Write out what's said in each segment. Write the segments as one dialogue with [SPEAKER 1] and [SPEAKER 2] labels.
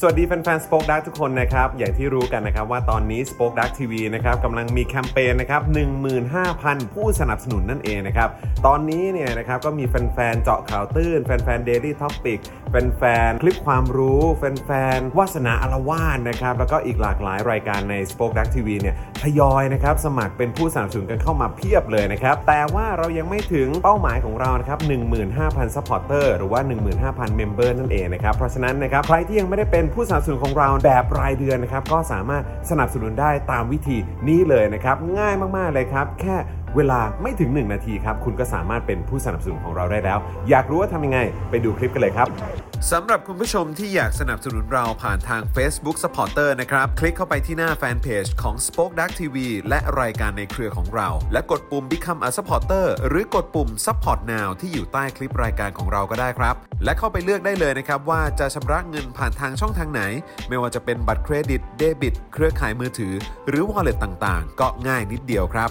[SPEAKER 1] สวัสดีแฟนๆ Spoke Dark ทุกคนนะครับ อย่างที่รู้กันนะครับว่าตอนนี้ Spoke Dark TV นะครับกำลังมีแคมเปญนะครับ15,000 ผู้สนับสนุนนั่นเองนะครับ ตอนนี้เนี่ยนะครับก็มีแฟนๆ เจาะข่าวตื้น แฟนๆ Daily Topic แฟนๆ คลิปความรู้ แฟนๆ วาสนาอารวาสนะครับ แล้วก็อีกหลากหลายรายการใน Spoke Dark TV เนี่ยทยอยนะครับสมัครเป็นผู้สนับสนุนกันเข้ามาเพียบเลยนะครับ แต่ว่าเรายังไม่ถึงเป้าหมายของเรานะครับ15,000 supporter หรือว่า 15,000 member นั่นเองนะครับ เพราะฉะนั้นนะครับใครที่ยังไม่ได้เป็นผู้สนับสนุนของเราแบบรายเดือนนะครับ ก็สามารถสนับสนุนได้ตามวิธีนี้เลยนะครับ ง่ายมากๆเลยครับ แค่เวลาไม่ถึง 1 นาทีครับ คุณก็สามารถเป็นผู้สนับสนุนของเราได้แล้ว อยากรู้ว่าทำยังไง ไปดูคลิปกันเลยครับ สำหรับคุณผู้ชมที่อยากสนับสนุนเราผ่านทาง Facebook Supporter นะครับ คลิกเข้าไปที่หน้าแฟนเพจของ Spoke Dark TV และรายการในเครือของเรา และกดปุ่ม Become a Supporter หรือกดปุ่ม Support Now ที่อยู่ใต้คลิปรายการของเราก็ได้ครับ และเข้าไปเลือกได้เลยนะครับว่าจะชำระเงินผ่านทางช่องทางไหน ไม่ว่าจะเป็นบัตรเครดิตเดบิต เครือข่ายมือถือ หรือ Wallet ต่างๆ ก็ง่ายนิดเดียวครับ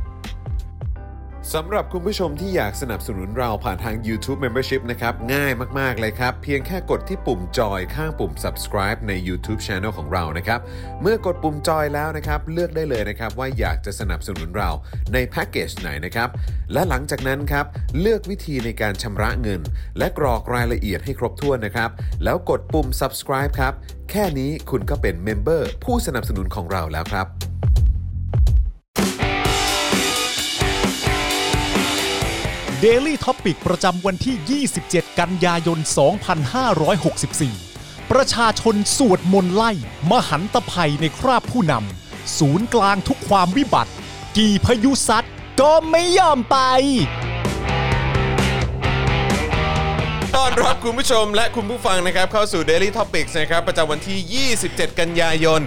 [SPEAKER 1] สำหรับคุณผู้ชมที่อยากสนับสนุนเราผ่านทาง YouTube Membership นะครับ ง่ายมาก ๆ เลยครับ เพียงแค่กดที่ปุ่มจอยข้างปุ่ม subscribe ใน YouTube Channel ของเรานะครับ เมื่อกดปุ่มจอยแล้วนะครับ เลือกได้เลยนะครับ ว่าอยากจะสนับสนุนเราในแพ็กเกจไหนนะครับ และหลังจากนั้นครับ เลือกวิธีในการชำระเงิน และกรอกรายละเอียดให้ครบถ้วนนะครับ แล้วกดปุ่ม subscribe ครับ แค่นี้คุณก็เป็นเมมเบอร์ผู้สนับสนุนของเราแล้วครับ
[SPEAKER 2] Daily t o p i c ประจำวันที่ 27 กันยายน 2564 ประชาชนสวดมนต์ไล่ มหันตภัยในคราบผู้นำ ศูนย์กลางทุกความวิบัติ กี่พายุซัดก็ไม่ยอมไป
[SPEAKER 3] ต้อนรับคุณผู้ชมและคุณผู้ฟังนะครับ เข้าสู่ Daily Topics นะครับ ประจำวันที่ 27 กันยายน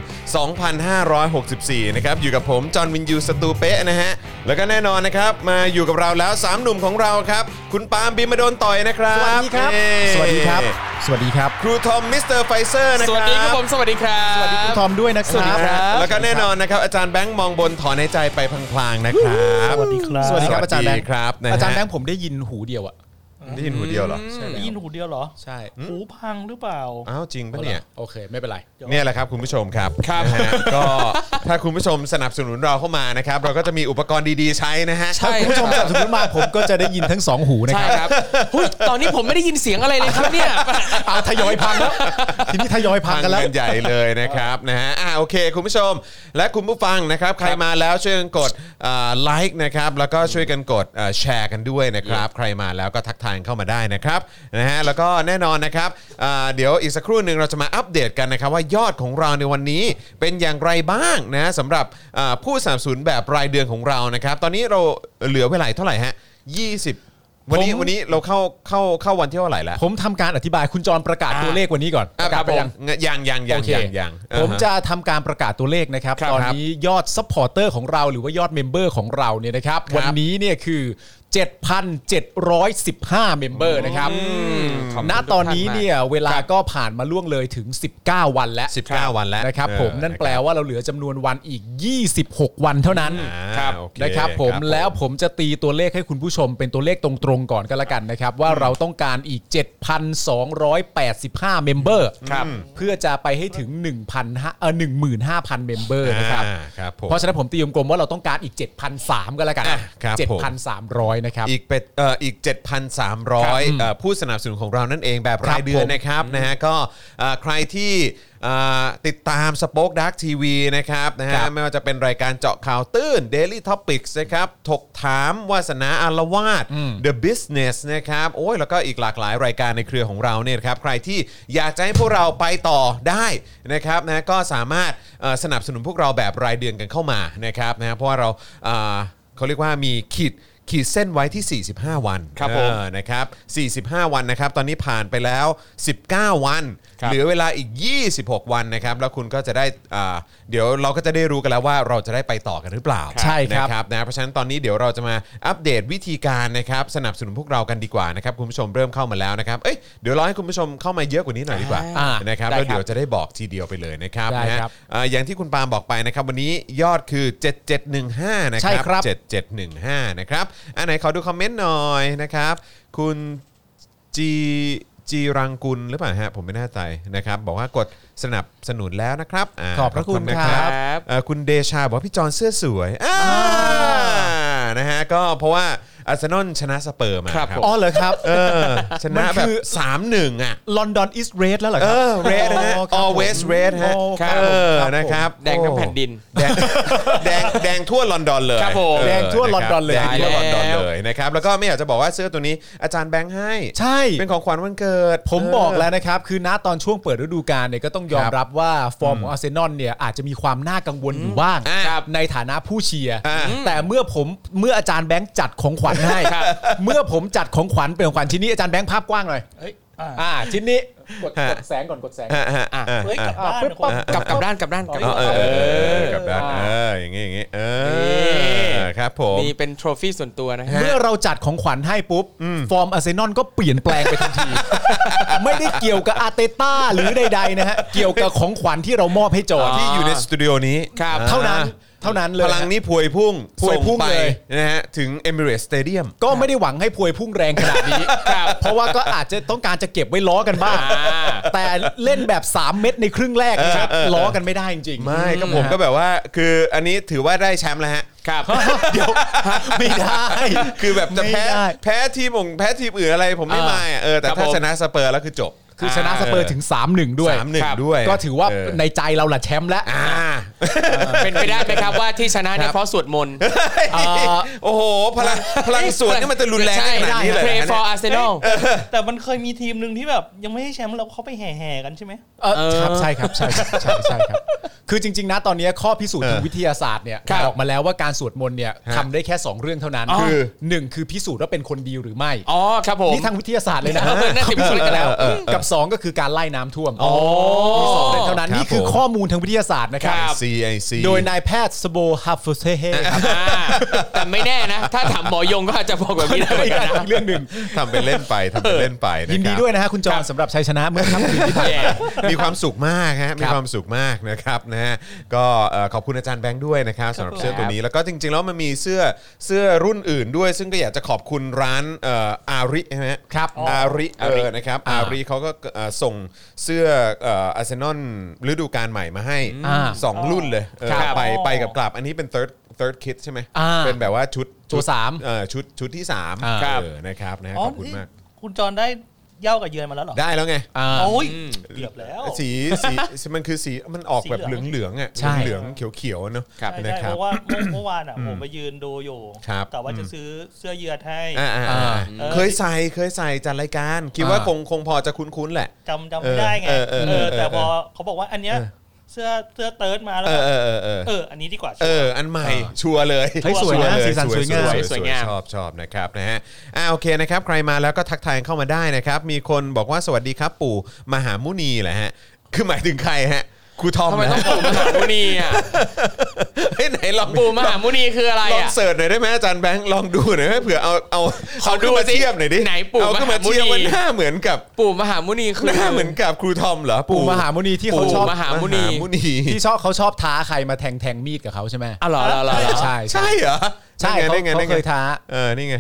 [SPEAKER 3] 2564 นะครับ อยู่กับผม จอห์นวินยู สตูเปะนะฮะ แล้วก็แน่นอนนะครับ มาอยู่กับเราแล้ว 3 หนุ่มของเราครับ คุณปาล์มบิมมาโดนต่อยนะครับ
[SPEAKER 2] สวัสดีครับ
[SPEAKER 3] เย้
[SPEAKER 2] สวัสดีครับ สวัสดีครับ
[SPEAKER 3] ครูทอมมิสเตอร์ไฟเซอร์นะ
[SPEAKER 4] ส
[SPEAKER 3] ครับ
[SPEAKER 4] วัสดีครับผมสวัสดีครับ สวัสดี
[SPEAKER 2] ทอมด้วยนะค
[SPEAKER 4] สวัสดี
[SPEAKER 2] รับ
[SPEAKER 4] ครับ
[SPEAKER 3] แล้วก็แน่นอนนะครับ อาจารย์แบงค์มองบนถอนในใจไปพลางๆนะครับ
[SPEAKER 5] สวัสดีครับ
[SPEAKER 2] สวัสดีครับอาจารย์แบงค์
[SPEAKER 3] ครับนะฮะ
[SPEAKER 2] อาจารย์แบงค์ผมได้ยินหูเดียวอะ
[SPEAKER 3] ได้ยินหูเดียวเหรอ
[SPEAKER 5] ได้ยินหูเดียวเหรอ
[SPEAKER 2] ใช่
[SPEAKER 5] หูพังหรือเปล่า
[SPEAKER 3] อ้าวจริงปะเนี่ย
[SPEAKER 2] โอเค ไม่เป็นไร
[SPEAKER 3] เนี่ยแหละครับคุณผู้ชมครับครับก็ถ้าคุณผู้ชมสนับสนุนเราเข้ามานะครับ เราก็จะมีอุปกรณ์ดีๆใช้นะฮะ
[SPEAKER 4] ใช่
[SPEAKER 2] คุณผู้ชมสมมติมาผมก็จะได้ยินทั้งสองหูนะ
[SPEAKER 4] ใช่
[SPEAKER 2] ครับ
[SPEAKER 4] ครับหุ้ยตอนนี้ผมไม่ได้ยินเสียงอะไรเลยครับเนี่ย
[SPEAKER 2] เอาทยอยพังแล้วทีนี้ทยอยพังกันแล้ว
[SPEAKER 3] ใหญ่เลยนะครับ นะฮะอ่าโอเค คุณผู้ชมและคุณผู้ฟังนะครับ ใครมาแล้วช่วยกันกดไลค์นะครับแล้วก็ช่วยกันกดแชร์กันด้วยนะครับ ใครมาแล้วก็ทักทายเข้ามาได้นะครับนะฮะแล้วก็แน่นอนนะครับอ่าเดี๋ยวอีกสักครู่หนึ่งเราจะมาอัปเดตกันนะครับ ว่ายอดของเราในวันนี้เป็นอย่างไรบ้างนะสำหรับอ่าผู้สนับสนุนแบบรายเดือนของเรานะครับ ตอนนี้เราเหลือเวลาอีกเท่าไหร่ฮะ20 วันนี้
[SPEAKER 2] ผม
[SPEAKER 3] วันนี้เราเข้าเข้าเข้าวันที่เท่าไหร่แล้ว
[SPEAKER 2] ผมทำการอธิบายคุณจรประกาศตัวเลขวันนี้ก่อน
[SPEAKER 3] อ่ะ
[SPEAKER 2] ประกาศไป
[SPEAKER 3] ผม
[SPEAKER 2] ยัง
[SPEAKER 3] ยังยังยัง
[SPEAKER 2] โอเค
[SPEAKER 3] ยังยังอ่าฮ
[SPEAKER 2] ผมจะทำการประกาศตัวเลขนะครับ
[SPEAKER 3] ครับ
[SPEAKER 2] ตอนนี้ยอดซัพพอร์เตอร์ของเราหรือว่ายอดเมมเบอร์ของเราเนี่ยนะครับ
[SPEAKER 3] ครับ
[SPEAKER 2] วันนี้เนี่ยคือ 7,715 เมมเบอร์นะครับ
[SPEAKER 3] ขอบคุณ
[SPEAKER 2] ณ
[SPEAKER 3] ทุก
[SPEAKER 2] ต
[SPEAKER 3] ท่า
[SPEAKER 2] อนนี้
[SPEAKER 3] มาก
[SPEAKER 2] เนี่ยเวลาก็ผ่านมาล่วงเลยถึง 19 วันแล้ว
[SPEAKER 3] 19วันแล้ว
[SPEAKER 2] นะครับ
[SPEAKER 3] เออ
[SPEAKER 2] ผมนั่นแปลว่าเราเหลือจำนวนวันอีก 26 วันเท่านั้น
[SPEAKER 3] อ่าโอเค
[SPEAKER 2] นะครับผม
[SPEAKER 3] ครับ
[SPEAKER 2] แล้วผมจะตีตัวเลขให้คุณผู้ชมเป็นตัวเลขตรงๆก่อนก็แล้วกันนะครับ ว่าเราต้องการอีก 7,285 เมมเบอร์
[SPEAKER 3] ครับ
[SPEAKER 2] เพื่อจะไปให้ถึง 1,000ฮะเออ15,000 เมมเบอร์นะครับ
[SPEAKER 3] อ่าครับผม
[SPEAKER 2] เพราะฉะนั้นผมตีกลมๆว่าเราต้องการอีก 7,300 ก็แล้วกัน
[SPEAKER 3] อ่ะครับผม
[SPEAKER 2] 7,300 นะครับ
[SPEAKER 3] อีกเป็ดเอ่ออีก 7,300เอ่อผู้สนับสนุนของเรานั่นเองแบบรายเดือน
[SPEAKER 2] ผม
[SPEAKER 3] นะครับนะฮะก็เอ่อใครที่เอ่อติดตาม Spoke Dark TV นะครับนะ
[SPEAKER 2] ครั
[SPEAKER 3] ฮะ
[SPEAKER 2] บ
[SPEAKER 3] ไม่ว่าจะเป็นรายการเจาะข่าวตื้น Daily Topics นะครับถกถามวาสนาอารวาส The Business นะครับโอ้ยแล้วก็อีกหลากหลายรายการในเครือของเราเนี่ยนะครับใครที่อยากจะให้พวกเราไปต่อได้นะครับนะก็สามารถเอ่อสนับสนุนพวกเราแบบรายเดือนกันเข้ามานะครับนะเพราะว่าเราเอ่อ เขาเรียกว่ามีขีด
[SPEAKER 1] ขีดเส้นไว้ที่ 45 วัน
[SPEAKER 3] ครับผม
[SPEAKER 1] เออนะครับ45 วันนะครับ ตอนนี้ผ่านไปแล้ว 19 วัน
[SPEAKER 3] ครับ
[SPEAKER 1] เหลือเวลาอีก 26 วันนะครับ แล้วคุณก็จะได้อ่าเดี๋ยวเราก็จะได้รู้กันแล้วว่าเราจะได้ไปต่อกันหรือเปล่า
[SPEAKER 2] ใช่ครับ
[SPEAKER 1] นะ ครับนะเพราะฉะนั้นตอนนี้เดี๋ยวเราจะมาอัปเดตวิธีการนะครับสนับสนุนพวกเรากันดีกว่านะครับคุณผู้ชมเริ่มเข้ามาแล้วนะครับเอ้ยเดี๋ยวรอให้คุณผู้ชมเข้ามาเยอะกว่านี้หน่อยดีกว่า
[SPEAKER 2] อ่า
[SPEAKER 1] นะครับ
[SPEAKER 2] ได้
[SPEAKER 1] แล้ว
[SPEAKER 2] ครับ
[SPEAKER 1] เดี๋ยวจะได้บอกทีเดียวไปเลยนะครับ
[SPEAKER 2] ได้
[SPEAKER 1] นะฮะ
[SPEAKER 2] ครับ
[SPEAKER 1] อ่าอย่างที่คุณปาล์มบอกไปนะครับวันนี้ยอดคือ 7715 นะค
[SPEAKER 2] ใช่
[SPEAKER 1] รั
[SPEAKER 2] ครับ
[SPEAKER 1] 7715 นะครับอันไหนขอดูคอมเมนต์หน่อยนะครับคุณจีจีรังกุลหรือเปล่าฮะผมไม่แน่ใจนะครับบอกว่ากดสนับสนุนแล้วนะครับา
[SPEAKER 2] ขอบพระคุณ
[SPEAKER 1] นะครับ บ เอ่อคุณเดชาบอกว่าพี่จอนเสื้อสวยอ่านะฮะก็เพราะว่าอาร์เซนอลชนะสเปอร์มา
[SPEAKER 3] ครับผม
[SPEAKER 2] อ๋อเหรอครับ
[SPEAKER 1] เออชนะ
[SPEAKER 2] มัน
[SPEAKER 1] แบ
[SPEAKER 2] คื
[SPEAKER 1] บ
[SPEAKER 2] อ
[SPEAKER 1] 3-1 อ่ะ
[SPEAKER 2] ลอนดอนอิสเรดแล้วเหรอค
[SPEAKER 1] เออ
[SPEAKER 2] รับ
[SPEAKER 1] red นะฮะ
[SPEAKER 2] อ๋อครับผม
[SPEAKER 1] always red ฮะ
[SPEAKER 2] อ๋อครับ
[SPEAKER 1] เออ
[SPEAKER 2] ผม
[SPEAKER 1] นะครับ
[SPEAKER 3] แดงทั้งแผ่นดิน
[SPEAKER 1] แดงแดงแดงทั่วลอนดอนเลย
[SPEAKER 3] ครับผม
[SPEAKER 1] เออ
[SPEAKER 2] แดงทั่วลอนดอนเลย
[SPEAKER 1] แดงทั่วลอนดอน
[SPEAKER 3] ได้แล้ว
[SPEAKER 1] เลยนะครับ แล้วก็ไม่อยากจะบอกว่าเสื้อตัวนี้อาจารย์แบงค์ให้
[SPEAKER 2] ใช่
[SPEAKER 1] เป็นของขวัญวันเกิด
[SPEAKER 2] ผมบอกแล้วนะครับ คือณตอนช่วงเปิดฤดูกาลเนี่ยก็ต้องยอมรับว่าฟอร์มของอาร์เซนอลเนี่ยอาจจะมีความน่ากังวลอยู่บ้าง
[SPEAKER 1] อ่าครับ
[SPEAKER 2] ในฐานะผู้เชียร์
[SPEAKER 1] อ่า
[SPEAKER 2] แต่เมื่อผมเมื่ออาจารย์แบงค์จัดของขวัญให้ เมื่อผมจัดของขวัญเป็นของขวัญชิ้นนี้อาจารย์แบงค์ภาพกว้างหน่อย
[SPEAKER 5] เอ้ยอ่ะ
[SPEAKER 2] อ่าชิ้นนี้กดกดแสงก่อนกดแสง
[SPEAKER 1] ฮะฮะ
[SPEAKER 3] อ่ะ
[SPEAKER 1] ฮะ
[SPEAKER 5] เฮ้ยกลับ
[SPEAKER 2] อ่า
[SPEAKER 5] บ้าน
[SPEAKER 2] ปึ๊บ
[SPEAKER 5] นะ
[SPEAKER 2] ปั๊บ
[SPEAKER 3] กลับกลับด้านกลับด้านกลับด้าน
[SPEAKER 1] เออเออกับด้านเอออย่างงี้อย่างงี้เอ
[SPEAKER 3] นี่
[SPEAKER 1] อครับผม
[SPEAKER 3] มีเป็นโทรฟี่ส่วนตัวนะฮะ
[SPEAKER 2] เมื่อเราจัดของขวัญให้ปุ๊บ ฟอร์มอาร์เซนอลก็เปลี่ยนแปลงไปทันที ไม่ได้เกี่ยวกับอาร์เตต้าหรือใดๆนะฮะเกี่ยวกับของขวัญที่เรามอบให้จอร์จ
[SPEAKER 1] ที่อยู่ในสตูดิโอนี้
[SPEAKER 3] ครับ
[SPEAKER 1] อ่
[SPEAKER 2] เท่านั้นเท่านั้นเลย
[SPEAKER 1] พลังนี้พวยพุ่ง
[SPEAKER 2] พวยพุ่ง
[SPEAKER 1] ส่ไป
[SPEAKER 2] เลย
[SPEAKER 1] นะฮะถึง Emirates Stadium
[SPEAKER 2] ก็ไม่ได้หวังให้พวยพุ่งแรงขนาดนี้
[SPEAKER 3] ครับ
[SPEAKER 2] เพราะว่าก็อาจจะต้องการจะเก็บไว้ล้อกันบ้าง
[SPEAKER 3] อ่า
[SPEAKER 2] แต่เล่นแบบ 3 เม็ดในครึ่งแรกนะครับ
[SPEAKER 1] เออเออ
[SPEAKER 2] ล้อกันไม่ได้จริงๆ
[SPEAKER 1] ไม่ก็ผมก็แบบว่าคืออันนี้ถือว่าได้แชมป์แล้วฮะ
[SPEAKER 3] ครับ
[SPEAKER 2] เดี๋ยวไม่ได้
[SPEAKER 1] คือแบบจะแพ้
[SPEAKER 2] ไม่ได้
[SPEAKER 1] แพ้ทีมองแพ้ทีมอื่นอะไรผมไม่
[SPEAKER 3] อ่าม
[SPEAKER 1] มาอ่ะเออแต่
[SPEAKER 3] ครับ
[SPEAKER 1] ถ้า
[SPEAKER 3] ผม
[SPEAKER 1] ชนะสเปอร์แล้วคือจบ
[SPEAKER 2] คือชนะสเปอร์ถึง 3-1 ด้วย
[SPEAKER 1] สามหนึ่ง
[SPEAKER 3] ครับ
[SPEAKER 1] ด้วย
[SPEAKER 2] ก็ถือว่า
[SPEAKER 1] เ
[SPEAKER 2] ในใจเราละแชมป์แล้ว
[SPEAKER 1] อ่า
[SPEAKER 3] เป็นไปได้ไหมครับว่าที่ชนะเนี่ยเพราะสวดมนต์
[SPEAKER 2] เอ่อ
[SPEAKER 1] โอ้โห พลังพลังส่วนนี่มันจะรุนแรง
[SPEAKER 3] ใช่
[SPEAKER 1] ขนาดนี้เลย
[SPEAKER 3] Pray
[SPEAKER 1] นะ
[SPEAKER 3] for
[SPEAKER 1] เนี่ย
[SPEAKER 3] Arsenal
[SPEAKER 5] แต่มันเคยมีทีมหนึ่งที่แบบ ยังไม่ให้แชมป์แล้วเขาไปแห่ๆกันใช่ไหม
[SPEAKER 2] เออครับใช่ครับใช่ครับใช่ใช่ครับ คือจริง ๆ นะตอนนี้ข้อพิสูจน์ทางวิทยาศาสตร์เนี่ย
[SPEAKER 3] ครับ
[SPEAKER 2] บอกมาแล้วว่าการสวดมนต์เนี่ย
[SPEAKER 1] ฮะ
[SPEAKER 2] ทำได้แค่ 2 เรื่องเท่านั้น
[SPEAKER 3] อ๋อ
[SPEAKER 2] คือหนึ่งคือพิสูจน์ว่าเป็นคนดีหรือไม่
[SPEAKER 3] อ๋อครับผม
[SPEAKER 2] นี่ทางวิทยาศาสตร์เลยนะ
[SPEAKER 3] เออนั่นสิ
[SPEAKER 2] เขาพิสูจน์กันแล้ว
[SPEAKER 1] เออเออเออ
[SPEAKER 2] กับ 2 ก็คือการไล่น้ำท่วม
[SPEAKER 3] อ๋อ
[SPEAKER 2] มีสองเรื่องเท่านั้น
[SPEAKER 1] ครับ
[SPEAKER 2] นี่คือ
[SPEAKER 1] ผม
[SPEAKER 2] ข้อมูลทางวิทยาศาสตร์นะครับ
[SPEAKER 3] ครับ
[SPEAKER 1] CIC
[SPEAKER 2] โดยนายแพทย์สโบฮาฟเซเฮครับ
[SPEAKER 3] อ่าแต่ไม่แน่นะ ถ้าถามหมอยงก็อาจจะบอกแบบนี้ได้เหมือนกันนะ
[SPEAKER 2] อีกเรื่องหนึ่ง
[SPEAKER 1] ทำเป็นเล่นไปทำเป็นเล่นไปะครับ
[SPEAKER 2] ยินดีด้วยนะฮะคุณจอห์นสำหรับชัยชนะเมื่อค่ำคืนที่ผ่านมา
[SPEAKER 1] มีความสุขมากฮะมี
[SPEAKER 2] ครับ
[SPEAKER 1] ความสุขมากนะครับนะฮะก็เอ่อขอบคุณอาจารย์แบงค์ด้วยนะครับสำหรับเสื้อตัวนี้แล้วก็จริง ๆ แล้วมันมีเสื้อเสื้อรุ่นอื่นด้วย ซึ่งก็อยากจะขอบคุณร้านเอ่ออาริใช่ไหม
[SPEAKER 2] ครับ
[SPEAKER 1] อาริเออ
[SPEAKER 2] Ari
[SPEAKER 1] นะครับอาริเขาก็เอ่อส่งเสื้อเอ่ออาร์เซนอลฤดูกาลใหม่มาให้
[SPEAKER 2] อ่า
[SPEAKER 1] สองรุ่นเลยเออ
[SPEAKER 5] ครับ
[SPEAKER 1] ไปไปกับกลับอันนี้เป็น third third kit ใช่ไหม
[SPEAKER 2] อ่า
[SPEAKER 1] เป็นแบบว่าชุด
[SPEAKER 2] ตัวสาม
[SPEAKER 1] เออชุดชุดที่สาม
[SPEAKER 2] อ่า
[SPEAKER 1] เออนะครับนะฮะขอบคุณ
[SPEAKER 5] นี่
[SPEAKER 1] มาก
[SPEAKER 5] คุณจรได้เหย่ากับเยือนมาแล้วเหรอ
[SPEAKER 1] ได้แล้วไง
[SPEAKER 2] อ่า
[SPEAKER 5] โอ้ยเกือบแล้ว
[SPEAKER 1] สีสีสีมันคือสีมันออกแบบ
[SPEAKER 5] สี
[SPEAKER 1] เห
[SPEAKER 5] เหลื
[SPEAKER 1] ลือ
[SPEAKER 5] อง ง
[SPEAKER 1] เหลืองๆอ่ะ
[SPEAKER 2] ใช่
[SPEAKER 1] เหลืองๆเขียวเขียวๆเนอะ
[SPEAKER 3] ครับ
[SPEAKER 5] ใช่
[SPEAKER 1] นะ
[SPEAKER 5] ใช่
[SPEAKER 1] ครั
[SPEAKER 5] เพ
[SPEAKER 1] บ
[SPEAKER 5] ราะว่าเมื่อเมื่อวานอ่ะผมไปยืนดูอยู่
[SPEAKER 1] ครับ
[SPEAKER 5] แต่ว่าจะซื้อเสื้อเยือดให้
[SPEAKER 1] อ่าอ่าอ่า
[SPEAKER 5] เออ
[SPEAKER 1] เคยใส่เคยใส่จัดรายการ คิดว่าคงคงพอจะคุ้นๆแหละ
[SPEAKER 5] จำจำไม่ได้ไง
[SPEAKER 1] เออเออเออ
[SPEAKER 5] เออแต่พอ
[SPEAKER 1] เออ
[SPEAKER 5] เขาบอกว่าอันเนี้ยเสื้อเสื้อเติร์ดมาแล้ว
[SPEAKER 1] เอ
[SPEAKER 5] แบ
[SPEAKER 1] อบ เออเออเออ
[SPEAKER 5] เอออันนี้ดีกว่า
[SPEAKER 1] เอออันใหม่ชัวร์เลย
[SPEAKER 2] เฮ้ยสวยนะ
[SPEAKER 1] เล
[SPEAKER 2] สีสันสวยงาม
[SPEAKER 1] สวย
[SPEAKER 3] สวยงาม
[SPEAKER 1] ชอบชอบนะครับนะฮะอ่าโอเคนะครับ ใครมาแล้วก็ทักทายเข้ามาได้นะครับ มีคนบอกว่าสวัสดีครับปู่มหามุนีแหละฮะ คือหมายถึงใครฮะครูทอม
[SPEAKER 3] ทำไม
[SPEAKER 1] เหร
[SPEAKER 3] ต้องปู่มหามุนีอ่ะ
[SPEAKER 1] เฮ้ยไหนลอง
[SPEAKER 3] ปู่มหามุนีคืออะไร
[SPEAKER 1] ลอง
[SPEAKER 3] อ่ะ
[SPEAKER 1] เสิร์ชหน่อยได้ไหมอาจารย์แบงค์ลองดูหน่อยไหมเผื่อเอาเอา
[SPEAKER 3] ขอ
[SPEAKER 1] เอา
[SPEAKER 3] ดู
[SPEAKER 1] ขึ้นมา
[SPEAKER 3] สิ
[SPEAKER 1] เทียบหน่อยดิ
[SPEAKER 3] ไหนปู่
[SPEAKER 1] เอาขึ้นมาเทียบ
[SPEAKER 3] มหามุ
[SPEAKER 1] ว่า
[SPEAKER 3] นี
[SPEAKER 1] หน้าเหมือนกับ
[SPEAKER 3] ปู่มหามุนีคือ
[SPEAKER 1] หน้าเหมือนกับครูทอมเหรอ
[SPEAKER 2] ปู่มหามุนีที่เขา
[SPEAKER 3] ปู่
[SPEAKER 2] ชอบ
[SPEAKER 3] มหา มุ
[SPEAKER 1] ม
[SPEAKER 3] นี
[SPEAKER 1] หามุนี
[SPEAKER 2] ที่ชอบเขาชอบท้าใครมาแทงแทงมีดกับเขาใช่ไหม
[SPEAKER 3] อ๋อเหรอเหรอเหรอเหรอ
[SPEAKER 2] ใช่ใช่
[SPEAKER 1] ใช่เหรอ
[SPEAKER 2] ใช่
[SPEAKER 1] ได้ไง
[SPEAKER 2] เขา
[SPEAKER 1] ได้ไงได้ไง
[SPEAKER 2] เขาเคยท้า
[SPEAKER 1] เออนี่ไง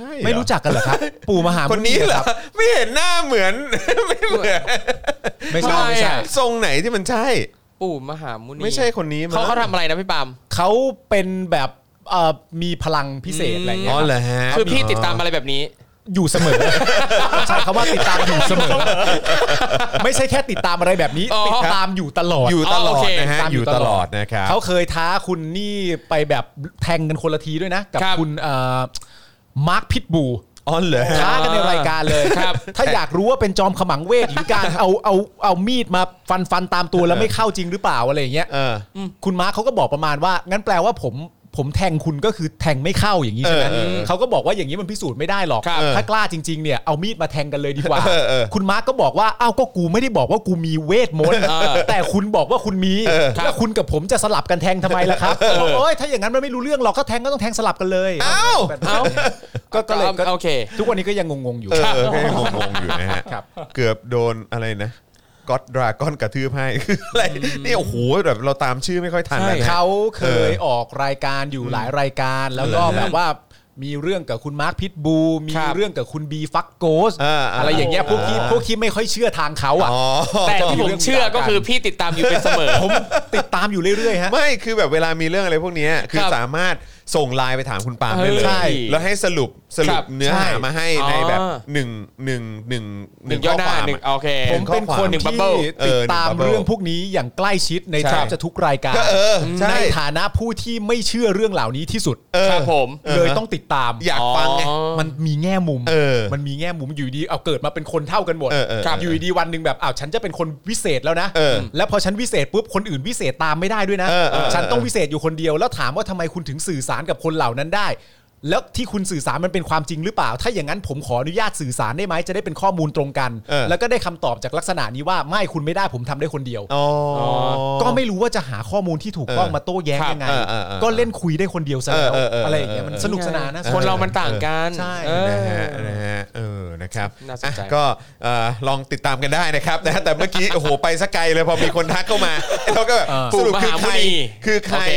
[SPEAKER 1] ใช่เอ
[SPEAKER 2] ไม่รู้จักกันเหรอครับ ปู่มหามุ
[SPEAKER 1] คนนี้เหรอ
[SPEAKER 2] คบ
[SPEAKER 1] ไม่เห็นหน้าเหมือน ไม่เหมือน
[SPEAKER 2] ไม่ใช่
[SPEAKER 3] ทำไม
[SPEAKER 2] ไม่ใช่
[SPEAKER 3] อะ
[SPEAKER 1] ทรงไหนที่มันใช่
[SPEAKER 3] ปู่มหามุนี
[SPEAKER 1] ไม่ใช่คนนี้มั้
[SPEAKER 3] เขา
[SPEAKER 1] ง
[SPEAKER 3] เขาทำอะไรนะพี่ปาล์ม
[SPEAKER 2] เขาเป็นแบบเอ่อมีพลังพิเศษอะไร
[SPEAKER 1] อ๋
[SPEAKER 2] เงี้
[SPEAKER 1] อยเหรอฮะ
[SPEAKER 3] คือพี่ติดตามอะไรแบบนี้
[SPEAKER 2] อยู่เสมอ ใช่คำว่าติดตามอยู่เสมอ ไม่ใช่แค่ติดตามอะไรแบบนี้
[SPEAKER 3] อ๋อ
[SPEAKER 2] ติดตามอยู่ตลอด
[SPEAKER 1] อยู่ตลอด
[SPEAKER 3] อ๋อโอเค
[SPEAKER 1] นะฮะ
[SPEAKER 2] ตาม
[SPEAKER 1] อยู่ตลอดนะครับ
[SPEAKER 2] เขาเคยท้าคุณนี่ไปแบบแทงกันคนละทีด้วยนะ กับ
[SPEAKER 3] ครับ
[SPEAKER 2] คุณมาร์คพิทบู
[SPEAKER 1] อ๋อเหรอฮะ
[SPEAKER 2] ท้ากันในรายการเลย
[SPEAKER 3] ครับ
[SPEAKER 2] ถ้าอยากรู้ว่าเป็นจอมขมังเวทหรือการ เอาเอาเอามีดมาฟันฟันตามตัวแล้วไม่เข้าจริงหรือเปล่าอะไรอย่างเงี้ย
[SPEAKER 1] เออ
[SPEAKER 2] คุณมาร์คเขาก็บอกประมาณว่า งั้นแปลว่าผม ผมแทงคุณก็คือแทงไม่เข้าอย่างนี้ใช่ไหม
[SPEAKER 1] เออเออ
[SPEAKER 2] เขาก็บอกว่าอย่างนี้มันพิสูจน์ไม่ได้หรอก
[SPEAKER 3] ครับ
[SPEAKER 2] ถ้ากล้าจริงๆเนี่ยเอามีดมาแทงกันเลยดีกว่า
[SPEAKER 1] เออเออ
[SPEAKER 2] คุณมาร์กก็บอกว่าอ้าวก็กูไม่ได้บอกว่ากูมีเวทมนต์แต่คุณบอกว่าคุณมี
[SPEAKER 1] เออ
[SPEAKER 2] แล้วคุณกับผมจะสลับกันแทงทำไมล่ะครับบอกโอ้ยถ้าอย่างนั้นมันไม่รู้เรื่องหรอกก็แทงก็ต้องแทงสลับกันเลย
[SPEAKER 1] อ้าว
[SPEAKER 2] เอ้าก็ก็เลยก็
[SPEAKER 3] โอเค
[SPEAKER 2] ทุกวันนี้ก็ยังงงๆอยู่
[SPEAKER 1] เออก็ยังงงๆอยู่นะฮะ
[SPEAKER 2] ครับ
[SPEAKER 1] เกือบโดนอะไรนะก็อดดราก้อนกระทืบให้ อะไรนี่โอ้โหแบบเราตามชื่อไม่ค่อยทันแล้วนะ
[SPEAKER 2] เขาเค
[SPEAKER 1] เออย
[SPEAKER 2] ออกรายการอยู่หลายรายการแล้วก็แบบว่ามีเรื่องกับคุณมาร์คพิทบูมี
[SPEAKER 3] ครับ
[SPEAKER 2] เรื่องกับคุณบีฟักโกส
[SPEAKER 1] อ่าอ่า
[SPEAKER 2] อะไรอย่างเงี้ยพวกที่พวกที่ไม่ค่อยเชื่อทางเขาอ่ะ
[SPEAKER 1] อ๋อ
[SPEAKER 3] แต่ที่ผมเชื่อก็คือพี่ติดตามอยู่เป็นเสมอ
[SPEAKER 2] ผมติดตามอยู่เรื่อยๆฮะ
[SPEAKER 1] ไม่คือแบบเวลามีเรื่องอะไรพวกเนี้ยคือ
[SPEAKER 3] ครับ
[SPEAKER 1] สามารถส่งไลน์ไปถามคุณปาล์มได้เลย
[SPEAKER 2] ใช่
[SPEAKER 1] แล้วให้สรุปสรุ
[SPEAKER 3] ครั
[SPEAKER 1] ป
[SPEAKER 3] บ
[SPEAKER 1] เนื้อหา
[SPEAKER 2] ใช่
[SPEAKER 1] มาให้
[SPEAKER 3] อ๋อ
[SPEAKER 1] ในแบบหนึ่งหนึ่งหนึ่งห
[SPEAKER 3] ห
[SPEAKER 1] นึ่
[SPEAKER 3] นึ่
[SPEAKER 1] ง
[SPEAKER 3] ง
[SPEAKER 1] ข้
[SPEAKER 3] ย่อ
[SPEAKER 1] อ
[SPEAKER 3] หน้าว
[SPEAKER 1] คาม
[SPEAKER 3] หนึ่ง
[SPEAKER 1] อะ
[SPEAKER 3] โอเค
[SPEAKER 2] ผมเป็นคน
[SPEAKER 3] หนึ่งบับ
[SPEAKER 2] ที่
[SPEAKER 3] เบิ้ล
[SPEAKER 2] ติดตาม
[SPEAKER 1] เออหนึ่งบับเบิ้ล
[SPEAKER 2] เรื่องพวกนี้อย่างใกล้ชิดใน
[SPEAKER 1] ใช่
[SPEAKER 2] แทบจะทุกรายการ
[SPEAKER 1] ก็เออใช่
[SPEAKER 2] ในฐานะผู้ที่ไม่เชื่อเรื่องเหล่านี้ที่สุด
[SPEAKER 1] เออ
[SPEAKER 3] ครับผม
[SPEAKER 2] เลยต้องติดตาม
[SPEAKER 1] อยากฟังไง
[SPEAKER 3] อ๋อ
[SPEAKER 2] มันมีแง่มุม
[SPEAKER 1] เออ
[SPEAKER 2] มันมีแง่มุมอยู่ดี เอาเกิดมาเป็นคนเท่ากันหมด
[SPEAKER 1] เออเออ
[SPEAKER 2] ครับ
[SPEAKER 1] เออ
[SPEAKER 2] อยู่ดีวันหนึ่งแบบอ้าวฉันจะเป็นคนวิเศษแล้วนะ
[SPEAKER 1] เออ
[SPEAKER 2] แล้วพอฉันวิเศษปุ๊บคนอื่นวิเศษตามไม่ได้ด้วยนะ
[SPEAKER 1] เออเออ
[SPEAKER 2] ฉันต้องวิเศษอยู่คนเดียว แล้วถามว่าทำไมคุณถึงสื่อสารกับคนเหล่านั้นได้ แล้วที่คุณสื่อสารมันเป็นความจริงหรือเปล่า ถ้าอย่างนั้นผมขออนุญาตสื่อสารได้ไหมจะได้เป็นข้อมูลตรงกัน
[SPEAKER 1] เออ
[SPEAKER 2] แล้วก็ได้คำตอบจากลักษณะนี้ว่าไม่คุณไม่ได้ผมทำได้คนเดียว
[SPEAKER 1] อ๋อ
[SPEAKER 2] ก็ไม่รู้ว่าจะหาข้อมูลที่ถูกต้อง
[SPEAKER 1] เออ
[SPEAKER 2] มาโต้แย้งยังไง
[SPEAKER 1] เออเออเออ
[SPEAKER 2] ก็เล่นคุยได้คนเดียวซะแล้ว
[SPEAKER 1] เออเออเอออ
[SPEAKER 2] อะไรอย่างเงี้ยมันสนุกสนานนะ
[SPEAKER 3] คนเรามันต่างกัน
[SPEAKER 2] ใช่
[SPEAKER 3] เออ
[SPEAKER 1] นะฮะนะฮะเออนะครับ
[SPEAKER 3] น่าสนใจ
[SPEAKER 1] อ่ะก็เอ่อลองติดตามกันได้นะครับนะฮะแต่เมื่อกี้ โอ้โหไปสักไกลเลยพอมีคนทักเข้ามาเราก็แบบสรุปคือใคร
[SPEAKER 3] ปู่มหาหมุนี
[SPEAKER 1] คือใคร
[SPEAKER 3] โอเค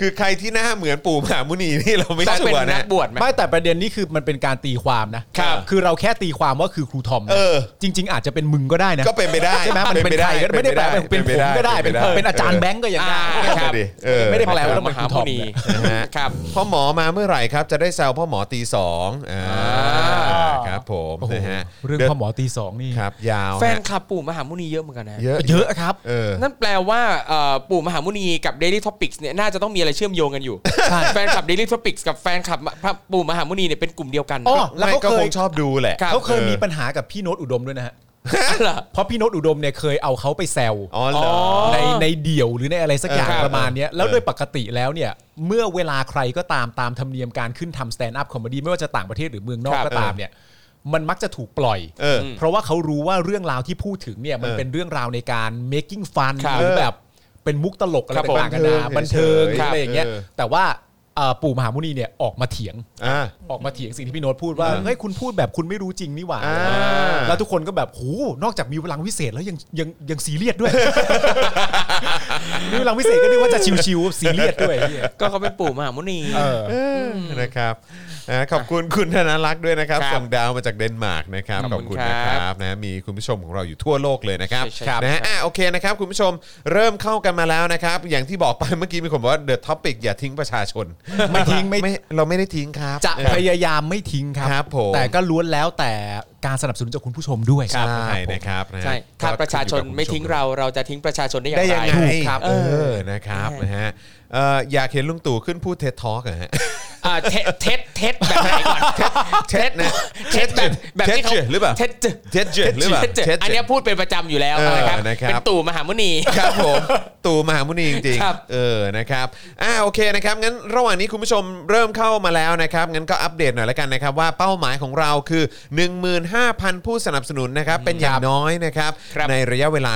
[SPEAKER 1] คือใครที่หน้าเหมือนปู่มหาหมุนีนี่เราไม่
[SPEAKER 3] ต้อง
[SPEAKER 1] ชั
[SPEAKER 3] เป็น
[SPEAKER 1] วร์
[SPEAKER 3] นั
[SPEAKER 1] นะ
[SPEAKER 3] กบวชไหม
[SPEAKER 2] ไม่แต่ประเด็นนี้คือมันเป็นการตีความนะครับ คือเราแค่ตีความว่าคือครูทอมนะ
[SPEAKER 1] เออ
[SPEAKER 2] จริง ๆ อาจจะเป็นมึงก็ได้นะ
[SPEAKER 1] ก็เป็นไปได้
[SPEAKER 2] ใช่ไหมมันเป็นใครก็ไม่ได้แปลว่าเป็นผมก็ได้เป็นเป็นอาจารย์แบงก์ก็ยังได้
[SPEAKER 3] อ่า
[SPEAKER 1] ครับดิเออ
[SPEAKER 2] ไม่ได้แปลว่าต้อง
[SPEAKER 3] ม
[SPEAKER 2] เป็นค
[SPEAKER 3] หา
[SPEAKER 2] รู
[SPEAKER 3] ห
[SPEAKER 2] ท
[SPEAKER 3] มุ
[SPEAKER 2] อม
[SPEAKER 3] นี
[SPEAKER 2] นะ
[SPEAKER 1] นะฮะ
[SPEAKER 3] ครับ
[SPEAKER 1] พ่อหมอมาเมื่อไหร่ครับจะได้แซวพ่อหมอตีสองอ่า
[SPEAKER 3] อ่า
[SPEAKER 1] ครับผม
[SPEAKER 2] โอ้โห
[SPEAKER 1] นะฮะ
[SPEAKER 2] เรื่องพ่อหมอตีสองนี่
[SPEAKER 1] ครับยาวฮะ
[SPEAKER 3] แฟนคลับปู่มหาหมุนีเยอะเหมือนกันนะ
[SPEAKER 1] เยอะ
[SPEAKER 2] เยอะครับ
[SPEAKER 1] เออ
[SPEAKER 3] นั่นแปลว่าเอ่อปู่มหาหมุนีกับ Daily Topics เนี่ยน่าจะต้องมีอะไรเชื่อมโยงกันอยู่
[SPEAKER 2] ใช่
[SPEAKER 3] แฟนคลับ Daily Topics กับแฟนคลับพระปู่มหาหมุนีเนี่ยเป็นกลุ่มเดียวกัน
[SPEAKER 2] อ๋อ แล้
[SPEAKER 1] แล้ว
[SPEAKER 2] ว
[SPEAKER 1] ก็
[SPEAKER 2] เขา
[SPEAKER 1] ค
[SPEAKER 2] เค
[SPEAKER 1] ง
[SPEAKER 2] ย
[SPEAKER 1] ชอบดูแหละ
[SPEAKER 3] ครับ
[SPEAKER 2] เขาเคยมีปัญหากับพี่โน้ตอุดมด้วยนะฮะ
[SPEAKER 3] เหรอ
[SPEAKER 2] เพราะพี่โน้ตอุดมเนี่ยเคยเอาเขาไปแซว
[SPEAKER 1] อ๋อเหรอ
[SPEAKER 3] อ๋อ
[SPEAKER 2] ในในเดี่ยวหรือในอะไรสักอย่าง
[SPEAKER 1] เออครับ
[SPEAKER 2] ประมาณเนี้ย
[SPEAKER 1] เออ
[SPEAKER 2] แล้วโดยปกติแล้วเนี่ย เมื่อเวลาใครก็ตามตามธรรมเนียมการขึ้นทำสแตนด์อัพคอมเมดี้ไม่ว่าจะต่างประเทศหรือเมืองนอก
[SPEAKER 1] ครับ
[SPEAKER 2] ก็ตามเนี่ย มันมักจะถูกปล่อย
[SPEAKER 1] เออ
[SPEAKER 2] เพราะว่าเขารู้ว่าเรื่องราวที่พูดถึงเนี่ย มัน
[SPEAKER 1] เออ
[SPEAKER 2] เป็นเรื่องราวในการ making fun
[SPEAKER 3] ครับ
[SPEAKER 2] หรือแบบเป็นมุกตลกอะไร
[SPEAKER 3] ครับผม
[SPEAKER 2] ต่างๆกันานา
[SPEAKER 1] บั
[SPEAKER 2] บั
[SPEAKER 1] น
[SPEAKER 2] น
[SPEAKER 1] เทิ
[SPEAKER 2] เทิ
[SPEAKER 1] ง
[SPEAKER 2] ง
[SPEAKER 1] เฉยๆ
[SPEAKER 2] อะไรอย่างเงี้ย
[SPEAKER 1] เออ
[SPEAKER 2] แต่ว่าเอ่อปู่มหาหมุนีเนี่ยออกมาเถียง
[SPEAKER 1] อ่า
[SPEAKER 2] ออกมาเถียงสิ่งที่พี่โน้ตพูดว่า
[SPEAKER 1] อ่า
[SPEAKER 2] เฮ้ยคุณพูดแบบคุณไม่รู้จริงนี่หว่า
[SPEAKER 1] อ่า
[SPEAKER 2] แล้วทุกคนก็แบบหูนอกจากมีพลังวิเศษแล้วยังยังยังซีเรียส ด้วย มีพลังวิเศษก็นึกว่าจะชิวๆซีเรียสด้วยเหี้ย
[SPEAKER 3] ก็เขาเป็นปู่มหาหมุนี
[SPEAKER 2] เออ
[SPEAKER 1] นะครับอ่าขอบคุณ คุณธนรักษ์ด้วยนะครับ
[SPEAKER 3] ครับ
[SPEAKER 1] ส่งดาวมาจากเดนมาร์กนะครับข
[SPEAKER 3] ข
[SPEAKER 1] อ
[SPEAKER 3] อ
[SPEAKER 1] บบ
[SPEAKER 3] คุ
[SPEAKER 1] คุณ
[SPEAKER 3] ณ
[SPEAKER 1] นะค
[SPEAKER 3] ครับ
[SPEAKER 1] รับนะมีคุณผู้ชมของเราอยู่ทั่วโลกเลยนะครับ
[SPEAKER 3] ใช่ใช่ครับ
[SPEAKER 1] นะฮะอ่ะโอเคนะครับคุณผู้ชมเริ่มเข้ากันมาแล้วนะครับ อย่างที่บอกไปเมื่อกี้มีคนบอกว่าเดอะท็อปิกอย่าทิ้งประชาชน
[SPEAKER 2] ไม่ทิ้งไม่
[SPEAKER 1] เราไม่ได้ทิ้งครับ
[SPEAKER 2] จะ
[SPEAKER 1] เออ
[SPEAKER 2] พยายามไม่ทิ้งครั
[SPEAKER 1] ครับผม
[SPEAKER 2] แต่ก็ล้วนแล้วแต่การสนับสนุนจากคุณผู้ชมด้วย
[SPEAKER 1] ใช่
[SPEAKER 2] ผม
[SPEAKER 1] นะครับนะฮะ
[SPEAKER 3] ใช่ถ้า
[SPEAKER 1] ก็
[SPEAKER 3] ประชาชนไม่ทิ้งเราเราจะทิ้งประชาชนได้อย่า
[SPEAKER 1] ได้
[SPEAKER 3] ง
[SPEAKER 1] ยัง
[SPEAKER 3] ไร
[SPEAKER 1] ไง
[SPEAKER 2] ถูกครับ
[SPEAKER 1] เออนะครับนะฮะเอ่ออยากเห็นลุงตู่ขึ้นพูดเท็ดทอล์กอะฮะ
[SPEAKER 3] อ่าเท็ดเท็ดเท็ดแบบไหนก่อน
[SPEAKER 1] เท็ดนะ
[SPEAKER 3] เท็ดแบบแบบที่เขา
[SPEAKER 1] เท็ดจืดหรือเปล่า
[SPEAKER 3] เท็ดจืด
[SPEAKER 1] เท็ดจืดหรือเปล่า
[SPEAKER 3] ท็ดจืด
[SPEAKER 1] เท็ดจืด
[SPEAKER 3] อันเนี้ยพูดเป็นประจำอยู่แล้ว
[SPEAKER 1] เออ
[SPEAKER 3] นะครับ
[SPEAKER 1] นะครับ
[SPEAKER 3] เป็นตู่มหาหมุนี
[SPEAKER 1] ครับผม ตู่มหาหมุนีจริง
[SPEAKER 3] ครับ
[SPEAKER 1] ๆเออนะครับอ่าโอเคนะครับงั้นระหว่างนี้คุณผู้ชมเริ่มเข้ามาแล้วนะครับงั้นก็อัปเดตหน่อยละกันนะครับว่าเป้าหมายของเราคือ 15,000 ผู้สนับสนุนนะครับเป็นอย่างน้อยนะครับ
[SPEAKER 3] ครับ
[SPEAKER 1] ในระยะเวลา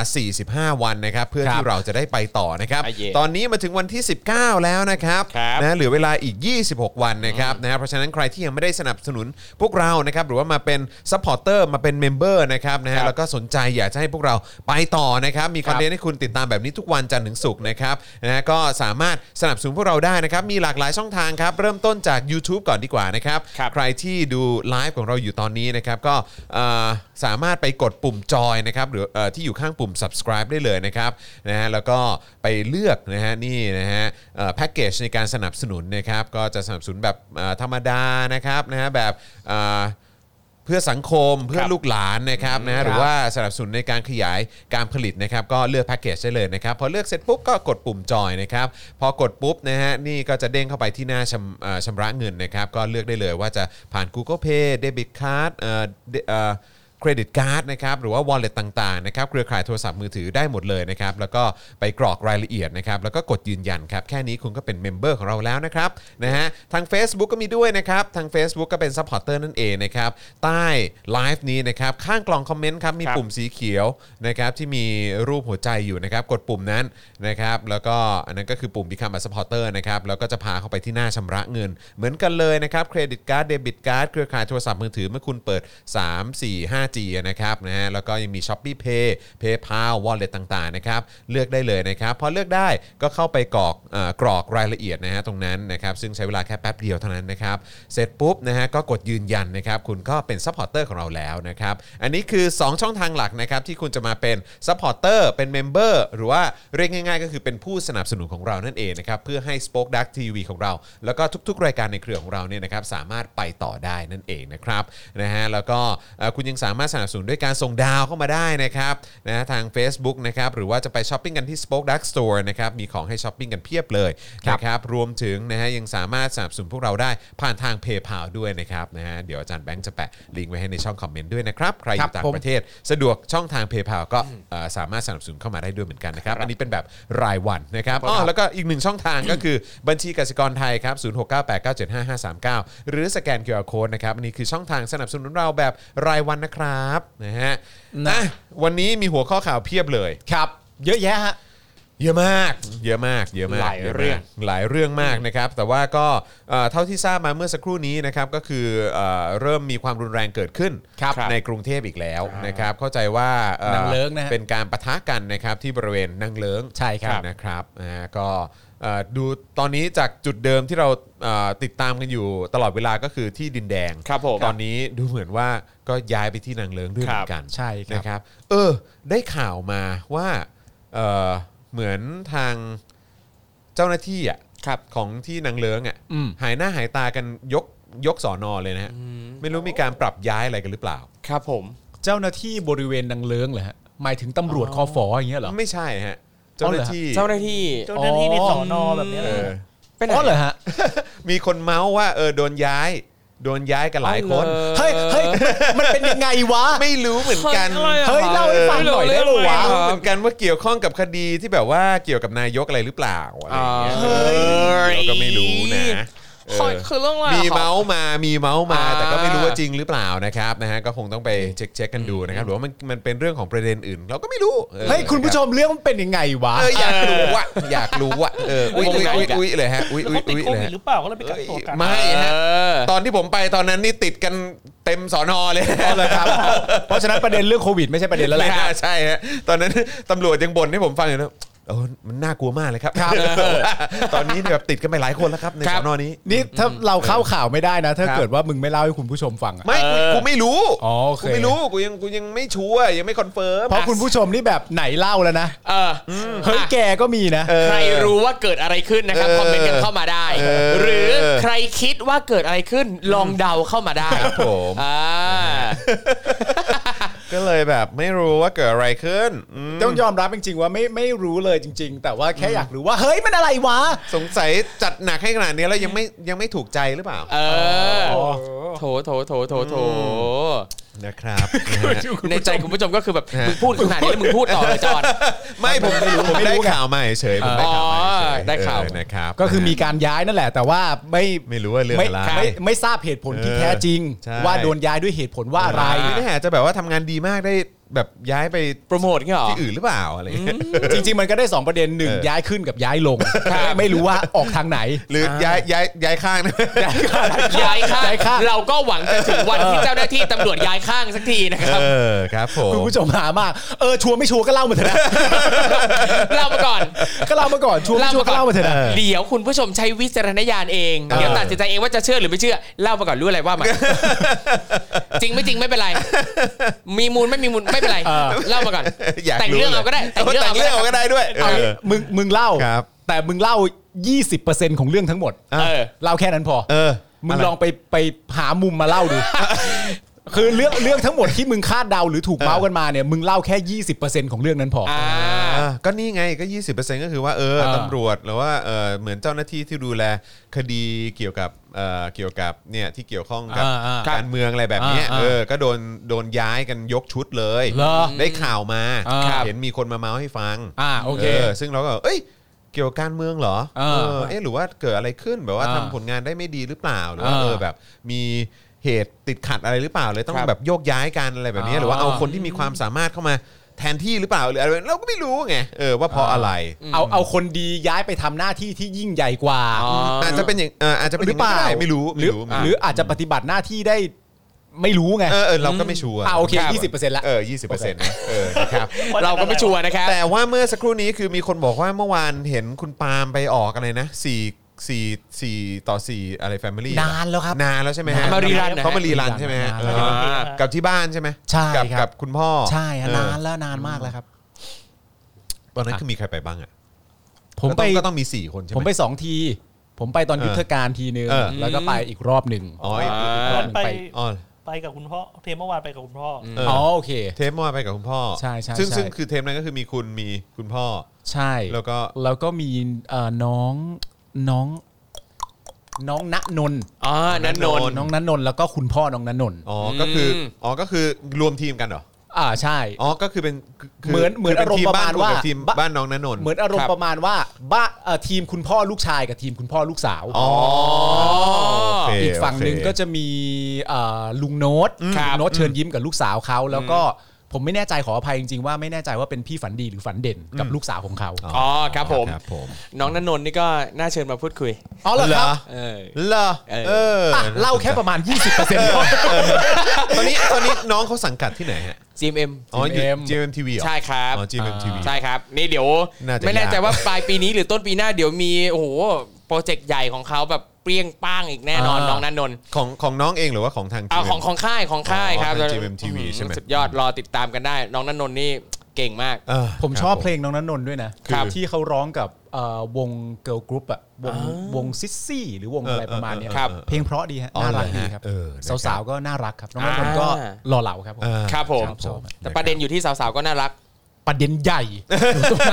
[SPEAKER 1] 45 วันนะครับเพื่อที่
[SPEAKER 2] ครับ
[SPEAKER 1] เราจะได้ไปต่อนะครับ
[SPEAKER 3] อ่ะเย่
[SPEAKER 1] ตอนนี้มาถึงวันที่ 19 แล้วนะครับ
[SPEAKER 3] ครับ
[SPEAKER 1] นะ นะเหลือเวลาอีก 26 วันนะครับนะฮะเพราะฉะนั้นใครที่ยังไม่ได้สนับสนุนพวกเรานะครับหรือว่ามาเป็นซัพพอร์เตอร์มาเป็นเมมเบอร์นะครับนะฮะแล้วก็สนใจอยากจะให้พวกเราไปต่อนะครับมีคอนเทนต์ให้คุณติดตามแบบนี้ทุกวันจันทร์ถึงศุกร์นะครับนะฮะก็สามารถสนับสนุนพวกเราได้นะครับมีหลากหลายช่องทางครับเริ่มต้นจาก YouTube ก่อนดีกว่านะครับ
[SPEAKER 3] ครับ
[SPEAKER 1] ใครที่ดูไลฟ์ของเราอยู่ตอนนี้นะครับก็เอ่อสามารถไปกดปุ่มจอยนะครับหรือเอ่อที่อยู่ข้างปุ่ม subscribe ได้เลยนะครับนะฮะแล้วก็ไปเลือกนะฮะนี่นะฮะเอ่อแพ็กเกจในการสนับสนุนนะครับก็จะสนับสนุนแบบเอ่อธรรมดานะครับนะฮะแบบเอ่อเพื่อสังคมเพื่อลูกหลานนะครับนะฮะหรือว่าสนับสนุนในการขยายการผลิตนะครับก็เลือกแพ็กเกจได้เลยนะครับพอเลือกเสร็จปุ๊บก็กดปุ่มจอยนะครับพอกดปุ๊บนะฮะนี่ก็จะเด้งเข้าไปที่หน้าชำเอ่อชำระเงินนะครับก็เลือกได้เลยว่าจะผ่าน Google Pay Debit Card เอ่อเดเอ่อ เครดิตการ์ดนะครับหรือว่า wallet ต่างๆนะครับเครือข่ายโทรศัพท์มือถือได้หมดเลยนะครับแล้วก็ไปกรอกรายละเอียดนะครับแล้วก็กดยืนยันครับแค่นี้คุณก็เป็นเมมเบอร์ของเราแล้วนะครับนะฮะทาง Facebook ก็มีด้วยนะครับทาง Facebook ก็เป็นซัพพอร์เตอร์นั่นเองนะครับใต้ไลฟ์นี้นะครับข้างกล่องคอมเมนต์ครับมี
[SPEAKER 3] ครับ
[SPEAKER 1] ปุ่มสีเขียวนะครับที่มีรูปหัวใจอยู่นะครับกดปุ่มนั้นนะครับแล้วก็อันนั้นก็คือปุ่ม Become a supporter นะครับแล้วก็จะพาเข้าไปที่หน้าชำระเงิน เหมือนกันเลยนะครับเครดิตการ์ดเดบิตการ์ดเครือข่ายโทรศัพท์มือถือเมื่อคุณเปิด 3 4 5G นะครับนะฮะแล้วก็ยังมี s h o p e e Pay PayPal Wallet ต่างๆนะครับเลือกได้เลยนะครับพอเลือกได้ก็เข้าไปกรอกเอ่อกรอกรายละเอียดนะฮะตรงนั้นนะครับซึ่งใช้เวลาแค่แป๊บเดียวเท่านั้นนะครับเสร็จปุ๊บนะฮะก็กดยืนยันนะครับคุณก็เป็นซัพพอร์เตอร์ของเราแล้วนะครับอันนี้คือ 2 ช่องทางหลักนะครับที่คุณจะมาเป็นซัพพอร์เตอร์เป็นเมมเบอร์หรือว่าเรียกง่ายๆ ก็คือเป็นผู้สนับสนุนของเรานั่นเองนะครับเพื่อให้ Spoke Dark TV ของเรา แล้วก็ทุกๆ รายการในเครือของเราเนี่ยนะครับสามารถไปต่อได้นั่นเองนะครับนะฮะแล้วก็เอ่อคุณยังสามารถสนับสนุนด้วยการส่งดาวเข้ามาได้นะครับนะฮะทาง Facebook นะครับหรือว่าจะไปช้อปปิ้งกันที่ Spoke Dark Store นะครับมีของให้ช้อปปิ้งกันเพียบเลยนะครับรวมถึงนะฮะยังสามารถสนับสนุนพวกเราได้ผ่านทาง PayPal ด้วยนะครับนะฮะเดี๋ยวอาจารย์แบงค์จะแปะลิงก์ไว้ให้ในช่องคอมเมนต์ด้วยนะครับใครอ
[SPEAKER 2] ครับ
[SPEAKER 1] ยู่ต่าง
[SPEAKER 2] ผม
[SPEAKER 1] ประเทศสะดวกช่องทาง PayPal ก็เอ่อสามารถสนับสนุนเข้ามาได้ด้วยเหมือนกันนะครับอันนี้เป็นแบบรายวันนะครับอ๋อแล้วก็อีกหนึ่งช่องทางก็คือบัญชีกสิกรไทยครับ 0698975539 หรือสแกน QR Code นะครับอันนี้คือช่องทางสนับสนุนเราแบบรายวันนะครับนะฮะ
[SPEAKER 2] นะ
[SPEAKER 1] อ่ะวันนี้มีหัวข้อข่าวเพียบเลย
[SPEAKER 2] ครับ เยอะแยะฮะ
[SPEAKER 1] เยอะมาก เยอะมาก เยอะมา
[SPEAKER 3] หลาย
[SPEAKER 1] กะมก
[SPEAKER 3] เรื่อง
[SPEAKER 1] หลายเรื่องมากนะครับ แต่ว่าก็เอ่อเท่าที่ทราบมาเมื่อสักครู่นี้นะครับ ก็คือเอ่อเริ่มมีความรุนแรงเกิดขึ้น
[SPEAKER 2] ครับ
[SPEAKER 1] ในกรุงเทพอีกแล้วนะครับ เข้าใจว่าอ่อน
[SPEAKER 2] างเลิ้งนะฮะ
[SPEAKER 1] เป็นการประทะกันนะครับที่บริเวณนางเลิ้ง
[SPEAKER 2] ใช่ครับ
[SPEAKER 1] นะครับนะฮะก็เอ่อดูตอนนี้จากจุดเดิมที่เราเอ่อติดตามกันอยู่ตลอดเวลาก็คือที่ดินแดง
[SPEAKER 3] ครับผม
[SPEAKER 1] ตอนนี้ดูเหมือนว่าก็ย้ายไปที่นางเลิ้งด้วยเหมือนกัน
[SPEAKER 2] ครับใช่ครับ
[SPEAKER 1] นะครับ เออ ได้ข่าวมาว่าเออเหมือนทางเจ้าหน้าที่อ่ะ
[SPEAKER 3] ครับ
[SPEAKER 1] ของที่นางเลิ้งอ่ะ
[SPEAKER 2] อืม
[SPEAKER 1] หายหน้าหายตากันยกยกสอนอเลยนะฮะไม่รู้มีการปรับย้ายอะไรกันหรือเปล่า
[SPEAKER 3] ครับผม
[SPEAKER 2] เจ้าหน้าที่บริเวณดังเลิงเหรอฮะ หมายถึงตำรวจคอฟออย่างเงี้ยเหรอ
[SPEAKER 1] ไม่ใช่ฮะ เจ้าหน้าที่
[SPEAKER 3] เจ้าหน้าที่
[SPEAKER 5] เจ้าหน้าที่ใน
[SPEAKER 2] อ๋อ
[SPEAKER 5] สอนอแบบเนี้ย
[SPEAKER 1] เออ
[SPEAKER 3] ไปไหน
[SPEAKER 2] อ๋อเหรอฮะ
[SPEAKER 1] มีคนเมาส์ว่าเออโดนย้าย โดนย้ายกันหลายคน
[SPEAKER 2] เฮ้ยเฮ้ยมันเป็นยังไงวะ
[SPEAKER 1] ไม่รู้เหมือนกัน
[SPEAKER 2] เฮ้ยเล่าให้ฟังหน่อยได้ปะวะ
[SPEAKER 1] ถามเหมือนกันว่าเกี่ยวข้องกับคดีที่แบบว่าเกี่ยวกับนายกอะไรหรือเปล่าอะไรอย่างเงี้ย
[SPEAKER 3] เฮ้ย
[SPEAKER 1] เราก็ไม่รู้นะเออ
[SPEAKER 3] คือเรื่องอะไรอะ
[SPEAKER 1] มี
[SPEAKER 3] ครับ
[SPEAKER 1] เมาส์มามีเมาส์มา
[SPEAKER 3] อ่า
[SPEAKER 1] แต่ก็ไม่รู้ว่าจริงหรือเปล่านะครับนะฮะก็คงต้องไปเช็คเช็คๆกันดูนะครับหรือว่ามันมันเป็นเรื่องของประเด็นอื่น เราก็ไม่รู้ออ
[SPEAKER 2] เฮ้ยคุณผู้ชมเรื่องมันเป็นยังไงวะ
[SPEAKER 1] เอออยากรู้ว่ะอยากรู้ว่ะเอออุ้ยอุ้ยอุ้ยอุ้ยเลยฮะอุ้ย
[SPEAKER 5] แล้ว
[SPEAKER 1] อุ้ย
[SPEAKER 5] เขา
[SPEAKER 1] อุ้ย
[SPEAKER 5] ติดโค
[SPEAKER 1] เลย
[SPEAKER 5] วิด
[SPEAKER 1] ฮะ
[SPEAKER 5] หรือเปล่าก็เลยไปกักตัวกัน
[SPEAKER 1] ไม่ฮะ
[SPEAKER 3] เออ
[SPEAKER 1] ตอนที่ผมไปตอนนั้นนี่ติดกันเต็มสอนอเลย
[SPEAKER 2] เลยครับ เพราะฉะนั้นประเด็นเรื่องโควิดไม่ใช่ประเด็นแล้วแหละ
[SPEAKER 1] ไม่าใช่ฮะตอนนั้น ตำรวจยังบ่นให้ผมฟังอยู่นะโอ้มันน่ากลัวมากเลยครับ ตอนนี้เนี่ยแบบติดกันไปหลายคนแล้วครับ ในส
[SPEAKER 3] ครับ
[SPEAKER 1] อนอนี้
[SPEAKER 2] นี่ถ้าเราเข้าข่าวไม่ได้นะ ถ้า
[SPEAKER 1] ครับ
[SPEAKER 2] เกิดว่ามึงไม่เล่าให้คุณผู้ชมฟังอะ
[SPEAKER 1] ไม่กูกูไม่รู้
[SPEAKER 2] อ๋อโอเค
[SPEAKER 1] กูไม่รู้กูยังกูยังไม่ชัวร์ยังไม่คอนเฟิร์ม
[SPEAKER 2] เพราะคุณผู้ชมนี่แบบไหนเล่าแล้วนะ
[SPEAKER 3] เออ
[SPEAKER 2] เฮ้ยแกก็มีนะ
[SPEAKER 1] เออ
[SPEAKER 3] ใครรู้ว่าเกิดอะไรขึ้นนะครับ
[SPEAKER 1] เออ
[SPEAKER 3] คอมเมนต์กันเข้ามาได้
[SPEAKER 1] เออ
[SPEAKER 3] หรือใครคิดว่าเกิดอะไรขึ้น ลองเดาเข้ามาได้
[SPEAKER 1] ครับผม
[SPEAKER 3] อ่า
[SPEAKER 1] ก็เลยแบบไม่รู้ว่าเกิดอะไรขึ้นอืม
[SPEAKER 2] ต้องยอมรับจริงๆว่าไม่ไม่รู้เลยจริง ๆ แต่ว่าแค่อยากรู้ว่าเฮ้ยมันอะไรวะ
[SPEAKER 1] สงสัยจัดหนักให้ขนาดนี้แล้วยังไม่ ยังไม่ถูกใจหรือเปล่า
[SPEAKER 3] เออ โถ โถ โถ โถ โถ
[SPEAKER 1] นะครับ
[SPEAKER 3] ในใจคุณผู้ชมก็คือแบบ
[SPEAKER 1] ฮะ
[SPEAKER 3] มึงพูดขนาดนี้แล้วมึงพูดต่อเลยจอน
[SPEAKER 1] ไม่ผมไม่รู้ผม
[SPEAKER 2] ไม่รู้
[SPEAKER 1] ได้
[SPEAKER 2] ไง
[SPEAKER 1] ข่าวมาเฉยๆผมได้ข่าวมาเฉย
[SPEAKER 3] อ๋อ
[SPEAKER 1] ๆ
[SPEAKER 3] ได้ข่าว
[SPEAKER 1] เออนะครับ
[SPEAKER 2] ก็คือมีการย้ายนั่นแหละ แต่ว่าไม่
[SPEAKER 1] ไม่รู้ว่าเรื่อง
[SPEAKER 2] ไม่
[SPEAKER 1] อะไร
[SPEAKER 2] ไม่ไม่ทราบเหตุผลที่แท้จริง
[SPEAKER 1] ใช่
[SPEAKER 2] ว่าโดนย้ายด้วยเหตุผลว่าอะไร
[SPEAKER 1] ไม่แน่อาจจะแบบว่าทำงานดีมากได้แบบย้ายไป
[SPEAKER 3] โปรโมทเงี้ยเหรอ
[SPEAKER 1] ที่อื่นหรือเปล่าอะไรอย่างเงี้ย
[SPEAKER 2] จริง ๆ มันก็ได้สองประเด็นหนึ่งย้ายขึ้นกับย้ายลง ไม่รู้ว่าออกทางไหน
[SPEAKER 1] หรือย้ายย้ายย้ายข้างนะ
[SPEAKER 3] ย้ายข้าง
[SPEAKER 2] ย้ายข้าง
[SPEAKER 3] เราก็หวังจะถึงวันที่เจ้าหน้าที่ตำรวจย้ายข้างสักทีนะครับ
[SPEAKER 1] เออครับผม
[SPEAKER 2] คุณผู้ชมหามากเออชัวร์ไม่ชัวร์ก็เล่ามาเถอะนะ
[SPEAKER 3] เล่ามาก่อน
[SPEAKER 2] ก็เล่ามาก่อนชัวร์ไม่ชัวร์ก็เล่ามาเถอะนะ
[SPEAKER 3] เดี๋ยวคุณผู้ชมใช้วิจารณญาณเอง
[SPEAKER 2] เออ
[SPEAKER 3] เดี๋ยวตัดสินใจเองว่าจะเชื่อหรือไม่เชื่อ เล่ามาก่อนรู้อะไรว่ามา จริงไม่จริงไม่เป็นไร มีมูลไม่มีมูลไม่เป็นไร เล่ามาก่อน
[SPEAKER 1] ยาก
[SPEAKER 3] แต่งเรื่องเอาก็ได้แต่งเรื่อง
[SPEAKER 1] แต่
[SPEAKER 3] เอา
[SPEAKER 1] ง
[SPEAKER 3] ก็
[SPEAKER 1] เรื่อง
[SPEAKER 3] ได้
[SPEAKER 1] เอาก็ได้ด้วย
[SPEAKER 2] เอางี้
[SPEAKER 1] เออ
[SPEAKER 2] มึงมึงเล่า
[SPEAKER 1] ครับ
[SPEAKER 2] แต่มึงเล่า 20%ของเรื่องทั้งหมด
[SPEAKER 3] เออ
[SPEAKER 2] เล่าแค่นั้นพอ
[SPEAKER 1] เออ
[SPEAKER 2] มึงลองไปไปหามุมมาเล่าดู คือเรื่องเรื่องทั้งหมดที่มึงคาดเดาหรือถูกเมาส์กันมาเนี่ยมึงเล่าแค่ 20%ของเรื่องนั้นพออ
[SPEAKER 3] อ่า
[SPEAKER 1] อ่ะก็นี่ไงก็ 20%ก็คือว่าเออ
[SPEAKER 2] เออ
[SPEAKER 1] ตำรวจหรือว่าเออเหมือนเจ้าหน้าที่ที่ดูแลคดีเกี่ยวกับเอ่อเกี่ยวกับเนี่ยที่เกี่ยวข้องกับ
[SPEAKER 2] อ่าอ่า
[SPEAKER 1] การเมืองอะไรแบบเนี้ย
[SPEAKER 2] อ่าอ่า
[SPEAKER 1] เออก็โดนโดนย้ายกันยกชุดเลย
[SPEAKER 2] เหรอ
[SPEAKER 1] ได้ข่าวมา
[SPEAKER 2] อ่า
[SPEAKER 1] เห็นมีคนมาเมาส์ให้ฟัง
[SPEAKER 2] อ่าโอเค
[SPEAKER 1] ซึ่งเราก็เอ้ยเกี่ยวกับการเมืองเหรอ
[SPEAKER 2] เออ
[SPEAKER 1] เออเอ๊ะหรือว่าเกิดอะไรขึ้นแบบว่า
[SPEAKER 2] อ่า
[SPEAKER 1] ทำผลงานได้ไม่ดีหรือเปล่าหรือว่า
[SPEAKER 2] อ่า
[SPEAKER 1] เออแบบมีเหตุติดขัดอะไรหรือเปล่าเลยต้อง
[SPEAKER 3] ครับ
[SPEAKER 1] แบบโยกย้ายกันอะไรแบบเนี้ยหรือว่า
[SPEAKER 2] อ่า
[SPEAKER 1] เอาคนที่มีความสามารถเข้ามาแทนที่หรือเปล่าหรืออะไรเราก็ไม่รู้ไงเออว่าเพราะอะไร
[SPEAKER 2] เอาเอาคนดีย้ายไปทำหน้าที่ที่ยิ่งใหญ่กว่า
[SPEAKER 3] อ๋อ
[SPEAKER 1] อาจจะเป็นอย่างเอ่ออาจจะเป็น
[SPEAKER 2] ห
[SPEAKER 1] อ
[SPEAKER 2] รื
[SPEAKER 1] ย่
[SPEAKER 2] อง เป
[SPEAKER 1] นั้นก็
[SPEAKER 2] ล่า
[SPEAKER 1] ได้ไม่รู้
[SPEAKER 2] ห
[SPEAKER 1] ไม่
[SPEAKER 2] รือ
[SPEAKER 1] รู้
[SPEAKER 2] หรืออาจจะปฏิบัติหน้าที่ได้ไม่รู้ไง
[SPEAKER 1] เออเออเราก็ไม่ชัวร์
[SPEAKER 2] อ่าโอเค
[SPEAKER 1] รั
[SPEAKER 2] ยี่สิบเปอร์เซ็นต์ละ
[SPEAKER 1] เออยี่สิบเปอร์เซ็นต์นะเออนะครับ
[SPEAKER 3] เราก็ไม่ชัวร์นะครับ
[SPEAKER 1] แต่ว่าเมื่อสักครู่นี้คือมีคนบอกว่าเมื่อวานเห็นคุณปาล์มไปออกอะไรนะสี่สี่สี่ต่อสี่อะไรแฟมิลี่
[SPEAKER 2] นานแล้วครับ
[SPEAKER 1] นานแล้วใช่ไหมฮะ
[SPEAKER 3] มารีรันนะฮะ
[SPEAKER 1] เขามารีรันใช่ไหมฮะ
[SPEAKER 2] มารี
[SPEAKER 1] เอ
[SPEAKER 2] รัน
[SPEAKER 1] อ
[SPEAKER 5] อ่า
[SPEAKER 1] กับที่บ้านใช่ไหม
[SPEAKER 2] ใช่
[SPEAKER 1] กั
[SPEAKER 2] ครับ
[SPEAKER 1] กับคุณพ่อ
[SPEAKER 2] ใช่
[SPEAKER 1] เออน
[SPEAKER 2] ฮะานแล้วนานมากแล้วครับ
[SPEAKER 1] ตอนนั้นคือมีใครไปบ้างอ่ะ
[SPEAKER 2] ผมไป
[SPEAKER 1] ก็ต้องก็ต้องมีสี่คนใช่ไห
[SPEAKER 2] ผม
[SPEAKER 1] ม
[SPEAKER 2] ไปสองที ผมไปตอน
[SPEAKER 1] เออ
[SPEAKER 2] ยุทธการทีนึง
[SPEAKER 1] เออ
[SPEAKER 2] แล้วก็ไปอีกรอบหนึ่ง
[SPEAKER 1] อ๋อ
[SPEAKER 3] อ่า
[SPEAKER 5] วันไป
[SPEAKER 1] อ๋อ
[SPEAKER 5] ไปกับคุณพ่อเทมเมื่อวานไปกับคุณพ่ออ
[SPEAKER 1] เอออ
[SPEAKER 2] อ๋อโอเค
[SPEAKER 1] เทปเมื่อวานไปกับคุณพ่อ
[SPEAKER 2] ใช่ใช่
[SPEAKER 1] ซึ่ง
[SPEAKER 2] ใช่
[SPEAKER 1] ซึ่งคือเทปนั้นก็คือมีคุณมีคุณพ่อ
[SPEAKER 2] ใช่
[SPEAKER 1] แล้วก็
[SPEAKER 2] แล้วก็มีเอ่อน้องน้องน้องณนนท์
[SPEAKER 3] อ๋อนันนน
[SPEAKER 2] น้องณนนท์แล้วก็คุณพ่อน้องณนนท์
[SPEAKER 1] อ๋อก็คืออ
[SPEAKER 3] ม
[SPEAKER 1] อ๋อก็คือรวมทีมกันเหรอ
[SPEAKER 2] อ่าใช่
[SPEAKER 1] อ๋อ ก็คือเป็นคื
[SPEAKER 2] เหมือนเหมือน
[SPEAKER 1] คืป็
[SPEAKER 2] อารมณ์
[SPEAKER 1] ที
[SPEAKER 2] ประมาณว่า
[SPEAKER 1] บ้นคุณกับทีม
[SPEAKER 2] บ้า
[SPEAKER 1] บ้านน้องนันนนท์
[SPEAKER 2] เหมือนอารม
[SPEAKER 3] ครั
[SPEAKER 2] ณ์
[SPEAKER 3] บ
[SPEAKER 2] ประมาณว่าบ้าเอ่อทีมคุณพ่อลูกชายกับทีมคุณพ่อลูกสาว
[SPEAKER 1] อ๋อโเค
[SPEAKER 2] อีกฝั่งหนึ่ง
[SPEAKER 1] โอเค
[SPEAKER 2] ก็จะมีเอ่อลุงโน้ต
[SPEAKER 3] ครับ
[SPEAKER 2] ลุงโน้ตเชิญยิ้มกับลูกสาวเขาแล้วก็ผมไม่แน่ใจขออภัยจริงๆว่าไม่แน่ใจว่าเป็นพี่ฝันดีหรือฝันเด่นกับลูกสาวของเขา
[SPEAKER 1] อ๋
[SPEAKER 3] อ๋อครับผม
[SPEAKER 1] ครับผม
[SPEAKER 3] น้องนันนนนี่ก็น่าเชิญมาพูดคุย
[SPEAKER 2] อ๋อเหรอครับ
[SPEAKER 3] เออ
[SPEAKER 1] เหรอเออ
[SPEAKER 2] อ่ะเล่าแค่ประมาณ 20%ก่อน
[SPEAKER 1] ตอนนี้ตอนนี้น้องเขาสังกัดที่ไหนฮะ
[SPEAKER 3] GMM
[SPEAKER 1] อ๋ออยู่
[SPEAKER 2] GMM
[SPEAKER 1] GMMTV เหรอ
[SPEAKER 3] ใช่ครับ
[SPEAKER 1] อ๋อ GMMTV
[SPEAKER 3] ใช่ครับ นี่เดี๋ยว
[SPEAKER 1] น่าจะ
[SPEAKER 3] ไม่แน่ใจ
[SPEAKER 1] ยาก
[SPEAKER 3] ว่าปลายปีนี้หรือต้นปีหน้าเดี๋ยวมี โอ้โห โปรเจกต์ใหญ่ของเขาแบบเปรี้ยงป้างอีกแน่นอน
[SPEAKER 2] อ่า
[SPEAKER 3] น้องนันนนท์
[SPEAKER 1] ของของน้องเองหรือว่าของทาง
[SPEAKER 3] เอา
[SPEAKER 1] GMM
[SPEAKER 3] ของของค่ายของค่าย
[SPEAKER 1] อ๋อ
[SPEAKER 3] ครับ
[SPEAKER 1] ของ GMMTV ใช่ไหม
[SPEAKER 3] สุดยอดรอติดตามกันได้ น้องนันนนนี่เก่งมาก
[SPEAKER 1] เออ
[SPEAKER 2] ผม
[SPEAKER 1] ครับ
[SPEAKER 2] ชอบเพลงน้องนันนนท์ด้วยนะ
[SPEAKER 3] ครับ
[SPEAKER 2] ที่เขาร้องกับเอ่อวงเกิร์ลกรุ๊ปอะวงวงซิสซี่หรือวงอะไรประมาณเนี้ย
[SPEAKER 3] ครับ
[SPEAKER 2] เพลงเพราะดีฮะ
[SPEAKER 1] อ๋อ
[SPEAKER 2] น่ารัก
[SPEAKER 1] เหอ
[SPEAKER 2] ดี
[SPEAKER 1] ฮะ
[SPEAKER 2] ครับ
[SPEAKER 1] เออนะครับ
[SPEAKER 2] สาวๆก็น่ารักครับน้องนันนนท์ก็หล่อเหลาครับผม
[SPEAKER 1] เออ
[SPEAKER 3] ครับผม
[SPEAKER 1] ชอบ
[SPEAKER 3] แต่ประเด็นอยู่ที่สาวๆก็น่ารัก
[SPEAKER 2] ประเด็นใหญ่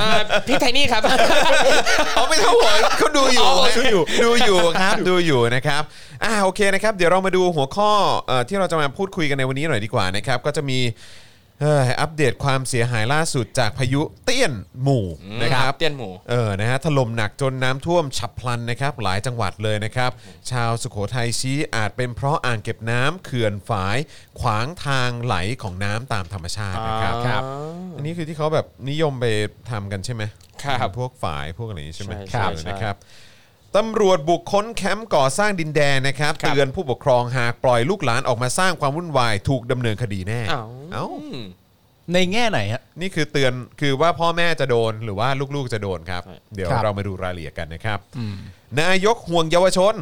[SPEAKER 3] อ่าพี่ไทนี่ครับ
[SPEAKER 1] เขาไม่เท่าหัวเขาดูอยู่
[SPEAKER 3] อ๋อ
[SPEAKER 1] ดูอ ยู่ดูอยู่ครับดูอยู่นะครับอ่าโอเคนะครับ เดี๋ยวเรามาดูหัวข้อเอ่อที่เราจะมาพูดคุยกันในวันนี้หน่อยดีกว่านะครับ ก็จะมี เอ้ยอัปเดตความเสียหายล่าสุดจากพายุเตี้ยนหมู่นะครับ
[SPEAKER 3] เตี้ยนหมู
[SPEAKER 1] เออนะฮะถล่มหนักจนน้ำท่วมฉับพลันนะครับ หลายจังหวัดเลยนะครับ ชาวสุโขทัยชี้อาจเป็นเพราะอ่างเก็บน้ำเขื่อนฝายขวางทางไหลของน้ำตามธรรมชาตินะครับ
[SPEAKER 3] อ๋อครับ
[SPEAKER 1] อันนี้คือที่เขาแบบนิยมไปทำกันใช่ไหม
[SPEAKER 3] ครับ
[SPEAKER 1] พวกฝายพวกอะไรอย่างนี้ใช่ไหม
[SPEAKER 3] ใช่ครับ
[SPEAKER 1] เออนะครับ ตำรวจบุกค้นแคมป์ก่อสร้างดินแดนนะครับ
[SPEAKER 3] ครับ
[SPEAKER 1] เตือนผู้ปกครองหากปล่อยลูกหลานออกมาสร้างความวุ่นวายถูกดำเนินคดีแน่
[SPEAKER 3] อ้าว
[SPEAKER 1] เอ้า
[SPEAKER 3] อืม
[SPEAKER 2] ในแง่ไหนฮะ
[SPEAKER 1] นี่คือเตือนคือว่าพ่อแม่จะโดนหรือว่าลูกๆจะโดนครับ เดี๋ยว
[SPEAKER 2] ครับ
[SPEAKER 1] เรามาดูรายละเอียดกันนะครับนายกห่วงเยาวชน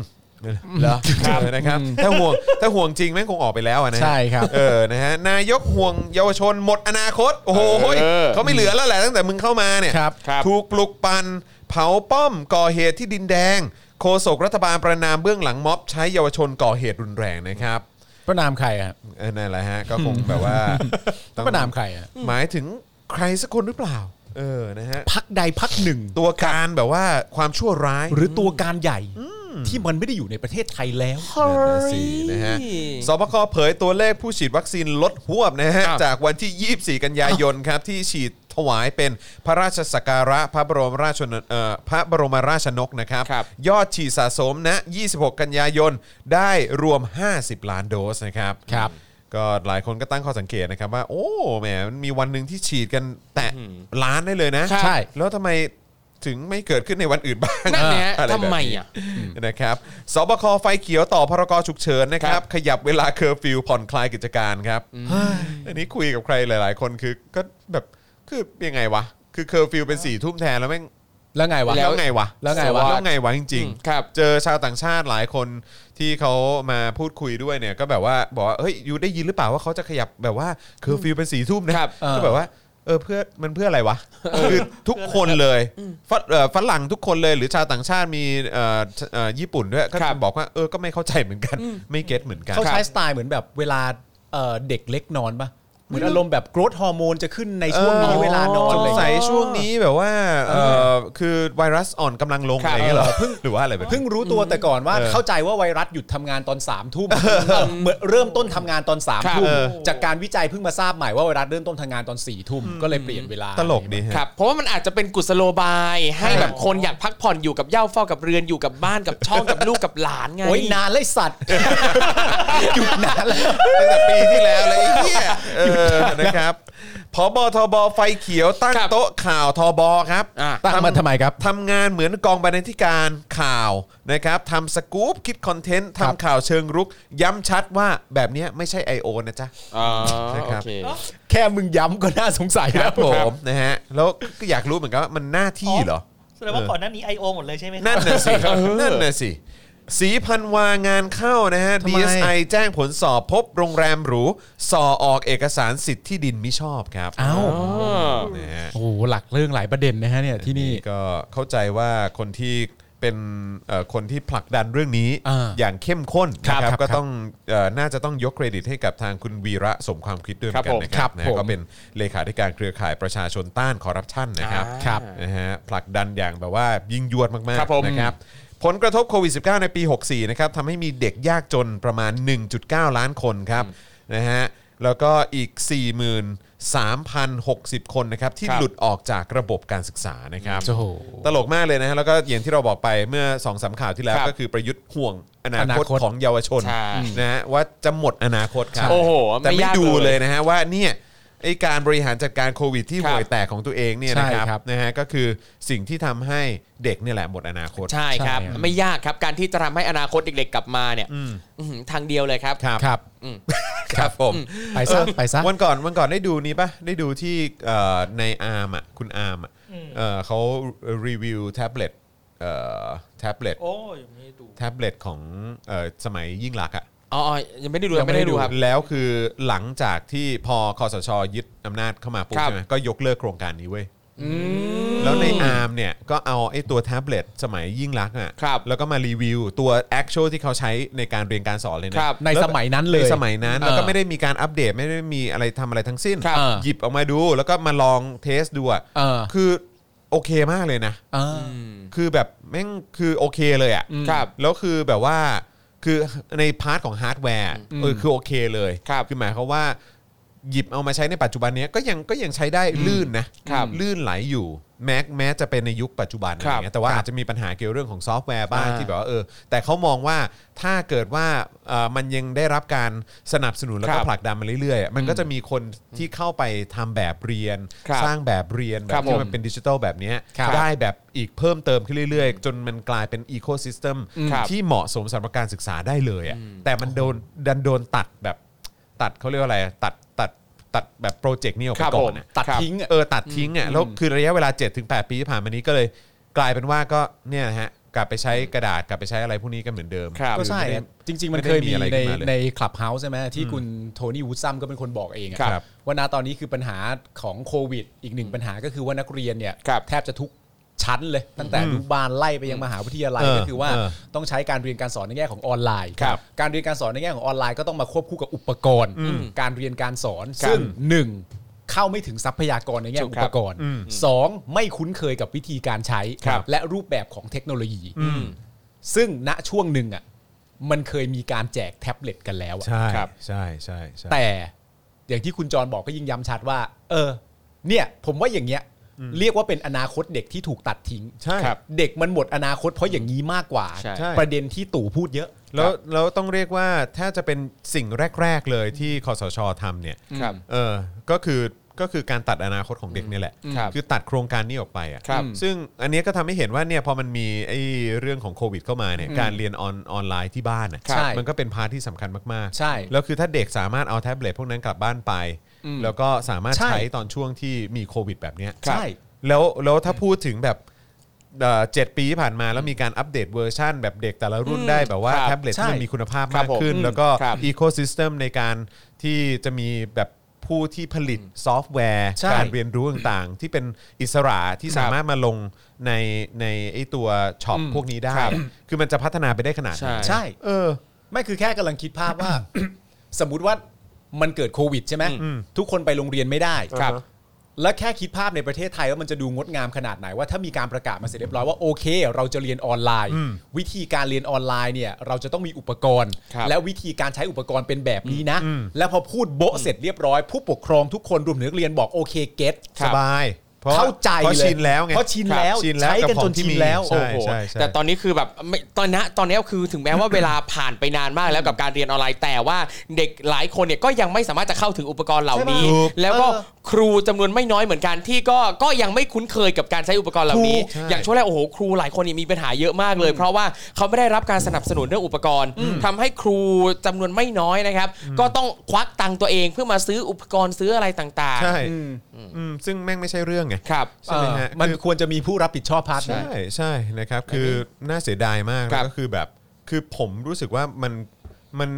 [SPEAKER 1] เหรอเออนะครับถ้าห่วงถ้าห่วงจริงแม่งคงออกไปแล้วอะนะฮะ
[SPEAKER 2] ใช่ครับ
[SPEAKER 1] เออนะฮะนายกห่วงเยาวชนหมดอนาคต โอ้โห
[SPEAKER 3] เออ
[SPEAKER 1] เขาไม่เหลือแล้วแหละตั้งแต่มึงเข้ามาเนี่ย
[SPEAKER 2] ครับ
[SPEAKER 3] ครับ
[SPEAKER 1] ถูกปลุกปันเผาป้อมก่อเหตุที่ดินแดง โฆษกรัฐบาลประนามเบื้องหลังม็อบใช้เยาวชนก่อเหตุรุนแรงนะครับ
[SPEAKER 2] ประนามใครอะ
[SPEAKER 1] เออนั่นแหละฮะก็คงแบบว่าต้อง
[SPEAKER 2] ประนามใครอะ
[SPEAKER 1] หมายถึงใครสักคนหรือเปล่า เออ นะฮะ
[SPEAKER 2] พักใดพักหนึ่ง
[SPEAKER 1] ตัวการแบบว่าความชั่วร้าย
[SPEAKER 2] หรือตัวการใหญ่ที่มันไม่ได้อยู่ในประเทศไทยแล้ว
[SPEAKER 1] นั่นน่ะสินะฮะสบคเผยตัวเลขผู้ฉีดวัคซีนลดหวบนะฮะ
[SPEAKER 3] อ้าว
[SPEAKER 1] จากวันที่ 24 กันยายนครับ ที่ฉีดถวายเป็นพระราชสักการะพระบรมราชนเอ่อพระบรมราชนกนะครับ
[SPEAKER 3] ครับ
[SPEAKER 1] ยอดฉีดสะสมนะ 26 กันยายนได้รวม 50 ล้านโดสนะครับ
[SPEAKER 2] ครับ
[SPEAKER 1] ก็หลายคนก็ตั้งข้อสังเกตนะครับว่า โอ้แหมมันมีวันหนึ่งที่ฉีดกันแตะล้านได้เลยนะ
[SPEAKER 3] ครับใช่
[SPEAKER 1] แล้วทำไมถึงไม่เกิดขึ้นในวันอื่นบ้าง
[SPEAKER 3] นั่นเนี่ย
[SPEAKER 1] อะไรแบบ
[SPEAKER 3] ทำไม
[SPEAKER 1] นี้
[SPEAKER 3] อ่ะ
[SPEAKER 1] นะครับสบคไฟเขียวต่อพรกฉุกเฉินนะครับ ขยับเวลาเคอร์ฟิวผ่อนคลายกิจการครับอันนี้คุยกับใครหลาย ๆ คนคือก็แบบคือยังไงวะ คือเคอร์ฟิวเป็นสี่ทุ่มแทนแล้วแม่ง
[SPEAKER 2] แล้วไงวะ
[SPEAKER 3] แล้
[SPEAKER 1] แล้ว วไงวะ
[SPEAKER 2] แล้วไงวะ
[SPEAKER 1] แล้วไงวะจริง ๆ
[SPEAKER 3] ครับ
[SPEAKER 1] เจอชาวต่างชาติหลายคนที่เขามาพูดคุยด้วยเนี่ยก็แบบว่าบอกว่าเฮ้ยยูได้ยินหรือเปล่าว่าเขาจะขยับแบบว่าเคอร์ฟิวเป็นสี่ทุ่มนะครับ
[SPEAKER 2] เออ
[SPEAKER 1] ก็แบบว่าเออเพื่อมันเพื่ออะไรวะคือทุกคนเลยฝเอ่อฝรั่งทุกคนเลยหรือชาวต่างชาติมีเอ่อเอ่อญี่ปุ่นด้วยก็
[SPEAKER 3] ครับ
[SPEAKER 1] บอกว่าเออก็ไม่เข้าใจเหมือนกัน ไม่เก็ตเหมือนกัน
[SPEAKER 2] เขาใช้สไตล์เหมือนแบบเวลา เอ่อเด็กเล็กนอนปะเหมือนอารมณ์แบบกรทฮอร์โมนจะขึ้นในช่วงนี้
[SPEAKER 1] ออ
[SPEAKER 2] เวลานอน
[SPEAKER 1] สง
[SPEAKER 2] เลย
[SPEAKER 1] สัยช่วงนี้แบบว่าเออคือไวรัสอ่อนกำลังลง
[SPEAKER 3] ครั
[SPEAKER 1] อะ
[SPEAKER 3] บ
[SPEAKER 1] ไรอย่างเงี้ยเหรอเพิ่งหรือว่าอะไรแบบนี้
[SPEAKER 2] เพิ่งรู้ตัวแต่ก่อนว่า
[SPEAKER 1] เออ
[SPEAKER 2] เข้าใจว่าไวรัสหยุดทำงานตอน3าม ทุ่มเหมือนเริ่มต้นทำงานตอน3าม
[SPEAKER 3] ครับ
[SPEAKER 2] ทุ่ม
[SPEAKER 1] เออ
[SPEAKER 2] จากการวิจัยเพิ่งมาทราบใหม่ว่าไวรัสเริ่มต้นทำงานตอน4ี่ทุ่มก็เลยเปลี่ยนเวลา
[SPEAKER 1] ตลกดีฮะ
[SPEAKER 3] ครับเพราะว่ามันอาจจะเป็นกุศโลบาย ให้แบบคนอยากพักผ่อนอยู่กับเหย้าเฝ้ากับเรือนอยู่กับบ้านกับช่ องกับลูกกับหลานไง
[SPEAKER 2] โอ้ยนานเลยสัตว์ หยุดนานแล้ว
[SPEAKER 1] ตั้งแต่ปีที่แล้วเลยไอ้เฮียเออนะครับพบทบไฟเขียวตั้ง
[SPEAKER 3] ครับ
[SPEAKER 1] โต๊ะข่าวทบครับ
[SPEAKER 3] อ่ะ
[SPEAKER 2] ตั้งมาทำไมครับ
[SPEAKER 1] ทำงานเหมือนกองบรรณาธิการข่าวนะครับทำสกู๊ปคิดคอนเทนต์ทำข่าวเชิงรุก ย้ำชัดว่าแบบเนี้ยไม่ใช่ I.O. นะจ๊ะ
[SPEAKER 3] อ๋อ
[SPEAKER 1] นะ
[SPEAKER 3] โอ
[SPEAKER 1] ครับ
[SPEAKER 3] เค
[SPEAKER 2] แค่มึงย้ำก็น่าสงสัย
[SPEAKER 1] ค
[SPEAKER 2] แล้
[SPEAKER 1] รั
[SPEAKER 2] ว
[SPEAKER 1] บผมนะฮะแล้วก็อยากรู้เหมือนกันว่ามันหน้าที่ เหรอ
[SPEAKER 5] แสดงว่า
[SPEAKER 1] เออ
[SPEAKER 5] ก่อนหน้านี้ I.O. หมดเลยใช่ไหมครับ
[SPEAKER 1] นั่นน่ะสิ นั่นน่ะสิ สีพันวางานเข้านะฮะ DSI แจ้งผลสอบพบโรงแรมหรูส่อออกเอกสารสิทธิ์ที่ดินมิชอบครับ
[SPEAKER 2] อ้าว
[SPEAKER 1] นะฮะ
[SPEAKER 2] โอ้โหหลักเรื่องหลายประเด็นนะฮะเนี่ยที่นี่
[SPEAKER 1] ก็เข้าใจว่าคนที่เป็นเอ่อคนที่ผลักดันเรื่องนี้
[SPEAKER 2] อ่า
[SPEAKER 1] อย่างเข้มข้น
[SPEAKER 2] ครับ
[SPEAKER 1] นะครับ
[SPEAKER 2] ครับ
[SPEAKER 1] ก็ต้องเอ่อน่าจะต้องยกเครดิตให้กับทางคุณวีระสมความคิดด้วยเหมือนกันนะค
[SPEAKER 2] ครั
[SPEAKER 1] รับบ
[SPEAKER 2] ผม
[SPEAKER 1] นะฮะก็เป็นเลขาธิการเครือข่ายประชาชนต้านคอร์รัปชันนะครับ
[SPEAKER 3] อ่า
[SPEAKER 2] ครับ
[SPEAKER 1] นะฮะผลักดันอย่างแบบว่ายิ่งยวดมาก
[SPEAKER 3] ครับผม
[SPEAKER 1] ๆนะครับผลกระทบโควิด -19 ในปี 64 นะครับทำให้มีเด็กยากจนประมาณ 1.9 ล้านคนครับนะฮะแล้วก็อีก 43,060 คนนะครับที่
[SPEAKER 3] ครับ
[SPEAKER 1] หลุดออกจากระบบการศึกษานะครับ
[SPEAKER 2] โอ้โห
[SPEAKER 1] ตลกมากเลยนะฮะแล้วก็อย่างที่เราบอกไปเมื่อ2อสามข่าวที่แล้ว
[SPEAKER 3] ครับ
[SPEAKER 1] ก็คือประยุทธ์ห่วงอนาคต
[SPEAKER 2] อนาคต
[SPEAKER 1] ของเยาวชน
[SPEAKER 3] ใช่
[SPEAKER 1] นะฮะว่าจะหมดอนาคตครับ
[SPEAKER 3] โอ้โห
[SPEAKER 1] แต่
[SPEAKER 3] ไม่
[SPEAKER 1] ไม่
[SPEAKER 3] ยาก
[SPEAKER 1] ดู
[SPEAKER 3] เลย
[SPEAKER 1] เลยนะฮะว่าเนี่ยไอการบริหารจัดการโควิดที่
[SPEAKER 3] ครับ
[SPEAKER 1] ห่วยแตกของตัวเองเนี่ยนะครั
[SPEAKER 2] ใช่ครับ บ
[SPEAKER 1] นะฮะก็คือสิ่งที่ทำให้เด็กเนี่ยแหละหมดอนาคต
[SPEAKER 3] ใช่ครับ
[SPEAKER 2] ใช่ครับ
[SPEAKER 3] ไม่ยากครับการที่จะทำให้อนาคตเด็กๆกลับมาเนี่ยอื้อหือทางเดียวเลยครับ
[SPEAKER 1] ครับ
[SPEAKER 2] ครับ
[SPEAKER 1] ครับผม
[SPEAKER 2] ไปซะไปซะ
[SPEAKER 1] วันก่อนวันก่อนได้ดูนี้ปะได้ดูที่เอ่อในอาร์มอ่ะคุณอาร์มอ่ะเอ่อเขารีวิวแท็บเล็ตเอ่อแท็บเล็ต
[SPEAKER 5] โอ้ยไม่ได้ดู
[SPEAKER 1] แท็บเล็ตของเอ่อสมัยยิ่งลักษณ์อ่ะ
[SPEAKER 3] อ๋ออ๋อยังไม่ได้ดูยังไม่ได้ดูครับ
[SPEAKER 1] แล้วคือหลังจากที่พอคอสชยึดอำนาจเข้ามาปุ๊บ
[SPEAKER 3] ครับ
[SPEAKER 1] ใช่ไหมก็ยกเลิกโครงการนี้เว้ยแล้วในอาร์มเนี่ยก็เอาไอ้ตัวแท็บเล็ตสมัยยิ่งรักษณ์อ่ะ
[SPEAKER 3] ครับ
[SPEAKER 1] แล้วก็มารีวิวตัว actual ที่เขาใช้ในการเรียนการสอนเลยนะครับ
[SPEAKER 2] ใน
[SPEAKER 1] แล้ว
[SPEAKER 2] สมัยนั้นเลย
[SPEAKER 1] ในสมัยนั้น
[SPEAKER 2] เออ
[SPEAKER 1] แล้วก็ไม่ได้มีการอัปเดตไม่ได้มีอะไรทำอะไรทั้งสิ้น
[SPEAKER 3] ครับ
[SPEAKER 1] หยิบออกมาดูแล้วก็มาลองเทสดูอ่ะ
[SPEAKER 2] เออ
[SPEAKER 1] คือโอเคมากเลยนะ
[SPEAKER 2] อ่า
[SPEAKER 1] คือแบบแม่งคือโอเคเลยอ่ะ
[SPEAKER 3] ครับ
[SPEAKER 1] แล้วคือแบบว่าคือในพาร์ทของฮาร์ดแวร์เออคือโอเคเลย
[SPEAKER 3] ครับ
[SPEAKER 1] อหมายความว่า หยิบเอามาใช้ในปัจจุบันเนี้ยก็ยังก็ยังใช้ได้ลื่นนะครับลื่นไหลอยู่แม้แม้จะเป็นในยุคปัจจุบันอะ
[SPEAKER 3] ค
[SPEAKER 1] ไร
[SPEAKER 3] รับ
[SPEAKER 1] เงี้ยแต่ว่าอาจจะมีปัญหาเกี่ยวเรื่องของซอฟต์แวร์บ้าง
[SPEAKER 3] อ่า
[SPEAKER 1] ที่แบบว่าเออแต่เขามองว่าถ้าเกิดว่าเอ่อมันยังได้รับการสนับสนุนแล้ว
[SPEAKER 3] ค
[SPEAKER 1] ก็
[SPEAKER 3] รับ
[SPEAKER 1] ผลักดันมาเรื่อยๆอะมันก็จะมีคนที่เข้าไปทำแบบเรียน
[SPEAKER 3] ครับ
[SPEAKER 1] สร้างแบบเรียนแบ
[SPEAKER 3] ครับ บ
[SPEAKER 1] ที่
[SPEAKER 3] ผม
[SPEAKER 1] มันเป็นดิจิทัลแบบเนี้ย
[SPEAKER 2] ครับ
[SPEAKER 1] ได้ ได้แบบอีกเพิ่มเติมขึ้นเรื่อยๆ จนมันกลายเป็นอีโค y ิสเต็ม
[SPEAKER 3] ครับ
[SPEAKER 1] ที่เหมาะสมสำหรับการศึกษาได้เลยอ่ะแต่มันโดนดันโดนตัดแบบตัดเขาเรียกว่าอะไรอะตัดตัดตัดแบบโปรเจกต์นี้ออก
[SPEAKER 3] ค
[SPEAKER 1] ไป
[SPEAKER 3] รับ
[SPEAKER 1] ก่อน
[SPEAKER 3] ผม
[SPEAKER 1] อะ
[SPEAKER 2] ตัด
[SPEAKER 3] ครับ
[SPEAKER 2] ทิ้งอ่ะ
[SPEAKER 1] เออตัดทิ้งอ่ะแล้วคือระยะเวลา 7-8 ปีที่ผ่านมานี้ก็เลยกลายเป็นว่าก็เนี่ยนะฮะกลับไปใช้กระดาษกลับไปใช้อะไรพวกนี้กันเหมือนเดิม
[SPEAKER 3] ครับ
[SPEAKER 2] ก็ใช่อะจริง ๆ มัน
[SPEAKER 1] ไม่ได้
[SPEAKER 2] เคยมี
[SPEAKER 1] มีอะไร
[SPEAKER 2] ใน
[SPEAKER 1] ขึ้นมาเลย
[SPEAKER 2] ในคลับเฮาส์ใช่ไหมที่คุณโทนี่วูดซัมก็เป็นคนบอกเองอะ
[SPEAKER 1] ครับ
[SPEAKER 2] ว่าณตอนนี้คือปัญหาของโควิด อีกหนึ่งปัญหาก็คือว่านักเรียนเนี่ย
[SPEAKER 3] ครับ
[SPEAKER 2] แทบจะทุกชั้นเลยตั้งแต่อนุบาลไล่ไปยังมหาวิทยาลัย
[SPEAKER 1] เออ
[SPEAKER 2] ก็คือว่า
[SPEAKER 1] เออ
[SPEAKER 2] ต้องใช้การเรียนการสอนในแง่ของออนไลน์
[SPEAKER 1] ครับ
[SPEAKER 2] การเรียนการสอนในแง่ของออนไลน์ก็ต้องมาควบคู่กับอุปกรณ์ การเรียนการสอน
[SPEAKER 3] ครับ
[SPEAKER 2] ซึ่งหนึ่งเข้าไม่ถึงทรัพยากรในแง่ของ
[SPEAKER 3] ถูกค
[SPEAKER 2] อุ
[SPEAKER 3] รับ
[SPEAKER 2] ปกรณ์สองไม่คุ้นเคยกับวิธีการใช้
[SPEAKER 3] ครับ
[SPEAKER 2] และรูปแบบของเทคโนโลยี ซึ่งณช่วงหนึ่งอ่ะมันเคยมีการแจกแท็บเล็ตกันแล้วอะ
[SPEAKER 1] ใช่
[SPEAKER 3] ครับ
[SPEAKER 1] ใช่ใช่ใช่
[SPEAKER 2] แต่อย่างที่คุณจรบอกก็ยิ่งย้ำชัดว่า เออ เนี่ย ผมว่าอย่างเงี้ย เรียกว่าเป็นอนาคตเด็กที่ถูกตัดทิ้ง
[SPEAKER 1] ใช่
[SPEAKER 2] ครับเด็กมันหมดอนาคตเพราะอย่างนี้มากกว่า
[SPEAKER 3] ใช่
[SPEAKER 2] ประเด็นที่ตู่พูดเยอะ
[SPEAKER 1] แล้วแล้วต้องเรียกว่าถ้าจะเป็นสิ่งแรก ๆ เลยที่คอสชทำเนี่ย
[SPEAKER 3] ครับ
[SPEAKER 1] เออ ก็คือ ก็คือการตัดอนาคตของเด็กเนี่ยแหละ
[SPEAKER 3] ครับ
[SPEAKER 1] คือตัดโครงการนี้ออกไปอ่ะ
[SPEAKER 3] ครับ
[SPEAKER 1] ซึ่งอันเนี้ยก็ทำให้เห็นว่าเนี่ยพอมันมีไอ้เรื่องของโควิดเข้ามาเนี่ย การเรียนออนออนไลน์ที่บ้านอ่ะ
[SPEAKER 2] ครับใช่
[SPEAKER 1] มันก็เป็นพาร์ทที่สำคัญมากๆ
[SPEAKER 2] ใช่
[SPEAKER 1] แล้วคือถ้าเด็กสามารถเอาแท็บเล็ตพวกนั้นกลับบ้านไป แล้วก็สามารถ
[SPEAKER 2] ใช่
[SPEAKER 1] ใช้ตอนช่วงที่มีโควิดแบบเนี้ย
[SPEAKER 2] ใช่
[SPEAKER 1] แล้วแล้วถ้าพูดถึงแบบเอ่อเจ็ดปีที่ผ่านมาแล้วมีการอัปเดตเวอร์ชันแบบเด็กแต่ละรุ่นได้แบบว่า
[SPEAKER 3] ครับ
[SPEAKER 1] แท็บเล็ต
[SPEAKER 2] ใช่
[SPEAKER 1] ที่มันมีคุณภาพ
[SPEAKER 3] ครั
[SPEAKER 1] มา
[SPEAKER 3] บ
[SPEAKER 1] ก
[SPEAKER 3] ผม
[SPEAKER 1] ขึ้น แล้วก็
[SPEAKER 3] ครับ
[SPEAKER 1] อีโค y ิสเต็มในการที่จะมีแบบผู้ที่ผลิตซอฟต์แวร์
[SPEAKER 2] ใช่
[SPEAKER 1] การเรียนรู้ต่างๆ ที่เป็นอิสระที่
[SPEAKER 3] ครับ
[SPEAKER 1] สามารถมาลงในในไอตัวช็อปพวกนี้ได้
[SPEAKER 3] ครับ
[SPEAKER 1] คือมันจะพัฒนาไปได้ขนาดไหน
[SPEAKER 3] ใช่
[SPEAKER 2] ใช่
[SPEAKER 1] เออ
[SPEAKER 2] ไม่คือแค่กำลังคิดภาพว่า สมมุติว่า มันเกิดโควิดใช่ไหมทุกคนไปโรงเรียนไม่ได้
[SPEAKER 6] ครับ
[SPEAKER 2] และแค่คิดภาพในประเทศไทยว่ามันจะดูงดงามขนาดไหนว่าถ้ามีการประกาศมาเสร็จเรียบร้อยว่าโอเค เราจะเรียนออนไลน์ วิธีการเรียนออนไลน์เนี่ยเราจะต้องมีอุปกรณ์
[SPEAKER 3] ครับ
[SPEAKER 2] และวิธีการใช้อุปกรณ์เป็นแบบนี้นะ แล้วพอพูดโบะเสร็จเรียบร้อย ผู้ปกครองทุกคนรวมถึงนักเรียนบอกโอเคเก็ต
[SPEAKER 3] ค
[SPEAKER 1] ส
[SPEAKER 3] รับ
[SPEAKER 1] บายพระ
[SPEAKER 2] เข้าใจ
[SPEAKER 1] เพราะ
[SPEAKER 2] เลย
[SPEAKER 1] ชินแล้วไง
[SPEAKER 2] เพราะชินแล้
[SPEAKER 1] ครั
[SPEAKER 2] ว
[SPEAKER 1] บชินแล้ว
[SPEAKER 2] ใช้กัน
[SPEAKER 1] บข
[SPEAKER 2] จ
[SPEAKER 1] อง
[SPEAKER 2] น
[SPEAKER 1] ที่
[SPEAKER 2] ชิน
[SPEAKER 1] มี
[SPEAKER 2] แล้ว
[SPEAKER 1] ใช่
[SPEAKER 3] โอ้โห
[SPEAKER 1] ใช่ใช่
[SPEAKER 3] แต่ตอนนี้คือแบบไม่ตอนนี้ตอนนี้คือถึงแม้ว่าเวลาผ่านไปนานมากแล้วกับการเรียนออนไลน์แต่ว่าเด็กหลายคนเนี่ยก็ยังไม่สามารถจะเข้าถึงอุปกรณ์เหล่านี้
[SPEAKER 1] ใช่ปะถูก
[SPEAKER 3] แล้วก็
[SPEAKER 2] เออ
[SPEAKER 3] ครูจำนวนไม่น้อยเหมือนกันที่ก็ก็ยังไม่คุ้นเคยกับการใช้อุปกรณ์เหล่านี้
[SPEAKER 1] ถูกใช่
[SPEAKER 3] อย่างช่วงแรกโอ้โหครูหลายคนเนี่ยมีปัญหาเยอะมากเลย เพราะว่าเขาไม่ได้รับการสนับสนุนเรื่องอุปกรณ์ทำให้ครูจำนวนไม่น้อยนะครับ ก็ต้องควักตังค์ตัวเองเพื่อมาซื้ออุปกรณ์ซื้ออะไรต่าง
[SPEAKER 1] ใช่อืมซึ่งแม่งไม่ใช่เรื่องไง
[SPEAKER 3] ๆ ครับ
[SPEAKER 1] ใช่ไหมฮะ
[SPEAKER 2] เออมันควรจะมีผู้รับผิดชอบพาร์ทนั้
[SPEAKER 1] ใช่
[SPEAKER 2] น
[SPEAKER 1] ใช่นะครับ คือน่าเสียดายมาก
[SPEAKER 3] ครั
[SPEAKER 1] แล้ว
[SPEAKER 3] บ
[SPEAKER 1] ก็คือแบบคือผมรู้สึกว่ามันมัน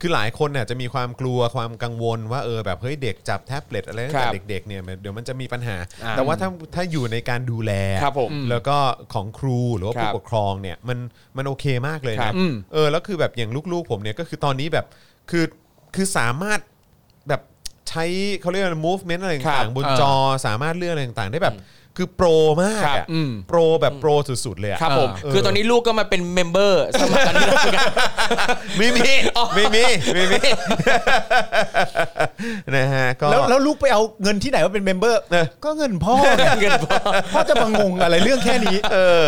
[SPEAKER 1] คือหลายคนเนี่ยจะมีความกลัวความกังวลว่าเออแบบเฮ้ยเด็กจับแท็บเล็ตอะไรตั้ง
[SPEAKER 3] ค
[SPEAKER 1] แต่
[SPEAKER 3] รับ
[SPEAKER 1] เด็กๆเนี่ยเดี๋ยวมันจะมีปัญหา
[SPEAKER 3] อ่า
[SPEAKER 1] แต่ว่าถ้าถ้าอยู่ในการดูแล
[SPEAKER 3] ครับผม
[SPEAKER 1] แล้วก็ของครูหรือว่า
[SPEAKER 3] ครับ
[SPEAKER 1] ผู้ปกครองเนี่ยมันมันโอเคมากเลย
[SPEAKER 3] ครั
[SPEAKER 1] นะ
[SPEAKER 3] บ
[SPEAKER 1] เออแล้วคือแบบอย่างลูกๆผมเนี่ยก็คือตอนนี้แบบคือคือสามารถแบบใช้เขาเรียกว่า movement อะไร
[SPEAKER 3] ครั
[SPEAKER 1] ต่างๆ
[SPEAKER 3] บ
[SPEAKER 1] บน
[SPEAKER 2] เออ
[SPEAKER 1] จอสามารถเลือกอะไรต่างๆ ได้แบบคือโปรมาก
[SPEAKER 3] ครับ
[SPEAKER 1] อะ โปรแบบโปรสุดๆเลยอะ
[SPEAKER 3] ครับผม
[SPEAKER 1] เ
[SPEAKER 3] คือตอนนี้ลูกก็มาเป็นเมมเบอร์สมัครกันนี้แล้วเหมือนกัน
[SPEAKER 1] ไม่มี
[SPEAKER 3] อ๋อ
[SPEAKER 1] ไม่มีไม่ มีนะฮะก็
[SPEAKER 2] แล้วแล้วลูกไปเอาเงินที่ไหนว่าเป็นเมมเบอร์ก็เงินพ่อไง
[SPEAKER 3] เงินพ่อ
[SPEAKER 2] พ่อจะมางงอะไรเรื่องแค่นี้
[SPEAKER 1] เออ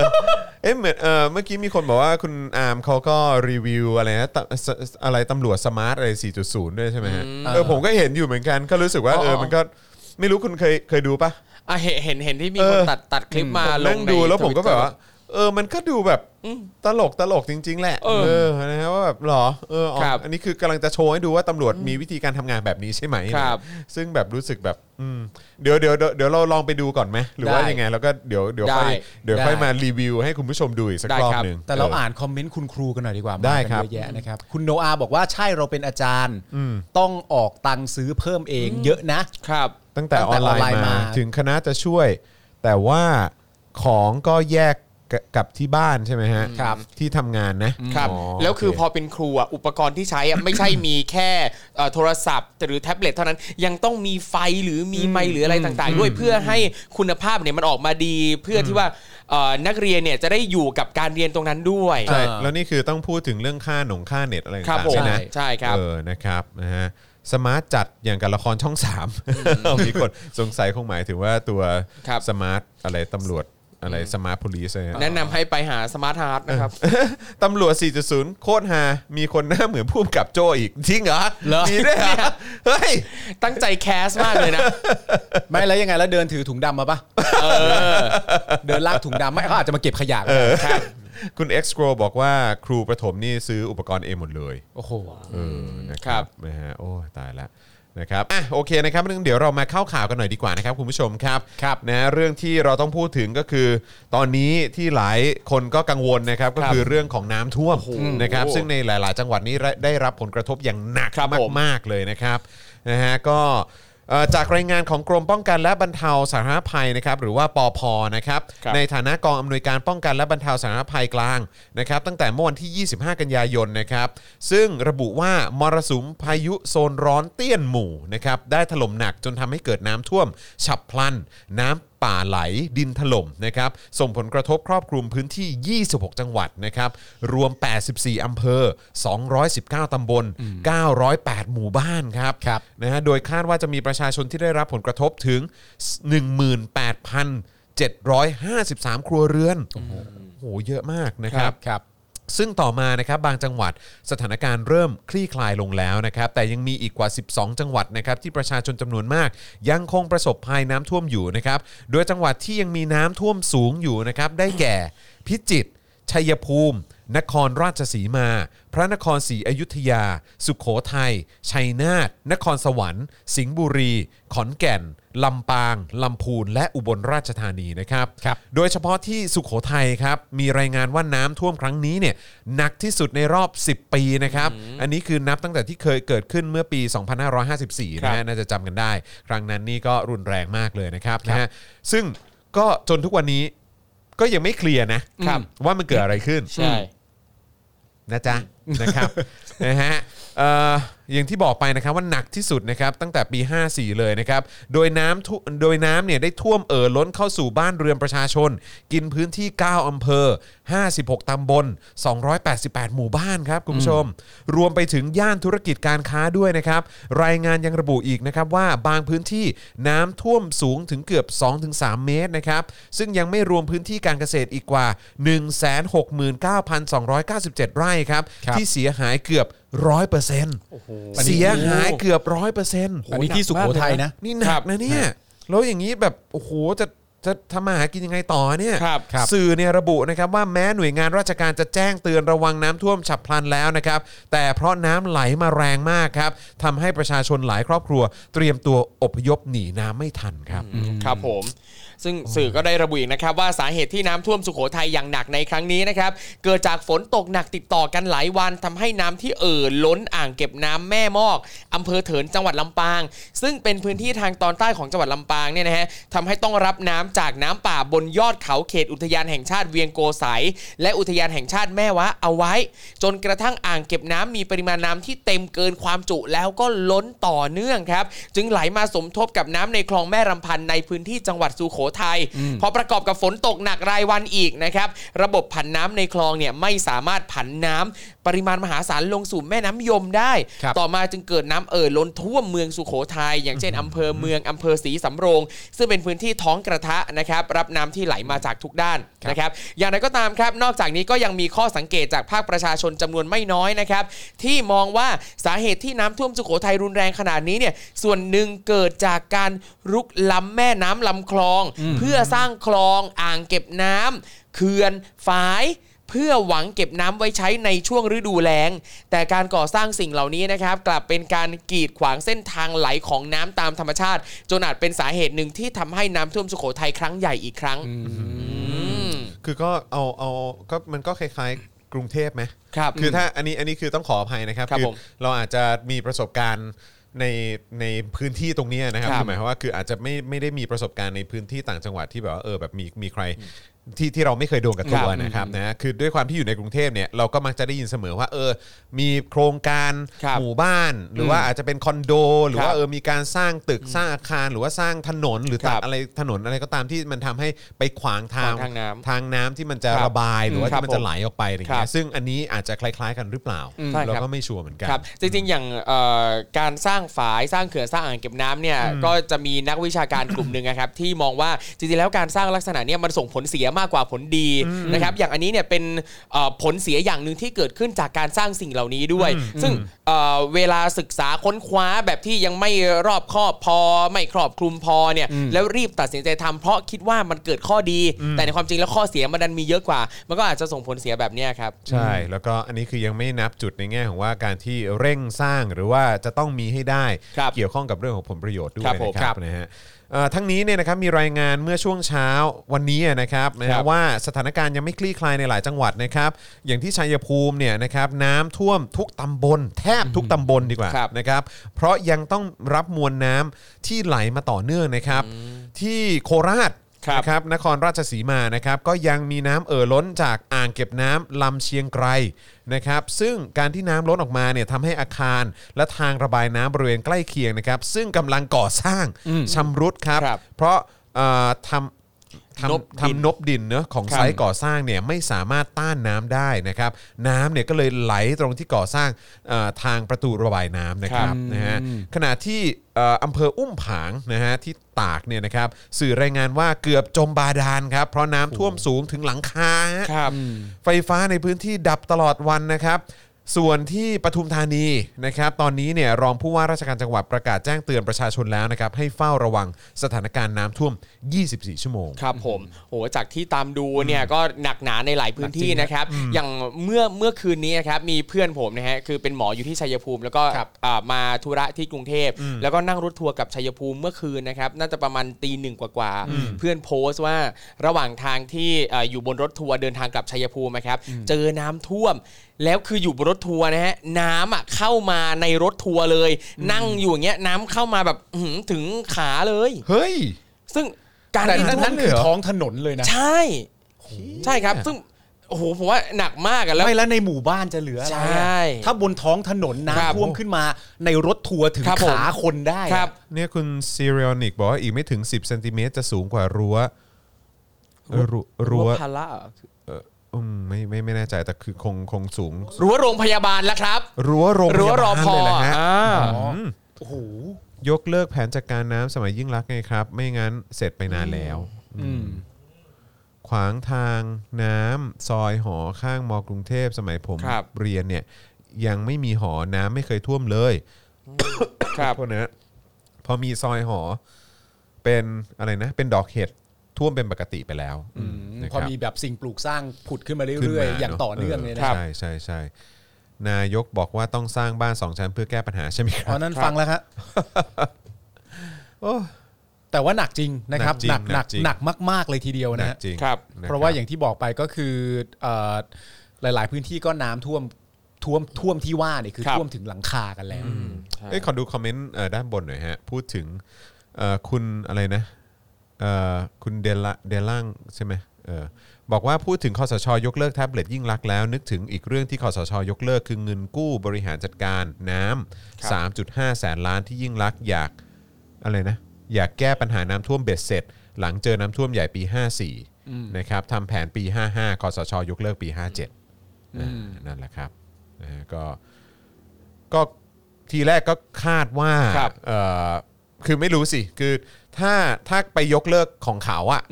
[SPEAKER 1] เอ๊ะเหมือนเออเมื่อกี้มีคนบอกว่าคุณอาร์มเขาก็รีวิวอะไรนะตะสอะไรตำรวจสมาร์ทอะไร 4.0 ด้วยใช่ไหมฮะเออผมก็เห็นอยู่เหมือนกันก็รู้สึกว่า
[SPEAKER 3] อ๋อ
[SPEAKER 1] เออมันก็ไม่รู้คุณเคยเคยดูปะ
[SPEAKER 3] อ่ะเห็นเห็นเห็นที่มี
[SPEAKER 1] เอ
[SPEAKER 3] คน
[SPEAKER 1] อ
[SPEAKER 3] ตัดตัดคลิปมาล
[SPEAKER 1] นั่
[SPEAKER 3] ง
[SPEAKER 1] ง
[SPEAKER 3] ใน
[SPEAKER 1] ดูแล้วผมก็
[SPEAKER 3] Twitter
[SPEAKER 1] แบบว่า เออมันก็ดูแบบตลกตลกจริง ๆ แหละ
[SPEAKER 3] เออ
[SPEAKER 1] นะฮะว่าแบบหรอเอออ๋อ
[SPEAKER 3] ครับ
[SPEAKER 1] อันนี้คือกำลังจะโชว์ให้ดูว่าตำรวจมีวิธีการทำงานแบบนี้ใช่ไหม
[SPEAKER 3] ครับ
[SPEAKER 1] ซึ่งแบบรู้สึกแบบอืมเดี๋ยวเดี๋ยวเดี๋ยวเดี๋ยวเราลองไปดูก่อนไหมหรือว่า
[SPEAKER 2] ได้
[SPEAKER 1] ยังไงแล้วก็เดี๋ยวเดี๋ยวค่อย
[SPEAKER 3] ได้
[SPEAKER 1] เดี๋ยวค่อย
[SPEAKER 2] ได้
[SPEAKER 1] มารีวิวให้คุณผู้ชมดูอีกสัก
[SPEAKER 3] ได้
[SPEAKER 1] รอบ
[SPEAKER 3] ครับ
[SPEAKER 1] หนึ่ง
[SPEAKER 2] แต่เรา
[SPEAKER 1] ออ
[SPEAKER 2] อ่านคอมเมนต์คุณครูกันหน่อยดีกว่า
[SPEAKER 1] ได้
[SPEAKER 2] มากัน
[SPEAKER 1] ครับ
[SPEAKER 2] เยอะแยะนะครับ คุณโนอาบอกว่าใช่เราเป็นอาจารย์ ต้องออกตังค์ซื้อเพิ่มเองเยอะนะ
[SPEAKER 3] ครับ
[SPEAKER 1] ตั้งแต่
[SPEAKER 2] ตั้
[SPEAKER 1] อ
[SPEAKER 2] ง
[SPEAKER 1] อนไล
[SPEAKER 2] แต่ออนไลน์
[SPEAKER 1] น์มา
[SPEAKER 2] มา
[SPEAKER 1] ถึงคณะจะช่วย แต่ว่าของก็แยกกับกับที่บ้านใช่ไหมฮะ
[SPEAKER 2] ครับ
[SPEAKER 1] ที่ทำงานนะครับ อ๋อ
[SPEAKER 3] แล้วคือ
[SPEAKER 1] โเ
[SPEAKER 3] พอเป็นครูอ่ะอุปกรณ์ที่ใช้อ่ะไม่ใช่มีแค่เอ่อโทรศัพท์ หรือแท็บเล็ตเท่านั้นยังต้องมีไฟหรือมีไมค์หรืออะไรต่างๆ ด้วยเพื่อให้คุณภาพเนี่ยมันออกมาดี เพื่อที่ว่าเอ่อนักเรียนเนี่ยจะได้อยู่กับการเรียนตรงนั้นด้วย
[SPEAKER 1] ใช่
[SPEAKER 2] อ่า
[SPEAKER 1] แล้วนี่คือต้องพูดถึงเรื่องค่าหนงค่าเน็ตอะไร
[SPEAKER 3] ครับ
[SPEAKER 1] ต่างๆ
[SPEAKER 3] ผม
[SPEAKER 1] ใช่ไหม
[SPEAKER 3] ใช่ครับ
[SPEAKER 1] เออนะครับนะฮะสมาร์ทจัดอย่างกับละครช่องสาม มีคนสงสัยคงหมายถึงว่าตัว
[SPEAKER 3] ครับ
[SPEAKER 1] สมาร์ทอะไรตำรวจอะไรสมาร์ทพลีสอะไร
[SPEAKER 3] แนะ
[SPEAKER 1] นะ
[SPEAKER 3] นำให้ไปหาสมาร์ทฮาร์ดนะครับ
[SPEAKER 1] ตำรวจ 4.0 โคตรฮามีคนหน้าเหมือนผู้กำกับโจอีก จริงเหรอ
[SPEAKER 2] เหรอ
[SPEAKER 1] มีด้วยเหรอ
[SPEAKER 3] เนี่ย
[SPEAKER 1] เฮ้ย
[SPEAKER 3] ตั้งใจแคสมากเลยนะ
[SPEAKER 2] ไม่แล้วยังไงแล้วเดินถือถุงดำมาปะเดินลากถุงดำไม่เขาอาจจะมาเก็บขยะก็ได้
[SPEAKER 1] คุณ X g r o บอกว่าครูประถมนี่ซื้ออุปกรณ์เองหมดเลย
[SPEAKER 2] โอ้โห
[SPEAKER 1] เออนะค
[SPEAKER 3] ครั
[SPEAKER 1] รับบ นะฮะโอ้ยตายละนะครับอ่ะโอเคนะครับนึงเดี๋ยวเรามาเข้าข่าวกันหน่อยดีกว่านะครับคุณผู้ชมครับ
[SPEAKER 2] ครับ
[SPEAKER 1] นะเรื่องที่เราต้องพูดถึงก็คือ ตอนนี้ที่หลายคนก็กังวลนะครับก็คือเรื่องของน้ำท่วมนะครับซึ่งในหลาย ๆ จังหวัดนี้ได้รับผลกระทบอย่างหนัก
[SPEAKER 3] ครับผม
[SPEAKER 1] มากๆเลยนะครับนะฮะก็เอ่อจากรายงานของกรมป้องกันและบรรเทาสาธารณภัยนะครับหรือว่าปอพนะครับ
[SPEAKER 3] ครับ
[SPEAKER 1] ใน ในฐานะกองอำนวยการป้องกันและบรรเทาสาธารณภัยกลางนะครับตั้งแต่เมื่อวันที่ 25 กันยายนนะครับซึ่งระบุว่ามรสุมพายุโซนร้อนเตี้ยนหมู่นะครับได้ถล่มหนักจนทำให้เกิดน้ำท่วม ฉับพลัน น้ำป่าไหลดินถล่มนะครับส่งผลกระทบครอบคลุมพื้นที่ 26 จังหวัดนะครับรวม 84 อำเภอ 219 ตำบล 908 หมู่บ้านครับ
[SPEAKER 2] ครับ
[SPEAKER 1] นะฮะโดยคาดว่าจะมีประชาชนที่ได้รับผลกระทบถึง 18,753 ครัวเรือน โอ้โห เยอะมากนะครับ
[SPEAKER 2] ครับ
[SPEAKER 1] ซึ่งต่อมานะครับบางจังหวัดสถานการณ์เริ่มคลี่คลายลงแล้วนะครับ แต่ยังมีอีกกว่า 12 จังหวัดนะครับที่ประชาชนจำนวนมาก ยังคงประสบภัยน้ำท่วมอยู่นะครับ โดยจังหวัดที่ยังมีน้ำท่วมสูงอยู่นะครับ ได้แก่ พิจิตรชัยภูมิ นครราชสีมา พระนครศรีอยุธยา สุขโขทัย ชัยนาทนครสวรรค์ สิงห์บุรี ขอนแก่น ลำปาง ลำพูน และอุบลราชธานีนะครับ
[SPEAKER 2] ครับ
[SPEAKER 1] โดยเฉพาะที่สุขโขทัยครับ มีรายงานว่าน้ำท่วมครั้งนี้เนี่ยหนักที่สุดในรอบ 10 ปีนะครับ อันนี้คือนับตั้งแต่ที่เคยเกิดขึ้นเมื่อปี 2554 นะฮะน่าจะจำกันได้ ครั้งนั้นนี่ก็รุนแรงมากเลยนะครับนะฮะซึ่งก็จนทุกวันนี้ก็ยังไม่เคลียร์นะครับ ว่ามันเกิดอะไรขึ้น
[SPEAKER 3] ใช่
[SPEAKER 1] นะจ๊ะ นะครับ นะฮะเอ่ออย่างที่บอกไปนะครับว่าหนักที่สุดนะครับตั้งแต่ปี 54 เลยนะครับโดยน้ำท่วโดยน้ำเนี่ยได้ท่วมเอ่อล้นเข้าสู่บ้านเรือนประชาชน กินพื้นที่ 9 อำเภอ 56 ตำบล 288 หมู่บ้านครับคุณผู้ชม รวมไปถึงย่านธุรกิจการค้าด้วยนะครับ รายงานยังระบุอีกนะครับว่าบางพื้นที่น้ำท่วมสูงถึงเกือบ 2-3 เมตรนะครับ ซึ่งยังไม่รวมพื้นที่การเกษตรอีกกว่า 169,297 ไร่ครับ
[SPEAKER 2] ครับ
[SPEAKER 1] ที่เสียหายเกือบร้อยเปอร์เซ็นต์เสียหายเกือบร้อยเปอร์เซ็นต์
[SPEAKER 2] อันนี้ที่สุโขทัยนะ
[SPEAKER 1] นี่หนักนะเนี่ยแล้วอย่างนี้แบบโอ้โหจะจะทำมาหากินยังไงต่อเนี่ย
[SPEAKER 3] ครับครับ
[SPEAKER 1] สื่อเนี่ยระบุนะครับว่าแม้หน่วยงานราชการจะแจ้งเตือนระวังน้ำท่วมฉับพลันแล้วนะครับ แต่เพราะน้ำไหลมาแรงมากครับทำให้ประชาชนหลายครอบครัว เตรียมตัวอพยพหนีน้ำไม่ทันครับ
[SPEAKER 3] ครับผมซึ่งสื่อก็ได้ระบุอีกนะครับว่าสาเหตุที่น้ำท่วมสุโขทัยอย่างหนักในครั้งนี้นะครับเกิดจากฝนตกหนักติดต่อกันหลายวันทำให้น้ำที่เอ่อล้นอ่างเก็บน้ำแม่มอกอำเภอเถินจังหวัดลำปาง ซึ่งเป็นพื้นที่ทางตอนใต้ของจังหวัดลำปางเนี่ยนะฮะทำให้ต้องรับน้ำจากน้ำป่าบนยอดเขาเขตอุทยานแห่งชาติเวียงโกไสยและอุทยานแห่งชาติแม่วะเอาไว้ จนกระทั่งอ่างเก็บน้ำมีปริมาณน้ำที่เต็มเกินความจุแล้วก็ล้นต่อเนื่องครับ จึงไหลมาสมทบกับน้ำในคลองแม่รำพันในพื้นที่จังหวัดสุโขทัยพอประกอบกับฝนตกหนักรายวันอีกนะครับ ระบบผันน้ำในคลองเนี่ยไม่สามารถผันน้ำปริมาณมหาศาลลงสู่แม่น้ำยมได้
[SPEAKER 2] ครับ
[SPEAKER 3] ต่อมาจึงเกิดน้ำเอ่อล้นท่วมเมืองสุโขทัยอย่างเช่นอำเภอเมืองอำเภอศรีสำโรง ซึ่งเป็นพื้นที่ท้องกระทะนะครับรับน้ำที่ไหลมาจากทุกด้านนะครับอย่างไรก็ตามครับ นอกจากนี้ก็ยังมีข้อสังเกตจากภาคประชาชนจำนวนไม่น้อยนะครับ ที่มองว่าสาเหตุที่น้ำท่วมสุโขทัยรุนแรงขนาดนี้เนี่ยส่วนหนึ่งเกิดจากการรุกล้ำแม่น้ำลำคลอง เพื่อสร้างคลองอ่างเก็บน้ำเขื่อนฝาย เพื่อหวังเก็บน้ำไว้ใช้ในช่วงฤดูแล้ง แต่การก่อสร้างสิ่งเหล่านี้นะครับ กลับเป็นการกีดขวางเส้นทางไหลของน้ำตามธรรมชาติ จนอาจเป็นสาเหตุหนึ่งที่ทำให้น้ำท่วมสุโขทัยครั้งใหญ่อีกครั้งอืม
[SPEAKER 1] คือก็เอาเอาก็มันก็คล้ายๆ กรุงเทพไหม
[SPEAKER 3] ครับ
[SPEAKER 1] คือถ้าอันนี้อันนี้คือต้องขออภัยนะครับ
[SPEAKER 3] ครับ
[SPEAKER 1] อ
[SPEAKER 3] ผม
[SPEAKER 1] เราอาจจะมีประสบการณ์ในในพื้นที่ตรงเนี้ยนะครับ
[SPEAKER 3] ครับ
[SPEAKER 1] คือหมายความว่าคืออาจจะไม่ไม่ได้มีประสบการณ์ในพื้นที่ต่างจังหวัดที่แบบว่าเออแบบมีมีใครที่ที่เราไม่เคยโดนกับตัว
[SPEAKER 3] ครับ
[SPEAKER 1] นะครับนะคือด้วยความที่อยู่ในกรุงเทพเนี่ยเราก็มักจะได้ยินเสมอว่าเออมีโครงการ
[SPEAKER 3] ครับ
[SPEAKER 1] หมู่บ้าน หรือว่าอาจจะเป็นคอนโด หรือ
[SPEAKER 3] ครั
[SPEAKER 1] ว่า
[SPEAKER 3] บ
[SPEAKER 1] เออมีการสร้างตึกสร้างอาคาร หรือว่าสร้างถนนหรือ
[SPEAKER 3] ครั
[SPEAKER 1] ตัด
[SPEAKER 3] บ
[SPEAKER 1] อะไรถนนอะไรก็ตามที่มันทำให้ไปขวางทาง
[SPEAKER 3] ขวางทางน้ำ
[SPEAKER 1] ทางน้ำที่มันจะ
[SPEAKER 3] ครับ
[SPEAKER 1] ระบายหรือว่า
[SPEAKER 3] ครับ
[SPEAKER 1] ที่มันจะไหลออกไปอะไรอย่างเงี้
[SPEAKER 3] ครั
[SPEAKER 1] ย
[SPEAKER 3] บ
[SPEAKER 1] ซึ่งอันนี้อาจจะคล้ายๆกันหรือเปล่า
[SPEAKER 3] ใช่ครับ
[SPEAKER 1] เราก็ไม่ชัวร์เหมือนกัน
[SPEAKER 3] ครับจริงๆ อย่างเอ่อการสร้างฝายสร้างเขื่อนสร้างอ่างเก็บน้ำเนี่ยก็จะมีนักวิชาการ กลุ่มหนึ่งนะครับที่มองว่าจริงๆ แล้วการสร้างลักษณะเนี่ยมันส่งผลเสียมากกว่าผลดีนะครับอย่างอันนี้เนี่ยเป็นเอ่อผลเสียอย่างหนึ่งที่เกิดขึ้นจากการสร้างสิ่งเหล่านี้ด้วย ซึ่งเอ่อเวลาศึกษาค้นคว้าแบบที่ยังไม่รอบคอบพอ ไม่ครอบคลุมพอเนี่ยแล้วรีบตัดสินใจทำเพราะคิดว่ามันเกิดข้อดี แต่ในความจริงแล้วข้อเสียมันดันมีเยอะกว่า มันก็อาจจะส่งผลเสียแบบเนี้ยครับ
[SPEAKER 1] ใช่ แล้วก็อันนี้คือยังไม่นับจุดในแง่ของว่าการที่เร่งสร้างหรือว่าจะต้องมีให้ได้
[SPEAKER 3] ครับ
[SPEAKER 1] เกี่ยวข้องกับเรื่องของผลประโยชน์ด้วย
[SPEAKER 3] ครับผม
[SPEAKER 1] นะครับนะฮะเอ่อทั้งนี้เนี่ยนะครับมีรายงานเมื่อช่วงเช้าวันนี้นะครับนะ
[SPEAKER 3] ครั
[SPEAKER 1] ฮะ
[SPEAKER 3] บ
[SPEAKER 1] ว่าสถานการณ์ยังไม่คลี่คลายในหลายจังหวัดนะครับอย่างที่ชัยภูมิเนี่ยนะครับน้ำท่วมทุกตำบล แทบทุกตำบลดีกว่า
[SPEAKER 3] ครับ
[SPEAKER 1] นะครับเพราะยังต้องรับมวลน้ำที่ไหลมาต่อเนื่องนะครับ ที่โคราช
[SPEAKER 3] ครับ
[SPEAKER 1] นะครับนครราชสีมานะครับก็ยังมีน้ำเอ่อล้นจากอ่างเก็บน้ำลำเชียงไกรนะครับซึ่งการที่น้ำล้นออกมาเนี่ยทำให้อาคารและทางระบายน้ำบริเวณใกล้เคียงนะครับ ซึ่งกำลังก่อสร้างชำรุดครับ
[SPEAKER 3] ครับ
[SPEAKER 1] เพราะเอ่อทำทำ
[SPEAKER 3] นบดิน
[SPEAKER 1] ทำนบดินเนอะของไซต์ก่อสร้างเนี่ยไม่สามารถต้านน้ำได้นะครับน้ำเนี่ยก็เลยไหลตรงที่ก่อสร้างเอ่อทางประตูระบายน้ำนะครับ
[SPEAKER 3] ครับ
[SPEAKER 1] นะฮะขณะที่เอ่ออำเภออุ้มผางนะฮะที่ตากเนี่ยนะครับสื่อรายงานว่าเกือบจมบาดาลครับ เพราะน้ำท่วมสูงถึงหลังคาฮะ
[SPEAKER 3] ครับ
[SPEAKER 1] ไฟฟ้าในพื้นที่ดับตลอดวันนะครับ ส่วนที่ปทุมธานีนะครับตอนนี้เนี่ยรองผู้ว่าราชการจังหวัดประกาศแจ้งเตือนประชาชนแล้วนะครับให้เฝ้าระวังสถานการณ์น้ำท่วม 24 ชั่วโมง
[SPEAKER 3] ครับผมโหจากที่ตามดูเนี่ยก็หนักหนาในหลายพื้นที่นะครับ อย่างเมื่อเมื่อคืนนี้นะครับมีเพื่อนผมนะฮะคือเป็นหมออยู่ที่ชัยภูมิ แล้วก็อ่ามาธุระที่กรุงเทพ แล้วก็นั่งรถทัวร์กับชัยภูมิเมื่อคืนนะครับน่าจะประมาณตีหนึ่งกว่าๆเพื่อนโพสต์ว่าระหว่างทางที่อ่าอยู่บนรถทัวร์เดินทางกลับชัยภูมินะครับเจอน้ำท่วม แล้วคืออยู่บนรถทัวร์นะฮะน้ำอ่ะเข้ามาในรถทัวร์เลย นั่งอยู่อย่างเงี้ยน้ำเข้ามาแบบอื้อหือถึงขาเลย
[SPEAKER 1] เฮ้ย
[SPEAKER 3] ซึ่งการ
[SPEAKER 2] แต่
[SPEAKER 3] ที่
[SPEAKER 2] นั่นนั่น
[SPEAKER 1] เลย
[SPEAKER 2] คือ
[SPEAKER 1] เหรอ
[SPEAKER 2] ท้องถนนเลยนะ
[SPEAKER 3] ใช่ ใช่ครับ ซึ่ง โอ้โหผมว่าหนักมากอะแล้ว
[SPEAKER 2] ไม่แล้วในหมู่บ้านจะเหลืออะไรอะ
[SPEAKER 3] ใช่
[SPEAKER 2] ถ้าบนท้องถนน
[SPEAKER 3] ครับ
[SPEAKER 2] น้ำท่วมขึ้นมาในรถทัวร์ถึง
[SPEAKER 3] ครับผม
[SPEAKER 2] ขาคนได้อะ
[SPEAKER 3] ครับ
[SPEAKER 1] เนี่ยคุณซีเรียนิกบอกว่าอีกไม่ถึง 10เซนติเมตรจะสูงกว่ารั้วรั้วรั้ว
[SPEAKER 3] ภาระเหรอ
[SPEAKER 1] อืมไม่ไม่ไม่แน่ใจแต่คือคงคงสูง
[SPEAKER 3] รั้วโรงพยาบาลแล้วครับ
[SPEAKER 1] รั้วโรงพยาบาล
[SPEAKER 3] รั้วรอพอ
[SPEAKER 1] เลยนะฮะ
[SPEAKER 3] อ่า
[SPEAKER 2] โอ้โห
[SPEAKER 1] ยกเลิกแผนจัดการน้ำสมัยยิ่งรักษณ์ไงครับ ไม่งั้นเสร็จไปนานแล้ว ขวางทางน้ำซอยหอข้างมอกรุงเทพสมัยผม
[SPEAKER 3] ครับ
[SPEAKER 1] เรียนเนี่ย ยังไม่มีหอน้ำไม่เคยท่วมเลย
[SPEAKER 3] ครับ
[SPEAKER 1] โทษนะฮะพอมีซอยหอ เป็นอะไรนะ เป็นดอกเห็ดท่วมเป็นปกติไปแล้วนะ
[SPEAKER 2] พอ
[SPEAKER 1] รับ
[SPEAKER 2] มีแบบสิ่งปลูกสร้างผุดขึ้นมา
[SPEAKER 1] ขึ้น
[SPEAKER 2] เรื่อย
[SPEAKER 1] ม
[SPEAKER 2] ๆ อย่างต่อเนื่องเลยนะ
[SPEAKER 1] ใช่ใช่ใช่นายกบอกว่าต้องสร้างบ้านสองชั้นเพื่อแก้ปัญหาใช่ไหมค
[SPEAKER 2] อ๋
[SPEAKER 1] รั
[SPEAKER 2] อบ นั้นฟังแล้วครับ
[SPEAKER 1] โอ้
[SPEAKER 2] แต่ว่าหนักจริงนะครับ
[SPEAKER 1] ห
[SPEAKER 2] ห
[SPEAKER 1] นัก
[SPEAKER 2] นัก
[SPEAKER 1] จริงห
[SPEAKER 2] ห
[SPEAKER 1] นั
[SPEAKER 2] นั
[SPEAKER 1] ก
[SPEAKER 2] ก
[SPEAKER 1] จริง
[SPEAKER 2] หนักมากๆเลยทีเดียว
[SPEAKER 1] ห
[SPEAKER 2] นะ
[SPEAKER 1] นัก
[SPEAKER 2] ฮะ
[SPEAKER 1] จริง
[SPEAKER 3] ครับ
[SPEAKER 1] นคบ
[SPEAKER 2] เพราะว่าอย่างที่บอกไปก็คือเอ่อหลาย ๆ พื้นที่ก็น้ำท่วมท่วมท่วมที่ว่าเนี่ยคือ
[SPEAKER 3] ครับ
[SPEAKER 2] ท่วมถึงหลังคากันแล้ว
[SPEAKER 1] เอ้ยขอดูคอมเมนต์เอ่อด้านบนหน่อยฮะ พูดถึงเอ่อคุณอะไรนะเอ่อคุณเดลละเดลล่างใช่ไหมเออบอกว่าพูดถึงคอสชยกเลิกแท็บเล็ตยิ่งรักษณ์แล้ว นึกถึงอีกเรื่องที่คอสชยกเลิกคือเงินกู้บริหารจัดการน้
[SPEAKER 3] ครับ
[SPEAKER 1] ำ3.5 แสนล้านที่ยิ่งรักษณ์อยากอะไรนะ อยากแก้ปัญหาน้ำท่วมเบ็ดเสร็จ หลังเจอน้ำท่วมใหญ่ปี 54นะครับทำแผนปี 55คอสชยกเลิกปี 57นะนั่นแหละครับนะฮะก็ ก็ทีแรกก็คาดว่า
[SPEAKER 3] ครับ
[SPEAKER 1] เอ่อคือไม่รู้สิ คือถ้าถ้าไปยกเลิกของเขาอะ่ะ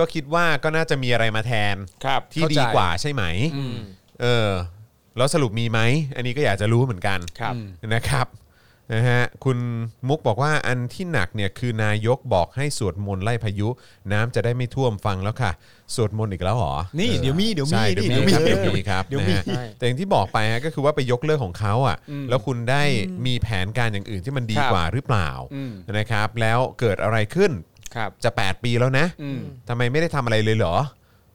[SPEAKER 1] ก็คิดว่าก็น่าจะมีอะไรมาแทน
[SPEAKER 3] ครับ
[SPEAKER 1] ที่
[SPEAKER 2] เข้าใจ
[SPEAKER 1] ดีกว่าใช่ไหมเออแล้วสรุปมีไหม อันนี้ก็อยากจะรู้เหมือนกัน
[SPEAKER 3] ครับอืม
[SPEAKER 1] นะครับนะฮะคุณมุกบอกว่าอันที่หนักเนี่ยคือนายกบอกให้สวดมนต์ไล่พายุ น้ำจะได้ไม่ท่วมฟังแล้วค่ะ สวดมนต์อีกแล้วเหรอ
[SPEAKER 2] นี่เดี๋ยวมีเดี๋ยวมี
[SPEAKER 1] ใช่เดี๋ยว
[SPEAKER 2] นี่
[SPEAKER 1] มีครับ
[SPEAKER 2] เดี๋
[SPEAKER 1] เดี๋
[SPEAKER 2] ย
[SPEAKER 1] ยว ว
[SPEAKER 2] มี
[SPEAKER 1] มีครับ
[SPEAKER 2] เดี๋ยว
[SPEAKER 1] นะ
[SPEAKER 2] มี
[SPEAKER 1] ฮะแต่อย่างที่บอกไปฮะก็คือว่าไปยกเลิกของเขาอ่ะ แล้วคุณได้มีแผนการอย่างอื่นที่มันดี
[SPEAKER 3] ครับ
[SPEAKER 1] กว่าหรือเปล่านะครับ แล้วเกิดอะไรขึ้น
[SPEAKER 3] ครับ
[SPEAKER 1] จะ 8 ปีแล้วนะทำไมไม่ได้ทำอะไรเลยเหรอ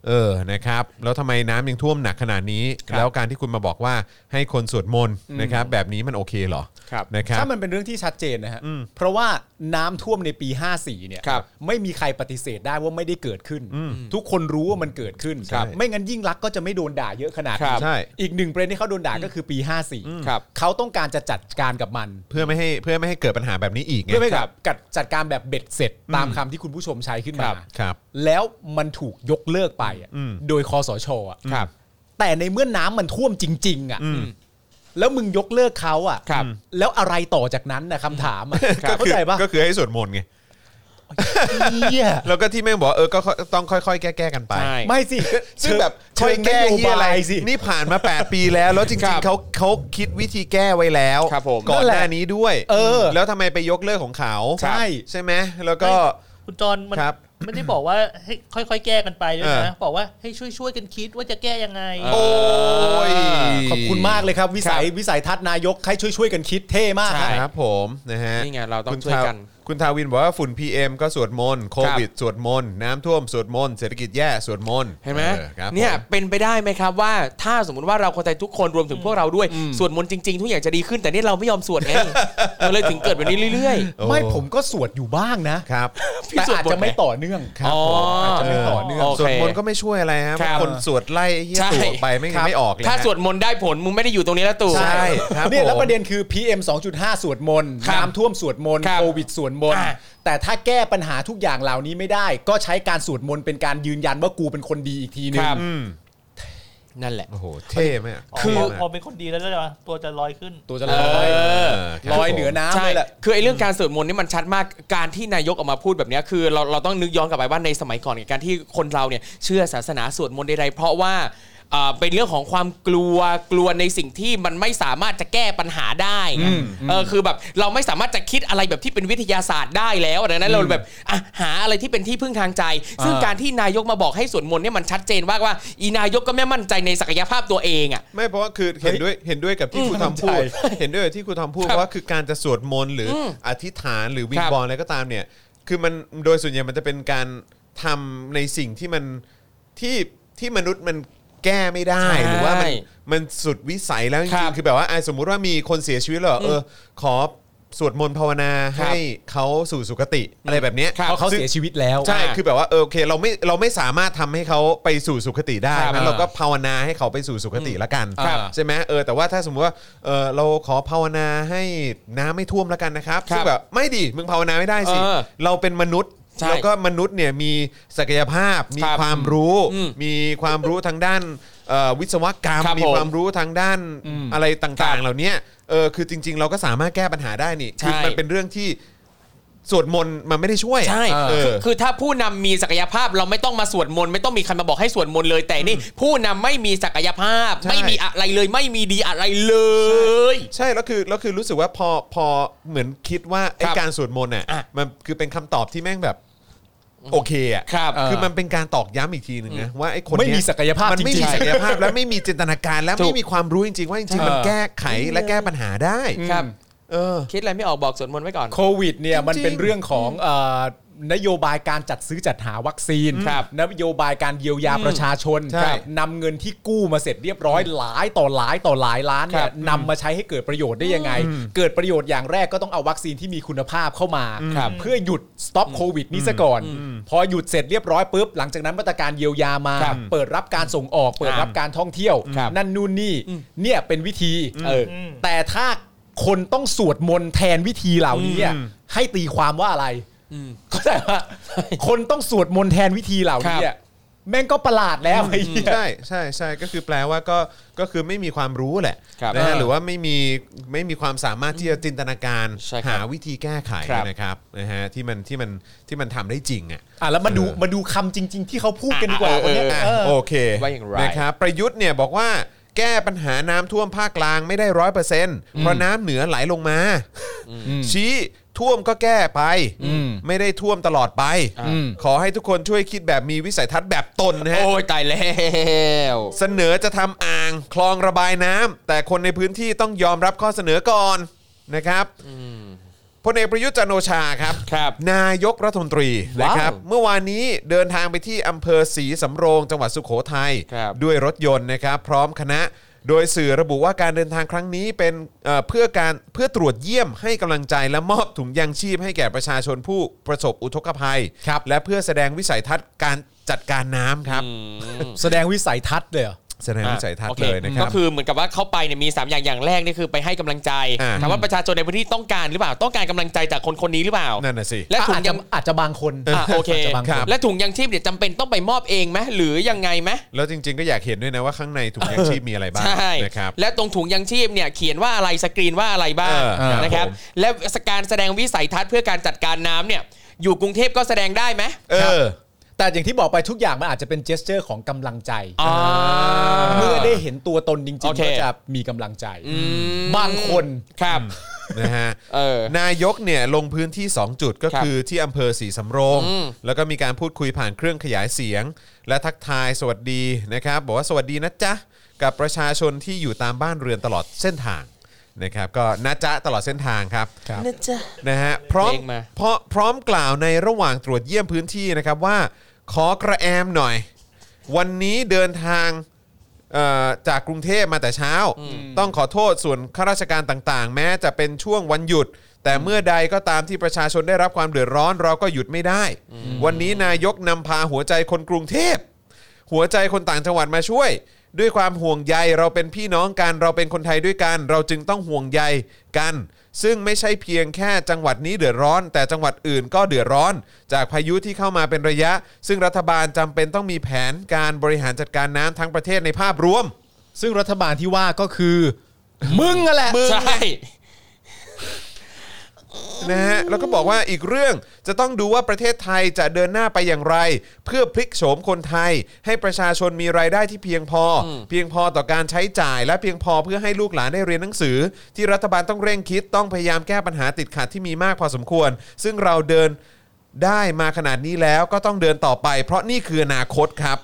[SPEAKER 1] เออนะครับ แล้วทำไมน้ำยังท่วมหนักขนาดนี้
[SPEAKER 3] ครับ
[SPEAKER 1] แล้วการที่คุณมาบอกว่าให้คนสวดมนต์นะครับ แบบนี้มันโอเคเหรอ
[SPEAKER 3] ครับ
[SPEAKER 1] นะครับ
[SPEAKER 2] ถ้ามันเป็นเรื่องที่ชัดเจนนะฮะ เพราะว่าน้ำท่วมในปี 54 เนี่ย
[SPEAKER 3] ครับ
[SPEAKER 2] ไม่มีใครปฏิเสธได้ว่าไม่ได้เกิดขึ้น ทุกคนรู้ว่ามันเกิดขึ้น
[SPEAKER 1] ครับ
[SPEAKER 2] ไม่งั้นยิ่งรักษณ์ก็จะไม่โดนด่าเยอะขนาด
[SPEAKER 3] ครั
[SPEAKER 2] นี้
[SPEAKER 3] บ
[SPEAKER 1] ใช่
[SPEAKER 2] อีกหนึ่งประเด็นที่เขาโดนด่าก็คือปี
[SPEAKER 3] ครับ
[SPEAKER 2] 54 เขาต้องการจะจัดการกับมัน
[SPEAKER 1] เพื่อไม่ให้เพื่อไม่ให้เกิดปัญหาแบบนี้อีกไง
[SPEAKER 2] เพื่อไม่ให้กับกัดจัดการแบบเบ็ดเสร็จตามคำที่คุณผู้ชมใช้ขึ้น
[SPEAKER 3] ค
[SPEAKER 2] มา
[SPEAKER 3] รับ
[SPEAKER 1] ครับ
[SPEAKER 2] แล้วมันถูกยกเลิกไปอะ
[SPEAKER 1] อืม
[SPEAKER 2] โดยคอสชอะ
[SPEAKER 3] ครับ
[SPEAKER 2] แต่ในเมื่อน้ำมันท่วมจริง ๆ อ่ะ แล้วมึงยกเลิกเขาอ่ะ
[SPEAKER 3] ครับ
[SPEAKER 2] แล้วอะไรต่อจากนั้นนะคำถามอะ
[SPEAKER 1] ก็
[SPEAKER 2] เข้า
[SPEAKER 1] คือ
[SPEAKER 2] ใจปะ
[SPEAKER 1] ก็คือให้สวดมนต์ไง
[SPEAKER 2] เหี้ย
[SPEAKER 1] แล้วก็ที่แม่งบอกว่าเออก็ค่อยต้องค่อยๆ แก้ๆกันไป
[SPEAKER 3] ใช่
[SPEAKER 2] ไม่สิ
[SPEAKER 1] ซึ่งแบบ
[SPEAKER 2] เชิง
[SPEAKER 1] แก้
[SPEAKER 2] นโย
[SPEAKER 1] เฮีย
[SPEAKER 2] บา
[SPEAKER 1] อะไร
[SPEAKER 2] ยสิ
[SPEAKER 1] นี่ผ่านมา 8 ปีแล้ว แล้วจ
[SPEAKER 3] ค
[SPEAKER 1] ริ
[SPEAKER 3] รั
[SPEAKER 1] ง
[SPEAKER 3] บ
[SPEAKER 1] ๆเขาเขาคิดวิธีแก้ไว้แล้ว
[SPEAKER 3] ครับผม
[SPEAKER 1] ก่อนห
[SPEAKER 2] นั่นแห
[SPEAKER 1] น้า
[SPEAKER 2] ละ
[SPEAKER 1] นี้ด้วย
[SPEAKER 2] เออ
[SPEAKER 1] แล้วทำไมไปยกเลิกของเขา
[SPEAKER 2] ใช่
[SPEAKER 1] ใช่ไหมแล้วก็
[SPEAKER 5] คุณจรมัน
[SPEAKER 1] ครับ
[SPEAKER 5] ไม่ได้บอกว่าให้ค่อยๆ แก้กันไปด้วยนะ
[SPEAKER 1] เออ
[SPEAKER 5] บอกว่าให้ช่วยๆกันคิดว่าจะแก้ยังไง
[SPEAKER 3] โอ้
[SPEAKER 1] โอ้ย
[SPEAKER 2] ขอบคุณมากเลยครับ วิสัย
[SPEAKER 3] ครับ
[SPEAKER 2] วิสัยทัศน์นายกให้ช่วยๆกันคิดเท่มาก
[SPEAKER 3] ใช่
[SPEAKER 2] ครับ
[SPEAKER 1] ครับผมนะฮะ
[SPEAKER 3] นี่ไงเราต้อง
[SPEAKER 1] คุณ
[SPEAKER 3] ช่วยกัน
[SPEAKER 1] ทาคุณทาวินบอกว่าฝุ่น PM ก็สวดมนต์โควิดสวดมนต์น้ำท่วมสวดมนต์เศรษฐกิจแย่สวดมนต์
[SPEAKER 3] เห็นไหม
[SPEAKER 1] ออครับ
[SPEAKER 3] เนี่ย
[SPEAKER 1] ผม
[SPEAKER 3] เป็นไปได้ไหมครับว่าถ้าสมมติว่าเราคนไทยทุกคนรวมถึงพวกเราด้วย สวดมนต์จริง ๆ ทุกอย่างจะดีขึ้น แต่นี่เราไม่ยอมสวดไง มันเลยถึงเกิดแบบนี้เรื่อย
[SPEAKER 1] โอ้
[SPEAKER 2] ไม่ผมก็สวดอยู่บ้างนะครับ
[SPEAKER 3] พี่
[SPEAKER 2] แต่
[SPEAKER 3] สวด
[SPEAKER 2] อาจ
[SPEAKER 3] บท
[SPEAKER 2] จะ
[SPEAKER 3] ไหน
[SPEAKER 2] ไม่ต่อเนื่อง
[SPEAKER 3] ๆ อ๋อ
[SPEAKER 2] จะไม่ต่อเนื่อง
[SPEAKER 3] โอเค
[SPEAKER 1] สวดมนต์ก็ไม่ช่วยอะไรฮะ
[SPEAKER 3] ครับ
[SPEAKER 1] คนสวดไล่ไอ้เฮีย
[SPEAKER 3] ใช่
[SPEAKER 1] ตู่ออกไปไม่งั้นไม่ออกเลย
[SPEAKER 3] ถ้า
[SPEAKER 1] ฮะ
[SPEAKER 3] สวดมนต์ได้ผลมึงไม่ได้อยู่ตรงนี้แล้วตู่
[SPEAKER 1] ใช่ ครับ
[SPEAKER 2] เนี่ยแล้ว
[SPEAKER 1] ผม
[SPEAKER 2] ประเด็นคือ PM 2.5 สวดมนต์
[SPEAKER 3] ครับ
[SPEAKER 2] น้ำท่วมสวดมนต์
[SPEAKER 3] ครับ
[SPEAKER 2] โควิดสวดมนต์
[SPEAKER 3] อ่ะ
[SPEAKER 2] แต่ถ้าแก้ปัญหาทุกอย่างเหล่านี้ไม่ได้ ก็ใช้การสวดมนต์เป็นการยืนยันว่ากูเป็นคนดีอีกทีนึ
[SPEAKER 3] ค
[SPEAKER 2] ง
[SPEAKER 3] รับ
[SPEAKER 1] อืม
[SPEAKER 3] นั่นแหละ
[SPEAKER 1] โอ้โหเท่ไหมะ
[SPEAKER 5] คือ
[SPEAKER 1] เท่มาก
[SPEAKER 5] พอเป็นคนดีแล้วนะตัวจะลอยขึ้น
[SPEAKER 2] ตัวจะ
[SPEAKER 3] เอ
[SPEAKER 2] ลอย
[SPEAKER 3] อ
[SPEAKER 1] ครับ
[SPEAKER 2] ลอย
[SPEAKER 1] ผม
[SPEAKER 2] เหนือน้ำ
[SPEAKER 3] ใช่
[SPEAKER 2] เลยแหละ
[SPEAKER 3] คือไอ้เรื่องการสวดมนต์นี่มันชัดมาก การที่นายกออกมาพูดแบบเนี้ยคือเราเราต้องนึกย้อนกลับไปว่าในสมัยก่อนเนี่ยการที่คนเราเนี่ยเชื่อศาสนาสวดมนต์ใดๆเพราะว่าเอ่อเป็นเรื่องของความกลัวกลัวในสิ่งที่มันไม่สามารถจะแก้ปัญหาได้ไงเออคือแบบเราไม่สามารถจะคิดอะไรแบบที่เป็นวิทยาศาสตร์ได้แล้วดังนั้นเราแบบอ่ะหาอะไรที่เป็นที่พึ่งทางใจ ซึ่ง
[SPEAKER 2] อ่า
[SPEAKER 3] การที่นายกมาบอกให้สวดมนต์เนี่ยมันชัดเจนมากว่าอีนายกก็ไม่มั่นใจในศักยภาพตัวเองอ่ะ
[SPEAKER 1] ไม่เพราะว่าคือเห็นด้วยเห็นด้วยกับที่ครูทอมพูด เห็นด้วยกับที่ครูทอมพูดเพราะว่าคือการจะสวดมนต์หรือออธิษฐานหรือวิงบอลอะไรก็ตามเนี่ย คือมันโดยส่วนใหญ่มันจะเป็นการทำในสิ่งที่มันที่ที่มนุษย์มันแก้ไม่ได้
[SPEAKER 3] ใช่
[SPEAKER 1] หรือว่ามันมันสุดวิสัยแล้วจ
[SPEAKER 3] ครั
[SPEAKER 1] ริ
[SPEAKER 3] บ
[SPEAKER 1] งๆคือแบบว่าอ่ะสมมุติว่ามีคนเสียชีวิตแล้วเหรออเออขอ สวดมนต์ภาวนา
[SPEAKER 3] ครับ
[SPEAKER 1] ให้เขาสู่สุคติอะไรแบบนี้ย
[SPEAKER 3] ครับ
[SPEAKER 2] เพราะเขาเสียชีวิตแล้ว
[SPEAKER 1] ใช่คือแบบว่าเออโอเคเราไม่เราไม่สามารถทำให้เขาไปสู่สุคติได้
[SPEAKER 3] ครับ
[SPEAKER 1] งั้นเราก็ภาวนาให้เขาไปสู่สุคติละกัน
[SPEAKER 3] ครับ
[SPEAKER 1] ใช่ไหมเออแต่ว่าถ้าสมมติว่าเออเราขอภาวนาให้น้ำไม่ท่วมละกันนะครับ
[SPEAKER 3] ครับ
[SPEAKER 1] ซึ่งแบบไม่ดิมึงภาวนาไม่ได้สิ
[SPEAKER 3] เออ
[SPEAKER 1] เราเป็นมนุษย์
[SPEAKER 3] ใช่
[SPEAKER 1] แล้วก็มนุษย์เนี่ยมีศักยภาพมี
[SPEAKER 3] ครับ
[SPEAKER 1] ความรู้
[SPEAKER 3] อืม
[SPEAKER 1] มีความรู้ทางด้านเอ่อวิศวกรรม
[SPEAKER 3] ครับ
[SPEAKER 1] มี
[SPEAKER 3] ผม
[SPEAKER 1] ความรู้ทางด้านอะไร
[SPEAKER 3] ครั
[SPEAKER 1] ต่าง
[SPEAKER 3] บ
[SPEAKER 1] ๆ เหล่านี้เออคือจริง ๆ เราก็สามารถแก้ปัญหาได้นี่คือ
[SPEAKER 3] ใช่
[SPEAKER 1] มันเป็นเรื่องที่ สวดมนต์มันไม่ได้ช่วยอะ
[SPEAKER 3] ใช่
[SPEAKER 1] เอ
[SPEAKER 3] คือ
[SPEAKER 1] อ
[SPEAKER 3] คือถ้าผู้นำมีศักยภาพเราไม่ต้องมาสวดมนต์ไม่ต้องมีใครมาบอกให้สวดมนต์เลยแต่นี่ผู้นำไม่มีศักยภาพ
[SPEAKER 1] ใช่
[SPEAKER 3] ไม่มีอะไรเลย ไม่มีดีอะไรเลย
[SPEAKER 1] ใช่แล้วคือแล้วคือรู้สึกว่าพอพอเหมือนคิดว่าไอ้
[SPEAKER 3] ครับ
[SPEAKER 1] การสวดมนต์อ่ะ
[SPEAKER 3] อ่ะ
[SPEAKER 1] มันคือเป็นคำตอบที่แม่งแบบ โอเคอ่ะ
[SPEAKER 3] ครับ
[SPEAKER 1] อมันเป็นการตอกย้ำอีกทีหนึ่งนะว่าไอ้คน
[SPEAKER 2] ไม่
[SPEAKER 1] เนี้
[SPEAKER 2] มีศักยภาพ
[SPEAKER 1] มันไม่มี
[SPEAKER 2] จริงๆ
[SPEAKER 1] ศักยภาพและไม่มีจินตนาการและ
[SPEAKER 3] ถู
[SPEAKER 1] ไม่
[SPEAKER 3] ก
[SPEAKER 1] มีความรู้จริง ๆ ว่าจริงๆมันแก้ไขและแก้ปัญหาได้
[SPEAKER 3] ครับ
[SPEAKER 1] เออ
[SPEAKER 3] คิดอะไรไม่ออกบอกสวดมนต์ไว้ก่อน
[SPEAKER 2] โควิดเนี่ยมัน
[SPEAKER 1] จริงๆ
[SPEAKER 2] เป็นเรื่องของเอ่อนโยบายการจัดซื้อจัดหาวัคซีน
[SPEAKER 3] ครับ
[SPEAKER 2] นโยบายการเยียวยาประชาชน
[SPEAKER 1] ใช่
[SPEAKER 2] ครับนำเงินที่กู้มาเสร็จเรียบร้อยหลายต่อหลายต่อหลายล้านเนี่
[SPEAKER 3] ครั
[SPEAKER 2] ย
[SPEAKER 3] บ
[SPEAKER 2] นำมาใช้ให้เกิดประโยชน์ได้ยังไง เกิดประโยชน์อย่างแรกก็ต้องเอาวัคซีนที่มีคุณภาพเข้ามา
[SPEAKER 3] ครับ
[SPEAKER 2] เพื่อหยุดสต็อปโควิดนี้ซะก่อน พอหยุดเสร็จเรียบร้อยปุ๊บหลังจากนั้นมาตรการเยียวยามา
[SPEAKER 3] ครับ
[SPEAKER 2] เปิดรับการส่งออก เปิดรับการท่องเที่ยว
[SPEAKER 3] ครับ
[SPEAKER 2] นั่นนู่นนี่เนี่ยเป็นวิธี
[SPEAKER 3] เออ
[SPEAKER 5] อืม
[SPEAKER 2] แต่ถ้าคนต้องสวดมนต์แทนวิธีเหล่านี้อะ
[SPEAKER 1] อืม
[SPEAKER 2] ให้ตีความว่าอะไรเข้าใจว่าคนต้องสวดมนต์แทนวิธีเหล่านี้อะแม่งก็ประหลาดแล้วไอ้เหี้ย
[SPEAKER 1] ใช่ใช่ใช่ก็คือแปลว่าก็ก็คือไม่มีความรู้แหละ
[SPEAKER 3] ครับ
[SPEAKER 1] นะฮะ
[SPEAKER 2] เออ
[SPEAKER 1] หรือว่าไม่มีไม่มีความสามารถที่จะจินตนาการ
[SPEAKER 3] ใช่ครับ
[SPEAKER 1] หาวิธีแก้ไข
[SPEAKER 3] ครับ
[SPEAKER 1] นะครับนะฮะที่มันที่มันที่มันทำได้จริงอ่ะ
[SPEAKER 2] อ่ะแล้วมาดู
[SPEAKER 1] เออ
[SPEAKER 2] มาดูคำจริง ๆ ที่เขาพูดกันดีกว่าวันเนี้ย
[SPEAKER 3] เออ
[SPEAKER 2] เออ
[SPEAKER 1] โอเค
[SPEAKER 3] ว่าอย่างไร
[SPEAKER 1] นะครับประยุทธ์เนี่ยบอกว่าแก้ปัญหาน้ำท่วมภาคกลางไม่ได้ร้อยเปอร์เซ็นต์เพราะน้ำเหนือไหลลงมา ชี้ท่วมก็แก้ไป ไม่ได้ท่วมตลอดไป
[SPEAKER 3] อ่า
[SPEAKER 1] ขอให้ทุกคนช่วยคิดแบบมีวิสัยทัศน์แบบตนนะฮะ
[SPEAKER 3] โอ้ยตายแล้ว
[SPEAKER 1] เสนอจะทำอ่างคลองระบายน้ำแต่คนในพื้นที่ต้องยอมรับข้อเสนอก่อนนะครับพลเอกประยุทธ์จันทร์โอชาครับ
[SPEAKER 3] ครับ
[SPEAKER 1] นายกรัฐมนตรีนะครับ
[SPEAKER 3] ว้าว
[SPEAKER 1] เมื่อวานนี้เดินทางไปที่อำเภอศรีสำโรงจังหวัดสุโขทัย
[SPEAKER 3] ครับ
[SPEAKER 1] ด้วยรถยนต์นะครับ พร้อมคณะ โดยสื่อระบุว่าการเดินทางครั้งนี้เป็นเอ่อเพื่อการเพื่อตรวจเยี่ยมให้กำลังใจและมอบถุงยางชีพให้แก่ประชาชนผู้ประสบอุทกภัย
[SPEAKER 2] ครับ
[SPEAKER 1] และเพื่อแสดงวิสัยทัศน์การจัดการน้ำครับ
[SPEAKER 2] แสดงวิสัยทัศน์เลยเหรอ
[SPEAKER 1] แสดงวิสัยทัศ
[SPEAKER 3] โอ
[SPEAKER 1] น์
[SPEAKER 3] ค
[SPEAKER 1] เลยนะครับ
[SPEAKER 3] ก็คือเหมือนกับว่าเข้าไปเนี่ยมี 3 อย่างอย่างแรกนี่คือไปให้กำลังใจ
[SPEAKER 1] อ่า
[SPEAKER 3] ถามว่าประชาชนในพื้นที่ต้องการหรือเปล่าต้องการกำลังใจจากคนคนนี้หรือเปล่า
[SPEAKER 1] นั่นน่ะสิ
[SPEAKER 3] และถุ
[SPEAKER 2] อาง จจะ
[SPEAKER 3] ยัง
[SPEAKER 2] อาจจะบางคน
[SPEAKER 3] อ่ะโอเค
[SPEAKER 2] าจจะบาง
[SPEAKER 1] ครั
[SPEAKER 2] น
[SPEAKER 1] บ
[SPEAKER 3] และถุงยังชีพเนี่ยจำเป็นต้องไปมอบเองไหมหรือยังไงไหม
[SPEAKER 1] แล้วจริง ๆ ก็อยากเห็นด้วยนะว่าข้างในถุงยางชีพมีอะไรบ้าง
[SPEAKER 3] ใช่
[SPEAKER 1] นะครับ
[SPEAKER 3] และตรงถุงยังชีพเนี่ยเขียนว่าอะไรสกรีนว่าอะไรบ้าง
[SPEAKER 1] เออครับ
[SPEAKER 3] นะครับ
[SPEAKER 1] ผม
[SPEAKER 3] และการแสดงวิสัยทัศน์เพื่อการจัดการน้ำเนี่ยอยู่กรุงเทพก็แสดงได้ไหม
[SPEAKER 1] เออ
[SPEAKER 2] แต่อย่างที่บอกไปทุกอย่างมันอาจจะเป็นเจสเจอร์ของกำลังใจ
[SPEAKER 3] อ๋อ
[SPEAKER 2] เมื่อได้เห็นตัวตนจริ
[SPEAKER 3] โอง เค
[SPEAKER 2] ๆก็จะมีกำลังใจ
[SPEAKER 3] ม
[SPEAKER 2] บางคน
[SPEAKER 3] ครับ
[SPEAKER 1] นะฮะ
[SPEAKER 3] เออน
[SPEAKER 1] ายกเนี่ยลงพื้นที่ 2 จุดก็
[SPEAKER 3] ครับ
[SPEAKER 1] คือที่อำเภอสีสำโรง
[SPEAKER 3] อืม
[SPEAKER 1] แล้วก็มีการพูดคุยผ่านเครื่องขยายเสียง และทักทายสวัสดีนะครับ บอกว่าสวัสดีนะจ๊ะ กับประชาชนที่อยู่ตามบ้านเรือนตลอดเส้นทางนะครับ ก็นะจ๊ะตลอดเส้นทางครับนะจ๊ะนะฮะพร้อม
[SPEAKER 3] เพลงมา
[SPEAKER 1] พร้อมพร้อมกล่าวในระหว่างตรวจเยี่ยมพื้นที่นะครับว่า ขอกระแอมหน่อย วันนี้เดินทาง เอ่อจากกรุงเทพมาแต่เช้า ต้องขอโทษส่วนข้าราชการต่างๆ แม้จะเป็นช่วงวันหยุด แต่เมื่อใดก็ตามที่ประชาชนได้รับความเดือดร้อนเราก็หยุดไม่ได้ วันนี้นายกนำพาหัวใจคนกรุงเทพ หัวใจคนต่างจังหวัดมาช่วย ด้วยความห่วงใยเราเป็นพี่น้องกันเราเป็นคนไทยด้วยกัน เราจึงต้องห่วงใยกัน ซึ่งไม่ใช่เพียงแค่จังหวัดนี้เดือดร้อน แต่จังหวัดอื่นก็เดือดร้อน จากพายุที่เข้ามาเป็นระยะ ซึ่งรัฐบาลจำเป็นต้องมีแผนการบริหารจัดการน้ำทั้งประเทศในภาพรวม
[SPEAKER 2] ซึ่งรัฐบาลที่ว่าก็คือ มึงอะแหละ
[SPEAKER 3] ใช่
[SPEAKER 1] นะฮะแล้วก็บอกว่าอีกเรื่องจะต้องดูว่าประเทศไทยจะเดินหน้าไปอย่างไร เพื่อพลิกโฉมคนไทย ให้ประชาชนมีรายได้ที่เพียงพออเพียงพอต่อการใช้จ่าย และเพียงพอเพื่อให้ลูกหลานได้เรียนหนังสือ ที่รัฐบาลต้องเร่งคิดต้องพยายามแก้ปัญหาติดขัดที่มีมากพอสมควร ซึ่งเราเดินได้มาขนาดนี้แล้วก็ต้องเดินต่อไป เพราะนี่คืออนาคตครับ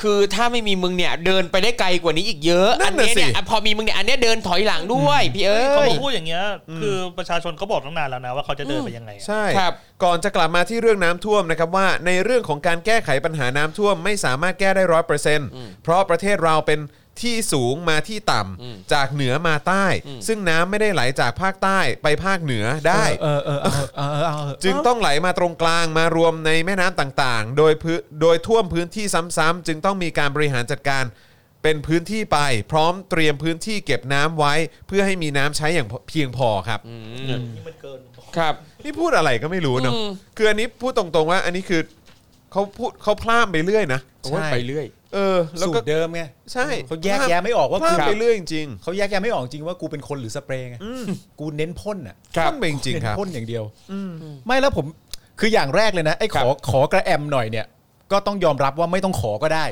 [SPEAKER 3] คือถ้าไม่มีมึงเนี่ยเดินไปได้ไกลกว่านี้อีกเยอะ
[SPEAKER 1] นั่
[SPEAKER 3] อั
[SPEAKER 1] น
[SPEAKER 3] น
[SPEAKER 1] น่ะ
[SPEAKER 3] เนี้ยเนี่ย
[SPEAKER 1] สิ
[SPEAKER 3] อ่ะพอมีมึงเนี่ยอันเนี้ยเดินถอยหลังด้วยพี่เอ้
[SPEAKER 5] เขา
[SPEAKER 3] ย
[SPEAKER 5] มาพูดอย่างเงี้ย คือประชาชนเขาบอกตั้งนานแล้วนะว่าเขาจะเดินไปยังไงอะ
[SPEAKER 1] ใช่
[SPEAKER 3] ครับ
[SPEAKER 1] ก่อนจะกลับมาที่เรื่องน้ำท่วมนะครับว่าในเรื่องของการแก้ไขปัญหาน้ำท่วมไม่สามารถแก้ได้ร้อยเปอร์เซ็นต์เพราะประเทศเราเป็น ที่สูงมาที่ต่ำจากเหนือมาใต้ ซึ่งน้ำไม่ได้ไหลจากภาคใต้ไปภาคเหนือได้
[SPEAKER 2] เออเออเออเออเออ
[SPEAKER 1] จึงต้องไหลมาตรงกลางมารวมในแม่น้ำต่างๆ โดยพื้นโดยท่วมพื้นที่ซ้ำๆจึงต้องมีการบริหารจัดการเป็นพื้นที่ไป พร้อมเตรียมพื้นที่เก็บน้ำไว้ เพื่อให้มีน้ำใช้อย่างเพียงพอครับ
[SPEAKER 5] นี่มันเกินกว่า
[SPEAKER 3] ครับ
[SPEAKER 1] นี่พูดอะไรก็ไม่รู้เนาะ
[SPEAKER 3] อืม
[SPEAKER 1] คืออันนี้พูดตรงๆว่า อันนี้คือเขาพูดเขาพลาดไปเรื่อยนะ
[SPEAKER 2] ใช่
[SPEAKER 3] ไปเรื่อย
[SPEAKER 1] เออ แล้ว
[SPEAKER 2] สู
[SPEAKER 1] ก็
[SPEAKER 2] ตรเดิมไง
[SPEAKER 1] ใช่
[SPEAKER 2] เขาแยกแยะไม่ออกว่า
[SPEAKER 1] พลา
[SPEAKER 2] กู
[SPEAKER 1] ดไปเรื่อยจริง
[SPEAKER 2] เขาแยกแยะไม่ออกจริงว่ากูเป็นคนหรือสเปรย์ไงกูเน้นพ่นอ่ะ
[SPEAKER 1] ๆพลาดไปจริงๆครับ
[SPEAKER 2] เน้นพ่นอย่างเดียวไม่แล้วผมคืออย่างแรกเลยนะไอ้ขอขอกระแอมหน่อยเนี่ย ก็ต้องยอมรับว่าไม่ต้องขอก็ได้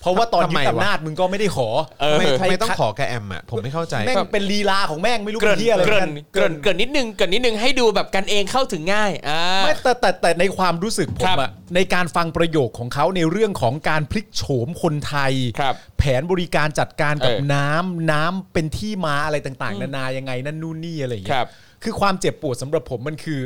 [SPEAKER 2] เพราะว่าตอน
[SPEAKER 1] ทำ
[SPEAKER 2] ยึ
[SPEAKER 1] ไม
[SPEAKER 2] ด
[SPEAKER 1] วะ
[SPEAKER 2] อำนาจมึงก็ไม่ได้ขอ
[SPEAKER 3] เออ
[SPEAKER 1] ทำไม่ไม่ต้องขอแกแอมอ่ะผมไม่เข้าใจ
[SPEAKER 2] แม่งเป็นลีลาของแม่งไม่รู้
[SPEAKER 3] เกริ่
[SPEAKER 2] เป็น นที่อะไร
[SPEAKER 3] เก
[SPEAKER 2] หมือ
[SPEAKER 3] ริ่
[SPEAKER 2] กัน
[SPEAKER 3] เกริ่นเกริ่นนิดนึงเกริ่นนิดนึงให้ดูแบบกันเองเข้าถึงง่ายอ่า
[SPEAKER 2] ไม่แต่แต่แต่ในความรู้สึกผ
[SPEAKER 3] ครั
[SPEAKER 2] ม
[SPEAKER 3] บ
[SPEAKER 2] อะในการฟังประโยคของเขาในเรื่องของการพลิกโฉมคนไทย
[SPEAKER 3] ครับ
[SPEAKER 2] แผนบริการจัดการกับ
[SPEAKER 3] เออ
[SPEAKER 2] น้ำน้ำเป็นที่มาอะไรต่างๆ นานายังไงนั่นนู่นนี่อะไรอย่างเงี้
[SPEAKER 3] ค
[SPEAKER 2] ย
[SPEAKER 3] รับ
[SPEAKER 2] คือความเจ็บปวดสำหรับผมมันคือ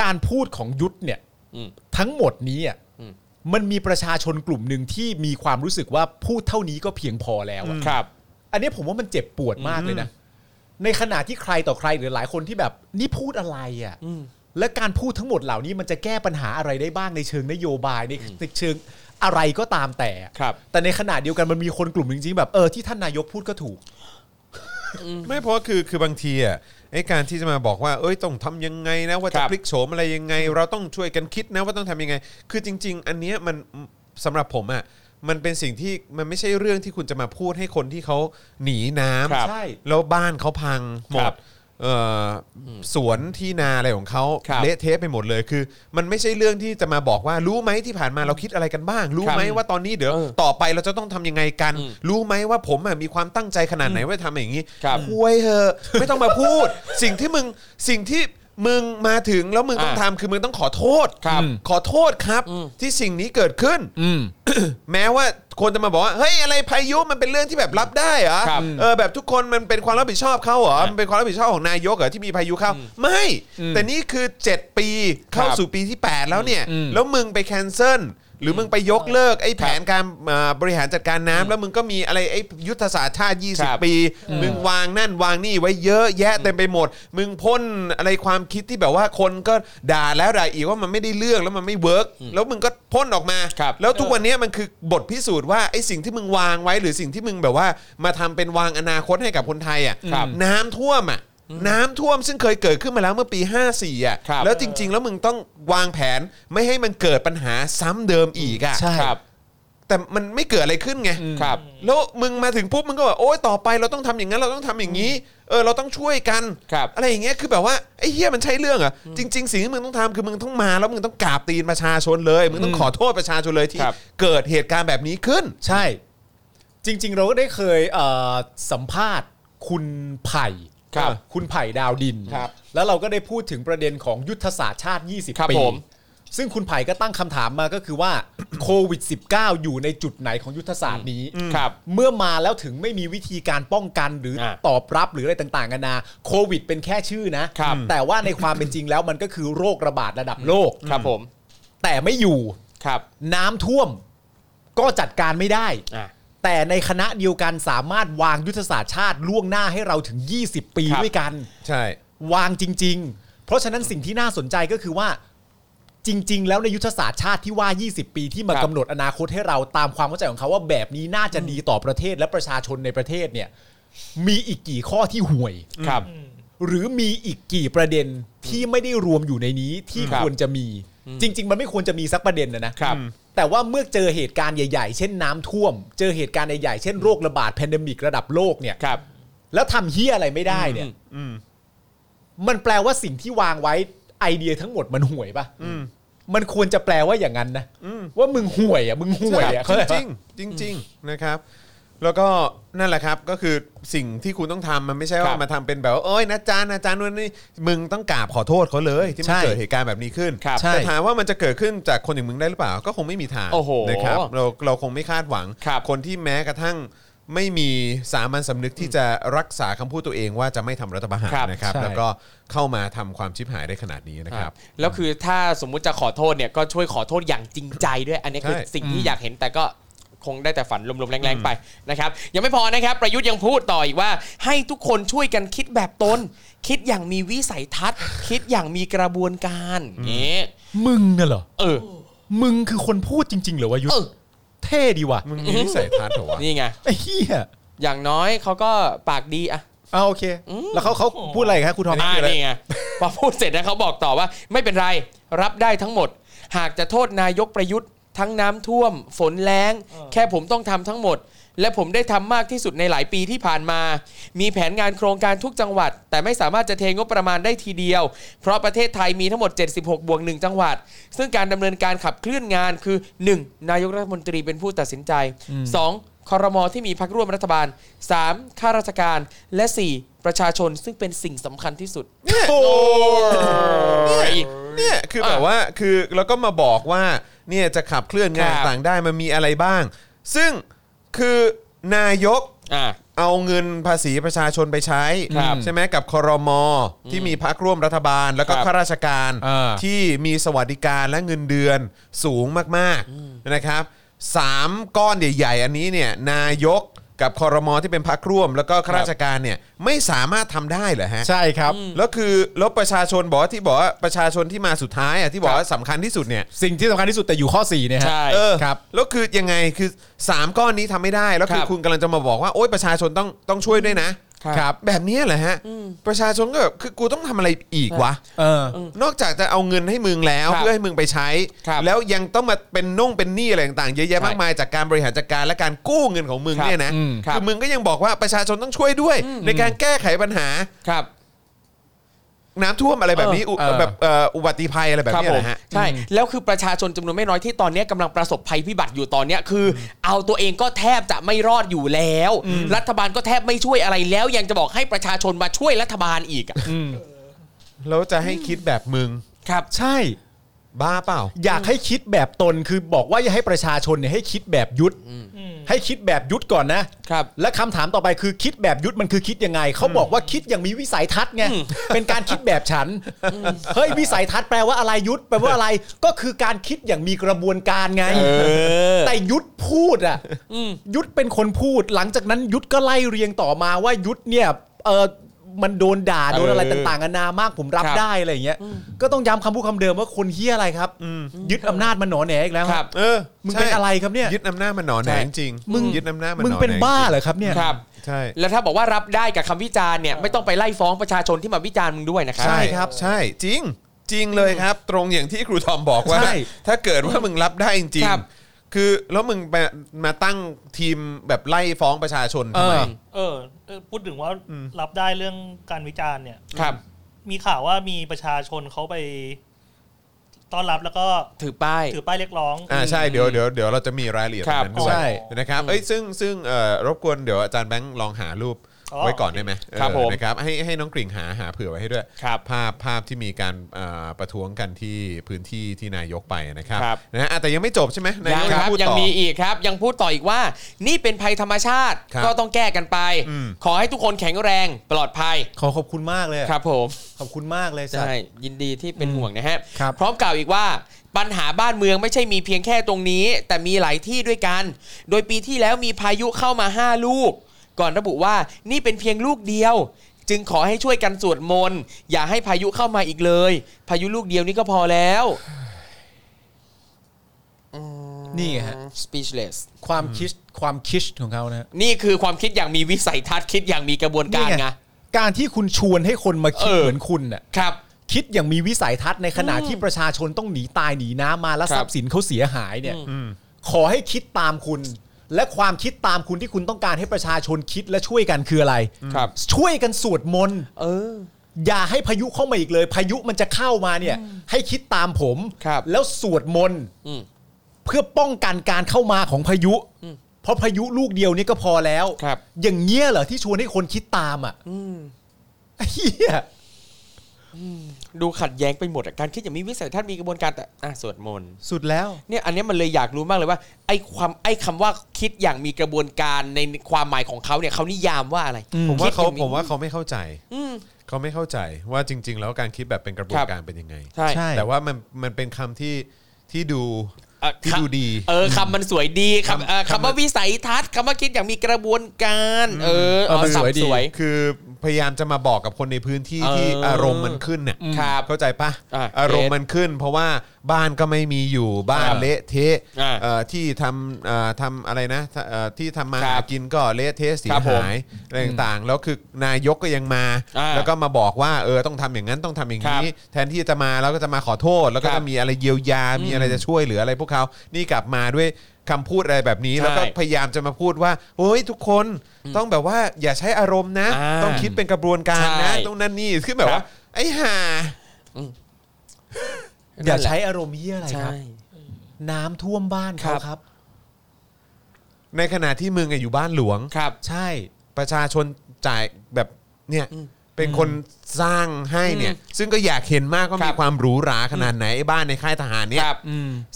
[SPEAKER 2] การพูดของยุทธเนี่ย
[SPEAKER 3] อืม
[SPEAKER 2] ทั้งหมดนี้อ่ะ
[SPEAKER 3] อืม
[SPEAKER 2] มันมีประชาชนกลุ่มหนึ่งที่มีความรู้สึกว่าพูดเท่านี้ก็เพียงพอแล้วอะ
[SPEAKER 3] ครับ
[SPEAKER 2] อันนี้ผมว่ามันเจ็บปวดมากเลยนะ ในขณะที่ใครต่อใครหรือหลายคนที่แบบ นี่พูดอะไรอ่ะ
[SPEAKER 3] อืม
[SPEAKER 2] และการพูดทั้งหมดเหล่านี้มันจะแก้ปัญหาอะไรได้บ้างในเชิงนโยบายในในเชิงอะไรก็ตามแต่อะ
[SPEAKER 3] ครับ
[SPEAKER 2] แต่ในขณะเดียวกันมันมีคนกลุ่มหนึ่งจริงๆแบบเออที่ท่านนายกพูดก็ถูก
[SPEAKER 1] ไม่เพราะว่าคือคือบางทีอ่ะไอ้การที่จะมาบอกว่าเอ้ยต้องทำยังไงนะว่า
[SPEAKER 3] ค
[SPEAKER 1] จะ
[SPEAKER 3] รับ
[SPEAKER 1] พลิกโฉมอะไรยังไง เราต้องช่วยกันคิดนะว่าต้องทำยังไง คือจริง ๆ อันเนี้ยมันสำหรับผมอ่ะมันเป็นสิ่งที่มันไม่ใช่เรื่องที่คุณจะมาพูดให้คนที่เขาหนีน้ำ
[SPEAKER 3] ครับ
[SPEAKER 2] ใช่
[SPEAKER 1] แล้วบ้านเขาพังหม
[SPEAKER 3] ครั
[SPEAKER 1] ด
[SPEAKER 3] บ
[SPEAKER 1] เอ่ออสวนที่นาอะไรของเขา
[SPEAKER 3] ครับ
[SPEAKER 1] เละเทะไปหมดเลยคือ มันไม่ใช่เรื่องที่จะมาบอกว่ารู้ไหมที่ผ่านมาเราคิดอะไรกันบ้าง รู้
[SPEAKER 3] ครับ
[SPEAKER 1] ไหมว่าตอนนี้เดี๋ยว
[SPEAKER 3] เออ
[SPEAKER 1] ต่อไปเราจะต้องทำยังไงกัน
[SPEAKER 3] อืม
[SPEAKER 1] รู้ไหมว่าผมอะมีความตั้งใจขนาดไหนว่าจะทำอย่างนี้
[SPEAKER 3] ครับ
[SPEAKER 1] ป่วยเหอะไม่ต้องมาพูด สิ่งที่มึงสิ่งที่มึงมาถึงแล้วมึงต้อง
[SPEAKER 3] อ่ะ
[SPEAKER 1] ทำคือมึงต้องขอโทษ
[SPEAKER 3] ครับ
[SPEAKER 1] อืมขอโทษครับ
[SPEAKER 3] อืม
[SPEAKER 1] ที่สิ่งนี้เกิดขึ้น แม้ว่าคนจะมาบอกว่าเฮ้ยอะไรพายุมันเป็นเรื่องที่แบบรับได้เหรอ
[SPEAKER 3] ครับ
[SPEAKER 1] เออแบบทุกคนมันเป็นความรับผิดชอบเขาเหรอมันเป็นความรับผิดชอบของนายกเหรอที่มีพายุเข้าไม่ แต่นี่คือ 7 ปีเข้า
[SPEAKER 3] ครับ
[SPEAKER 1] สู่ปีที่ 8 แล้วเนี่ย แล้วมึงไปแคนเซิลหรือมึงไปยกเลิกไอ้แผนการอ่าบริหารจัดการน้ำแล้วมึงก็มีอะไรไอ้ยุทธศาสตร์ชาติ
[SPEAKER 3] ครับ
[SPEAKER 1] 20 ปี มึงวางนั่นวางนี่ไว้เยอะแยะเต็มไปหมด มึงพ่นอะไรความคิดที่แบบว่าคนก็ด่าแล้วด่าอีกว่ามันไม่ได้เรื่องแล้วมันไม่เวิร์กแล้วมึงก็พ่นออกมา
[SPEAKER 3] ครับ
[SPEAKER 1] แล้วทุกวันเนี้ยมันคือบทพิสูจน์ว่าไอ้สิ่งที่มึงวางไว้ หรือสิ่งที่มึงแบบว่ามาทำเป็นวางอนาคตให้กับคนไทยอ่ะ
[SPEAKER 3] ครับ
[SPEAKER 1] น้ำท่วมอ่ะน้ำท่วมซึ่งเคยเกิดขึ้นมาแล้วเมื่อปี 54อ่ะ
[SPEAKER 3] ครับ
[SPEAKER 1] แล้วจริง ๆ แล้วมึงต้องวางแผนไม่ให้มันเกิดปัญหาซ้ำเดิมอีกอ่ะ
[SPEAKER 2] ใช่
[SPEAKER 3] ครับ
[SPEAKER 1] แต่มันไม่เกิดอะไรขึ้นไง
[SPEAKER 3] ครับ
[SPEAKER 1] แล้วมึงมาถึงปุ๊บมึงก็แบบโอ๊ยต่อไปเราต้องทำอย่างนั้นเราต้องทำอย่างนี้ เออเราต้องช่วยกัน
[SPEAKER 3] ครับ
[SPEAKER 1] อะไรอย่างเงี้ยคือแบบว่าไอ้เฮียมันใช่เรื่องเหรอะจริง ๆ สิ่งที่มึงต้องทำคือมึงต้องมาแล้วมึงต้องกราบตีนประชาชนเลย มึงต้องขอโทษประชาชนเลยที่
[SPEAKER 3] ครับ
[SPEAKER 1] เกิดเหตุการณ์แบบนี้ขึ้น
[SPEAKER 2] ใช่ จริง ๆ เราก็ได้เคยเอ่อสัมภาษณ์คุณไผ่
[SPEAKER 3] ครับ
[SPEAKER 2] คุณไผ่ดาวดิน
[SPEAKER 3] ครับ
[SPEAKER 2] แล้วเราก็ได้พูดถึงประเด็นของยุทธศาสตร์ชาติ 20
[SPEAKER 3] ครับ
[SPEAKER 2] ปี
[SPEAKER 3] ผม
[SPEAKER 2] ซึ่งคุณไผ่ก็ตั้งคำถามมาก็คือว่า โควิด -19 อยู่ในจุดไหนของยุทธศาสตร์นี้
[SPEAKER 3] ครับ
[SPEAKER 2] เมื่อมาแล้วถึงไม่มีวิธีการป้องกันหรืออา ตอบรับหรืออะไรต่างๆกันานาโควิด เป็นแค่ชื่อนะ
[SPEAKER 3] ครับ
[SPEAKER 2] แต่ว่าในความเป็นจริงแล้วมันก็คือโรคระบาดระดับโลก
[SPEAKER 3] ครับผม
[SPEAKER 2] แต่ไม่อยู่
[SPEAKER 3] ครับ
[SPEAKER 2] น้ำท่วมก็จัดการไม่ได้
[SPEAKER 3] อ่ะ
[SPEAKER 2] แต่ในคณะเดียวกันสามารถวางยุทธศาสตร์ชาติล่วงหน้าให้เราถึง 20 ปี
[SPEAKER 3] ครับ
[SPEAKER 2] ด้วยกัน
[SPEAKER 1] ใช่
[SPEAKER 2] วางจริง ๆ เพราะฉะนั้นสิ่งที่น่าสนใจก็คือว่าจริง ๆ แล้วในยุทธศาสตร์ชาติที่ว่า 20 ปีที่มา
[SPEAKER 3] ครับ
[SPEAKER 2] กำหนดอนาคตให้เราตามความเข้าใจของเขาว่าแบบนี้น่าจะดีต่อประเทศและประชาชนในประเทศเนี่ยมีอีกกี่ข้อที่ห่วย
[SPEAKER 3] ครับ
[SPEAKER 2] หรือมีอีกกี่ประเด็นที่ไม่ได้รวมอยู่ในนี้ที่
[SPEAKER 3] ครับ
[SPEAKER 2] ควรจะมี จริง ๆ มันไม่ควรจะมีสักประเด็นนะนะครับแต่ว่าเมื่อเจอเหตุการณ์ใหญ่ๆ เช่นน้ำท่วม เจอเหตุการณ์ใหญ่ๆ เช่นโรคระบาดแพนเดมิกระดับโลกเนี่ย
[SPEAKER 3] ครับ
[SPEAKER 2] แล้วทำเฮียอะไรไม่ได้เนี่ยมันแปลว่าสิ่งที่วางไว้ไอเดียทั้งหมดมันห่วยปะมันควรจะแปลว่าอย่างนั้นนะว่ามึงห่วยอ่ะมึงห่วย
[SPEAKER 1] จ
[SPEAKER 2] อ่ะเข้าใจปะ
[SPEAKER 1] ริงๆจริงๆนะครับ แล้วก็นั่นแหละครับก็คือสิ่งที่คุณต้องทำมันไม่ใช่
[SPEAKER 3] ค
[SPEAKER 1] ว่า
[SPEAKER 3] รับ
[SPEAKER 1] มาทำเป็นแบบว่าเอ้ยนะจานนะจานนู่นนี่มึงต้องกราบขอโทษเขาเลย ที่มั
[SPEAKER 2] ใช่
[SPEAKER 1] นเกิดเหตุการณ์แบบนี้ขึ้น
[SPEAKER 3] ครับ
[SPEAKER 1] แต่ถามว่ามันจะเกิดขึ้นจากคนอย่างมึงได้หรือเปล่า ก็คงไม่มีทาง
[SPEAKER 3] โอ้โห
[SPEAKER 1] นะครับเราเราคงไม่คาดหวัง
[SPEAKER 3] ครับ
[SPEAKER 1] นที่แม้กระทั่งไม่มีสามัญสำนึกที่จะรักษาคำพูดตัวเองว่าจะไม่ทำรัฐประหาร
[SPEAKER 3] ครับ
[SPEAKER 1] นะครับ
[SPEAKER 2] ใช่
[SPEAKER 1] แล้วก็เข้ามาทำความชิบหายได้ขนาดนี้นะครับ
[SPEAKER 3] แล้วคือถ้าสมมุติจะขอโทษเนี่ยก็ช่วยขอโทษอย่างจริงใจด้วย อันนี้คือ
[SPEAKER 1] ใช่
[SPEAKER 3] สิ่งที่อยากเห็นแต่ก็ คงได้แต่ฝันลมๆแรงๆไปนะครับยังไม่พอนะครับ ประยุทธ์ยังพูดต่ออีกว่า ให้ทุกคนช่วยกันคิดแบบตน คิดอย่างมีวิสัยทัศน์ คิดอย่างมีกระบวนการนี้
[SPEAKER 2] มึงน่ะเหรอ
[SPEAKER 3] เออ
[SPEAKER 2] มึงคือคนพูดจริง ๆ เหรอวะยุทธ
[SPEAKER 3] เออ
[SPEAKER 2] เท่ดีว่ะ
[SPEAKER 1] มึงมีวิสัยทัศน์เหรอวะ
[SPEAKER 3] นี่ไง
[SPEAKER 2] ไอ้เหี้ย
[SPEAKER 3] อย่างน้อยเขาก็ปากดีอะ
[SPEAKER 2] เอาโอเค แล้วเขาเขาพูดอะไรครับครูทอม
[SPEAKER 3] อ่านี่ไงพอพูดเสร็จนะเขาบอกต่อว่าไม่เป็นไรรับได้ทั้งหมด หากจะโทษนายกประยุทธ์ทั้งน้ำท่วม ฝนแล้ง แค่ผมต้องทำทั้งหมด และผมได้ทำมากที่สุดในหลายปีที่ผ่านมา มีแผนงานโครงการทุกจังหวัด แต่ไม่สามารถจะเทงบประมาณได้ทีเดียว เพราะประเทศไทยมีทั้งหมด 76 บวก 1 จังหวัด ซึ่งการดำเนินการขับเคลื่อนงานคือ 1. นายกรัฐมนตรีเป็นผู้ตัดสินใจ 2. คอรมอที่มีพักร่วมรัฐบาล 3. ข้าราชการและ 4. ประชาชนซึ่งเป็นสิ่งสำคัญที่สุด
[SPEAKER 1] เนี่ยเนี่ยคือแบบว่าคือแล้วก็มาบอกว่าเนี่ยจะขับเคลื่อนงาน
[SPEAKER 3] ครับ
[SPEAKER 1] ต่างได้มันมีอะไรบ้าง ซึ่งคือนายก
[SPEAKER 3] อ่า
[SPEAKER 1] เอาเงินภาษีประชาชนไปใช้
[SPEAKER 3] ครับ
[SPEAKER 1] ใช่ไหมกับครมที่มีพักร่วมรัฐบาล แล้วก็
[SPEAKER 3] ครับ
[SPEAKER 1] ข้าราชการ
[SPEAKER 2] อ่า
[SPEAKER 1] ที่มีสวัสดิการและเงินเดือนสูงมากๆนะครับสามก้อนใหญ่ๆอันนี้เนี่ยนายกกับครมที่เป็นพักร่วม แล้วก็ข้า
[SPEAKER 3] ครับ
[SPEAKER 1] ราชการเนี่ยไม่สามารถทำได้เหรอฮะ
[SPEAKER 2] ใช่ครับ
[SPEAKER 1] แล้วคือแล้วประชาชนบอกว่าที่บอกว่าประชาชนที่มาสุดท้ายอ่ะที่บอกว่าสำคัญที่สุดเนี่ย
[SPEAKER 2] สิ่งที่สำคัญที่สุดแต่อยู่ข้อ4เนี่ยฮะ
[SPEAKER 3] ใช่
[SPEAKER 1] เออ
[SPEAKER 2] ครับ
[SPEAKER 1] แล้วคือยังไงคือสามก้อนนี้ทำไม่ได้ แล้วคือ
[SPEAKER 3] ครับ
[SPEAKER 1] คุณกำลังจะมาบอกว่าโอ๊ยประชาชนต้องต้องช่วยด้วยนะครับ แบบเนี้ยเหรอฮะประชาชนก็แบบคือกูต้องทำอะไรอีกวะ
[SPEAKER 2] เออ
[SPEAKER 1] นอกจากจะเอาเงินให้มึงแล้ว
[SPEAKER 3] ครับ
[SPEAKER 1] เพื่อให้มึงไปใช้
[SPEAKER 3] ครับ
[SPEAKER 1] แล้วยังต้องมาเป็นน่งเป็นหนี้อะไรต่างๆเยอะแยะ
[SPEAKER 3] ใช่
[SPEAKER 1] มากมายจากการบริหารจัดการและการกู้เงินของมึง
[SPEAKER 3] ครับ
[SPEAKER 1] เนี่ยนะ
[SPEAKER 2] อืม
[SPEAKER 3] ครับ
[SPEAKER 1] อมึงก็ยังบอกว่าประชาชนต้องช่วยด้วย ในการแก้ไขปัญหา
[SPEAKER 3] ครับ
[SPEAKER 1] น้ำท่วมอะไรแบบนี้อุ
[SPEAKER 2] เออ
[SPEAKER 1] แบบเอ่ออุบัติภัยอะไรแบบ
[SPEAKER 3] ครับ
[SPEAKER 1] เนี้ย
[SPEAKER 3] ผม
[SPEAKER 1] นะฮะ
[SPEAKER 3] ใช่ แล้วคือประชาชนจำนวนไม่น้อยที่ตอนเนี้ยกำลังประสบภัยพิบัติอยู่ตอนเนี้ยคืออเอาตัวเองก็แทบจะไม่รอดอยู่แล้ว รัฐบาลก็แทบไม่ช่วยอะไรแล้ว ยังจะบอกให้ประชาชนมาช่วยรัฐบาลอีกอะ
[SPEAKER 1] แล้วจะให้คิดแบบมึง
[SPEAKER 3] ครับ
[SPEAKER 2] ใช่
[SPEAKER 1] บ้าเปล่า
[SPEAKER 2] อยากให้คิดแบบตนคือบอกว่าอย่าให้ประชาชนเนี่ยให้คิดแบบยุทธให้คิดแบบยุทธก่อนนะครับ และคำถามต่อไปคือคิดแบบยุทธมันคือคิดยังไงเขาบอกว่าคิดอย่างมีวิสัยทัศน์ไงเป็นการคิดแบบฉันเฮ้ยวิสัยทัศน์แปลว่าอะไรยุทธแปลว่าอะไรก็คือการคิดอย่างมีกระบวนการไงแต่ยุทธพูดอ่ะยุทธเป็นคนพูด หลังจากนั้นยุทธก็ไล่เรียงต่อมาว่ายุทธเนี่ยเออมันโดนด่าโดนอะไร
[SPEAKER 3] เออ
[SPEAKER 2] ต่าง ต่างๆนานามากผมรับ
[SPEAKER 3] ครับ
[SPEAKER 2] ได้อะไรอย่างเงี้ยก็ต้องย้ำคำพูดคำเดิมว่าคนเฮี้ยอะไรครับยึดอำนาจมาหนอแหนอีกแล้ว
[SPEAKER 3] ครับ
[SPEAKER 1] เออ
[SPEAKER 2] มึง
[SPEAKER 1] ใช่
[SPEAKER 2] เป็นอะไรครับเนี่ย
[SPEAKER 1] ยึดอำนาจมันหนอนแหน
[SPEAKER 2] ใช่
[SPEAKER 1] จริงๆ
[SPEAKER 2] มึง
[SPEAKER 1] ยึดอำนาจมันหนอน
[SPEAKER 2] มึงเป็น
[SPEAKER 1] แหจริๆ
[SPEAKER 2] บ้าเหรอครับเนี่ย
[SPEAKER 3] ครับ
[SPEAKER 1] ใช่
[SPEAKER 3] แล้วถ้าบอกว่ารับได้กับคำวิจารณ์เนี่ยไม่ต้องไปไล่ฟ้องประชาชนที่มาวิจารณ์มึงด้วยนะครับ
[SPEAKER 1] ใช่ครับ ใช่จริง จริงเลยครับ ตรงอย่างที่ครูทอมบอกว่า
[SPEAKER 2] ใช่
[SPEAKER 1] ถ้าเกิดว่ามึงรับได้จริง
[SPEAKER 3] ครับ
[SPEAKER 1] ๆคือแล้วมึงมามาตั้งทีมแบบไล่ฟ้องประชาชนทำไม
[SPEAKER 2] เออ
[SPEAKER 5] เออเออ พูดถึงว่ารับได้เรื่องการวิจารณ์เนี่ย
[SPEAKER 3] ครับ
[SPEAKER 5] มีข่าวว่ามีประชาชนเขาไปต้อนรับแล้วก็
[SPEAKER 3] ถือป้าย
[SPEAKER 5] ถือป้ายเรียกร้อง
[SPEAKER 1] อ่าใช่เดี๋ยวเดี๋ยวเดี๋ยวเราจะมีรายละเอียดต
[SPEAKER 3] ค
[SPEAKER 1] ร
[SPEAKER 3] รั
[SPEAKER 1] ง
[SPEAKER 3] บ
[SPEAKER 1] นั้นด้วย
[SPEAKER 2] ใช่
[SPEAKER 1] นะครับเอ้ยซึ่งซึ่งเอ่อรบกวนเดี๋ยวอาจารย์แบงค์ลองหารูป
[SPEAKER 5] อ๋อ
[SPEAKER 1] ไว้ก่อนได้ไหมเออ
[SPEAKER 3] ครับผม
[SPEAKER 1] นะครับให้ให้น้องกลิ่งหาหาเผื่อไว้ให้ด้วย
[SPEAKER 3] ครับ
[SPEAKER 1] ภาพภาพที่มีการเอ่อประท้วงกันที่พื้นที่ที่นายกไปนะครับ
[SPEAKER 3] ครับ
[SPEAKER 1] นะฮะอ่ะแต่ยังไม่จบใช่ไหมนา
[SPEAKER 3] ยั
[SPEAKER 1] ย
[SPEAKER 3] ง
[SPEAKER 1] ก
[SPEAKER 3] ครั
[SPEAKER 1] ง
[SPEAKER 3] บ
[SPEAKER 1] พูด
[SPEAKER 3] ยัง
[SPEAKER 1] ต่อ
[SPEAKER 3] มีอีกครับ ยังพูดต่ออีกว่า นี่เป็นภัยธรรมชาติ
[SPEAKER 1] ครับ
[SPEAKER 3] ก็ต้องแก้กันไป
[SPEAKER 1] อืม
[SPEAKER 3] ขอให้ทุกคนแข็งแรงปลอดภัย
[SPEAKER 2] ขอขอบคุณมากเลยอะ
[SPEAKER 3] ครับผม
[SPEAKER 2] ขอบคุณมากเลยสัต
[SPEAKER 3] ใช่
[SPEAKER 2] ว์
[SPEAKER 3] ยินดีที่เป็นห่วงนะฮะ
[SPEAKER 2] ครับ
[SPEAKER 3] พร้อมกล่าวอีกว่าปัญหาบ้านเมืองไม่ใช่มีเพียงแค่ตรงนี้ แต่มีหลายที่ด้วยกัน โดยปีที่แล้วมีพายุเข้ามา 5 ลูก ก่อนระบุว่านี่เป็นเพียงลูกเดียว จึงขอให้ช่วยกันสวดมนต์อย่าให้พายุเข้ามาอีกเลย พายุลูกเดียวนี่ก็พอแล้ว
[SPEAKER 2] นี่ไงฮะ
[SPEAKER 3] อืม speechless
[SPEAKER 2] ความคิดความคิดของเขานะฮะ
[SPEAKER 3] นี่คือความคิดอย่างมีวิสัยทัศน์คิดอย่างมีกระบวนการ
[SPEAKER 2] นี่
[SPEAKER 3] ไง
[SPEAKER 2] การที่คุณชวนให้คนมาคิด
[SPEAKER 3] เออ
[SPEAKER 2] เหมือนคุณน่ะ
[SPEAKER 3] ครับ
[SPEAKER 2] คิดอย่างมีวิสัยทัศน์ในขณะที่ประชาชนต้องหนีตายหนีน้ำมาและ
[SPEAKER 3] ค
[SPEAKER 2] ท
[SPEAKER 3] รับ
[SPEAKER 2] รัพย์สินเขาเสียหายเนี่ยขอให้คิดตามคุณ และความคิดตามคุณที่คุณต้องการให้ประชาชนคิดและช่วยกันคืออะไร
[SPEAKER 3] ครับ
[SPEAKER 2] ช่วยกันสวดมนต์
[SPEAKER 3] เออ
[SPEAKER 2] อย่าให้พายุเข้ามาอีกเลย พายุมันจะเข้ามาเนี่ย ให้คิดตามผม
[SPEAKER 3] ครับ
[SPEAKER 2] แล้วสวดมนต์
[SPEAKER 3] อืม
[SPEAKER 2] เพื่อป้องกันการเข้ามาของพายุ เพราะพายุลูกเดียวนี่ก็พอแล้ว
[SPEAKER 3] ครับ
[SPEAKER 2] อย่างเงี้ยเหรอที่ชวนให้คนคิดตามอ่ะเฮีย
[SPEAKER 3] ดูขัดแย้งไปหมดอะการคิดอย่างมีวิสัยทัศน์มีกระบวนการแต่อ่ะสวดมนต์
[SPEAKER 2] สุดแล้ว
[SPEAKER 3] เนี่ยอันเนี้ยมันเลยอยากรู้มากเลยว่าไอ้ความไอ้คำว่าคิดอย่างมีกระบวนการในความหมายของเขาเนี่ยเขานิยามว่าอะไร
[SPEAKER 1] ผมว่าเขา
[SPEAKER 3] คิดอย่ง
[SPEAKER 1] ผมว่าเขาไม่เข้าใจ
[SPEAKER 3] อืม
[SPEAKER 1] เขาไม่เข้าใจว่าจริง ๆ แล้วการคิดแบบเป็นกระบว
[SPEAKER 3] คน รับ
[SPEAKER 1] การเป็นยังไง
[SPEAKER 3] ใช่
[SPEAKER 2] ใช่
[SPEAKER 1] แต่ว่ามันมันเป็นคำที่ที่ดู
[SPEAKER 3] เอ อ่ะ
[SPEAKER 1] ที่ดูดี
[SPEAKER 3] เออคำมันสวยดีคำเอ่อคำว่าวิสัยทัศน์คำว่าคิดอย่างมีกระบวนการ เออ
[SPEAKER 2] เออมัน
[SPEAKER 3] สั
[SPEAKER 2] ส
[SPEAKER 3] บ
[SPEAKER 2] วยดี
[SPEAKER 3] สวย
[SPEAKER 1] คือพยายามจะมาบอกกับคนในพื้นที่
[SPEAKER 3] เออ
[SPEAKER 1] ที่อารมณ์มันขึ้นเนี่ย
[SPEAKER 3] ครับ
[SPEAKER 1] เข้าใจปะ
[SPEAKER 3] อ่ะ
[SPEAKER 1] อารมณ์มันขึ้น เพราะว่าบ้านก็ไม่มีอยู่บ้าน
[SPEAKER 3] อ่ะ
[SPEAKER 1] เละเทะ
[SPEAKER 3] อ่ะ
[SPEAKER 1] เอ่อที่ทำเอ่อทำอะไรนะเอ่อที่ทำมา
[SPEAKER 3] ครับ
[SPEAKER 1] หากินก็เละเทะเสี
[SPEAKER 3] ค
[SPEAKER 1] ย
[SPEAKER 3] รับผม
[SPEAKER 1] หายอะไรต่างๆแล้วคือนายกก็ยังมา
[SPEAKER 3] อ่ะ
[SPEAKER 1] แล้วก็มาบอกว่าเออต้องทำอย่างนั้นต้องทำอย่างนี้ แทนที่จะมาแล้วก็จะมาขอโทษ แล้วก็
[SPEAKER 3] ครั
[SPEAKER 1] จะ
[SPEAKER 3] บ
[SPEAKER 1] มีอะไรเยียวยา มีอะไรจะช่วยเหลืออะไรพวกเขานี่กลับมาด้วยคำพูดอะไรแบบนี้แล้วก็
[SPEAKER 3] ใช่
[SPEAKER 1] พยายามจะมาพูดว่าโอ้ยทุกคนต้องแบบว่าอย่าใช้อารมณ์นะ
[SPEAKER 3] อ่า
[SPEAKER 1] ต้องคิดเป็นกระบวนการ
[SPEAKER 3] ใช่
[SPEAKER 1] นะต้องนั่นนี่คือแบบ
[SPEAKER 3] ครั
[SPEAKER 1] ว่า
[SPEAKER 3] บ
[SPEAKER 1] ไอ้ห่า
[SPEAKER 2] อย่าใช้อารมณ์เยี่ยอะไรค
[SPEAKER 3] ใช่
[SPEAKER 2] รับ น้ำท่วมบ้านเขา
[SPEAKER 3] ครับ
[SPEAKER 2] ครับ
[SPEAKER 1] ในขณะที่มึงอะอยู่บ้านหลวง
[SPEAKER 3] ครับ
[SPEAKER 2] ใช่
[SPEAKER 1] ประชาชนจ่ายแบบเนี่ย
[SPEAKER 3] อืม
[SPEAKER 1] เป็นคนสร้างให้เนี่ย ซึ่งก็อยากเห็นมากว่า
[SPEAKER 3] ครั
[SPEAKER 1] มี
[SPEAKER 3] บ
[SPEAKER 1] ความหรูหราขนาดไหนไอ้บ้านในค่ายทหารเนี่
[SPEAKER 3] ค
[SPEAKER 1] ย
[SPEAKER 3] รับ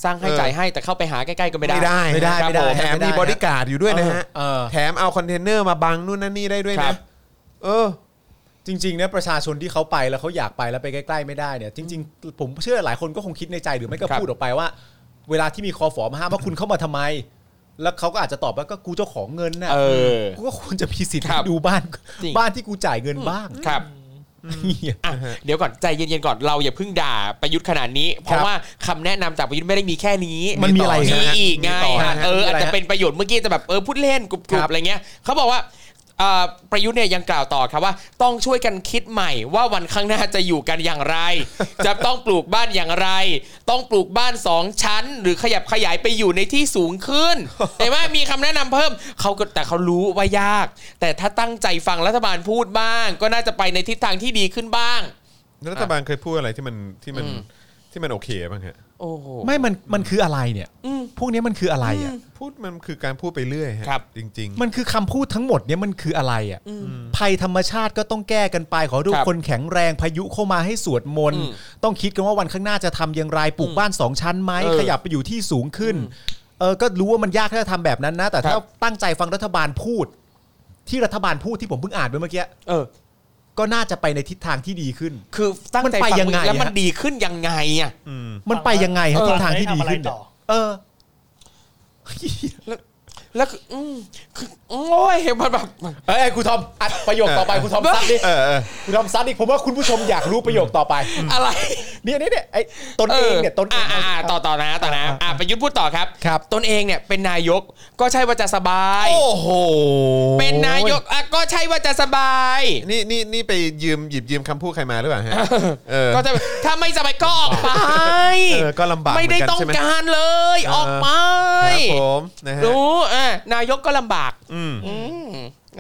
[SPEAKER 3] สร้างให้จ่ายให้แต่เข้าไปหาใกล้ๆก็ไม่ได้
[SPEAKER 1] ไม่ได้
[SPEAKER 2] ไม่ได้
[SPEAKER 1] นะครับผมแถมมี
[SPEAKER 2] ไม่ได้ไม่ได้ไม่ได้
[SPEAKER 1] บริการดอยู่ด้วยนะฮะ
[SPEAKER 2] เออเออ
[SPEAKER 1] แถมเอาคอนเทนเนอร์มาบังนู่นนั่นนี่ได้ด้วย
[SPEAKER 3] ครั
[SPEAKER 1] นะ
[SPEAKER 3] บ
[SPEAKER 1] เออ
[SPEAKER 2] จริงๆนะประชาชนที่เขาไปแล้วเขาอยากไปแล้วไปใกล้ๆไม่ได้เนี่ยจริง ๆ ผมเชื่อหลายคนก็คงคิดในใจหรือไม่ก็
[SPEAKER 3] ครับ
[SPEAKER 2] พูดออกไปว่า เวลาที่มีค อฟอมาห้ามว่าคุณเข้ามาทำไม แล้วเขาก็อาจจะตอบว่าก็กูเจ้าของเงินน่ะ
[SPEAKER 3] เออ
[SPEAKER 2] กูก็ควรจะมีสิทธิ์
[SPEAKER 3] ครับ
[SPEAKER 2] ดูบ้าน
[SPEAKER 3] จริง
[SPEAKER 2] บ้านที่กูจ่ายเงินบ้าง
[SPEAKER 3] ครับ
[SPEAKER 2] เหี้ย
[SPEAKER 3] อ่ะเดี๋ยวก่อนใจเย็นๆก่อนเราอย่าเพิ่งด่าประยุทธ์ขนาดนี้ เพราะว่าคำแนะนำจากประยุทธ์ไม่ได้มีแค่นี้
[SPEAKER 2] มันมีอะไรอีกนะ
[SPEAKER 3] มี
[SPEAKER 2] ฮะ
[SPEAKER 3] อีกไง
[SPEAKER 1] มีต่อฮะ
[SPEAKER 3] เอ
[SPEAKER 2] มี
[SPEAKER 3] ออา
[SPEAKER 2] อะ
[SPEAKER 3] จ
[SPEAKER 2] ไรฮะ
[SPEAKER 3] จะเป็นประโยชน์เมื่อกี้แต่แบบเออพูดเล่นกรุบ
[SPEAKER 2] ครั
[SPEAKER 3] ๆ
[SPEAKER 2] บ
[SPEAKER 3] อะไรเงี้ยเขาบอกว่าเอ่อประยุทธ์เนี่ยยังกล่าวต่อครับว่า ต้องช่วยกันคิดใหม่ว่าวันข้างหน้าจะอยู่กันอย่าง ไร จะต้องปลูกบ้านอย่างไร ต้องปลูกบ้านสองชั้น หรือขยับขยายไปอยู่ในที่สูง ขึ้น แต่ว่ามีคำแนะนำเพิ่มเขาก็แต่เขารู้ว่ายาก แต่ถ้าตั้งใจฟังรัฐบาลพูดบ้าง ก็น่าจะไปในทิศทางที่ดีขึ้นบ้าง
[SPEAKER 1] รัฐบาลเคยพูดอะไรที่มันที่มัน
[SPEAKER 3] อืม
[SPEAKER 1] ที่มันโอเคบ้างฮะ
[SPEAKER 3] โอ้โห
[SPEAKER 2] ไม่มันมันคืออะไรเนี่ยพวกเนี้ยมันคืออะไรอ่ะ
[SPEAKER 1] พูดมันคือการพูดไปเรื่อยฮะ
[SPEAKER 3] ครับ
[SPEAKER 1] จริง ๆ
[SPEAKER 2] มันคือคำพูดทั้งหมดเนี่ยมันคืออะไรอ่ะภัยธรรมชาติก็ต้องแก้กันไปขอให้ทุ
[SPEAKER 3] ค
[SPEAKER 2] ก
[SPEAKER 3] รับ
[SPEAKER 2] คนแข็งแรงพายุเข้ามาให้สวดมนต์
[SPEAKER 3] อืม
[SPEAKER 2] ต้องคิดกันว่าวันข้างหน้าจะทำอย่างไรปลูกบ้านสองชั้นไหม
[SPEAKER 3] เออ
[SPEAKER 2] ขยับไปอยู่ที่สูงขึ้นเออก็รู้ว่ามันยากถ้าจะทำแบบนั้นนะ แต่ถ้า
[SPEAKER 3] ครับ
[SPEAKER 2] ตั้งใจฟังรัฐบาลพูด ที่รัฐบาลพูดที่ผมเพิ่งอ่านไปเมื่อกี้
[SPEAKER 3] เออ
[SPEAKER 2] ก็น่าจะไปในทิศทางที่ดีขึ้น
[SPEAKER 3] คือตั้ง
[SPEAKER 2] มัน
[SPEAKER 3] ใจ
[SPEAKER 2] ไป
[SPEAKER 3] ฟั
[SPEAKER 2] ยังไง
[SPEAKER 3] แล้ว
[SPEAKER 2] ฮะ
[SPEAKER 3] มันดีขึ้นยังไงอ่ะ
[SPEAKER 2] มันไปยังไงฮะ
[SPEAKER 5] เออ
[SPEAKER 2] ทิศทางที่ดีขึ้น
[SPEAKER 5] ได้ทำอะไรต่อ
[SPEAKER 2] เออ
[SPEAKER 3] แล้วคืออืมคือโอ้ยมันแบบ
[SPEAKER 2] เอ้ยครูทอมอัดประโยคต่อไปครูทอมซัดดิครูทอมซัดดิผมว่าคุณผู้ชมอยากรู้ประโยคต่อไป
[SPEAKER 3] อะไร
[SPEAKER 2] เนี่ยเนี่ยเนี่ยไอ้ตนเองเนี่ยตนเอง
[SPEAKER 3] าาาต่อต่อนะต่อนะอ่ะประยุทธ์พูดต่อครับ
[SPEAKER 2] ครับ
[SPEAKER 3] ตนเองเนี่ยเป็นนายกก็ใช่ว่าจะสบาย
[SPEAKER 1] โอ้โห
[SPEAKER 3] เป็นนายกอ่ะก็ใช่ว่าจะสบาย
[SPEAKER 1] นี่นี่นี่ไปยืมหยิบยืมคำพูดใครมาหรือเปล่าฮะ เออ
[SPEAKER 3] ก็จะถ้าไม่สบายก็ออกไป
[SPEAKER 1] เออก็ลำบากเหมื
[SPEAKER 3] ไม่
[SPEAKER 1] อนกั
[SPEAKER 3] ได้
[SPEAKER 1] น
[SPEAKER 3] ต้อง
[SPEAKER 1] ใช่ไหม
[SPEAKER 3] การเลยออกไป
[SPEAKER 1] ครับผมนะฮะ
[SPEAKER 3] รู้อ่ะนายกก็ลำบาก
[SPEAKER 1] อืม
[SPEAKER 3] อืม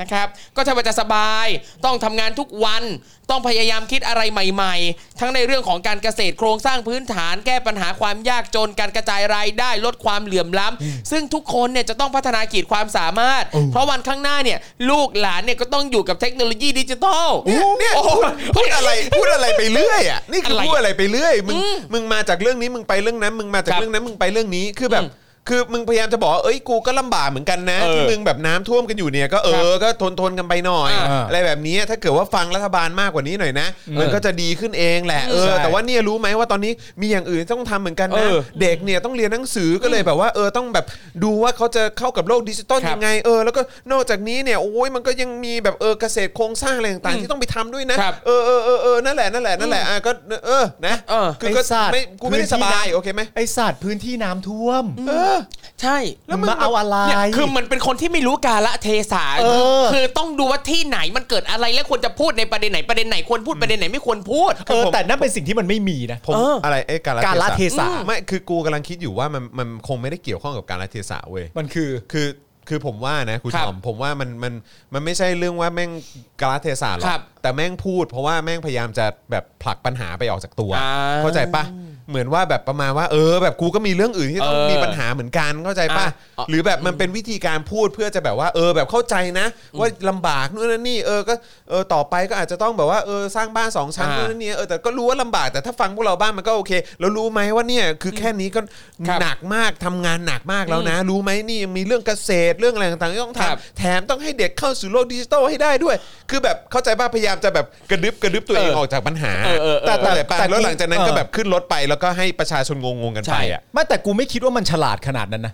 [SPEAKER 3] นะครับ ก็ใช่ว่าจะสบาย ต้องทำงานทุกวัน ต้องพยายามคิดอะไรใหม่ๆ ทั้งในเรื่องของการเกษตรโครงสร้างพื้นฐาน แก้ปัญหาความยากจน การกระจายรายได้ ลดความเหลื่อมล้ำ ซึ่งทุกคนเนี่ยจะต้องพัฒนาขีดความสามารถ เพราะวันข้างหน้าเนี่ย ลูกหลานเนี่ยก็ต้องอยู่กับเทคโนโลยีดิจิทัล
[SPEAKER 1] เนี่ย
[SPEAKER 3] โอ้โห
[SPEAKER 1] พูดอะไร พูดอะไรไปเรื่อยอ่ะนี่คือ
[SPEAKER 3] อะไร
[SPEAKER 1] พูดอะไรไปเรื่อยมึง
[SPEAKER 3] อืม
[SPEAKER 1] มึงมาจากเรื่องนี้มึงไปเรื่องนั้น มึงมาจาก
[SPEAKER 3] ครับ
[SPEAKER 1] เรื่องนั้นมึงไปเรื่องนี้คือแบบ
[SPEAKER 3] อืม
[SPEAKER 1] คือมึงพยายามจะบอกว่าเอ้ยกูก็ลำบากเหมือนกันนะ
[SPEAKER 3] เออ
[SPEAKER 1] ที่มึงแบบน้ำท่วมกันอยู่เนี่ยก็เออก็ทนทนกันไปหน่อย
[SPEAKER 3] อ่า
[SPEAKER 1] อะไรแบบนี้ถ้าเกิดว่าฟังรัฐบาลมากกว่านี้หน่อยนะ มันก็จะดีขึ้นเองแหละเออ
[SPEAKER 2] ใช่
[SPEAKER 1] แต่ว่าเนี่ยรู้ไหมว่าตอนนี้มีอย่างอื่นต้องทำเหมือนกันนะ
[SPEAKER 3] เออ
[SPEAKER 1] เด็กเนี่ยต้องเรียนหนังสือก็เลยแบบว่าเออต้องแบบดูว่าเขาจะเข้ากับโลกดิจิตอล
[SPEAKER 3] ครับ
[SPEAKER 1] ยังไงเออแล้วก็นอกจากนี้เนี่ยโอ้ยมันก็ยังมีแบบเออเกษตรโครงสร้างอะไรต่างๆที่ต้องไปทำด้วยนะ
[SPEAKER 3] ครับ
[SPEAKER 1] เออเออเออเออนั่นแหละนั่นแหละนั่นแหละอ่ะก็เออนะ
[SPEAKER 3] เออ
[SPEAKER 1] คือก็
[SPEAKER 2] ไอ้สัตว์
[SPEAKER 1] ไม่กูไม่ได้
[SPEAKER 2] พื้นที่
[SPEAKER 1] สบาย
[SPEAKER 2] นะ
[SPEAKER 1] โอเคไหม
[SPEAKER 2] ไอ้ศาสตร์พื้นที่น้ำท่วม
[SPEAKER 1] เออ
[SPEAKER 3] ใช่
[SPEAKER 1] แล้วมึ
[SPEAKER 2] มึ
[SPEAKER 1] ง
[SPEAKER 2] งมาเอาอะไร
[SPEAKER 3] เนี่ยคือมันเป็นคนที่ไม่รู้กาละเทศะ
[SPEAKER 2] เออ
[SPEAKER 3] คือต้องดูว่าที่ไหนมันเกิดอะไรและควรจะพูดในประเด็นไหนประเด็นไหนควรพูดประเด็นไหนไม่ควรพูด
[SPEAKER 2] เออแต่นั่นเป็นสิ่งที่มันไม่มีนะ
[SPEAKER 1] ผม
[SPEAKER 3] เอออ
[SPEAKER 1] อะไรเอ้ยการ
[SPEAKER 2] การละเทศะ
[SPEAKER 1] ไม่คือกูกำลังคิดอยู่ว่ามันมันคงไม่ได้เกี่ยวข้องกับการละเทศะเว้ย
[SPEAKER 2] มันคือ
[SPEAKER 1] คือคือผมว่านะคุณ
[SPEAKER 3] ครั
[SPEAKER 1] ท
[SPEAKER 3] บ
[SPEAKER 1] อมผมว่ามันมันมันไม่ใช่เรื่องว่าแม่งกาลเทศะหรอ
[SPEAKER 3] ครั
[SPEAKER 1] ก
[SPEAKER 3] บ
[SPEAKER 1] แต่แม่งพูด เพราะว่าแม่งพยายามจะแบบผลักปัญหาไปออกจากตัว
[SPEAKER 3] อ่า
[SPEAKER 1] เข้าใจปะเหมือนว่าแบบประมาณว่าเออ แบบกูก็มีเรื่องอื่นที่ต้อง
[SPEAKER 3] เออ
[SPEAKER 1] มีปัญหาเหมือนกันเข้าใจปะ
[SPEAKER 3] อ่ะอ๋อ
[SPEAKER 1] หรือแบบมันเป็นวิธีการพูดเพื่อจะแบบว่าเออแบบเข้าใจนะ ว่าลำบากนู่นนั่นนี่เออก็เออต่อไปก็อาจจะต้องแบบว่าเออสร้างบ้านสองชั้น
[SPEAKER 3] อ่านู่
[SPEAKER 1] นู่นนั่นนี่เออแต่ก็รู้ว่าลำบากแต่ถ้าฟังพวกเราบ้างมันก็โอเค แล้วรู้ไหมว่าเนี่ยคือแค่นี้ก็
[SPEAKER 3] ครับ
[SPEAKER 1] หนักมากทำงานหนักมากแล้วนะ รู้ไหมนี่ยังมีเรื่องเกษตรเรื่องอะไรต่างๆที่ต้อง
[SPEAKER 3] ครับ
[SPEAKER 1] ทำแถมต้องให้เด็กเข้าสู่โลกดิจิทัลให้ได้ด้วย คือแบบเข้าใจป่ะพยายาม ยายามจะแบบกระดึบกระดึบตัวเอง
[SPEAKER 3] เออ
[SPEAKER 1] ออกจากปัญหา
[SPEAKER 3] เออเออเออ
[SPEAKER 1] แต่แต่แต่
[SPEAKER 2] แต่กู
[SPEAKER 1] แล้วหลังจากนั้นก็แบบขึ้นรถไปแล้วก็ให้ประชาชนงงๆกันไปอ่ะ
[SPEAKER 2] ไม่แต่กูไม่คิดว่ามันฉลาดขนาดนั้นนะ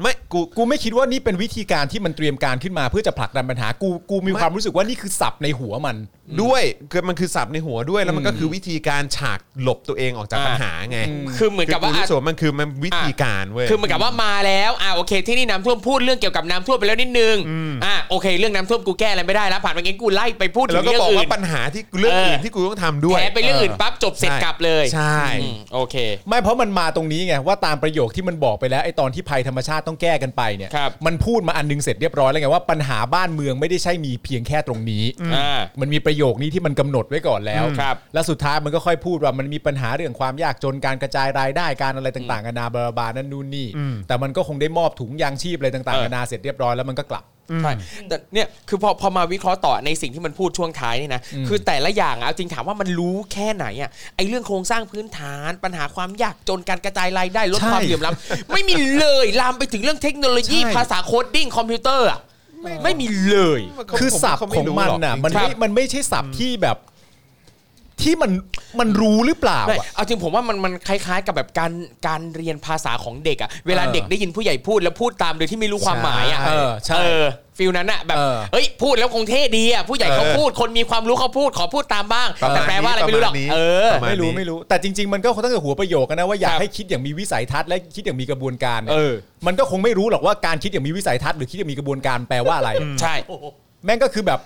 [SPEAKER 1] ไม่กู
[SPEAKER 2] กูไม่คิดว่านี่เป็นวิธีการที่มันเตรียมการขึ้นมาเพื่อจะผลักดันปัญหากูกูมีความรู้สึกว่านี่คือสับในหัวมัน
[SPEAKER 1] ด้วยคือมันคือสับในหัวด้วยแล้วมันก็คือวิธีการฉากหลบตัวเองออกจาก
[SPEAKER 3] อ่า
[SPEAKER 1] ปัญหาไง
[SPEAKER 3] คือเหมือนกับว่า
[SPEAKER 1] รู้สึกมันคือมันวิธีการเว้ย
[SPEAKER 3] คือเหมือนกับว่ามาแล้วอ่าโอเค ที่นี่น้ำท่วมพูดเรื่องเกี่ยวกับน้ำท่วมไปแล้วนิดนึงอ่าโอเค เรื่องน้ำท่วมกูแก้อะไรไม่ได้แล้วผ่านไปงั้นกูไล่ไปพูดถึ
[SPEAKER 1] แล้ว
[SPEAKER 3] ง
[SPEAKER 1] ก็
[SPEAKER 3] เรื่อง
[SPEAKER 1] บอก
[SPEAKER 3] อื่
[SPEAKER 1] ว่าน ปัญหาที่เรื่องอื่น
[SPEAKER 3] เออ
[SPEAKER 1] ที่กูต้องทำด้วย
[SPEAKER 3] แถไปเรื่องอื่นปั๊บจบเสร็จกลับเลย
[SPEAKER 1] ใช่
[SPEAKER 3] อืมโอเค
[SPEAKER 2] ไม่เพราะมันมาตรงนี้ไงว่าตามประโยคที่มันบอกไปแล้วไอ้ตอนที่ภัยธรรมชาติต้องแก้กันไปเนี่ย
[SPEAKER 3] ครับ
[SPEAKER 2] มันพูดมาอันนึงเสร็จเรียบร้อยแล้วไงว่าปัญหาบ้านเมืองไม่ได้ใช่มีเพียงแค่ตรงนี้
[SPEAKER 3] อ่า
[SPEAKER 2] มันมีประโยคนี้ที่มันกำหนดไว้ก่อนแล้ว
[SPEAKER 3] อืมครับ
[SPEAKER 2] แล้วสุดท้ายมันก็ค่อยพูดว่ามันมีปัญหาเรื่องความยากจนการกระจายรายได้การอะไรต่างๆกันานาบลาบลานั่นนู่นนี่ แต่มันก็คงได้มอบถุงยางชีพอะไรต่างๆกันานาเสร็จเรียบร้อยแล้วมันก็กลับ
[SPEAKER 3] ใช่แต่เนี่ยคือพอพอมาวิเคราะห์ต่อในสิ่งที่มันพูดช่วงท้ายนี่นะคือแต่ละอย่างอะเอาจริงถามว่ามันรู้แค่ไหนอ่ะไอเรื่องโครงสร้างพื้นฐานปัญหาความยากจนการกระจายรายได้ลด
[SPEAKER 2] ใช่
[SPEAKER 3] ความเหลื่อมล้ำ ไม่มีเลยลามไปถึงเรื่องเทคโนโลยี ภาษาโคดดิ้งคอมพิวเตอร์อะไม่มีเลย
[SPEAKER 2] คือศัพท์ของมันน่ะมัน
[SPEAKER 3] ครั
[SPEAKER 2] ไม่
[SPEAKER 3] บ
[SPEAKER 2] มันไม่ใช่ศัพท์ที่แบบ ที่มันมันรู้หรือเปล่า
[SPEAKER 3] ไม่
[SPEAKER 2] อะ
[SPEAKER 3] เอาจริงผมว่ามันมันคล้ายๆ กับแบบการการเรียนภาษาของเด็กอ่ะเวลา
[SPEAKER 2] เออ
[SPEAKER 3] เด็กได้ยินผู้ใหญ่พูดแล้วพูดตามโดยที่ไม่รู้ความหมายอ่ะ
[SPEAKER 2] ใช่เออใช่
[SPEAKER 3] เออฟิลนั้นอ่ะแบบ
[SPEAKER 2] เออ
[SPEAKER 3] เอ้ยพูดแล้วคงเท่ดีอ่ะผู้ใหญ่เขา
[SPEAKER 1] เออ
[SPEAKER 3] พูดคนมีความรู้เขาพูดขอพูดตามบ้าง
[SPEAKER 1] ประมาณ
[SPEAKER 3] แต่แปลว่าอะไร
[SPEAKER 1] นี้
[SPEAKER 3] ไม่รู้หรอก
[SPEAKER 1] ประมาณนี้
[SPEAKER 3] เออ
[SPEAKER 1] ประมาณ
[SPEAKER 2] ไม่รู้
[SPEAKER 1] นี้
[SPEAKER 2] ไม่รู้ แต่จริง ๆ มันก็คงตั้งแต่หัวประโยคกันนะว่าอยา
[SPEAKER 3] ค
[SPEAKER 2] ก
[SPEAKER 3] รับ
[SPEAKER 2] ให้คิดอย่างมีวิสัยทัศน์และคิดอย่างมีกระบวนการนี่ย
[SPEAKER 3] เออ
[SPEAKER 2] มันก็คงไม่รู้หรอกว่าการคิดอย่างมีวิสัยทัศน์หรือคิดอย่างมีกระบวนการแปลว่าอะไร
[SPEAKER 3] ใช่
[SPEAKER 5] โอ้โห
[SPEAKER 2] แม่งก็คือแบบ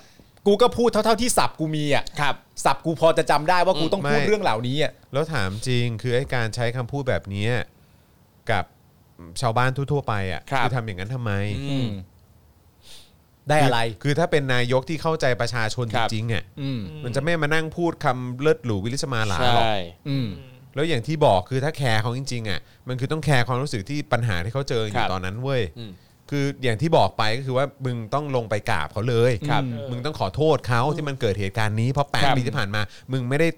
[SPEAKER 2] กูก็พูดเท่า ๆที่สับกูมีอ่ะ
[SPEAKER 3] ครับ
[SPEAKER 2] สับกูพอจะจำได้ว่ากูต้องพูด
[SPEAKER 1] ไม่
[SPEAKER 2] เรื่องเหล่านี้อ่ะ
[SPEAKER 1] แล้วถามจริงคือไอ้การใช้คำพูดแบบเนี้ยกับชาวบ้านทั่วๆไปอ่ะ
[SPEAKER 3] ครับ
[SPEAKER 1] อทำอย่างนั้นทำไม
[SPEAKER 2] อืมได้อะไร
[SPEAKER 1] คืคือถ้าเป็นนายกที่เข้าใจประชาชน
[SPEAKER 3] ค
[SPEAKER 1] จ
[SPEAKER 3] รับ
[SPEAKER 1] ริงๆอ่ะ
[SPEAKER 2] อืม
[SPEAKER 1] มันจะไม่มานั่งพูดคำเลิศหรูวิลิสมาหลา
[SPEAKER 3] ใช
[SPEAKER 1] หรอก
[SPEAKER 3] ่
[SPEAKER 2] อืม
[SPEAKER 1] แล้วอย่างที่บอกคือถ้าแคร์เขาจริงๆอ่ะมันคือต้องแคร์ความรู้สึกที่ปัญหาที่เขาเจออ
[SPEAKER 3] ครั
[SPEAKER 1] ยู่
[SPEAKER 3] บ
[SPEAKER 1] ตอนนั้นเว้ย
[SPEAKER 3] อืม
[SPEAKER 1] คืออย่างที่บอกไปก็คือว่ามึงต้องลงไปกราบเขาเลย
[SPEAKER 3] ครับ
[SPEAKER 1] อืมมึงต้องขอโทษเขาที่มันเกิดเหตุการณ์นี้เพราะแปด
[SPEAKER 3] ครับ
[SPEAKER 1] ปีที่ผ่านมา มึงไม่ได้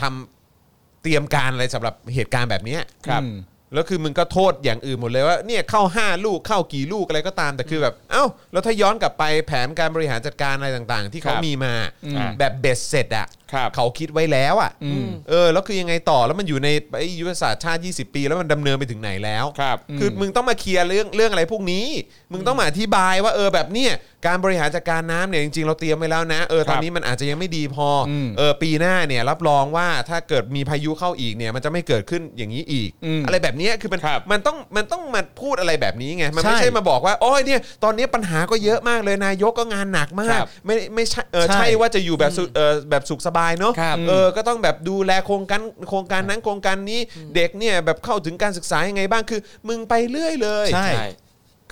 [SPEAKER 1] ทำเตรียมการอะไรสำหรับเหตุการณ์แบบเนี้ย
[SPEAKER 3] ครับ
[SPEAKER 2] อืม
[SPEAKER 1] แล้วคือมึงก็โทษอย่างอื่นหมดเลยว่าเนี่ยเข้า 5 ลูกเข้ากี่ลูกอะไรก็ตามแต่คือแบบเอ้าแล้วถ้าย้อนกลับไปแผนการบริหารจัดการอะไรต่างๆ ที่เขา
[SPEAKER 3] ครับ
[SPEAKER 1] มีมา
[SPEAKER 3] อืม
[SPEAKER 1] แบบเบ็ดเสร็จอ่ะ
[SPEAKER 3] ครับ
[SPEAKER 1] เขาคิดไว้แล้วอ่ะ
[SPEAKER 2] อืม
[SPEAKER 1] เออ แล้วคือยังไงต่อ แล้วมันอยู่ในไอ้ยุทธศาสตร์ชาติ 20 ปี แล้วมันดำเนินไปถึงไหนแล้ว
[SPEAKER 3] ครับ
[SPEAKER 1] คือมึงต้องมาเคลียร์เรื่องเรื่องอะไรพวกนี้ มึงต้องมาอธิบายว่าเออแบบเนี้ยการบริหารจัดการน้ำเนี่ยจริงๆ เราเตรียมไว้แล้วนะ เออตอนนี้มันอาจจะยังไม่ดีพออ
[SPEAKER 2] ม
[SPEAKER 1] เออปีหน้าเนี่ยรับรองว่าถ้าเกิดมีพายุเข้าอีกเนี่ยมันจะไม่เกิดขึ้นอย่างนี้อีก
[SPEAKER 2] อืม
[SPEAKER 1] อะไรแบบเนี้ยคือมัน
[SPEAKER 3] ครับ
[SPEAKER 1] มันต้องมันต้องมาพูดอะไรแบบนี้ไง มันไม่
[SPEAKER 2] ใช่
[SPEAKER 1] ใช่มาบอกว่าโอ้ยเนี่ยตอนนี้ปัญหาก็เยอะมากเลยนายกก็งานหนักมาก
[SPEAKER 3] ครับ
[SPEAKER 1] ไม่ไม่ใช่เออ
[SPEAKER 2] ใช่
[SPEAKER 1] ใช่ว่าจะอยู่แบบสุเออแบบสุขสบายเนาะ
[SPEAKER 3] ครับ
[SPEAKER 1] เออ ก็ต้องแบบดูแลโครงการโครงการนั้นโครงการนี้เด็กเนี่ยแบบเข้าถึงการศึกษายังไงบ้างคือ มึงไปเรื่อยเลย
[SPEAKER 2] ใช่
[SPEAKER 3] ใช่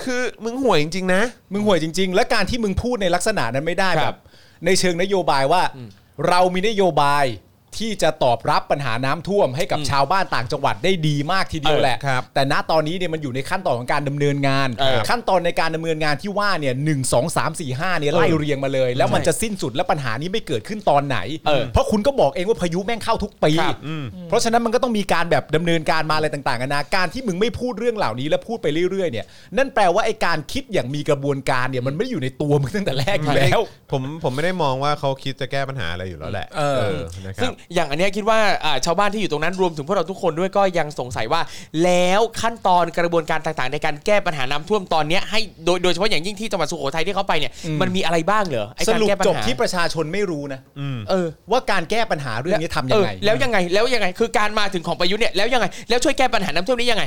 [SPEAKER 1] คือมึงห่วยจริงๆนะ
[SPEAKER 2] มึงห่วยจริง ๆ และการที่มึงพูดในลักษณะนั้นไม่ได้
[SPEAKER 3] ค
[SPEAKER 2] แบ
[SPEAKER 3] รั
[SPEAKER 2] บบ ในเชิงนโยบายว่า เรามีนโยบายที่จะตอบรับปัญหาน้ำท่วมให้กับ
[SPEAKER 3] อืม
[SPEAKER 2] ชาวบ้านต่างจังหวัดได้ดีมากทีเดียว
[SPEAKER 3] เออ
[SPEAKER 2] แหละ
[SPEAKER 1] ครับ
[SPEAKER 2] แต่ณตอนนี้เนี่ยมันอยู่ในขั้นตอนของการดำเนินงาน
[SPEAKER 3] เออ
[SPEAKER 2] ขั้นตอนในการดำเนินงานที่ว่าเนี่ยหนึ่งสองสามสี่ห้าเนี่ยไล่เรียงมาเลย แล้วมันจะสิ้นสุดและปัญหานี้ไม่เกิดขึ้นตอนไหน
[SPEAKER 3] เออ
[SPEAKER 2] เพราะคุณก็บอกเองว่าพายุแม่งเข้าทุกปี
[SPEAKER 3] ครับ
[SPEAKER 2] เพราะฉะนั้นมันก็ต้องมีการแบบดำเนินการมาอะไรต่างๆนานาการที่มึงไม่พูดเรื่องเหล่านี้แล้วพูดไปเรื่อยๆเนี่ย นั่นแปลว่าไอ้การคิดอย่างมีกระบวนการเนี่ยมันไม่ได้อยู่ในตัวมึงตั้งแต่แรกอยู่แล้ว
[SPEAKER 1] ผมผมไม่ได้มองว่าเขาคิดจะแก้ปัญหาอะไรอยู่แล้วแหละ
[SPEAKER 2] เออ
[SPEAKER 1] นะครั
[SPEAKER 3] ซึ่ง
[SPEAKER 1] บ
[SPEAKER 3] อย่างอันเนี้ยคิดว่าอ่าชาวบ้านที่อยู่ตรงนั้นรวมถึงพวกเราทุกคนด้วยก็ยังสงสัยว่า แล้วขั้นตอนกระบวนการต่างๆ ในการแก้ปัญหาน้ำท่วมตอนเนี้ยให้โดยโดยเฉพาะอย่างยิ่งที่จังหวัดสุโขทัยที่เขาไปเนี่ยมันมีอะไรบ้างเหรอไอ้
[SPEAKER 2] ส
[SPEAKER 3] การ
[SPEAKER 2] รุป
[SPEAKER 3] แก้ปัญ
[SPEAKER 2] จบ
[SPEAKER 3] หา
[SPEAKER 2] ที่ประชาชนไม่รู้นะ
[SPEAKER 3] เออ
[SPEAKER 2] ว่าการแก้ปัญหาเรื่องนี้ทำยังไง
[SPEAKER 3] เออแล้วยังไงแล้วยังไง คือการมาถึงของประยุทธ์เนี่ยแล้วยังไง แล้วช่วยแก้ปัญหาน้ำท่วมนี้ยังไง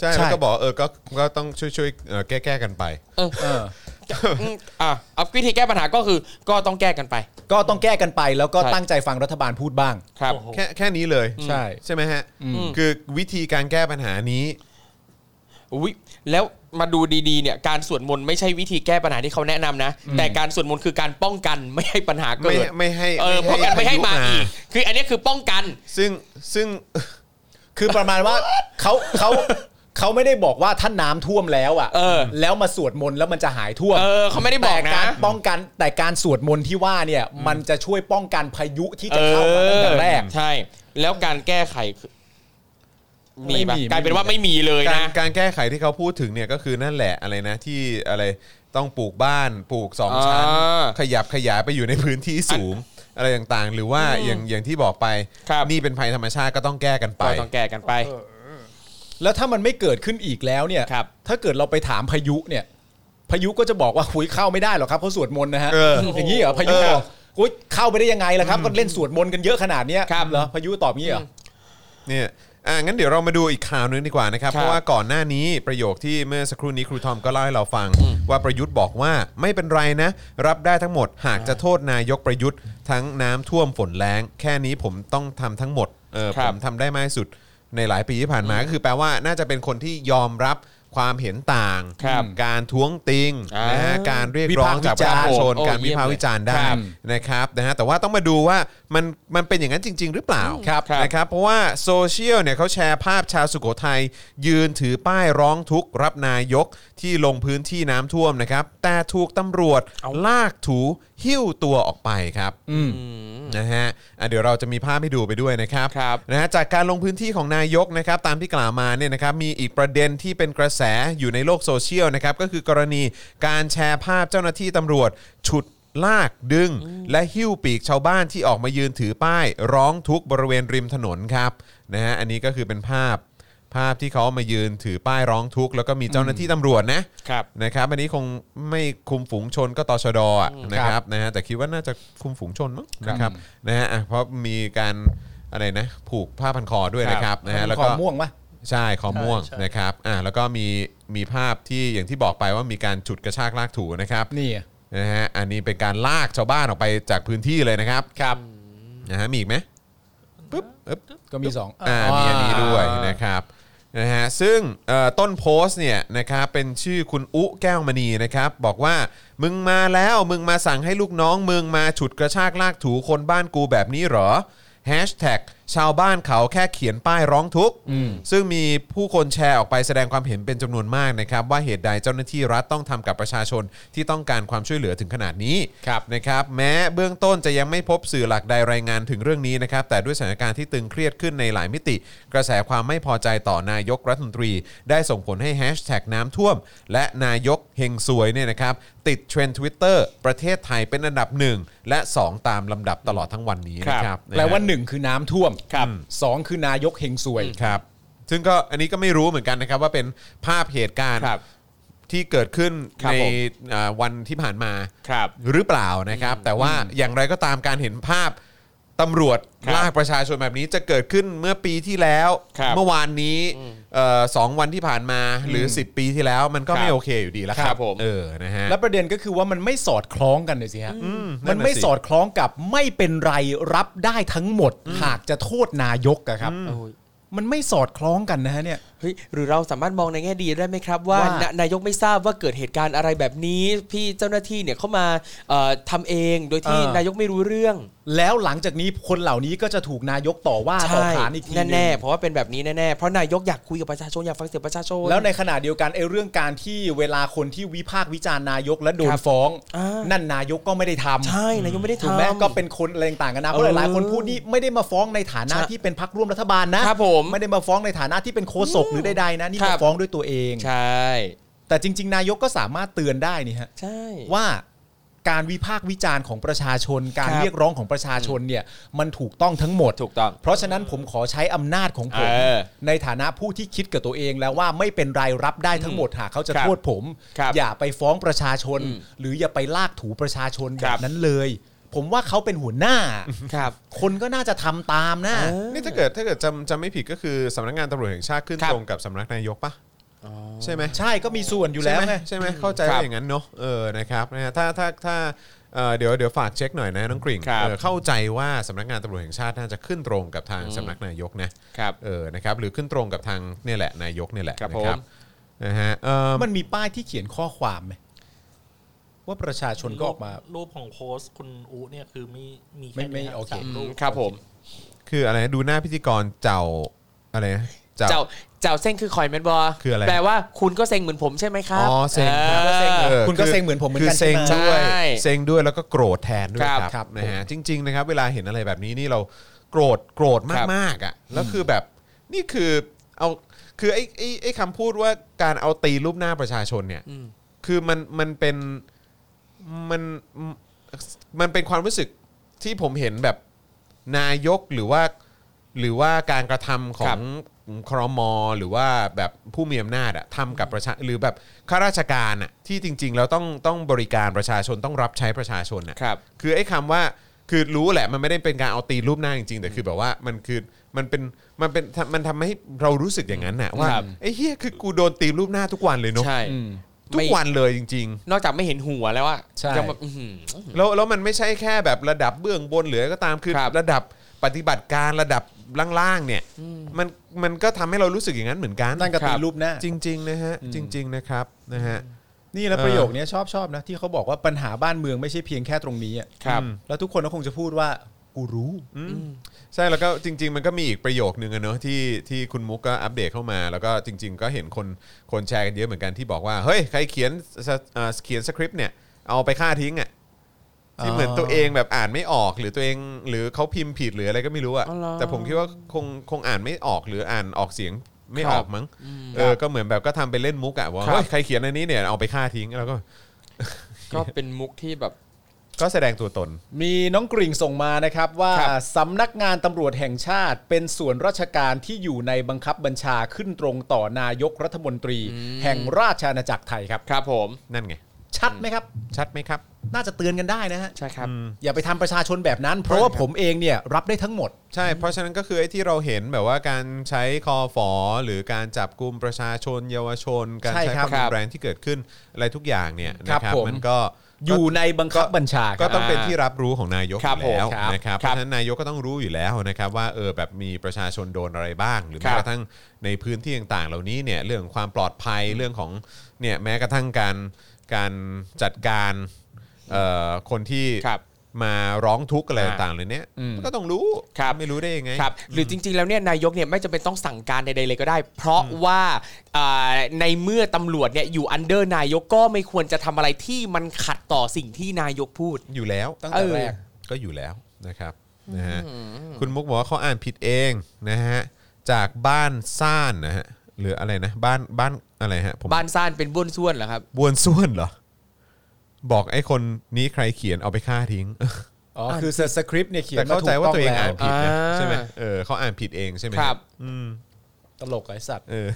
[SPEAKER 1] ใช่
[SPEAKER 2] ใช่
[SPEAKER 1] แล้วก็บอกเออก็ก็ต้องช่วยช่วยเอ่อแก้แก้กันไป
[SPEAKER 3] เออ
[SPEAKER 2] เออ
[SPEAKER 3] อืมอ่ะเอาวิธีแก้ปัญหาก็คือก็ต้องแก้กันไป
[SPEAKER 2] ก็ต้องแก้กันไปแล้วก็
[SPEAKER 3] ใช่
[SPEAKER 2] ตั้งใจฟังรัฐบาลพูดบ้าง
[SPEAKER 3] ครับ
[SPEAKER 5] โอ้โห
[SPEAKER 1] แค่แค่นี้เลย
[SPEAKER 2] ใช่
[SPEAKER 1] ใช่ไหมฮะ
[SPEAKER 3] ม
[SPEAKER 1] คือวิธีการแก้ปัญหานี้
[SPEAKER 3] อุ๊ยแล้วมาดูดีๆเนี่ยการสวดมนต์ไม่ใช่วิธีแก้ปัญหาที่เขาแนะนำนะ แต่การสวดมนต์คือการป้องกัน ไม่ให้ปัญหาเกิ
[SPEAKER 1] ไม่
[SPEAKER 3] ด
[SPEAKER 1] ไม่ให้
[SPEAKER 3] เออป้องกันไม่ให้มาอีก คืออันเนี้ยคือป้องกัน
[SPEAKER 1] ซึ่งซึ่ง
[SPEAKER 2] คือประมาณว่า เขาเขาเขาไม่ได้บอกว่าท่านน้ำท่วมแล้วอ่ะ
[SPEAKER 3] เออ
[SPEAKER 2] แล้วมาสวดมนต์แล้วมันจะหายท่วม
[SPEAKER 3] เออเขาไม่ได้บอก
[SPEAKER 2] แต่กา
[SPEAKER 3] นะ
[SPEAKER 2] รป้องกันแต่การสวดมนต์ที่ว่าเนี่ยมันจะช่วยป้องกันพายุที่จะเข้ามาตั้งแต่แรก
[SPEAKER 3] เออใช่ แล้วการแก้ไขคือมี
[SPEAKER 2] ไม่
[SPEAKER 3] ปะ
[SPEAKER 2] มี
[SPEAKER 3] กลายเป็นว่าไม่มีเลย
[SPEAKER 1] การ
[SPEAKER 3] นะ
[SPEAKER 1] การแก้ไขที่เขาพูดถึงเนี่ยก็คือนั่นแหละอะไรนะที่อะไรต้องปลูกบ้านปลูกสองชั้น
[SPEAKER 3] อ่า
[SPEAKER 1] ขยับขยายไปอยู่ในพื้นที่สูง อะไรต่างๆ หรือว่าอย่างอย่างที่บอกไป
[SPEAKER 3] ครับ
[SPEAKER 1] นี่เป็นภัยธรรมชาติก็ต้องแก้กันไป
[SPEAKER 3] ก็ต้องแก้กันไป
[SPEAKER 2] แล้วถ้ามันไม่เกิดขึ้นอีกแล้วเนี่ย
[SPEAKER 3] ครับ
[SPEAKER 2] ถ้าเกิดเราไปถามพายุเนี่ย พายุก็จะบอกว่าคุยเข้าไม่ได้หรอกครับเขาสวดมนต์นะฮะ
[SPEAKER 1] เออ
[SPEAKER 2] อย่างนี้เหรอพายุ
[SPEAKER 1] เออ
[SPEAKER 2] บอกอุยเข้าไปได้ยังไงล่ะครับ ก็เล่นสวดมนต์กันเยอะขนาดเนี้ย
[SPEAKER 3] ครับ
[SPEAKER 2] เหรอพายุตอบงี้เหรอ
[SPEAKER 1] เนี่ยอ่ะงั้นเดี๋ยวเรามาดูอีกข่าวหนึงดีกว่านะครับ
[SPEAKER 3] ครับ
[SPEAKER 1] เพราะว่าก่อนหน้านี้ประโยคที่เมื่อสักครู่นี้ครูทอมก็เล่าให้เราฟัง ว่าประยุทธ์บอกว่าไม่เป็นไรนะ รับได้ทั้งหมด หากจะโทษนายกประยุทธ์ทั้งน้ำท่วมฝนแล้ง แค่นี้ผมต้องทำทั้งหมดเออ
[SPEAKER 3] ครั
[SPEAKER 1] ผ
[SPEAKER 3] บ
[SPEAKER 1] มทำได้มากที่สุดในหลายปีที่ผ่านมาก็คือแปลว่าน่าจะเป็นคนที่ยอมรับความเห็นต่าง
[SPEAKER 3] ครับ
[SPEAKER 1] การท้วงติง
[SPEAKER 3] อ่าน
[SPEAKER 1] นะฮะการเรียกร้อง
[SPEAKER 2] วิพากษ์
[SPEAKER 1] จากป
[SPEAKER 2] วิจาร
[SPEAKER 1] ระชา
[SPEAKER 2] ณ์
[SPEAKER 1] ชน
[SPEAKER 3] โอ้
[SPEAKER 1] การวิพากษ์
[SPEAKER 3] เยี่ยมเลย
[SPEAKER 1] วิจารณ์ได้
[SPEAKER 3] ครับ
[SPEAKER 1] นะครับนะฮะแต่ว่าต้องมาดูว่ามันมันเป็นอย่างนั้นจริง ๆ หรือเปล่า
[SPEAKER 3] ครับครับ
[SPEAKER 1] นะครับเพราะว่าโซเชียลเนี่ยเขาแชร์ภาพชาวสุโขทัยยืนถือป้ายร้องทุกข์ รับนายกที่ลงพื้นที่น้ำท่วมนะครับ แต่ถูกตำรวจลากถูหิ้วตัวออกไปครับนะฮะอ่ะเดี๋ยวเราจะมีภาพให้ดูไปด้วยนะครับ
[SPEAKER 3] ครับ
[SPEAKER 1] นะฮะจากการลงพื้นที่ของนายกนะครับตามที่กล่าวมาเนี่ยนะครับมีอีกประเด็นที่เป็นกระแสอยู่ในโลกโซเชียลนะครับก็คือกรณีการแชร์ภาพเจ้าหน้าที่ตำรวจ ฉุดลากดึง และหิ้วปีกชาวบ้านที่ออกมายืนถือป้าย ร้องทุกข์บริเวณริมถนนครับนะฮะอันนี้ก็คือเป็นภาพภาพที่เขามายืนถือป้ายร้องทุกข์แล้วก็มีเจ้าหน้าที่ตำรวจนะ
[SPEAKER 3] ครับ
[SPEAKER 1] นะครับอันนี้คงไม่คุมฝูงชนก็ตชดอะนะครับนะฮะแต่คิดว่าน่าจะคุมฝูงชนมั้งนะครับนะฮะอ่ะเพราะมีการอะไรนะผูกผ้าพันคอด้วยนะครับนะฮะแล้ว
[SPEAKER 2] ข
[SPEAKER 1] ก็
[SPEAKER 2] อม่วงปะ
[SPEAKER 1] ใช่คอม่วง
[SPEAKER 5] ใช่
[SPEAKER 1] นะครับอ่ะแล้วก็มีมีภาพที่อย่างที่บอกไปว่ามีการฉุดกระชากลากถูนะครับ
[SPEAKER 2] นี่อะ
[SPEAKER 1] นะฮะอันนี้เป็นการลากชาวบ้านออกไปจากพื้นที่เลยนะครับครับนะฮะมีอีกไหมปึ๊บปึ๊บ
[SPEAKER 2] ก็มีสอง
[SPEAKER 1] อ่ามีอันนี้ด้วยนะครับนะฮะซึ่งเอ่อต้นโพสต์เนี่ยนะครับเป็นชื่อคุณอุแก้วมณีนะครับ บอกว่ามึงมาแล้วมึงมาสั่งให้ลูกน้อง มึงมาฉุดกระชากลากถูคนบ้านกูแบบนี้เหรอแฮชแท็กชาวบ้านเขาแค่เขียนป้ายร้องทุกข์ ซึ่งมีผู้คนแชร์ออกไปแสดงความเห็นเป็นจำนวนมากนะครับ ว่าเหตุใดเจ้าหน้าที่รัฐต้องทำกับประชาชนที่ต้องการความช่วยเหลือถึงขนาดนี้
[SPEAKER 3] ครับ
[SPEAKER 1] นะครับแม้เบื้องต้นจะยังไม่พบสื่อหลักใดรายงานถึงเรื่องนี้นะครับ แต่ด้วยสถานการณ์ที่ตึงเครียดขึ้นในหลายมิติ กระแสความไม่พอใจต่อนายกรัฐมนตรี ได้ส่งผลให้แฮชแท็กน้ำท่วม และนายกเฮงซวยเนี่ยนะครับ ติดเทรนด์ทวิตเตอร์ประเทศไทยเป็นอันดับ 1 และ 2 ตามลำดับตลอดทั้งวันนี้นะค
[SPEAKER 3] ครั
[SPEAKER 1] รับบ นะฮะ
[SPEAKER 2] แปลว่าหนึ่งคือน้ำท่วม
[SPEAKER 3] ครับ
[SPEAKER 2] สองคือนายกเฮงซวย
[SPEAKER 1] ครับ ซึ่งก็อันนี้ก็ไม่รู้เหมือนกันนะครับว่าเป็นภาพเหตุการณ์
[SPEAKER 3] ครับ
[SPEAKER 1] ที่เกิดขึ้น
[SPEAKER 3] ครับ
[SPEAKER 1] ใน
[SPEAKER 3] ผม
[SPEAKER 1] อ่าวันที่ผ่านมา
[SPEAKER 3] ครับ
[SPEAKER 1] หรือเปล่านะครับ แต่ว่าอย่างไรก็ตามการเห็นภาพตำรวจ
[SPEAKER 3] ครับ
[SPEAKER 1] ลากประชาชนแบบนี้จะเกิดขึ้นเมื่อปีที่แล้ว
[SPEAKER 3] ครับ
[SPEAKER 1] เมื่อวานนี้เอ่อสองวันที่ผ่านมาหรือ 10 ปีที่แล้วมันก็
[SPEAKER 3] ครับ
[SPEAKER 1] ไม่โอเคอยู่ดีแล้วค
[SPEAKER 3] ครั
[SPEAKER 1] รับบ
[SPEAKER 3] ผม
[SPEAKER 1] เออนะฮะ
[SPEAKER 2] และประเด็นก็คือว่ามันไม่สอดคล้องกันเลยสิฮะ
[SPEAKER 1] นั่
[SPEAKER 2] มัน น
[SPEAKER 1] น่ะสิ
[SPEAKER 2] ไม่สอดคล้องกับไม่เป็นไรรับได้ทั้งหมด หากจะโทษนายกอะครับ
[SPEAKER 3] โอ้ย
[SPEAKER 2] มันไม่สอดคล้องกันนะฮะเนี่ย
[SPEAKER 3] เฮ้ยหรือเราสามารถมองในแง่ดีได้ไหมครับ ว่า
[SPEAKER 2] ว่า
[SPEAKER 3] นะนายกไม่ทราบว่าเกิดเหตุการณ์อะไรแบบนี้ พี่เจ้าหน้าที่เนี่ยเข้ามาเอ่อทำเองโดยที่
[SPEAKER 2] เออ
[SPEAKER 3] นายกไม่รู้เรื่อง
[SPEAKER 2] แล้วหลังจากนี้คนเหล่านี้ก็จะถูกนายกต่อว่าต่อขานอีกทีหนึง
[SPEAKER 3] แน่ๆเพราะว่าเป็นแบบนี้แน่ๆเพราะนายกอยากคุยกับประชาชนอยากฟังเสียงประชาชน
[SPEAKER 2] แล้วในขณะเดียวกันไอ้เรื่องการที่เวลาคนที่วิพากษ์วิจารณ์นายกและโดน
[SPEAKER 3] ครับ
[SPEAKER 2] ฟ้อง
[SPEAKER 3] อ่านั่
[SPEAKER 2] นั่นนายกก็ไม่ได้ทำ
[SPEAKER 3] ใช่นายกไม่ได้
[SPEAKER 2] ถูกไหม
[SPEAKER 3] ทำ
[SPEAKER 2] ก็เป็นคนอะไรต่างกันนะเพราะ
[SPEAKER 3] เออ
[SPEAKER 2] หลายๆคนพูดนี่ไม่ได้มาฟ้องในฐานะ
[SPEAKER 3] ใช่
[SPEAKER 2] ที่เป็นพักร่วมรัฐบาลนะครับ
[SPEAKER 3] ผม
[SPEAKER 2] ไม่ได้มาฟ้องในฐานะที่เป็นโคศกหรือใดๆนะนี่มาฟ้องด้วยตัวเอง
[SPEAKER 3] ใช่
[SPEAKER 2] แต่จริง ๆ นายกก็สามารถเตือนได้นี่ฮะ
[SPEAKER 3] ใช่
[SPEAKER 2] ว่าการวิพากษ์วิจารณ์ของประชาชน การ
[SPEAKER 3] ครับ
[SPEAKER 2] เรียกร้องของประชาชนเนี่ยมันถูกต้องทั้งหมด
[SPEAKER 3] ถูกต้อง
[SPEAKER 2] เพราะฉะนั้นผมขอใช้อำนาจของผม
[SPEAKER 3] เออ
[SPEAKER 2] ในฐานะผู้ที่คิดกับตัวเองแล้วว่าไม่เป็นไรรับได้ทั้งหมดหากเขาจะ
[SPEAKER 3] ครับ
[SPEAKER 2] โทษผม
[SPEAKER 3] ครับ
[SPEAKER 2] อย่าไปฟ้องประชาชน
[SPEAKER 3] อืม
[SPEAKER 2] หรืออย่าไปลากถูประชาชน
[SPEAKER 3] ค
[SPEAKER 2] แบ
[SPEAKER 3] รับบ
[SPEAKER 2] นั้นเลย ผมว่าเขาเป็นหัวหน้า
[SPEAKER 3] ครับ
[SPEAKER 2] คนก็น่าจะทำตามนะ
[SPEAKER 3] เออ
[SPEAKER 1] นี่ถ้าเกิดถ้าเกิดจำจำไม่ผิดก็คือสำนักงานตำรวจแห่งชาติขึ้น
[SPEAKER 3] ครับ
[SPEAKER 1] ตรงกับสำนักนายกปะใช่ไหม
[SPEAKER 2] ใช่ก็มีส่วนอยู่แล้ว
[SPEAKER 1] ใช่ไหม
[SPEAKER 2] ไง
[SPEAKER 1] ใช่ไหมเข้าใจ
[SPEAKER 3] ครั
[SPEAKER 1] ว่า
[SPEAKER 3] บ
[SPEAKER 1] อย่างนั้นเนอะเออนะครับนะฮะถ้าถ้าถ้าเอ่อเดี๋ยวเดี๋ยวฝากเช็คหน่อยนะน้องกริ่ง
[SPEAKER 3] ครับ
[SPEAKER 1] เออเข้าใจว่าสำนักงานตำรวจแห่งชาติน่าจะขึ้นตรงกับทางสำนักนายกนะ
[SPEAKER 3] ครับ
[SPEAKER 1] เออ นะครับ หรือขึ้นตรงกับทางเนี่ยแหละนายกเนี่ยแหละ
[SPEAKER 3] ครับ
[SPEAKER 1] นะ
[SPEAKER 3] ผม
[SPEAKER 1] นะฮะเอิ่ม
[SPEAKER 2] มันมีป้ายที่เขียนข้อความไหมว่าประชาชนก็ออกมา
[SPEAKER 5] รูปรูปของโค้ชคุณอูเนี่ยคือไม่มี
[SPEAKER 2] ไม่
[SPEAKER 5] แค่
[SPEAKER 2] ไม่
[SPEAKER 5] นี้รับ
[SPEAKER 2] โอเค
[SPEAKER 5] สามรูป
[SPEAKER 3] ครับผม
[SPEAKER 1] คืออะไรนะดูหน้าพิธีกรเจ้าอะไรนะ
[SPEAKER 3] เจ้าเจ้าเส้นคือคอยแมนบอ
[SPEAKER 1] คืออะไร
[SPEAKER 3] แปลว่าคุณก็เซ็งเหมือนผมใช่ไหมครับ
[SPEAKER 1] อ๋อเซ็ง
[SPEAKER 3] ออ
[SPEAKER 1] ออ
[SPEAKER 2] คุณก็เซ็งเหมือนผมเหมือนกัน
[SPEAKER 1] คืเซ็ง
[SPEAKER 2] ใช่
[SPEAKER 1] ด้
[SPEAKER 2] ไหม
[SPEAKER 1] วย
[SPEAKER 3] ใช่
[SPEAKER 1] เซ็งด้วยแล้วก็โกรธแทนด้วย
[SPEAKER 3] ครับ
[SPEAKER 1] ค
[SPEAKER 2] ครั
[SPEAKER 1] รับบ นะฮะจริง ๆ นะครับ เวลาเห็นอะไรแบบนี้นี่เราโกรธโกรธ
[SPEAKER 3] ครับ
[SPEAKER 1] มากๆอ่ะแล้วคือแบบนี่คือเอาคือไอ้ไอ้ไอ้คำพูดว่าการเอาตีรูปหน้าประชาชนเนี่ย
[SPEAKER 3] อืม
[SPEAKER 1] คือมันมันเป็นมันมันเป็นความรู้สึก ที่ผมเห็นแบบนายกหรือว่า หรือว่าการกระทำขอ
[SPEAKER 3] ครั
[SPEAKER 1] ง
[SPEAKER 3] บ
[SPEAKER 1] ครมหรือว่าแบบผู้มีอำนาจอะทำกับประชาหรือแบบข้าราชการอะที่จริง ๆ แล้วต้องต้องบริการประชาชนต้องรับใช้ประชาชนอะ
[SPEAKER 3] ครับ
[SPEAKER 1] คือไอ้คำว่าคือรู้แหละมันไม่ได้เป็นการเอาตีนรูปหน้าจริงๆ แต่คือแบบว่ามันคือมันเป็นมันเป็นมันทำให้เรารู้สึกอย่างนั้นน่ะว่า
[SPEAKER 3] ครับ
[SPEAKER 1] ไอ้เฮียคือกูโดนตีนรูปหน้าทุกวันเลยเนาะ
[SPEAKER 3] ใช่
[SPEAKER 1] ทุกวันเลยจริง
[SPEAKER 3] นอกจากไม่เห็นหัวแล้วอะ
[SPEAKER 2] ใช่
[SPEAKER 3] ยังแบบอื้อหือ
[SPEAKER 1] ๆ แล้วแล้วมันไม่ใช่แค่แบบระดับเบื้องบนหรืออะไรก็ตามคือ
[SPEAKER 3] ครับ
[SPEAKER 1] ระดับปฏิบัติการระดับล่างๆเนี่ยมันมันก็ทำให้เรารู้สึกอย่างนั้นเหมือนกัน
[SPEAKER 2] นั่นก็ตีรูปหน้า
[SPEAKER 1] จริง ๆ นะฮะจริง ๆ นะครับนะฮะ
[SPEAKER 2] นี่แล้ว
[SPEAKER 1] เออ
[SPEAKER 2] ประโยคเนี้ยชอบชอบนะ ที่เขาบอกว่าปัญหาบ้านเมืองไม่ใช่เพียงแค่ตรงนี้อ่ะ
[SPEAKER 3] ครับ
[SPEAKER 2] แล้วทุกคนก็คงจะพูดว่ากูรู้
[SPEAKER 1] ใช่แล้วก็จริง ๆ มันก็มีอีกประโยคนึงอะเนอะที่ที่คุณมุกก็อัปเดตเข้ามา แล้วก็จริง ๆ ก็เห็นคนคนแชร์กันเยอะเหมือนกันที่บอกว่า เฮ้ย ใครเขียนสเอ่อเขียนสคริปต์เนี่ย เอาไปฆ่าทิ้งอ่ะที่เหมือนตัวเองแบบอ่านไม่ออกหรือตัวเองหรือเขาพิมพ์ผิดหรืออะไรก็ไม่รู้อ่ะ
[SPEAKER 3] อ๋อเหรอ
[SPEAKER 1] แต่ผมคิดว่าคงคงอ่านไม่ออกหรืออ่านออกเสียงไม่ออกมั้งเออก็เหมือนแบบก็ทำไปเล่นมุกอ่ะว่า
[SPEAKER 3] ครับ
[SPEAKER 1] เฮ้ยใครเขียนอันนี้เนี่ยเอาไปฆ่าทิ้งแล้วก็
[SPEAKER 3] ก็เป็นมุกที่แบบ
[SPEAKER 1] ก็แสดงตัวตน
[SPEAKER 2] มีน้องกริ่งส่งมานะครับว่า
[SPEAKER 3] ครับ
[SPEAKER 2] สำนักงานตำรวจแห่งชาติ เป็นส่วนราชการที่อยู่ในบังคับบัญชาขึ้นตรงต่อนายกรัฐมนตรี แห่งราชอาณาจักรไทยครับ
[SPEAKER 3] ครับผม
[SPEAKER 1] นั่นไง
[SPEAKER 2] ชัดไหมครับ
[SPEAKER 1] ชัดไหมครับ
[SPEAKER 2] น่าจะเตือนกันได้นะฮะ
[SPEAKER 3] ใช่ครับ
[SPEAKER 2] อย่าไปทำประชาชนแบบนั้น เพราะว่าผมเองเนี่ยรับได้ทั้งหมด
[SPEAKER 1] ใช่ เพราะฉะนั้นก็คือไอ้ที่เราเห็นแบบว่าการใช้คอฝอหรือการจับกลุ่มประชาชน เยาวชน การ
[SPEAKER 2] ใช่
[SPEAKER 1] ใช้
[SPEAKER 2] ค
[SPEAKER 1] ครับ วามรุนแรงที่เกิดขึ้นอะไรทุกอย่างเนี่ย
[SPEAKER 2] ครั
[SPEAKER 1] นะ
[SPEAKER 2] บ
[SPEAKER 1] ครับ
[SPEAKER 2] ผม
[SPEAKER 1] มันก็
[SPEAKER 2] อยู่ในบังคับบัญชาค
[SPEAKER 1] ก็
[SPEAKER 2] รับ
[SPEAKER 1] ต้องเป็นที่รับรู้ของนายกอ
[SPEAKER 3] ครับ
[SPEAKER 1] ยู่แล้ว
[SPEAKER 2] ผมครับ
[SPEAKER 1] นะครับเพ
[SPEAKER 3] ครั
[SPEAKER 1] ราะ
[SPEAKER 3] บ
[SPEAKER 1] ฉะนั้นนายกก็ต้องรู้อยู่แล้วนะครับว่าเออแบบมีประชาชนโดนอะไรบ้าง หรือ
[SPEAKER 3] ครั
[SPEAKER 1] แม้
[SPEAKER 3] บ
[SPEAKER 1] กระทั่งในพื้นที่ต่างๆ เหล่านี้เนี่ยเรื่องของความปลอดภัยเรื่องของเนี่ยแม้กระทั่งการการจัดการเอ่อคนที่
[SPEAKER 3] ครับ
[SPEAKER 1] มาร้องทุกข์อะไร
[SPEAKER 3] อ่า
[SPEAKER 1] ต่างๆเลยเนี่ย
[SPEAKER 2] อืม
[SPEAKER 1] ก็ต้องรู้
[SPEAKER 3] ครับ
[SPEAKER 1] ไม่รู้ได้ยังไง
[SPEAKER 3] ครับหรือจริงๆ แล้วเนี่ยนายกเนี่ยไม่จำเป็นต้องสั่งการใดๆเลยก็ได้ เพราะว่าอ่าในเมื่อตำรวจเนี่ยอยู่อันเดอร์นายกก็ไม่ควรจะทำอะไรที่มันขัดต่อสิ่งที่นายกพูด
[SPEAKER 1] อยู่แล้ว
[SPEAKER 2] ตั้งแต่แรก
[SPEAKER 1] เออก็อยู่แล้วนะครับนะฮะคุณมุกบอกว่าเขาอ่านผิดเองนะฮะจากบ้านซ่านนะฮะหรืออะไรนะบ้านบ้านอะไรฮะผม
[SPEAKER 3] บ้านซ่านเป็นบ้วนส่วนเหรอครับ
[SPEAKER 1] บวนส่วนเหรอ บอกไอ้คนนี้ใครเขียนเอาไปฆ่าทิ้ง
[SPEAKER 2] อ๋อคือสคริปต์เนี่ยเขีย
[SPEAKER 1] แต่
[SPEAKER 2] นมา
[SPEAKER 1] เข้า
[SPEAKER 2] ถู
[SPEAKER 1] ใจ
[SPEAKER 2] ก
[SPEAKER 1] ว่า
[SPEAKER 2] ต้อง
[SPEAKER 1] ตัวเอง
[SPEAKER 2] แล้
[SPEAKER 1] อ่าน
[SPEAKER 2] ว
[SPEAKER 1] ผิดนะ
[SPEAKER 3] อ่า
[SPEAKER 1] ใช่ไหมเออเขาอ่านผิดเองใช่ไหม
[SPEAKER 3] ครับ
[SPEAKER 2] ตลกไอ้สัตว์
[SPEAKER 1] เออ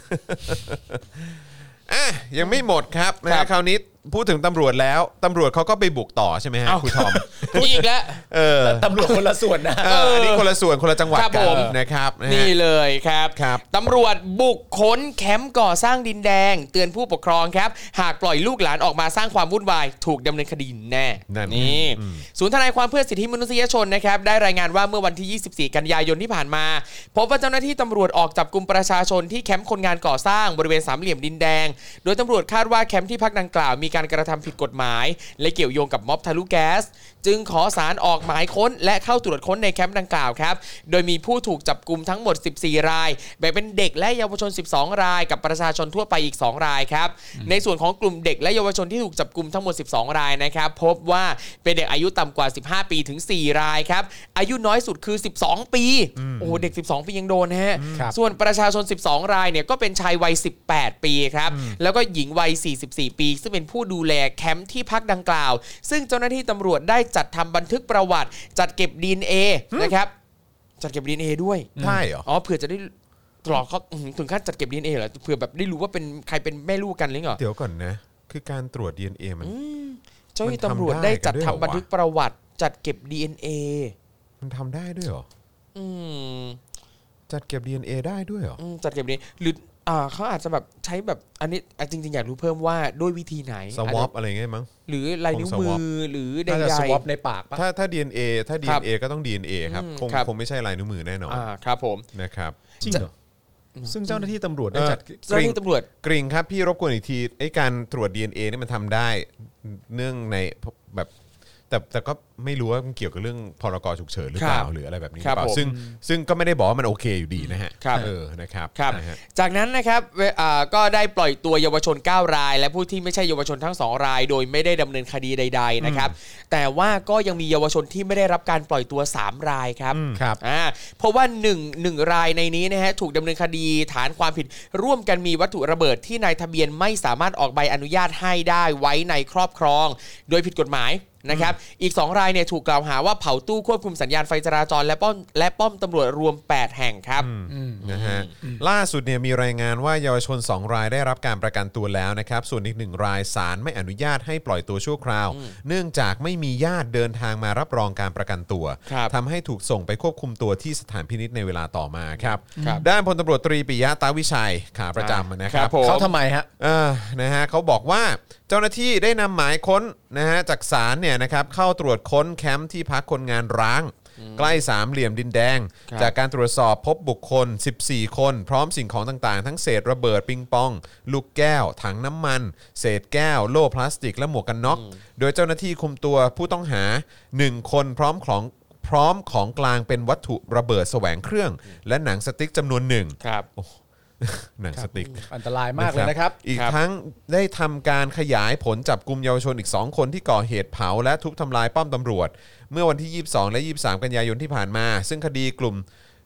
[SPEAKER 1] อ่ะยังไม่หมดครับนะ
[SPEAKER 3] ครั
[SPEAKER 1] ฮะ
[SPEAKER 3] บ
[SPEAKER 1] คราวนี้พูดถึงตำรวจแล้วตำรวจเขาก็ไปบุกต่อใช่ไหมฮะคุณทอม
[SPEAKER 3] พูดอีกแล้ว
[SPEAKER 1] เออ
[SPEAKER 2] ตำรวจคนละส่วนนะ
[SPEAKER 1] เอออันนี้คนละส่วนคนละจังหวัด
[SPEAKER 3] ครับ
[SPEAKER 1] กั
[SPEAKER 3] ผ
[SPEAKER 1] น
[SPEAKER 3] ม
[SPEAKER 1] นะครับะฮะ
[SPEAKER 3] นี่เลยครับ
[SPEAKER 1] ครับ
[SPEAKER 3] ตำรวจบุกค้นแคมป์ก่อสร้างดินแดง เตือนผู้ปกครองครับ หากปล่อยลูกหลานออกมาสร้างความวุ่นวาย ถูกดำเนินคดีแน่
[SPEAKER 1] นั่น
[SPEAKER 3] นี่ศูนย์ทนายความเพื่อสิทธิมนุษยชนนะครับ ได้รายงานว่าเมื่อวันที่ 24 กันยายนที่ผ่านมา พบว่าเจ้าหน้าที่ตำรวจออกจับกลุ่มประชาชนที่แคมป์คนงานก่อสร้างบริเวณสามเหลี่ยมดินแดง โดยตำรวจคาดว่าแคมป์ที่พักดังกล่าวมีการกระทำผิดกฎหมาย และเกี่ยวโยงกับม็อบทะลุแก๊ส จึงขอสารออกหมายค้น และเข้าตรวจค้นในแคมป์ดังกล่าวครับ โดยมีผู้ถูกจับกลุ่มทั้งหมด 14 ราย แบ่งเป็นเด็กและเยาวชน 12 ราย กับประชาชนทั่วไปอีก 2 รายครับ ในส่วนของกลุ่มเด็กและเยาวชนที่ถูกจับกลุ่มทั้งหมด 12 รายนะครับ พบว่าเป็นเด็กอายุต่ำกว่า 15 ปีถึง 4 รายครับ อายุน้อยสุดคือ 12 ปี โอ้โหเด็ก 12 ปียังโดนนะฮะ
[SPEAKER 2] ครับ
[SPEAKER 3] ส่วนประชาชน 12 รายเนี่ยก็เป็นชายวัย 18 ปีครับ แล้วก็หญิงวัย 44 ปี ซึ่งเป็นผู้ดูแลแคมป์ที่พักดังกล่าว ซึ่งเจ้าหน้าที่ตำรวจได้จัดทำบันทึกประวัติ จัดเก็บ DNA นะครับ จัดเก็บ DNA ด้วย
[SPEAKER 1] ใช่เหรอ
[SPEAKER 3] อ๋อเผื่อจะได้ตลอดเขาอื้อหือถึงขั้นจัดเก็บ DNA เหรอเผื่อแบบได้รู้ว่าเป็นใครเป็นแม่ลูกกันหรือเปล่า
[SPEAKER 1] เดี๋ยวก่อนนะ คือการตรวจ DNA มัน
[SPEAKER 3] เจ้าหน้าที่
[SPEAKER 1] มันทำ
[SPEAKER 3] ตำรวจ
[SPEAKER 1] ได้
[SPEAKER 3] ได้
[SPEAKER 1] กั
[SPEAKER 3] จั
[SPEAKER 1] น
[SPEAKER 3] ด
[SPEAKER 1] ด้วยเหรอวะ
[SPEAKER 3] ทำบันทึกประวัติ จัดเก็บ DNA
[SPEAKER 1] มันทำได้ด้วยเหรอ
[SPEAKER 3] อืม
[SPEAKER 1] จัดเก็บ DNA ได้ด้วยเหรอ
[SPEAKER 3] อืมจัดเก็บ DNA หรืออ่าเขาอาจจะแบบใช้แบบอันนี้อ่ะจริง ๆ อยากรู้เพิ่มว่าด้วยวิธีไหน
[SPEAKER 1] สวอปอะไรเงี้ยมั้ง
[SPEAKER 3] หรือลายนิ้วมื
[SPEAKER 1] ของ
[SPEAKER 3] อหรือใ
[SPEAKER 2] น่าจะ
[SPEAKER 3] ด
[SPEAKER 2] สวอปในปากปะ
[SPEAKER 1] ถ้าถ้า DNA ถ้า
[SPEAKER 3] ครับ
[SPEAKER 1] DNA ก็ต้อง DNA ครับ
[SPEAKER 3] อืม
[SPEAKER 1] คง
[SPEAKER 3] ครับ
[SPEAKER 1] คงไม่ใช่ลายนิ้วมือแน่นอน
[SPEAKER 3] ๆอ่าครับผม
[SPEAKER 1] นะครับ
[SPEAKER 2] จริงเหรอ ซึ่งเจ้าหน้าที่ตำรวจ
[SPEAKER 1] เอ
[SPEAKER 2] ได้
[SPEAKER 1] อ
[SPEAKER 2] จัด
[SPEAKER 3] เจ้าหน้าที่ตำรวจ
[SPEAKER 1] กริ่งครับ พี่รบกวนอีกทีไอ้การตรวจ DNA นี่มันทำได้เนื่องในแบบ แต่แต่ก็ไม่รู้ว่ามันเกี่ยวกับเรื่องพรกฉุกเฉินหรือเปล่า
[SPEAKER 3] ครับ
[SPEAKER 1] หรืออะไรแบบนี้ห
[SPEAKER 3] ค
[SPEAKER 1] รือ
[SPEAKER 3] รั
[SPEAKER 1] บ เปล่า
[SPEAKER 3] ผม
[SPEAKER 1] ซึ่งซึ่งก็ไม่ได้บอกว่ามันโอเคอยู่ดีนะฮะ
[SPEAKER 3] ครับ
[SPEAKER 1] เออนะครับ
[SPEAKER 3] ครับ
[SPEAKER 1] นะฮะ
[SPEAKER 3] จากนั้นนะครับเวอ่าก็ได้ปล่อยตัวเยาวชน 9 ราย และผู้ที่ไม่ใช่เยาวชนทั้ง 2 ราย โดยไม่ได้ดำเนินคดีใด ๆนะครับ แต่ว่าก็ยังมีเยาวชนที่ไม่ได้รับการปล่อยตัว 3 รายครับ
[SPEAKER 1] อืม
[SPEAKER 2] ครับ
[SPEAKER 3] อ่าเพราะว่า1งรายในนี้นะฮะถูกดำเนินคดีฐานความผิด ร่วมกันมีวัตถุระเบิดที่นายทะเบียนไม่สามารถออกใบอนุญาตให้ได้ไว้ในครอบครอง โดยผิดกฎหมาย นะครับอีก 2 รายเนี่ยถูกกล่าวหาว่าเผาตู้ควบคุมสัญญาณไฟจราจร และป้อมและป้อมตำรวจรวม 8 แห่งครับ
[SPEAKER 1] นะฮะล่าสุดเนี่ยมีรายงานว่าเยาวชน 2 รายได้รับการประกันตัวแล้วนะครับ ส่วนอีกหนึ่งรายศาลไม่อนุญาตให้ปล่อยตัวชั่วคราว เนื่องจากไม่มีญาติเดินทางมารับรองการประกันตัว
[SPEAKER 3] ครับ
[SPEAKER 1] ทำให้ถูกส่งไปควบคุมตัวที่สถานพินิษในเวลาต่อมาครับ
[SPEAKER 3] ครับ
[SPEAKER 1] ด้านพลตำรวจตรีปิยะตาวิชัยขาประจำนะค
[SPEAKER 3] ค
[SPEAKER 1] รั
[SPEAKER 3] รับ บผม
[SPEAKER 2] เขาทำไมฮะ
[SPEAKER 1] เอ่อนะฮะเขาบอกว่าเจ้าหน้าที่ได้นำหมายค้นนะฮะจากศาลเนี่ยนะครับเข้าตรวจค้นแคมป์ที่พักคนงานร้าง ใกล้สามเหลี่ยมดินแดง
[SPEAKER 3] ครับ
[SPEAKER 1] จากการตรวจสอบพบบุคคล 14 คน พร้อมสิ่งของต่างๆ ทั้งเศษระเบิดปิงปอง ลูกแก้ว ถังน้ำมัน เศษแก้ว โล่พลาสติกและหมวกกันน็อก โดยเจ้าหน้าที่คุมตัวผู้ต้องหา 1 คนพร้อมของพร้อมของกลางเป็นวัตถุระเบิดแสวงเครื่อง และหนังสติ๊กจำนวนหนึ่ง
[SPEAKER 3] ครับ
[SPEAKER 1] โอ้โหหนังสติ๊ก
[SPEAKER 2] อันตรายมากเลยนะครับ
[SPEAKER 1] อีก
[SPEAKER 3] ครับ
[SPEAKER 1] ทั้งได้ทำการขยายผลจับกลุ่มเยาวชนอีก 2 คนที่ก่อเหตุเผาและทุบทำลายป้อมตำรวจ เมื่อวันที่ 22 และ 23 กันยายนที่ผ่านมา ซึ่งคดีกลุ่ม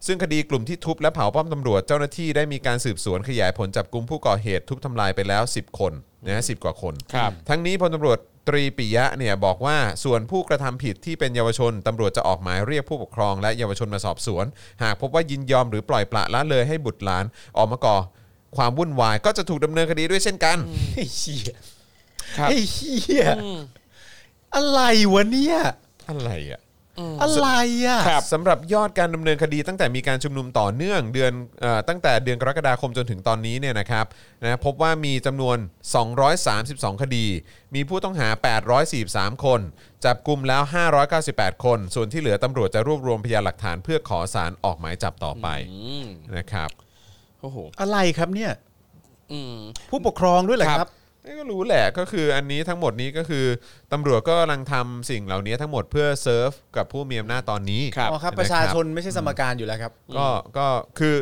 [SPEAKER 1] ซึ่งคดีกลุ่มที่ทุบและเผาป้อมตำรวจ เจ้าหน้าที่ได้มีการสืบสวนขยายผลจับกลุ่มผู้ก่อเหตุทุบทำลายไปแล้ว 10 คนนะฮะสิกว่าคน
[SPEAKER 3] ครับ
[SPEAKER 1] ทั้งนี้พลตำรวจตรีปิยะเนี่ยบอกว่าส่วนผู้กระทำผิดที่เป็นเยาวชนตำรวจจะออกหมายเรียกผู้ปกครองและเยาวชนมาสอบสวน หากพบว่ายินยอมหรือปล่อยปละละเลยให้บุตรหลานออกมาก่อความวุ่นวายก็จะถูกดำเนินคดี ด้วยเช่นกัน
[SPEAKER 2] ไอ้เหี้ย
[SPEAKER 3] ครับ
[SPEAKER 2] ไอ้เหี้ยอะไรวะเนี่ย
[SPEAKER 1] อะไรอ่ะ
[SPEAKER 2] อะไรอ่ะ
[SPEAKER 3] ครับ
[SPEAKER 1] สำหรับยอดการดำเนินคดีตั้งแต่มีการชุมนุมต่อเนื่องเดือนเอ่อตั้งแต่เดือนกรกฎาคมจนถึงตอนนี้เนี่ยนะครับนะพบว่ามีจำนวน 232 คดี มีผู้ต้องหา 843 คน จับกลุ่มแล้ว 598 คน ส่วนที่เหลือตำรวจจะรวบรวมพยานหลักฐานเพื่อขอสารออกหมายจับต่อไป
[SPEAKER 3] อืม
[SPEAKER 1] นะครับ
[SPEAKER 3] โอ้โห
[SPEAKER 2] อะไรครับเนี่ย
[SPEAKER 3] อืม
[SPEAKER 2] ผู้ปกครองด้วยเหรอ
[SPEAKER 3] ครับ
[SPEAKER 2] ครับ
[SPEAKER 1] นี่ก็รู้แหละก็คืออันนี้ทั้งหมดนี้ก็คือตำรวจก็กำลังทำสิ่งเหล่านี้ทั้งหมดเพื่อเซิร์ฟกับผู้มีอำนาจตอนนี้
[SPEAKER 3] ครับ
[SPEAKER 2] อ๋อครับ ประชาชนไม่ใช่สมการอยู่แล้วครับ
[SPEAKER 1] ก็ก็คือ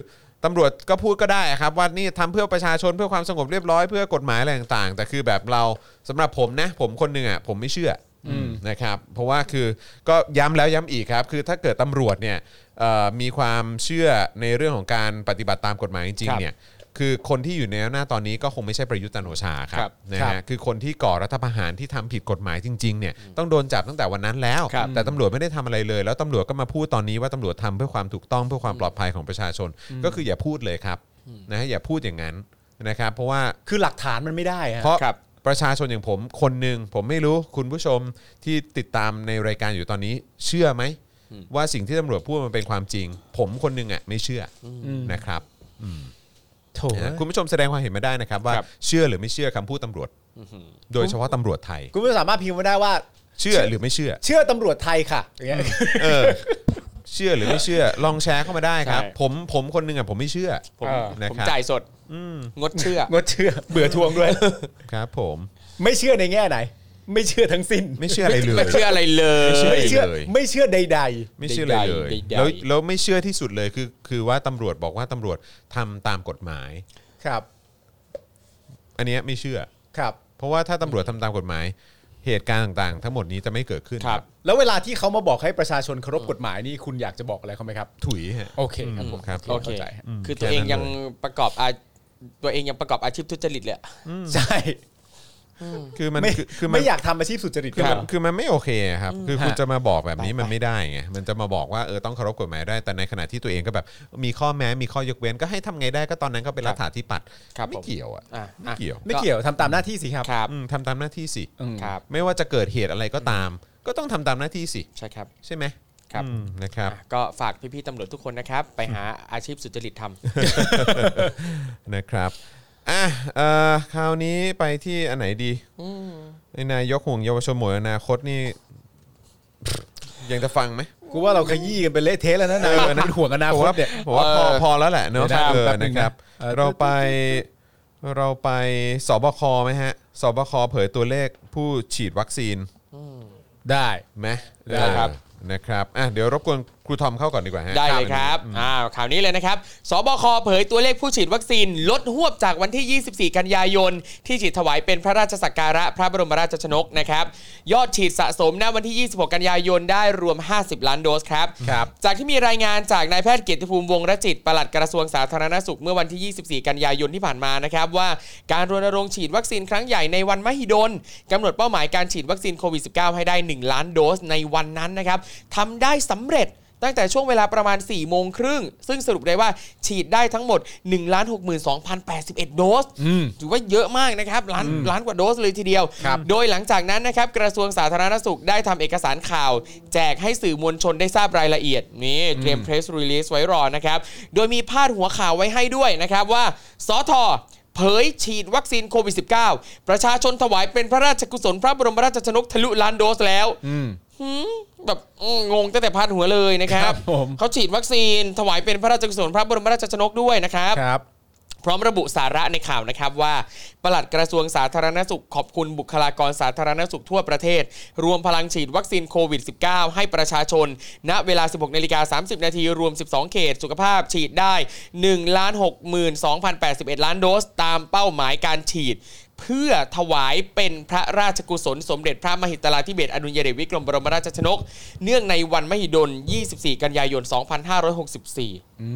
[SPEAKER 1] ตำรวจก็พูดก็ได้ครับว่านี่ทำเพื่อประชาชนเพื่อความสงบเรียบร้อยเพื่อกฎหมายอะไรต่างๆ แต่คือแบบเราสำหรับผมนะ ผมคนหนึ่งอ่ะผมไม่เชื่ออนะครับเพราะว่าคือก็ย้ำแล้วย้ำอีกครับ คือถ้าเกิดตำรวจเนี่ยเอ่อมีความเชื่อในเรื่องของการปฏิบัติตามกฎหมายจริง
[SPEAKER 3] ครั
[SPEAKER 1] ๆ
[SPEAKER 3] บ
[SPEAKER 1] เนี่ยคือคนที่อยู่ในอำนาจตอนนี้ก็คงไม่ใช่ประยุทธ์จันทร์โอชาครั
[SPEAKER 3] ครับ บ
[SPEAKER 1] นะ
[SPEAKER 2] ครั
[SPEAKER 1] ฮะ
[SPEAKER 2] บ
[SPEAKER 1] คือคนที่ก่อรัฐประหารที่ทำผิดกฎหมายจริงๆเนี่ยต้องโดนจับตั้งแต่วันนั้นแล้ว
[SPEAKER 3] ครับ
[SPEAKER 1] แต่ตำรวจไม่ได้ทำอะไรเลย แล้วตำรวจก็มาพูดตอนนี้ว่าตำรวจทำเพื่อความถูกต้องเพื่อความปลอดภัยของประชาชน ก็คืออย่าพูดเลยครับนะฮะอย่าพูดอย่างนั้นนะครับ เพราะว่า
[SPEAKER 2] คือหลักฐานมันไม่ได้ฮะ
[SPEAKER 1] เพราะ
[SPEAKER 3] ครับ
[SPEAKER 1] ประชาชนอย่างผมคนหนึ่งผมไม่รู้คุณผู้ชมที่ติดตามในรายการอยู่ตอนนี้ เชื่อไหมว่าสิ่งที่ตำรวจพูดมันเป็นความจริง ผมคนหนึงอ่ะไม่เชื่ออ
[SPEAKER 2] ม
[SPEAKER 1] นะครับ
[SPEAKER 2] โถ
[SPEAKER 1] นะฮะคุณผู้ชมแสดงความเห็นมาได้นะครับ ว่า
[SPEAKER 3] ครับ
[SPEAKER 1] เชื่อหรือไม่เชื่อคำพูดตำรวจ โดยเฉพาะตำรวจไทย
[SPEAKER 2] คุณไม่สามารถพิมพ์มาได้ว่า
[SPEAKER 1] เชื่อหรือไม่เชื่อ
[SPEAKER 2] เชื่อตำรวจไทยค่ะอย่างเงี้ย
[SPEAKER 1] เออเชื่อหรือไม่เชื่อ ลองแชร์เข้ามาได้ครับ
[SPEAKER 3] ใช่
[SPEAKER 1] ผมผมคนหนึ่งอ่ะผมไม่เชื่อ
[SPEAKER 3] ผม
[SPEAKER 1] นะ
[SPEAKER 3] ผม
[SPEAKER 1] ครับ
[SPEAKER 3] จ่ายสดงดเชื่อ
[SPEAKER 2] งดเชื่อ เบื่อทวงด้วย
[SPEAKER 1] ครับผม
[SPEAKER 2] ไม่เชื่อในแง่ไหน ไม่เชื่อทั้งสิ้น
[SPEAKER 1] ไม่เชื่ออะไรเลย
[SPEAKER 3] ไม่เชื่ออะไรเลย
[SPEAKER 2] ไม่เชื่อ
[SPEAKER 1] เลย
[SPEAKER 2] ไม่เชื่อใด
[SPEAKER 1] ไม่เชื่ออะไรเลย
[SPEAKER 3] ใดๆ
[SPEAKER 1] แล้วแล้วไม่เชื่อที่สุดเลยคือคือว่าตำรวจบอกว่าตำรวจทำตามกฎหมาย
[SPEAKER 2] ๆ ครับ
[SPEAKER 1] อันเนี้ยไม่เชื่อ
[SPEAKER 2] ครับ
[SPEAKER 1] เพราะว่าถ้าตำรวจทำตามกฎหมาย เหตุการณ์ต่างๆ ทั้งหมดนี้จะไม่เกิดขึ้น
[SPEAKER 3] ครับ
[SPEAKER 2] แล้วเวลาที่เขามาบอกให้ประชาชนเคารพกฎหมายนี่คุณอยากจะบอกอะไรเขาไหมครับ
[SPEAKER 1] ถุยฮะ
[SPEAKER 2] โอเคครับผม
[SPEAKER 1] ครับ
[SPEAKER 3] โอเค
[SPEAKER 2] ข้าใจ
[SPEAKER 3] คือตัวเองยังประกอบอาตัวเองยังประกอบอาชีพทุจริตเลยอะ
[SPEAKER 2] ใช่
[SPEAKER 1] คือมัน
[SPEAKER 2] ไม่
[SPEAKER 1] คือคือมัน
[SPEAKER 2] ไม่อยากทำอาชีพสุจริต
[SPEAKER 1] คือ
[SPEAKER 2] ค
[SPEAKER 1] มั
[SPEAKER 2] รั
[SPEAKER 1] น
[SPEAKER 2] บ
[SPEAKER 1] คือมันไม่โอเคอะครับ คือคุณ
[SPEAKER 2] ฮะ
[SPEAKER 1] จะมาบอกแบบนี้มันไม่ได้ไง มันจะมาบอกว่าเออต้องเคารพกฎหมายได้ แต่ในขณะที่ตัวเองก็แบบ มีข้อแม้ มีข้อยกเว้น ก็ให้ทำไงได้ก็ตอนนั้นก็เป็นรัฐาธิปัตย์
[SPEAKER 3] ครับ
[SPEAKER 1] ไม่
[SPEAKER 3] ผม
[SPEAKER 1] เกี่ยวอ่ะ
[SPEAKER 3] อ่ะ
[SPEAKER 1] ไม่
[SPEAKER 3] อ่ะ
[SPEAKER 1] เกี่ยว
[SPEAKER 2] ไม่เกี่ยวทำตามหน้าที่สิครับ
[SPEAKER 3] ครับ
[SPEAKER 1] อืมทำตามหน้าที่สิ
[SPEAKER 2] อืม
[SPEAKER 3] ครับ
[SPEAKER 1] ไม่ว่าจะเกิดเหตุอะไรก็ตาม ก็ต้องทำตามหน้าที่สิ
[SPEAKER 3] ใช่ครับ
[SPEAKER 1] ใช่ไหม
[SPEAKER 3] ครับ
[SPEAKER 1] อืมนะครับ
[SPEAKER 3] อ่ะก็ฝากพี่ๆตำรวจทุกคนนะครับ ไปหาอาชีพสุจริตทำ
[SPEAKER 1] นะครับ อ่ะเอ่อคราวนี้ไปที่อันไหนดีไอ้นายกห่วงเยาวชนหมวยอนาคตนี่ ยังจะฟังไหม
[SPEAKER 2] กูว่าเราขยี้กันเป็นเละเทะ แล้วนะนะ
[SPEAKER 1] เออนะ
[SPEAKER 2] เป็นห่วงอนา
[SPEAKER 1] ผม
[SPEAKER 2] คต
[SPEAKER 1] ว่า
[SPEAKER 2] เนี่ย
[SPEAKER 1] ผมว่าพอ
[SPEAKER 3] เออ
[SPEAKER 1] พอแล้วแหละเนอะ
[SPEAKER 2] เดี๋ยวนะ
[SPEAKER 1] เออ
[SPEAKER 2] แป๊บนึ
[SPEAKER 1] นะ
[SPEAKER 2] ง
[SPEAKER 1] ครับ
[SPEAKER 2] เออ
[SPEAKER 1] เราไปเราไปสบคไหมฮะสบคเผยตัวเลขผู้ฉีดวัคซีน
[SPEAKER 2] ได้
[SPEAKER 1] ไหม
[SPEAKER 3] ได้ครับ
[SPEAKER 1] เออนะครับอ่ะเดี๋ยวรบกวน ครูทอมเข้าก่อนดีกว่าฮะ
[SPEAKER 3] ได้เลยครับอ่าข่าวนี้เลยนะครับ สบค เผยตัวเลขผู้ฉีดวัคซีน ลดหวบจากวันที่ 24 กันยายน ที่ฉีดถวายเป็นพระราชสักการะพระบรมราชชนกนะครับ ยอดฉีดสะสมณวันที่ 26 กันยายนได้รวม 50 ล้านโดสครับ
[SPEAKER 1] ครับ
[SPEAKER 3] จากที่มีรายงานจากนายแพทย์เกียรติภูมิวงศ์รจิตปลัดกระทรวงสาธารณสุขเมื่อวันที่ 24 กันยายนที่ผ่านมานะครับว่าการรณรงค์ฉีดวัคซีนครั้งใหญ่ในวันมหิดลกำหนดเป้าหมายการฉีดวัคซีนโควิด -19 ให้ได้ 1 ล้านโดสในวันนั้นนะครับทำได้สำเร็จตั้งแต่ช่วงเวลาประมาณ 4 โมงครึ่ง ซึ่งสรุปได้ว่าฉีดได้ทั้งหมด 1,62,081 โดส ถือว่าเยอะมากนะครับล้านล้านกว่าโดสเลยทีเดียว
[SPEAKER 1] ครับ
[SPEAKER 3] โดยหลังจากนั้นนะครับกระทรวงสาธารณสุขได้ทำเอกสารข่าว แจกให้สื่อมวลชนได้ทราบรายละเอียด นี่เตรียมเพรสรีลีสไว้รอนะครับ โดยมีพาดหัวข่าวไว้ให้ด้วยนะครับว่าสอทอเผยฉีดวัคซีนโควิด -19 ประชาชนถวายเป็นพระราชกุศลพระบรมราชชนกทะลุล้านโดสแล้วหืมแบบอืมงงตั้งแต่พาดหัวเลยนะครั
[SPEAKER 1] ครับ บผม
[SPEAKER 3] เขาฉีดวัคซีนถวายเป็นพระราชกุศลพระบรมราชชนกด้วยนะครับ
[SPEAKER 1] ครับ
[SPEAKER 3] พร้อมระบุสาระในข่าวนะครับว่าปลัดกระทรวงสาธารณสุขขอบคุณบุคลากรสาธารณสุขทั่วประเทศ รวมพลังฉีดวัคซีนโควิด -19 ให้ประชาชน ณ เวลา 16นาฬิกา30 นาทีรวม 12 เขตสุขภาพฉีดได้ 1 62,081 ล้านโดส ตามเป้าหมายการฉีด เพื่อถวายเป็นพระราชกุศลสมเด็จพระมหิตลาธิเบศรอดุลยเดชวิกรมบรมราชชนก เนื่องในวันมหิดล 24 กันยายน 2564 อื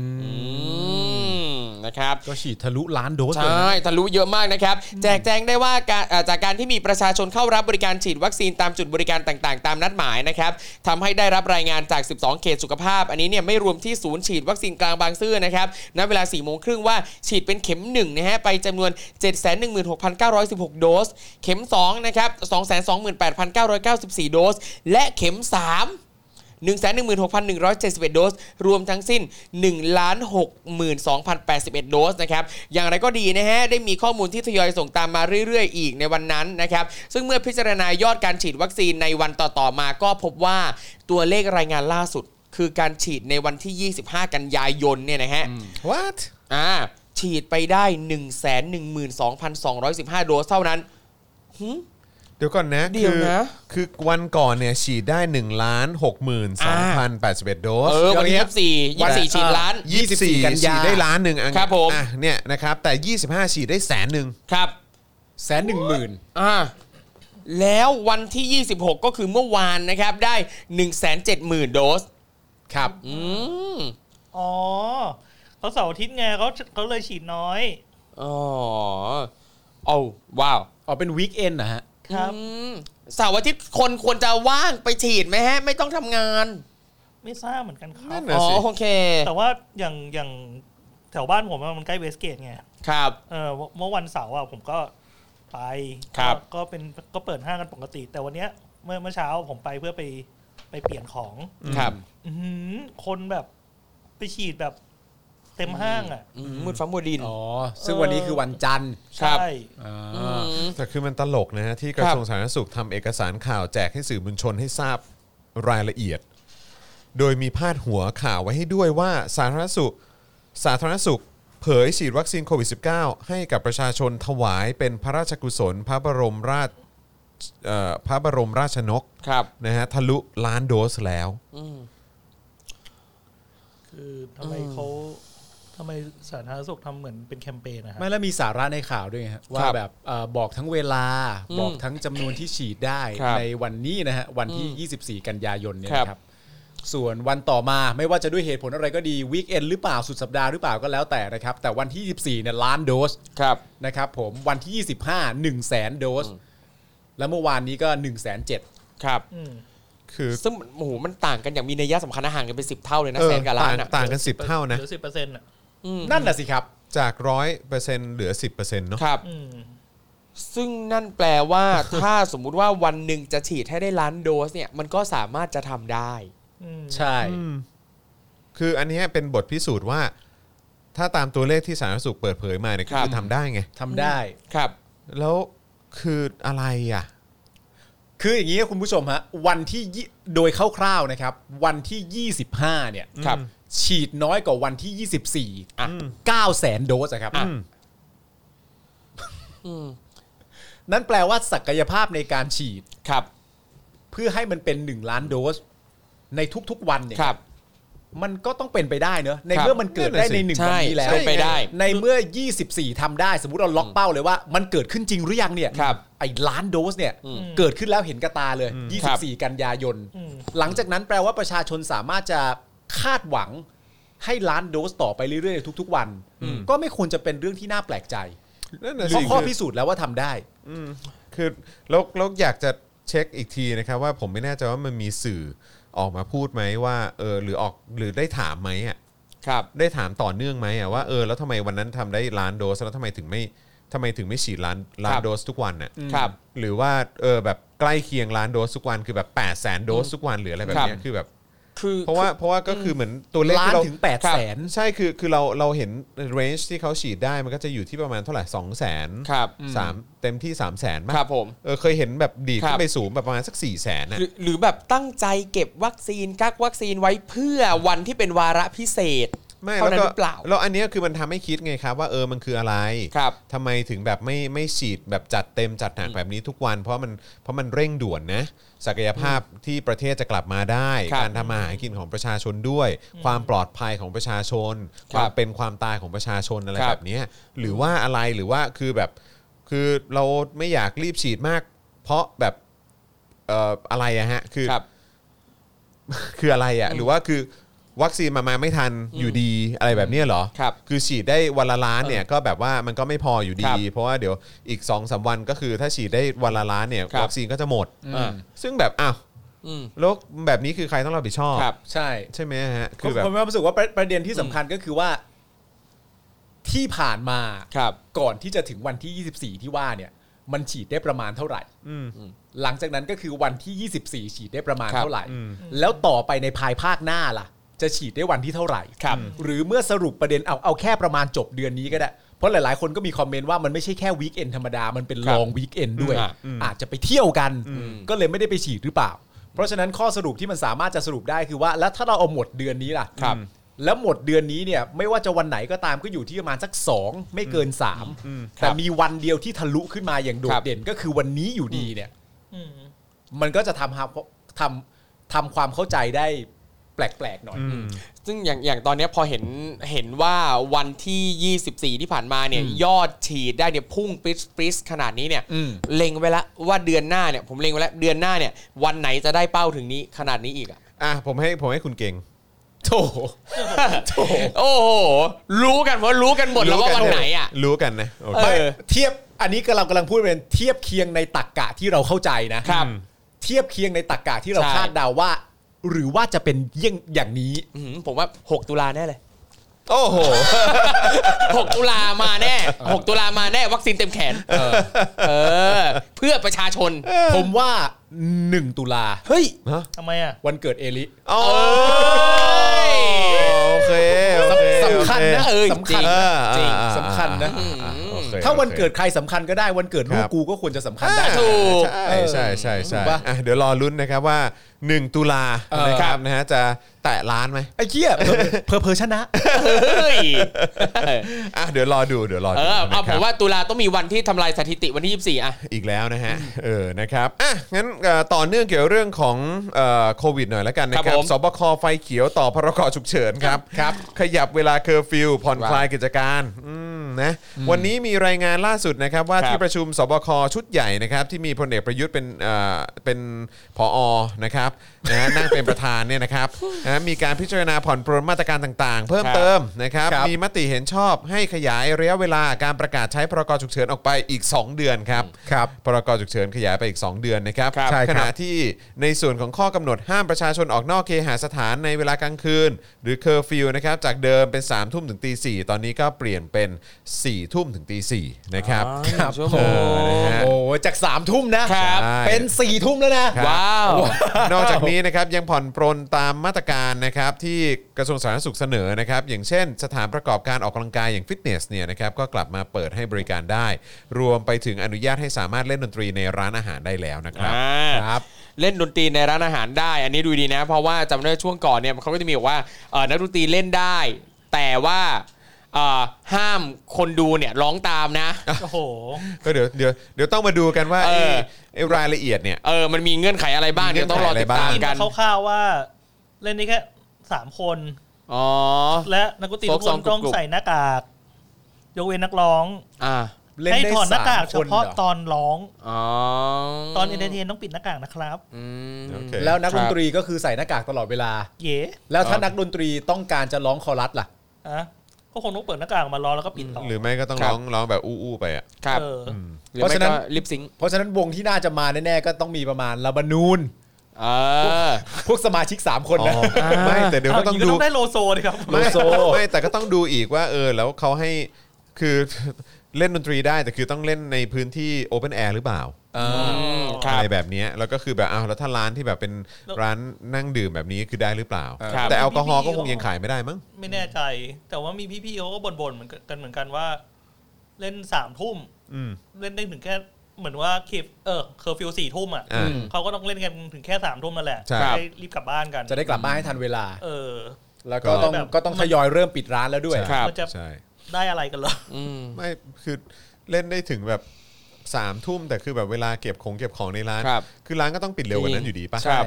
[SPEAKER 3] มนะครับ
[SPEAKER 2] ก็ฉีดทะลุล้านโดสเลย
[SPEAKER 3] ใช่
[SPEAKER 2] นะ
[SPEAKER 3] ทะลุเยอะมากนะครับ แจกแจงได้ว่าการเอ่อจากการที่มีประชาชนเข้ารับบริการฉีดวัคซีนตามจุดบริการต่างๆ ตามนัดหมายนะครับทำให้ได้รับรายงานจาก 12 เขตสุขภาพ อันนี้เนี่ยไม่รวมที่ศูนย์ฉีดวัคซีนกลางบางซื่อนะครับณเวลา 4 โมงครึ่งว่าฉีดเป็นเข็ม1นะฮะไปจำนวน 716,916 โดส เข็ม2นะครับ228,994 โดส และเข็ม 3 116,171 โดส รวมทั้งสิ้น 1,62,081 โดสนะครับ อย่างไรก็ดีนะฮะ ได้มีข้อมูลที่ทยอยส่งตามมาเรื่อยๆ อีกในวันนั้นนะครับ ซึ่งเมื่อพิจารณายอดการฉีดวัคซีนในวันต่อๆมาก็พบว่าตัวเลขรายงานล่าสุด คือการฉีดในวันที่ 25 กันยายนเนี่ยนะฮะ
[SPEAKER 1] what
[SPEAKER 3] อ่าฉีดไปได้ 112,215 โดสเท่านั้น
[SPEAKER 1] เดี๋ยวก่อนนะ
[SPEAKER 3] เดี๋ยวนะ
[SPEAKER 1] คือคือวันก่อนเนี่ยฉีดได้1นึ่งล้านหกหมื่นสองพันแปดสิบเอ็ดโดส
[SPEAKER 3] เออ วันที่ 24 24 ฉีดล้าน
[SPEAKER 1] ยี่สิบสี่
[SPEAKER 2] 24กันยา
[SPEAKER 1] ฉีดได้ล้านหนึ่งอัง
[SPEAKER 3] ครับผม
[SPEAKER 1] อ่ะเนี่ยนะครับแต่ 25 ฉีดได้แสนหนึ่ง
[SPEAKER 3] ครับ
[SPEAKER 2] แสนหนึ่งหมื่น
[SPEAKER 3] อ่าแล้ววันที่ 26 ก็คือเมื่อวานนะครับ ได้ 1 7 0 0 0 0 โดส
[SPEAKER 1] ครับ
[SPEAKER 3] อืม
[SPEAKER 5] อ๋อเขาเสาร์อาทิตย์ไงเขาเขาเลยฉีดน้อย
[SPEAKER 3] อ๋อโอ้ว้าว
[SPEAKER 2] อ๋อเป็นวีคเอนนะฮะ
[SPEAKER 5] ครับ
[SPEAKER 3] อืมเสาร์อาทิตย์คนควรจะว่างไปฉีดไหมฮะ ไม่ต้องทำงาน
[SPEAKER 5] ไม่ทราบเหมือนกันครั
[SPEAKER 1] นั่
[SPEAKER 5] บ
[SPEAKER 1] นน่ะ
[SPEAKER 3] อ๋อ
[SPEAKER 1] สิ
[SPEAKER 3] โอเค
[SPEAKER 5] แต่ว่าอย่างอย่างแถวบ้านผมอะมันใกล้เวสเกตไง
[SPEAKER 3] ครับ
[SPEAKER 5] เออเมื่อวันเสาร์อ่ะผมก็ไป
[SPEAKER 3] ครับ
[SPEAKER 5] ก็ก็เป็นก็เปิดห้างกันปกติ แต่วันเนี้ยเมื่อเมื่อเช้าผมไปเพื่อไปไปเปลี่ยนของ
[SPEAKER 3] ครับ
[SPEAKER 5] อื้อหือคนแบบไปฉีดแบบเต็มห้างอ่ะ
[SPEAKER 3] อืมมืดฟ้ามัวดิน
[SPEAKER 2] อ๋อ ซึ่งวันนี้คือวันจันทร์
[SPEAKER 3] ครับ
[SPEAKER 5] ใช่
[SPEAKER 2] อ่า
[SPEAKER 3] ม
[SPEAKER 1] แต่คือมันตลกนะฮะที่กระ
[SPEAKER 3] ครับ
[SPEAKER 1] ทรวงสาธารณสุขทำเอกสารข่าวแจกให้สื่อมวลชนให้ทราบรายละเอียด โดยมีพาดหัวข่าวไว้ให้ด้วยว่าสาธารณสุขสาธารณสุข เผยฉีดวัคซีนโควิด -19 ให้กับประชาชนถวายเป็นพระราชกุศล พระบรมราชเอ่อพระบรมราชนก
[SPEAKER 3] ครับ
[SPEAKER 1] นะฮะทะลุล้านโดสแล้ว
[SPEAKER 5] คือทำไมเขาทำไมสาธารณสุขทำเหมือนเป็นแคมเปญนะฮะ
[SPEAKER 2] ไม่แล้วมีสาระในข่าวด้วยไงฮะว่า
[SPEAKER 3] ครับ
[SPEAKER 2] แบบเอ่อบอกทั้งเวลา บอกทั้งจำนวนที่ฉีดได้
[SPEAKER 3] ครับ
[SPEAKER 2] ในวันนี้นะฮะ วันที่ 24 กันยายนเนี่ย
[SPEAKER 3] ครับ
[SPEAKER 2] นะครับ ส่วนวันต่อมาไม่ว่าจะด้วยเหตุผลอะไรก็ดีวีคเอนหรือเปล่าสุดสัปดาห์หรือเปล่าก็แล้วแต่นะครับ แต่วันที่ 24เนี่ยล้านโดส
[SPEAKER 3] ครับ
[SPEAKER 2] นะครับผมวันที่ 25 1แสนโดส แล้วเมื่อวานนี้ก็1แสนเจ็ด
[SPEAKER 3] ครับ
[SPEAKER 5] อืม
[SPEAKER 1] คือ
[SPEAKER 3] ซึ่งโอ้โหมันต่างกันอย่างมีนัยสำคัญนะห่างกันเป็นสิบเท่าเลยนะ
[SPEAKER 1] เออ
[SPEAKER 3] แสนกับล้าน
[SPEAKER 1] ต่า
[SPEAKER 3] อะ
[SPEAKER 1] งต่างกัน 10 เท่านะ
[SPEAKER 5] หรือสิบเปอร์เซ็นต์อ่ะ
[SPEAKER 3] อืม
[SPEAKER 2] นั่นน่ะสิครับ
[SPEAKER 1] จากร้อยเปอร์เซ็นต์เหลือ 10%เนอะ
[SPEAKER 3] ครับ
[SPEAKER 5] อืม
[SPEAKER 3] ซึ่งนั่นแปลว่า ถ้าสมมุติว่าวันหนึ่งจะฉีดให้ได้ล้านโดสเนี่ยมันก็สามารถจะทำได้
[SPEAKER 5] อืม
[SPEAKER 2] ใช่
[SPEAKER 1] คืออันเนี้ยเป็นบทพิสูจน์ว่า ถ้าตามตัวเลขที่สาธารณสุขเปิดเผยมาเนี่ยก็
[SPEAKER 3] ครับ
[SPEAKER 1] คือทำได้ไง
[SPEAKER 2] ทำได้
[SPEAKER 3] ครับ
[SPEAKER 1] แล้วคืออะไรอ่ะ
[SPEAKER 2] คืออย่างนี้ครับคุณผู้ชมฮะวันที่ยี่โดยคร่าวๆนะครับ วันที่ 25 เนี่ย
[SPEAKER 3] ครับ
[SPEAKER 2] ฉีดน้อยกว่าวันที่
[SPEAKER 3] อ่ะ
[SPEAKER 2] 24 9แสนโดสอะครับ
[SPEAKER 3] อ่ะ
[SPEAKER 2] นั่นแปลว่าศักยภาพในการฉีด
[SPEAKER 3] ครับ
[SPEAKER 2] เพื่อให้มันเป็น 1 ล้านโดส ในทุกๆวันเนี่ย
[SPEAKER 3] ครับ
[SPEAKER 2] มันก็ต้องเป็นไปได้เนอะใน
[SPEAKER 3] ครับ
[SPEAKER 2] เมื่อมันเกิดได้ในหนึ่ง
[SPEAKER 3] ใช่
[SPEAKER 2] วันนี้แล้ว
[SPEAKER 3] เป็นไปได้
[SPEAKER 2] ในเมื่อ 24ทำได้สมมติเราล็อกเป้าเลยว่า มันเกิดขึ้นจริงหรือยังเนี่ย
[SPEAKER 3] ครับ
[SPEAKER 2] ไอ้ล้านโดสเนี่ย
[SPEAKER 3] อืม
[SPEAKER 2] เกิดขึ้นแล้วเห็นกระตาเลย
[SPEAKER 3] ครับ
[SPEAKER 2] 24 กันยายน
[SPEAKER 5] อืม
[SPEAKER 2] หลังจากนั้นแปลว่าประชาชนสามารถจะคาดหวังให้ล้านโดสต่อไปเรื่อยๆในทุก ๆ วัน ก็ไม่ควรจะเป็นเรื่องที่น่าแปลกใจ
[SPEAKER 1] นั่นน่ะ
[SPEAKER 2] เพ
[SPEAKER 1] สิ
[SPEAKER 2] ราะข้อ
[SPEAKER 1] คือ
[SPEAKER 2] พิสูจน์แล้วว่าทำได้
[SPEAKER 1] คือแล้วแล้วอยากจะเช็คอีกทีนะครับ ว่าผมไม่แน่ใจว่ามันมีสื่อออกมาพูดไหมว่าเออหรือออกหรือได้ถามไหมอ่ะ
[SPEAKER 3] ครับ
[SPEAKER 1] ได้ถามต่อเนื่องไหมอ่ะว่าเออแล้วทำไมวันนั้นทำได้ล้านโดสแล้วทำไมถึงไม่ทำไมถึงไม่ฉีดล้านล้าน
[SPEAKER 3] ครับ
[SPEAKER 1] โดสทุกวันน่ะ
[SPEAKER 3] ครับ
[SPEAKER 1] หรือว่าเออแบบใกล้เคียงล้านโดสทุกวันคือแบบ8 0 0แสนโดสทุกวันหรืออะไรแบบเนี้ย
[SPEAKER 3] ครับ
[SPEAKER 1] คือแบบ
[SPEAKER 3] คือ
[SPEAKER 1] เพราะว่าเพราะว่าก็คือเหมือนตัวเลข
[SPEAKER 2] ล้า
[SPEAKER 1] ที่
[SPEAKER 2] น
[SPEAKER 1] เรา
[SPEAKER 2] ถึง8ปดแสน
[SPEAKER 1] ใช่คือคือเราเราเห็นเรนจ์ที่เขาฉีดได้มันก็จะอยู่ที่ประมาณเท่าไหร่สองแสน
[SPEAKER 3] ครับ
[SPEAKER 1] สามเต็มที่สามแสน
[SPEAKER 3] ครับผม
[SPEAKER 1] เออเคยเห็นแบบดีด
[SPEAKER 3] ครั
[SPEAKER 1] ขึ้
[SPEAKER 3] บ
[SPEAKER 1] นไปสูงแบบประมาณสักสี่แสนนะ
[SPEAKER 3] หรือหรือแบบตั้งใจเก็บวัคซีนกักวัคซีนไว้เพื่อวันที่เป็นวาระพิเศษ
[SPEAKER 1] ไม่
[SPEAKER 3] เท่า
[SPEAKER 1] แล้ว
[SPEAKER 3] นั้น
[SPEAKER 1] ก็
[SPEAKER 3] หรือเปล่า
[SPEAKER 1] แล้วอันเนี้ยคือมันทำให้คิดไงครับ ว่าเออมันคืออะไร
[SPEAKER 3] ครับ
[SPEAKER 1] ทำไมถึงแบบไม่ไม่ฉีดแบบจัดเต็มจัดหนักแบบนี้ทุกวัน เพราะมันเพราะมันเร่งด่วนนะศักยภาพที่ประเทศจะกลับมาได้
[SPEAKER 3] ครับ
[SPEAKER 1] การทำมาหากินของประชาชนด้วย ความปลอดภัยของประชาชน
[SPEAKER 3] ค
[SPEAKER 1] ครับ วามเป็นความตายของประชาชนอะไร
[SPEAKER 3] ครับ
[SPEAKER 1] แบบเนี้ยหรือว่าอะไรหรือว่าคือแบบ คือเราไม่อยากรีบฉีดมาก เพราะแบบเอ่ออะไรอะฮะคือ
[SPEAKER 3] ครับ
[SPEAKER 1] คืออะไรอะหรือว่าคือวัคซีนมามาไม่ทันอยู่ดีอะไรแบบเนี้ยเหรอ
[SPEAKER 3] ครับ
[SPEAKER 1] คือฉีดได้วันละล้านเนี่ยก็แบบว่ามันก็ไม่พออยู่
[SPEAKER 3] ครั
[SPEAKER 1] ดี
[SPEAKER 3] บ
[SPEAKER 1] เพราะว่าเดี๋ยวอีก2อสวันก็คือ ถ้าฉีดได้วันละล้านเนี่ย
[SPEAKER 3] ครับ
[SPEAKER 1] วัคซีนก็จะหมด
[SPEAKER 3] อืม
[SPEAKER 1] ซึ่งแบบอ้าว
[SPEAKER 3] อืม
[SPEAKER 1] แล้วแบบนี้คือใครต้องรับผิดชอบ
[SPEAKER 3] ครับ
[SPEAKER 2] ใช่
[SPEAKER 1] ใช่ไหมฮะ
[SPEAKER 2] คื
[SPEAKER 1] คือ อแบ
[SPEAKER 2] แบ
[SPEAKER 1] บ บ
[SPEAKER 2] ผมมีความรู้สึกว่าประประเด็นที่สำคัญก็คือว่าที่ผ่านมา
[SPEAKER 3] ครับ
[SPEAKER 2] ก่อนที่จะถึงวันที่ 24 ที่ว่าเนี่ย มันฉีดได้ประมาณเท่าไหร่หลังจากนั้นก็คือวันที่ 24 ฉีดได้ประมาณ
[SPEAKER 3] ครับ
[SPEAKER 2] เท่าไหร่ แล้วต่อไปในภายภาคหน้าล่ะ จะฉีดได้วันที่เท่าไหร่
[SPEAKER 3] ครับ
[SPEAKER 2] หรือเมื่อสรุปประเด็นเอาเอาแค่ประมาณจบเดือนนี้ก็ได้เพราะหลาย ๆ คนก็มีคอมเมนต์ว่ามันไม่ใช่แค่วีคเอนธรรมดามันเป็น
[SPEAKER 3] ครั
[SPEAKER 2] ล
[SPEAKER 3] บ
[SPEAKER 2] องวีคเอนด้วย
[SPEAKER 3] อืมอ่ะ
[SPEAKER 2] อาจจะไปเที่ยวกัน ก็เลยไม่ได้ไปฉีดหรือเปล่า เพราะฉะนั้นข้อสรุปที่มันสามารถจะสรุปได้คือว่า แล้วถ้าเราเอาหมดเดือนนี้ล่ะ
[SPEAKER 3] ครับ
[SPEAKER 2] แล้วหมดเดือนนี้เนี่ยไม่ว่าจะวันไหนก็ตามก็อยู่ที่ประมาณสัก 2 ไม่เกิน 3 แต่มีวันเดียวที่ทะลุขึ้นมาอย่างโด
[SPEAKER 3] ค
[SPEAKER 2] ด
[SPEAKER 3] รับ
[SPEAKER 2] เด่นก็คือวันนี้อยู่ดีเนี่ย
[SPEAKER 5] อืม
[SPEAKER 2] มันก็จะทำให้ทำทำความเข้าใจได้แปลกๆหน่อย
[SPEAKER 3] ซึ่งอย่างอย่างตอนเนี้ยพอเห็นเห็นว่าวันที่ 24 ที่ผ่านมาเนี่ยยอดฉีดได้เนี่ยพุ่งปริสปริสขนาดนี้เนี่ย
[SPEAKER 2] อืม
[SPEAKER 3] เล็งไว้ละว่าเดือนหน้าเนี่ยผมเล็งไว้แล้วเดือนหน้าเนี่ยวันไหนจะได้เป้าถึงนี้ขนาดนี้อีกอ่ะ
[SPEAKER 1] อ่ะผมให้ผมให้คุณเก่ง
[SPEAKER 3] โถโถโอ้โหรู้กันว่ารู้กันหมดแล้วว่าวันไหนอ่ะ
[SPEAKER 1] รู้กันนะโอเค
[SPEAKER 3] เออ
[SPEAKER 2] เทียบอันนี้ก็เรากำลังพูดเป็นเทียบเคียงในตักกะที่เราเข้าใจนะครับ เทียบเคียงในตักกะที่เรา
[SPEAKER 3] ใช่
[SPEAKER 2] คาดเดาว่า หรือว่าจะเป็นเยี่ยงอย่างนี้
[SPEAKER 3] อื้อหือผมว่า 6 ตุลาแน่เลย
[SPEAKER 1] โอ้โห
[SPEAKER 3] 6 ตุลามาแน่ 6 ตุลามาแน่ วัคซีนเต็มแขน เออ เออ เพื่อประชาชน
[SPEAKER 2] ผมว่า 1 ตุลา
[SPEAKER 3] เฮ้ย
[SPEAKER 5] ทำไมอ่ะ
[SPEAKER 2] วันเกิดเอลิ
[SPEAKER 1] โอ้ยโอเคโอเค
[SPEAKER 2] สำคัญนะ
[SPEAKER 3] เออ
[SPEAKER 2] สำคัญ
[SPEAKER 3] จ
[SPEAKER 1] เอออ่า
[SPEAKER 2] นะ
[SPEAKER 3] ริงจริง
[SPEAKER 1] อ่า
[SPEAKER 2] สำคัญนะ
[SPEAKER 1] อ่าอ่าโอเค
[SPEAKER 2] ถ้าวัน
[SPEAKER 1] โอค
[SPEAKER 2] เกิดใครสำคัญก็ได้วันเกิด
[SPEAKER 1] ค
[SPEAKER 2] ลูก
[SPEAKER 1] รับ
[SPEAKER 2] กูก็ควรจะสำคัญได้
[SPEAKER 3] ถูก
[SPEAKER 1] ใช่ใช่ใช่
[SPEAKER 2] ถู
[SPEAKER 1] ใช่
[SPEAKER 2] กปะ
[SPEAKER 1] อ่ะเดี๋ยวรอลุ้นนะครับว่า 1 ตุลา
[SPEAKER 2] เออ
[SPEAKER 1] นะครับนะฮะจะแตะล้านไหม
[SPEAKER 2] ไอ้เหี้ยเพอเพอๆชนะ
[SPEAKER 3] เฮ้ย
[SPEAKER 1] อ่ะเดี๋ยวรอดูเดี๋ยวรอ
[SPEAKER 3] เอ
[SPEAKER 1] ดู
[SPEAKER 3] อ เอา
[SPEAKER 1] นะ
[SPEAKER 3] ผ
[SPEAKER 1] ครั
[SPEAKER 3] ม
[SPEAKER 1] บ
[SPEAKER 3] ว่าตุลาต้องมีวันที่ทำลายสถิติวันที่ 24 อ่ะ
[SPEAKER 1] อีกแล้วนะฮ ะเออนะครับอ่ะงั้นเอ่อต่อเนื่องเกี่ยวเรื่องของเอ่อโควิดหน่อยละกันนะค
[SPEAKER 3] ครั
[SPEAKER 1] รับบ
[SPEAKER 3] ผม
[SPEAKER 1] สบคไฟเขียวต่อพรกฉุกเฉินครับครับขยับเวลาเคอร์ฟิวผ่อนคลายกิจการอืมนะวันนี้มีรายงานล่าสุดนะครับว่า
[SPEAKER 3] ครับ
[SPEAKER 1] ที่ ประชุมสบคชุดใหญ่นะครับที่มีพลเอกประยุทธ์เป็นเอ่อเป็นผอนะครับนะ ฮะ นั่งเป็นประธานเนี่ยนะครับนะฮะมีการพิจารณาผ่อนปรนมาตรการต่างๆ เพิ่มเติมนะครับ
[SPEAKER 2] ครับ
[SPEAKER 1] มีมติเห็นชอบให้ขยายระยะเวลาการประกาศใช้พรกฉุกเฉินออกไปอีก 2 เดือนครับ
[SPEAKER 2] ครับ
[SPEAKER 1] พรกฉุกเฉินขยายไปอีก 2 เดือนนะครับ
[SPEAKER 2] ครับใช่ครับ
[SPEAKER 1] ขณะที่ในส่วนของข้อกำหนดห้ามประชาชนออกนอกเคหสถานในเวลากลางคืน หรือเคอร์ฟิวนะครับจากเดิมเป็น3ามทุ่มถึงตีสตอนนี้ก็เปลี่ยนเป็น4ี่ทุ่มถึงตีสนะครับ
[SPEAKER 3] ครับชั่วโม
[SPEAKER 1] เออนะ
[SPEAKER 3] ง
[SPEAKER 1] ฮะ
[SPEAKER 2] โอ้ยจากสามทุ่มนะครับ
[SPEAKER 1] ใช่
[SPEAKER 2] เป็นสี่ทุ่มแล้วนะ
[SPEAKER 1] ครับ
[SPEAKER 3] ว้าว
[SPEAKER 1] นอกจากนี้นะครับยังผ่อนปรนตามมาตรการนะครับที่กระทรวงสาธารณสุขเสนอนะครับอย่างเช่น สถานประกอบการออกกำลังกายอย่างฟิตเนสเนี่ยนะครับก็กลับมาเปิดให้บริการได้ รวมไปถึงอนุญาตให้สามารถเล่นดนตรีในร้านอาหารได้แล้วนะครับ
[SPEAKER 3] อ่า
[SPEAKER 1] ครับ
[SPEAKER 3] เล่นดนตรีในร้านอาหารได้ อันนี้ดูดีนะ เพราะว่าจำได้ช่วงก่อนเนี่ยเขาก็จะมีบอกว่าเอ่อนักดนตรีเล่นได้ แต่ว่าเอ่อห้ามคนดูเนี่ยร้องตามนะ
[SPEAKER 5] โอ้โห
[SPEAKER 1] ก็เดี๋ยวเดี๋ยวเดี๋ยวต้องมาดูกันว่า
[SPEAKER 3] เอ
[SPEAKER 1] ไอ้
[SPEAKER 3] อ
[SPEAKER 1] ไอ้รายละเอียดเนี่ย
[SPEAKER 3] เออมันมีเงื่อนไขอะไรบ้าง
[SPEAKER 1] มีเงื่
[SPEAKER 3] เดี๋ย
[SPEAKER 1] อไข
[SPEAKER 3] วนต้องรอติดตา
[SPEAKER 1] อะ
[SPEAKER 3] ม
[SPEAKER 1] ไรบ้าง
[SPEAKER 3] กัน
[SPEAKER 5] คร่าวๆว่า เล่นได้แค่ สามคน
[SPEAKER 3] อ๋อ
[SPEAKER 5] และนักดนตรีทุก
[SPEAKER 3] โฟล์ค
[SPEAKER 5] ค
[SPEAKER 3] ซอง
[SPEAKER 5] นต้อง
[SPEAKER 3] กรุ๊ป
[SPEAKER 5] ใส่หน้ากาก ยกเว้นนักร้อง
[SPEAKER 3] อ่า
[SPEAKER 2] เล่น
[SPEAKER 5] ให้
[SPEAKER 2] ได้
[SPEAKER 5] ถอดหน้ากาก
[SPEAKER 2] ส
[SPEAKER 5] เฉ
[SPEAKER 2] มคน
[SPEAKER 5] พาะ
[SPEAKER 2] หรอ
[SPEAKER 5] ตอนร้อง
[SPEAKER 3] อ๋อ
[SPEAKER 5] ตอนเอนเตอร์เทนต้องปิดหน้ากากนะครับ
[SPEAKER 3] อืม
[SPEAKER 1] โอเค
[SPEAKER 2] แล้วนัก
[SPEAKER 3] ค
[SPEAKER 2] ด
[SPEAKER 3] รับ
[SPEAKER 2] นตรีก็คือใส่หน้ากากตลอดเวลา
[SPEAKER 5] เย่
[SPEAKER 2] แล้ว
[SPEAKER 1] ค
[SPEAKER 2] ถ้า
[SPEAKER 1] รับ
[SPEAKER 2] นักดนตรีต้องการจะร้องคอรัสล่ะ
[SPEAKER 5] อะก็คงต้องเปิดหน้ากากออกมาร้องแล้วก็ปิดต่อ
[SPEAKER 1] หรือไม่ก็ต้อง
[SPEAKER 3] ครั
[SPEAKER 1] ร้
[SPEAKER 3] บ
[SPEAKER 1] องร้องแบบอู้ๆไปอ่ะ
[SPEAKER 3] ครับ
[SPEAKER 5] เอออ
[SPEAKER 3] หรือ
[SPEAKER 2] เพราะ
[SPEAKER 3] ไม่
[SPEAKER 2] ฉะนั้น
[SPEAKER 3] ก็ลิปซิงค์
[SPEAKER 2] เพราะฉะนั้นวงที่น่าจะมาแน่ๆก็ต้องมีประมาณลาบานูน
[SPEAKER 3] เออ
[SPEAKER 2] พวกสมาชิก 3 คนนะ
[SPEAKER 1] อ๋อไม่แต่เดี๋ยวก็
[SPEAKER 5] เอา
[SPEAKER 1] ต้อง
[SPEAKER 5] ย่า
[SPEAKER 1] ดู
[SPEAKER 5] ได้โลโซดิครับ
[SPEAKER 1] ไม่
[SPEAKER 2] โลโซ
[SPEAKER 1] ไม่แต่ก็ต้องดูอีกว่า เออ แล้วเขาให้คือ เล่นดนตรีได้แต่คือต้องเล่นในพื้นที่โอเ n นแอร์หรือเปล่า
[SPEAKER 3] อืมค
[SPEAKER 1] อะ
[SPEAKER 3] รับ
[SPEAKER 1] ไรแบบเนี้ยแล้วก็คือแบบอ้าวแล้วถ้าร้านที่แบบเป็น
[SPEAKER 5] แล้ว
[SPEAKER 1] ร้านนั่งดื่มแบบนี้คือได้หรือเปล่า
[SPEAKER 3] ครับ
[SPEAKER 1] แต่แอลกอฮอล์ก็คงยังขายไม่ได้มั้ง
[SPEAKER 5] ไม่แน่ใจ แต่ว่ามีพี่ๆเขาก็บ่นๆเหมือนกันเหมือนกันว่า เล่นสามทุ่ม
[SPEAKER 1] อืม
[SPEAKER 5] เล่นได้ถึงแค่เหมือนว่าเคฟเออเคอร์ฟิวสี่ทุ่มอ่ะ
[SPEAKER 1] อ่า
[SPEAKER 5] เขาก็ต้องเล่นกันถึงแค่สามทุ่มนั่นแหละ
[SPEAKER 1] ใช่
[SPEAKER 5] จะได้รีบกลับบ้านกัน
[SPEAKER 2] จะได้กลับบ้านให้ทันเวลา
[SPEAKER 5] เออ
[SPEAKER 2] แล้วก็ต้อง
[SPEAKER 5] แบบ
[SPEAKER 2] ก็ต้องทยอยเริ่มปิดร้านแล้วด้วย
[SPEAKER 3] ครับ
[SPEAKER 5] มันจะ
[SPEAKER 1] ใช่
[SPEAKER 5] ได้อะไรกันเหรอ
[SPEAKER 3] อืม
[SPEAKER 1] ไม่คือเล่นได้ถึงแบบสามทุ่มแต่คือแบบเวลาเก็บของเก็บของในร้าน
[SPEAKER 3] ครับ
[SPEAKER 1] อร้านก็ต้องปิดเร็วกว่านั้น
[SPEAKER 3] จริง
[SPEAKER 1] อยู่ดีป่ะ
[SPEAKER 2] ใช่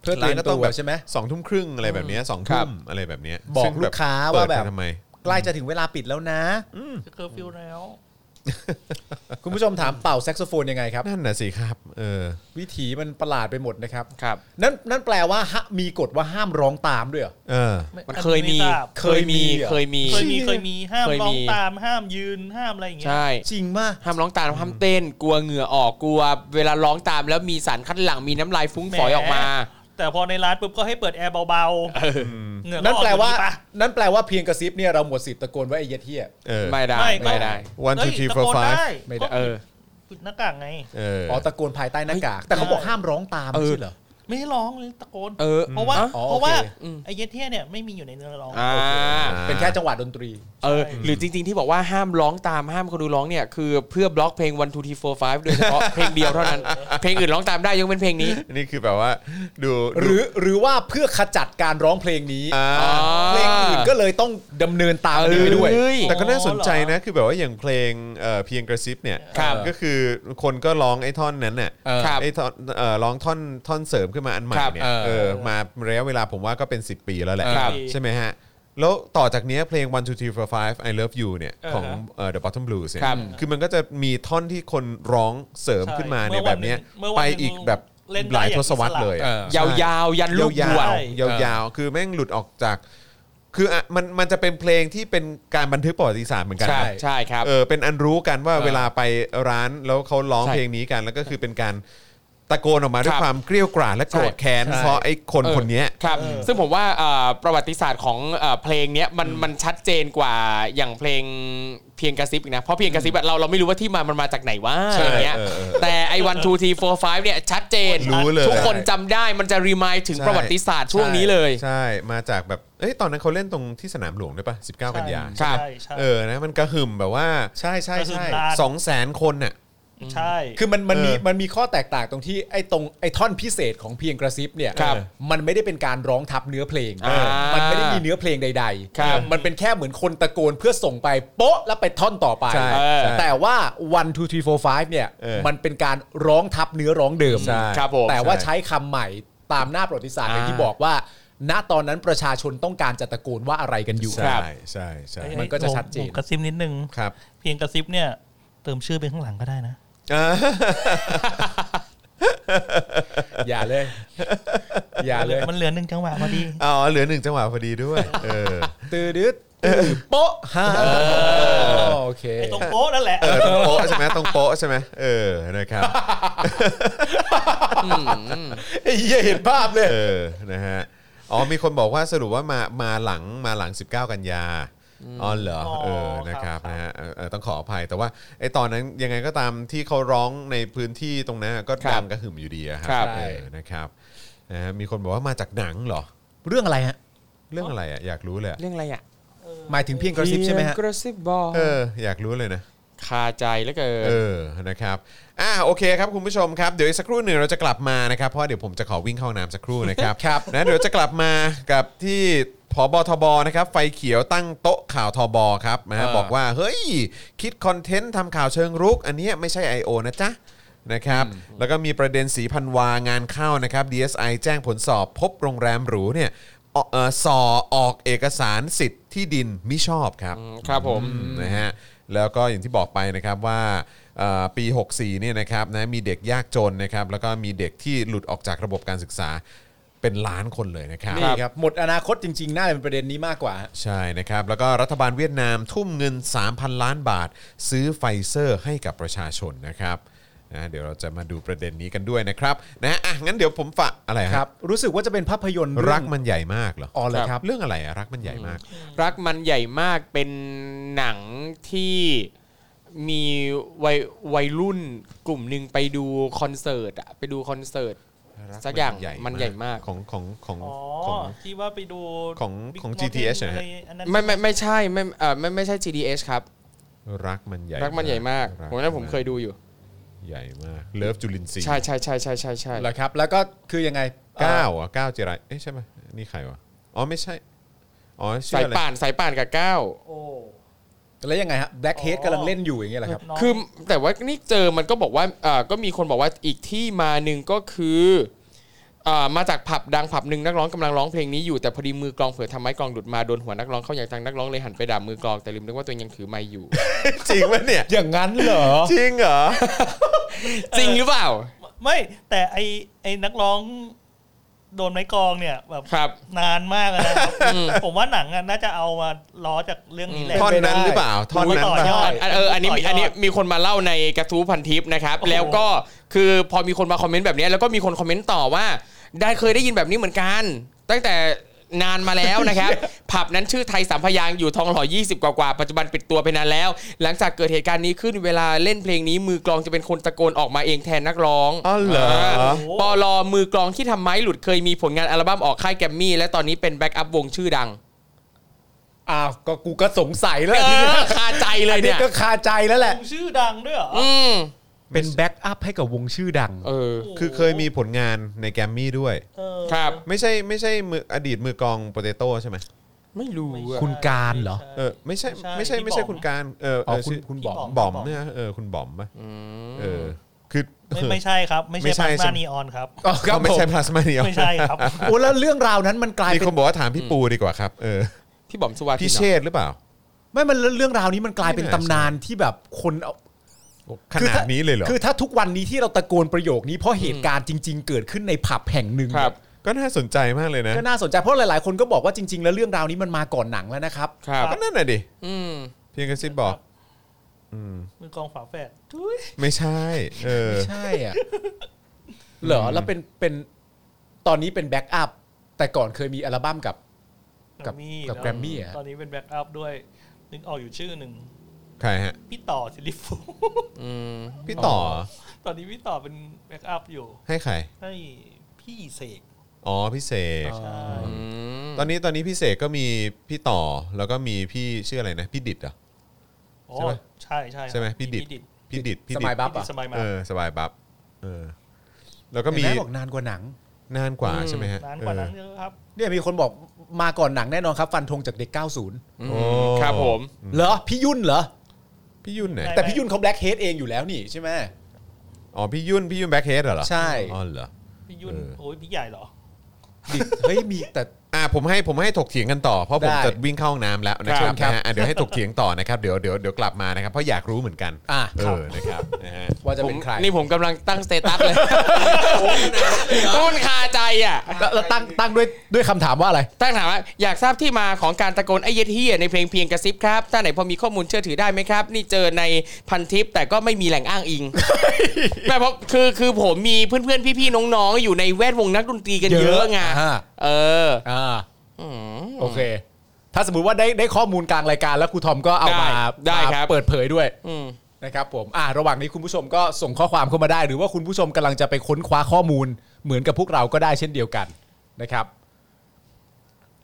[SPEAKER 2] เพื่อเตรียมตัวใช่ไหม
[SPEAKER 1] สองทุ่มครึ่งอะไรแบบเนี้ยสอง
[SPEAKER 3] ครั
[SPEAKER 1] ทุ่
[SPEAKER 3] บ
[SPEAKER 1] มอะไรแบบเนี้ย
[SPEAKER 2] บอก
[SPEAKER 1] ซึ่งแ
[SPEAKER 2] ลูกค้าว่าแบบ
[SPEAKER 1] เปิดกันทำไม
[SPEAKER 2] ใกล้จะถึงเวลาปิดแล้วนะ
[SPEAKER 5] เคอร์ฟิวแล้ว
[SPEAKER 2] คุณผู้ชมถามเป่าแซกโซโฟนยังไงครับ
[SPEAKER 1] นั่นน่ะสิครับ เออ
[SPEAKER 2] วิถีมันประหลาดไปหมดนะครับ
[SPEAKER 3] ครับ
[SPEAKER 2] นั่นนั่นแปลว่าฮะมีกฎว่าห้ามร้องตามด้วยเหรอ
[SPEAKER 1] เออ
[SPEAKER 3] มันเคยมี
[SPEAKER 5] อันนี้ไทราบ
[SPEAKER 3] เคยมี
[SPEAKER 2] เคยมี
[SPEAKER 3] เคยมี
[SPEAKER 5] เคยมีเคยมีห้าม
[SPEAKER 3] เคยมี
[SPEAKER 5] ร้องตามห้ามยืนห้ามอะไรอย่างเงี้ย
[SPEAKER 3] ใช่
[SPEAKER 2] จริงมา
[SPEAKER 3] ห้ามร้องตามห้ามเต้น กลัวเหงื่อออก กลัว เวลาร้องตามแล้วมีสารคัดหลั่ง มีน้ำลายฟุ้งฝอยออกมา
[SPEAKER 5] แต่พอในร้านปุ๊บก็ให้เปิดแอร์เบาๆเหงื่อก็
[SPEAKER 2] นั่น
[SPEAKER 5] ออก
[SPEAKER 2] แปลว่า
[SPEAKER 5] อยู่ดีปะ
[SPEAKER 2] นั่นแปลว่าเพียงกระซิบเนี่ยเราหมดสิทธิ์ตะโกนว่าไอ้เหี้ยเที่ย
[SPEAKER 1] เออ
[SPEAKER 3] ไม่ได้
[SPEAKER 5] ก็
[SPEAKER 3] ไม่ได้
[SPEAKER 1] One, two,
[SPEAKER 5] เฮ้ย
[SPEAKER 1] three,
[SPEAKER 5] ตะ
[SPEAKER 1] four,
[SPEAKER 5] โกน
[SPEAKER 1] five
[SPEAKER 5] ได้
[SPEAKER 2] ไม่ได้
[SPEAKER 5] ก็
[SPEAKER 3] เออ
[SPEAKER 5] ปิดหน้ากากไง
[SPEAKER 1] เออ
[SPEAKER 2] อ๋อตะโกนภายใต้หน้ากาก แต่เขาบอกห้ามร้องตาม
[SPEAKER 3] เอ
[SPEAKER 2] ไม่
[SPEAKER 3] อ
[SPEAKER 2] ใช่เหรอ
[SPEAKER 5] ไม่ให้ร้องเลยตะโกน
[SPEAKER 3] เออ
[SPEAKER 5] เพราะว่า
[SPEAKER 2] อ๋อ
[SPEAKER 5] เพราะว่า
[SPEAKER 2] โอเค
[SPEAKER 3] อืม
[SPEAKER 5] ไอ้เยดเทียเนี่ยไม่มีอยู่ในเนื้อร้อง
[SPEAKER 3] อ่า
[SPEAKER 2] เป็นแค่จังหวะดนตรี
[SPEAKER 3] เออ หรือจริง ๆ ที่บอกว่าห้ามร้องตาม ห้ามคนดูร้องเนี่ย คือเพื่อบล็อกเพลง one two three four five โดยเฉพาะ เพลงเดียวเท่านั้น เพลงอื่นร้องตามได้ยกเป็นเพลงนี้
[SPEAKER 1] นี่คือแบบว่าดู
[SPEAKER 2] หรือหรือว่าเพื่อขจัดการร้องเพลงนี้
[SPEAKER 1] อ่า
[SPEAKER 3] อ๋อ
[SPEAKER 2] เพลงอื่นก็เลยต้องดำเนินตามอันนี้ไปด้วย
[SPEAKER 3] เอ้ย
[SPEAKER 1] แต่ก็น่าสนใจนะ คือแบบว่าอย่างเพลงเอ่อเพียงกระซิบเนี่ย
[SPEAKER 3] ครับ
[SPEAKER 1] ก็คือคนก็ร้องไอ้ท่อนนั้นเนี่ย
[SPEAKER 3] ครับ
[SPEAKER 1] ไอ้ท่อนเอ่อร้องท่อนท่อนเสริมขึ้นมาอันใหม่
[SPEAKER 3] ครับ
[SPEAKER 1] เนี่ย
[SPEAKER 3] เออ
[SPEAKER 1] เออมาระยะเวลาผมว่าก็เป็น 10 ปีแล้วแหละ
[SPEAKER 3] ครับ
[SPEAKER 1] ใช่ไหมฮะ แล้วต่อจากเนี้ยเพลง one two three four five I love you เนี่ยของเอ่อ The Bottom Blues เนี่ย
[SPEAKER 3] ครับ
[SPEAKER 1] คือมันก็จะมีท่อนที่คนร้องเสริมขึ้นมาเนี่ย
[SPEAKER 5] ใช่
[SPEAKER 1] แบบเนี้ย
[SPEAKER 5] เมื่อวั
[SPEAKER 1] ไป
[SPEAKER 5] นหนึ่ง
[SPEAKER 1] อีกแบบ
[SPEAKER 5] เล่นได้
[SPEAKER 1] หลาย
[SPEAKER 5] อย่า
[SPEAKER 1] ท
[SPEAKER 5] ง
[SPEAKER 1] ศวรรษ
[SPEAKER 5] อิสระ
[SPEAKER 1] เลยอะ
[SPEAKER 2] เออ
[SPEAKER 3] ยาวๆ ยันลู
[SPEAKER 1] ยาก
[SPEAKER 3] บวช
[SPEAKER 1] วๆยาวๆ คือแม่งหลุดออกจาก คืออ่ะมันมันจะเป็นเพลงที่เป็นการบันทึกประวัติศาสตร์เหมือนกัน
[SPEAKER 3] ใช่
[SPEAKER 1] นะ
[SPEAKER 3] ใช่ครับ
[SPEAKER 1] เออเป็นอันรู้กันว่า
[SPEAKER 3] เออ
[SPEAKER 1] เวลาไปร้านแล้วเขาร้อง
[SPEAKER 3] ใช่
[SPEAKER 1] เพลงนี้กัน แล้วก็คือเป็นการตะโกนออกมาด้ว
[SPEAKER 3] ครั
[SPEAKER 1] ย
[SPEAKER 3] บ
[SPEAKER 1] ความเกรี้ยวกราดและโกรธ
[SPEAKER 3] ใช่
[SPEAKER 1] แค้นเพราะไอ้คนคนเนี้ย
[SPEAKER 3] ครับ ซึ่งผมว่าเอ่อประวัติศาสตร์ของเอ่อเพลงเนี้ยมันมันชัดเจนกว่าอย่างเพลงเพียงกระซิบอีกนะ เพราะเพียงกระซิบอะเราเราไม่รู้ว่าที่มามันมาจากไหนว่า
[SPEAKER 1] ใช่
[SPEAKER 3] อย่างเงี้ย
[SPEAKER 1] เออเออ
[SPEAKER 3] แต่ไอวันทูทีโฟร์ไฟเนี่ยชัดเจน
[SPEAKER 1] รู้เลย
[SPEAKER 3] ทุกคนจำได้มันจะรีมายถึง
[SPEAKER 1] ใช่
[SPEAKER 3] ประวัติศาสตร์ช่วงนี้เลย
[SPEAKER 1] ใช่มาจากแบบเอ้ยตอนนั้นเขาเล่นตรงที่สนามหลวงด้วยปะ19 กันยา
[SPEAKER 3] ครับ
[SPEAKER 5] ใช่ใช่
[SPEAKER 1] เออนะมันกระหึ่มแบบว่า
[SPEAKER 2] ใช่ใช่
[SPEAKER 5] ก็คือ
[SPEAKER 2] ใช่
[SPEAKER 5] ร้าน
[SPEAKER 1] สองแสนคนน่ะ
[SPEAKER 5] ใช่
[SPEAKER 2] คือมันมันมี
[SPEAKER 1] เออ
[SPEAKER 2] มันมีข้อแตกต่างตรงที่ไอ้ตรงไอ้ท่อนพิเศษของเพียงกระซิบเนี่ย
[SPEAKER 3] ครับ
[SPEAKER 2] มันไม่ได้เป็นการร้องทับเนื้อเพลง
[SPEAKER 3] อ่ามั
[SPEAKER 2] มันไม่ได้มีเนื้อเพลงใด
[SPEAKER 3] ครับ
[SPEAKER 2] มันเป็นแค่เหมือนคนตะโกนเพื่อส่งไปโป๊ะแล้วไปท่อนต่อไป
[SPEAKER 1] ใช่ใช่
[SPEAKER 2] แต่ว่า one two three four five เนี่ย
[SPEAKER 1] เออ
[SPEAKER 2] มันเป็นการร้องทับเนื้อร้องเดิม
[SPEAKER 1] ใช่
[SPEAKER 3] ครับผม
[SPEAKER 2] แต่ว่า
[SPEAKER 1] ใช่
[SPEAKER 2] ใช้คำใหม่ตามหน้าประวัติศาสตร์อย่าง
[SPEAKER 3] อ่า
[SPEAKER 2] ที่บอกว่า ณตอนนั้นประชาชนต้องการจะตะโกนว่าอะไรกันอยู่
[SPEAKER 1] ใช่ใช่ใช่
[SPEAKER 2] มันก็จะชัดเจน
[SPEAKER 5] ผมกระซิบนิดนึง
[SPEAKER 1] ครับ
[SPEAKER 5] เพียงกระซิบเนี่ย เติมชื่อไปข้างหลังก็ได้นะ
[SPEAKER 1] อ่า
[SPEAKER 2] อย่าเลย อย่าเลย
[SPEAKER 5] มันเหลือหนึ่งจังหวะพอดี
[SPEAKER 1] อ๋อเหลือหนึ่งจังหวะพอดีด้วยเออ
[SPEAKER 2] ตื่นดืดตื่นโป๊ะฮ่าโอเค
[SPEAKER 5] ไอ้ตรงโป๊ะนั่นแหละ
[SPEAKER 1] เออตรงโป๊ะใช่ไหมตรงโป๊ะใช่ไหมเออนะครับ
[SPEAKER 2] ไอ้เหี้ยเห็นภาพเลย
[SPEAKER 1] เออนะฮะอ๋อมีคนบอกว่าสรุปว่ามามาหลังมาหลัง 19 กันยาอ๋อเหรอ
[SPEAKER 5] อ๋อ
[SPEAKER 1] เออ
[SPEAKER 5] ครับ
[SPEAKER 1] นะครับ
[SPEAKER 5] ครับ
[SPEAKER 1] นะฮะเออเออต้องขออภัยแต่ว่าไอ้ตอนนั้นยังไงก็ตามที่เขาร้องในพื้นที่ตรงนั้นก็
[SPEAKER 3] ครั
[SPEAKER 1] ดั
[SPEAKER 3] บ
[SPEAKER 1] งกระหึ่มอยู่ดีอะค
[SPEAKER 3] ครั
[SPEAKER 1] รับ เออนะครับนะฮะมีคนบอกว่ามาจากหนังเหรอ
[SPEAKER 2] เรื่องอะไรฮะ
[SPEAKER 1] เรื่องอะไรอะอยากรู้เลยอะ
[SPEAKER 3] เรื่องอะไรอ่ะ
[SPEAKER 2] หมายถึงเพียงกระซิบใช่ไหมฮะ
[SPEAKER 3] เพียงกระซิบบอก
[SPEAKER 1] เอออยากรู้เลยนะ
[SPEAKER 3] คาใจแล้วเกิน
[SPEAKER 1] เออ นะครับ อ่ะโอเคครับคุณผู้ชมครับ เดี๋ยวอีกสักครู่หนึ่งเราจะกลับมานะครับ เพราะเดี๋ยวผมจะขอวิ่งเข้าห้องน้ำสักครู่นะครับ ครับนะเดี๋ยวจะกลับมากับที่พบทบนะครับ ไฟเขียวตั้งโต๊ะข่าวทบครับนะฮะ
[SPEAKER 2] เออ
[SPEAKER 1] บอกว่า เฮ้ย คิดคอนเทนต์ทำข่าวเชิงรุก อันเนี้ยไม่ใช่ I.O. นะจ๊ะ นะครับ แล้วก็มีประเด็นสีพันวางานเข้านะครับ DSI แจ้งผลสอบพบโรงแรมหรูเนี่ย เอ่อส่อออกเอกสารสิทธิ์ที่ดินมิชอบครับ
[SPEAKER 3] อืมครับผม
[SPEAKER 1] นะฮะแล้วก็อย่างที่บอกไปนะครับว่าเอ่อปี 64เนี่ยนะครับนะมีเด็กยากจนนะครับแล้วก็มีเด็กที่หลุดออกจากระบบการศึกษาเป็นล้านคนเลยนะครับ
[SPEAKER 2] นี่ครับ หมดอนาคตจริง ๆ น่าจะเป็นประเด็นนี้มากกว่าฮะ
[SPEAKER 1] ใช่นะครับ แล้วก็รัฐบาลเวียดนามทุ่มเงิน 3,000 ล้านบาท ซื้อไฟเซอร์ให้กับประชาชนนะครับนะเดี๋ยวเราจะมาดูประเด็นนี้กันด้วยนะครับนะอ่ะงั้นเดี๋ยวผมฝากอะไร
[SPEAKER 2] ค
[SPEAKER 1] ค
[SPEAKER 2] รั
[SPEAKER 1] รับ บ
[SPEAKER 2] รู้สึกว่าจะเป็นภาพยนตร์เอง
[SPEAKER 1] รักมันใหญ่มากเหรอ
[SPEAKER 2] อ๋อเลยครับ
[SPEAKER 1] เรื่องอะไรอะรักมันใหญ่มาก
[SPEAKER 3] รักมันใหญ่มากเป็นหนังที่มีวัยวัยรุ่นกลุ่มหนึ่งไปดูคอนเสิร์ตอะไปดูคอนเสิร์ต สักอย่างมันใหญ่มาก
[SPEAKER 1] ของของของ
[SPEAKER 5] อ๋อ
[SPEAKER 1] ของ
[SPEAKER 5] ที่ว่าไปดู
[SPEAKER 1] ของของ
[SPEAKER 5] บิ๊ก
[SPEAKER 1] GTS
[SPEAKER 5] มอเต
[SPEAKER 1] เหรอฮะ
[SPEAKER 5] ร์อันนั้น
[SPEAKER 3] ไม่ไม่ไม่ใช่ไม่เออไม่ไม่ใช่ GDS ครับ
[SPEAKER 1] รักมันใหญ่
[SPEAKER 3] รักมันใหญ่มาก
[SPEAKER 1] รั
[SPEAKER 3] ผมนั้นผมเคยดูอยู่
[SPEAKER 1] ใหญ่มากเลิฟจุลินทรีย์
[SPEAKER 3] ใช่ใช่ใช่ใช่ใช่ใช่
[SPEAKER 2] แล้วครับ แล้วก็คือยังไง
[SPEAKER 1] เก้าเหรอ่ะเก้าเจไรเอ๊ะใช่ไหมนี่ใครวะอ๋อไม่ใช่อ๋อชื่
[SPEAKER 3] สา
[SPEAKER 1] อย อะไร
[SPEAKER 3] ป่านสายป่านกับก้าว
[SPEAKER 5] โอ้
[SPEAKER 2] แล้วยังไงฮะแบล็กเฮด
[SPEAKER 5] อ๋อ
[SPEAKER 2] กำลังเล่นอยู่อย่างเงี้ยเหรอครับ
[SPEAKER 5] น้ง
[SPEAKER 3] คือแต่ว่านี่เจอมันก็บอกว่าเออก็มีคนบอกว่าอีกที่มาหนึ่งก็คือเอ่อมาจากผับดังผับหนึ่งนักร้องกำลังร้องเพลงนี้อยู่แต่พอดีมือกลองเผื่อทำไม้กลองหลุดมาโดนหัวนักร้องเข้าอย่างจังนักร้องเลยหันไปด่ามือกลองแต่ลืมนึกว่าตัวเองยังถือไม้อยู่
[SPEAKER 1] จริงไหมเนี่ย
[SPEAKER 2] อย่างนั้นเหรอ
[SPEAKER 1] จริงเหรอ
[SPEAKER 3] จริงหรือเปล่า
[SPEAKER 5] ไม่แต่ไอไอนักร้องโดนไม้กลองเนี่ยแบบ
[SPEAKER 3] ครับ
[SPEAKER 5] นานมากแล้วนะครับผมว่าหนังอะน่าจะเอามาล้อจากเรื่องนี้แหละ
[SPEAKER 1] ท่อนนั้นหรือเปล่าท่อนนั้น
[SPEAKER 5] ดูไว้ต่อย
[SPEAKER 1] ป่ะ
[SPEAKER 5] อด
[SPEAKER 3] อันเอออันนี้มีอันนี้มีคนมาเล่าในกระทู้พันทิปนะครับ
[SPEAKER 5] โอ้โห
[SPEAKER 3] แล้วก็คือพอมีคนมาคอมเมนต์แบบนี้แล้วก็มีคนคอมเมนต์ต่อว่า ได้เคยได้ยินแบบนี้เหมือนกัน ตั้งแต่นานมาแล้วนะครับ ผับนั้นชื่อไทยสามพยางค์อยู่ทองหล่อ20 กว่ากว่าปัจจุบันปิดตัวไปนานแล้ว หลังจากเกิดเหตุการณ์นี้ขึ้นเวลาเล่นเพลงนี้มือกลองจะเป็นคนตะโกนออกมาเองแทนนักร้อง
[SPEAKER 1] อ๋อเหรอ
[SPEAKER 3] ปอลอมือกลองที่ทำไม้หลุดเคยมีผลงานอัลบั้มออกค่ายแกรมมี่และตอนนี้เป็นแบ็กอัพวงชื่อดัง
[SPEAKER 2] อ้าวก็กูก็สงสัยแล้ว
[SPEAKER 3] เอ
[SPEAKER 2] ทีนี้
[SPEAKER 3] อคาใจเลย
[SPEAKER 2] อันนี้
[SPEAKER 3] เนี่ย
[SPEAKER 2] ก็คาใจแล้วแหละ
[SPEAKER 5] วงชื่อดังด้วยเหรอ
[SPEAKER 3] อืม
[SPEAKER 2] เป็นแบ็กอัพให้กับวงชื่อดัง
[SPEAKER 3] เออ
[SPEAKER 1] คือเคยมีผลงานในแกรมมี่ด้วย
[SPEAKER 5] เออ
[SPEAKER 3] ครับ
[SPEAKER 1] ไม่ใช่ไม่ใช่มืออดีตมือกลองโปเตโต้ใช่ไหม
[SPEAKER 3] ไม่รู้อะ
[SPEAKER 2] คุณการเหรอ
[SPEAKER 5] ใช่
[SPEAKER 1] เออไม่ใช่
[SPEAKER 5] ไม่
[SPEAKER 1] ไม่
[SPEAKER 5] ใช่
[SPEAKER 1] ใช่ไม่ใช่คุณการเออเออ
[SPEAKER 2] อ๋อคุณ
[SPEAKER 1] ชื่
[SPEAKER 2] คุณบอม
[SPEAKER 1] บอม
[SPEAKER 5] บอม
[SPEAKER 1] เนี่ยเออคุณบอมป่ะเออคือ
[SPEAKER 5] ไม่ไม่ใช่ครับ ไม่
[SPEAKER 1] ไม่
[SPEAKER 5] ใช่
[SPEAKER 1] ใช่
[SPEAKER 5] พลาส
[SPEAKER 1] ใช่
[SPEAKER 5] มา
[SPEAKER 1] ไหม
[SPEAKER 5] นีออนครับ
[SPEAKER 2] อ๋อครั
[SPEAKER 1] ก็
[SPEAKER 2] บ
[SPEAKER 1] ไม่
[SPEAKER 2] ผม
[SPEAKER 1] ใช่พลาสมาเนีย
[SPEAKER 5] ไม่ใช่ครับ
[SPEAKER 2] โอ้แล้วเรื่องราวนั้นมันกลาย
[SPEAKER 1] มี
[SPEAKER 2] เป็
[SPEAKER 1] คน
[SPEAKER 2] น
[SPEAKER 1] บอกว่าถามพี่ปูดีกว่าครับเออ
[SPEAKER 3] พี่บอมสวัสดิ์
[SPEAKER 1] พี่เชษฐ์หรือเปล่า
[SPEAKER 2] ไม่มันเรื่องราวนี้มันกลายเป็นตำนานที่แบบคนเอา
[SPEAKER 1] ขนาดนี้เลยเหรอ
[SPEAKER 2] คือถ้าทุกวันนี้ที่เราตะโกนประโยคนี้เพราะเหตุการณ์จริง ๆ เกิดขึ้นในผับแห่งหนึ่ง
[SPEAKER 3] ครับ
[SPEAKER 1] ก็น่าสนใจมากเลยนะ
[SPEAKER 2] ก็น่าสนใจเพราะหลาย ๆ คนก็บอกว่าจริง ๆ แล้วเรื่องราวนี้มันมาก่อนหนังแล้วนะครับ
[SPEAKER 3] ครับ
[SPEAKER 1] ก็นั่นน่ะดิ
[SPEAKER 3] อืม
[SPEAKER 1] เพียงกระซิบบอก
[SPEAKER 5] มือกลองฝาแฝดทุย
[SPEAKER 1] ไม่ใช่ เออ
[SPEAKER 2] ไม่ใช่อ่ะเหรอแล้วเป็นเป็นตอนนี้เป็นแบ็กอัพแต่ก่อนเคยมีอัลบั้มกับ กับกับ
[SPEAKER 5] เนอะ
[SPEAKER 2] Grammy อะ
[SPEAKER 5] ตอนนี้เป็นแบ็กอัพด้วย นึกออกอยู่ชื่อหนึ่ง
[SPEAKER 1] ใครฮะ
[SPEAKER 5] พี่ต่อสิริฟู
[SPEAKER 3] อืม
[SPEAKER 1] พี่ต่อ
[SPEAKER 5] ตอนนี้พี่ต่อเป็นแบ็กอัพอยู่
[SPEAKER 1] ให้ใคร
[SPEAKER 5] ให้พี่เสก
[SPEAKER 1] อ๋อ พี่เสก
[SPEAKER 5] ใช่
[SPEAKER 3] อืม
[SPEAKER 1] ตอนนี้ตอนนี้พี่เสกก็มีพี่ต่อ แล้วก็มีพี่ชื่ออะไรนะ พี่ดิดเหรอ
[SPEAKER 5] อ๋อ
[SPEAKER 1] ใช่ไหม
[SPEAKER 5] ใช่ใช่
[SPEAKER 1] ใช่ไหม
[SPEAKER 5] ครับ
[SPEAKER 1] พี่ดิด
[SPEAKER 5] พี่ดิด
[SPEAKER 1] พี่ดิดพี่
[SPEAKER 2] ส
[SPEAKER 1] ดิ
[SPEAKER 2] มัย
[SPEAKER 1] ด
[SPEAKER 2] บัฟ
[SPEAKER 5] พี่ดิ
[SPEAKER 2] อ่ะ
[SPEAKER 5] ดสมัยมา
[SPEAKER 1] เออ สบายบับ เออ แล้วก็มี
[SPEAKER 2] เห็นไหบอกนานกว่าหนัง
[SPEAKER 1] นานกว่า
[SPEAKER 3] อืม
[SPEAKER 1] ใช่ไหมฮะ
[SPEAKER 5] นานกว่านั้น
[SPEAKER 1] เออ
[SPEAKER 5] เยอะครับ
[SPEAKER 2] เนี่ยมีคนบอกมาก่อนหนังแน่นอนครับ ฟันธงจากเด็ก 90
[SPEAKER 3] อืม
[SPEAKER 1] โอ้
[SPEAKER 3] ครับผม
[SPEAKER 2] เหรอพี่ยุ่นเหรอ
[SPEAKER 1] พี่ยุ่นไหน
[SPEAKER 5] ใช่
[SPEAKER 2] แต่พี่ยุ่นเขาแบล็กเฮดเองอยู่แล้วนี่ใช่ไหม
[SPEAKER 1] อ๋อ พี่ยุ่น พี่ยุ่นแบ็คเฮดเหรอ
[SPEAKER 2] ใช่
[SPEAKER 1] อ๋อเหรอ
[SPEAKER 5] พี่ยุ่น
[SPEAKER 1] เออ
[SPEAKER 5] โอ้ยพี่ใหญ่เหรอ
[SPEAKER 2] ดิเฮ้ยมีแต่
[SPEAKER 1] อ่ะผมให้ผมให้ถกเถียงกันต่อเพราะผม
[SPEAKER 2] ได้
[SPEAKER 1] จะวิ่งเข้าห้องน้ำแล้วนะครั
[SPEAKER 2] ครับ บครับ
[SPEAKER 1] นะฮะอ่ะเดี๋ยวให้ถกเถียงต่อนะครับเดี๋ยวเดี๋ยวเดี๋ยวกลับมานะครับเพราะอยากรู้เหมือนกัน
[SPEAKER 2] อ่ะ
[SPEAKER 1] เออนะครับนะฮะ
[SPEAKER 2] ว่าจะ
[SPEAKER 3] ผม
[SPEAKER 2] เป็นใคร
[SPEAKER 3] นี่ผมกำลังตั้งสเตตัสเลยก็มันคาใจอ่ะ
[SPEAKER 2] แล้วแล้วตั้งตั้งด้วยด้วยคำถามว่าอะไร
[SPEAKER 3] ตั้งถามว่าอยากทราบที่มาของการตะโกนไอ้เย็ดเฮียในเพลงเพียงกระซิบครับถ้าไหนพอมีข้อมูลเชื่อถือได้ไหมครับ นี่เจอในพันทิปแต่ก็ไม่มีแหล่งอ้างอิง ไม่เพราะคือคือผมมีเพื่อนๆพี่ๆน้องๆอยู่ในแวดวงนักดนตรีกันเยอะไง
[SPEAKER 2] อ่า
[SPEAKER 3] เออ
[SPEAKER 2] อ่า
[SPEAKER 3] อืม
[SPEAKER 2] โอเค ถ้าสมมุติว่าได้ได้ข้อมูลกลางรายการแล้วครูทอมก็เอามา
[SPEAKER 3] ได้ได้
[SPEAKER 2] มา
[SPEAKER 3] ครับ
[SPEAKER 2] เปิดเผยด้วย
[SPEAKER 3] อืม
[SPEAKER 2] นะครับผม อ่า ระหว่างนี้คุณผู้ชมก็ส่งข้อความเข้ามาได้ หรือว่าคุณผู้ชมกำลังจะไปค้นคว้าข้อมูล เหมือนกับพวกเราก็ได้เช่นเดียวกันนะครับ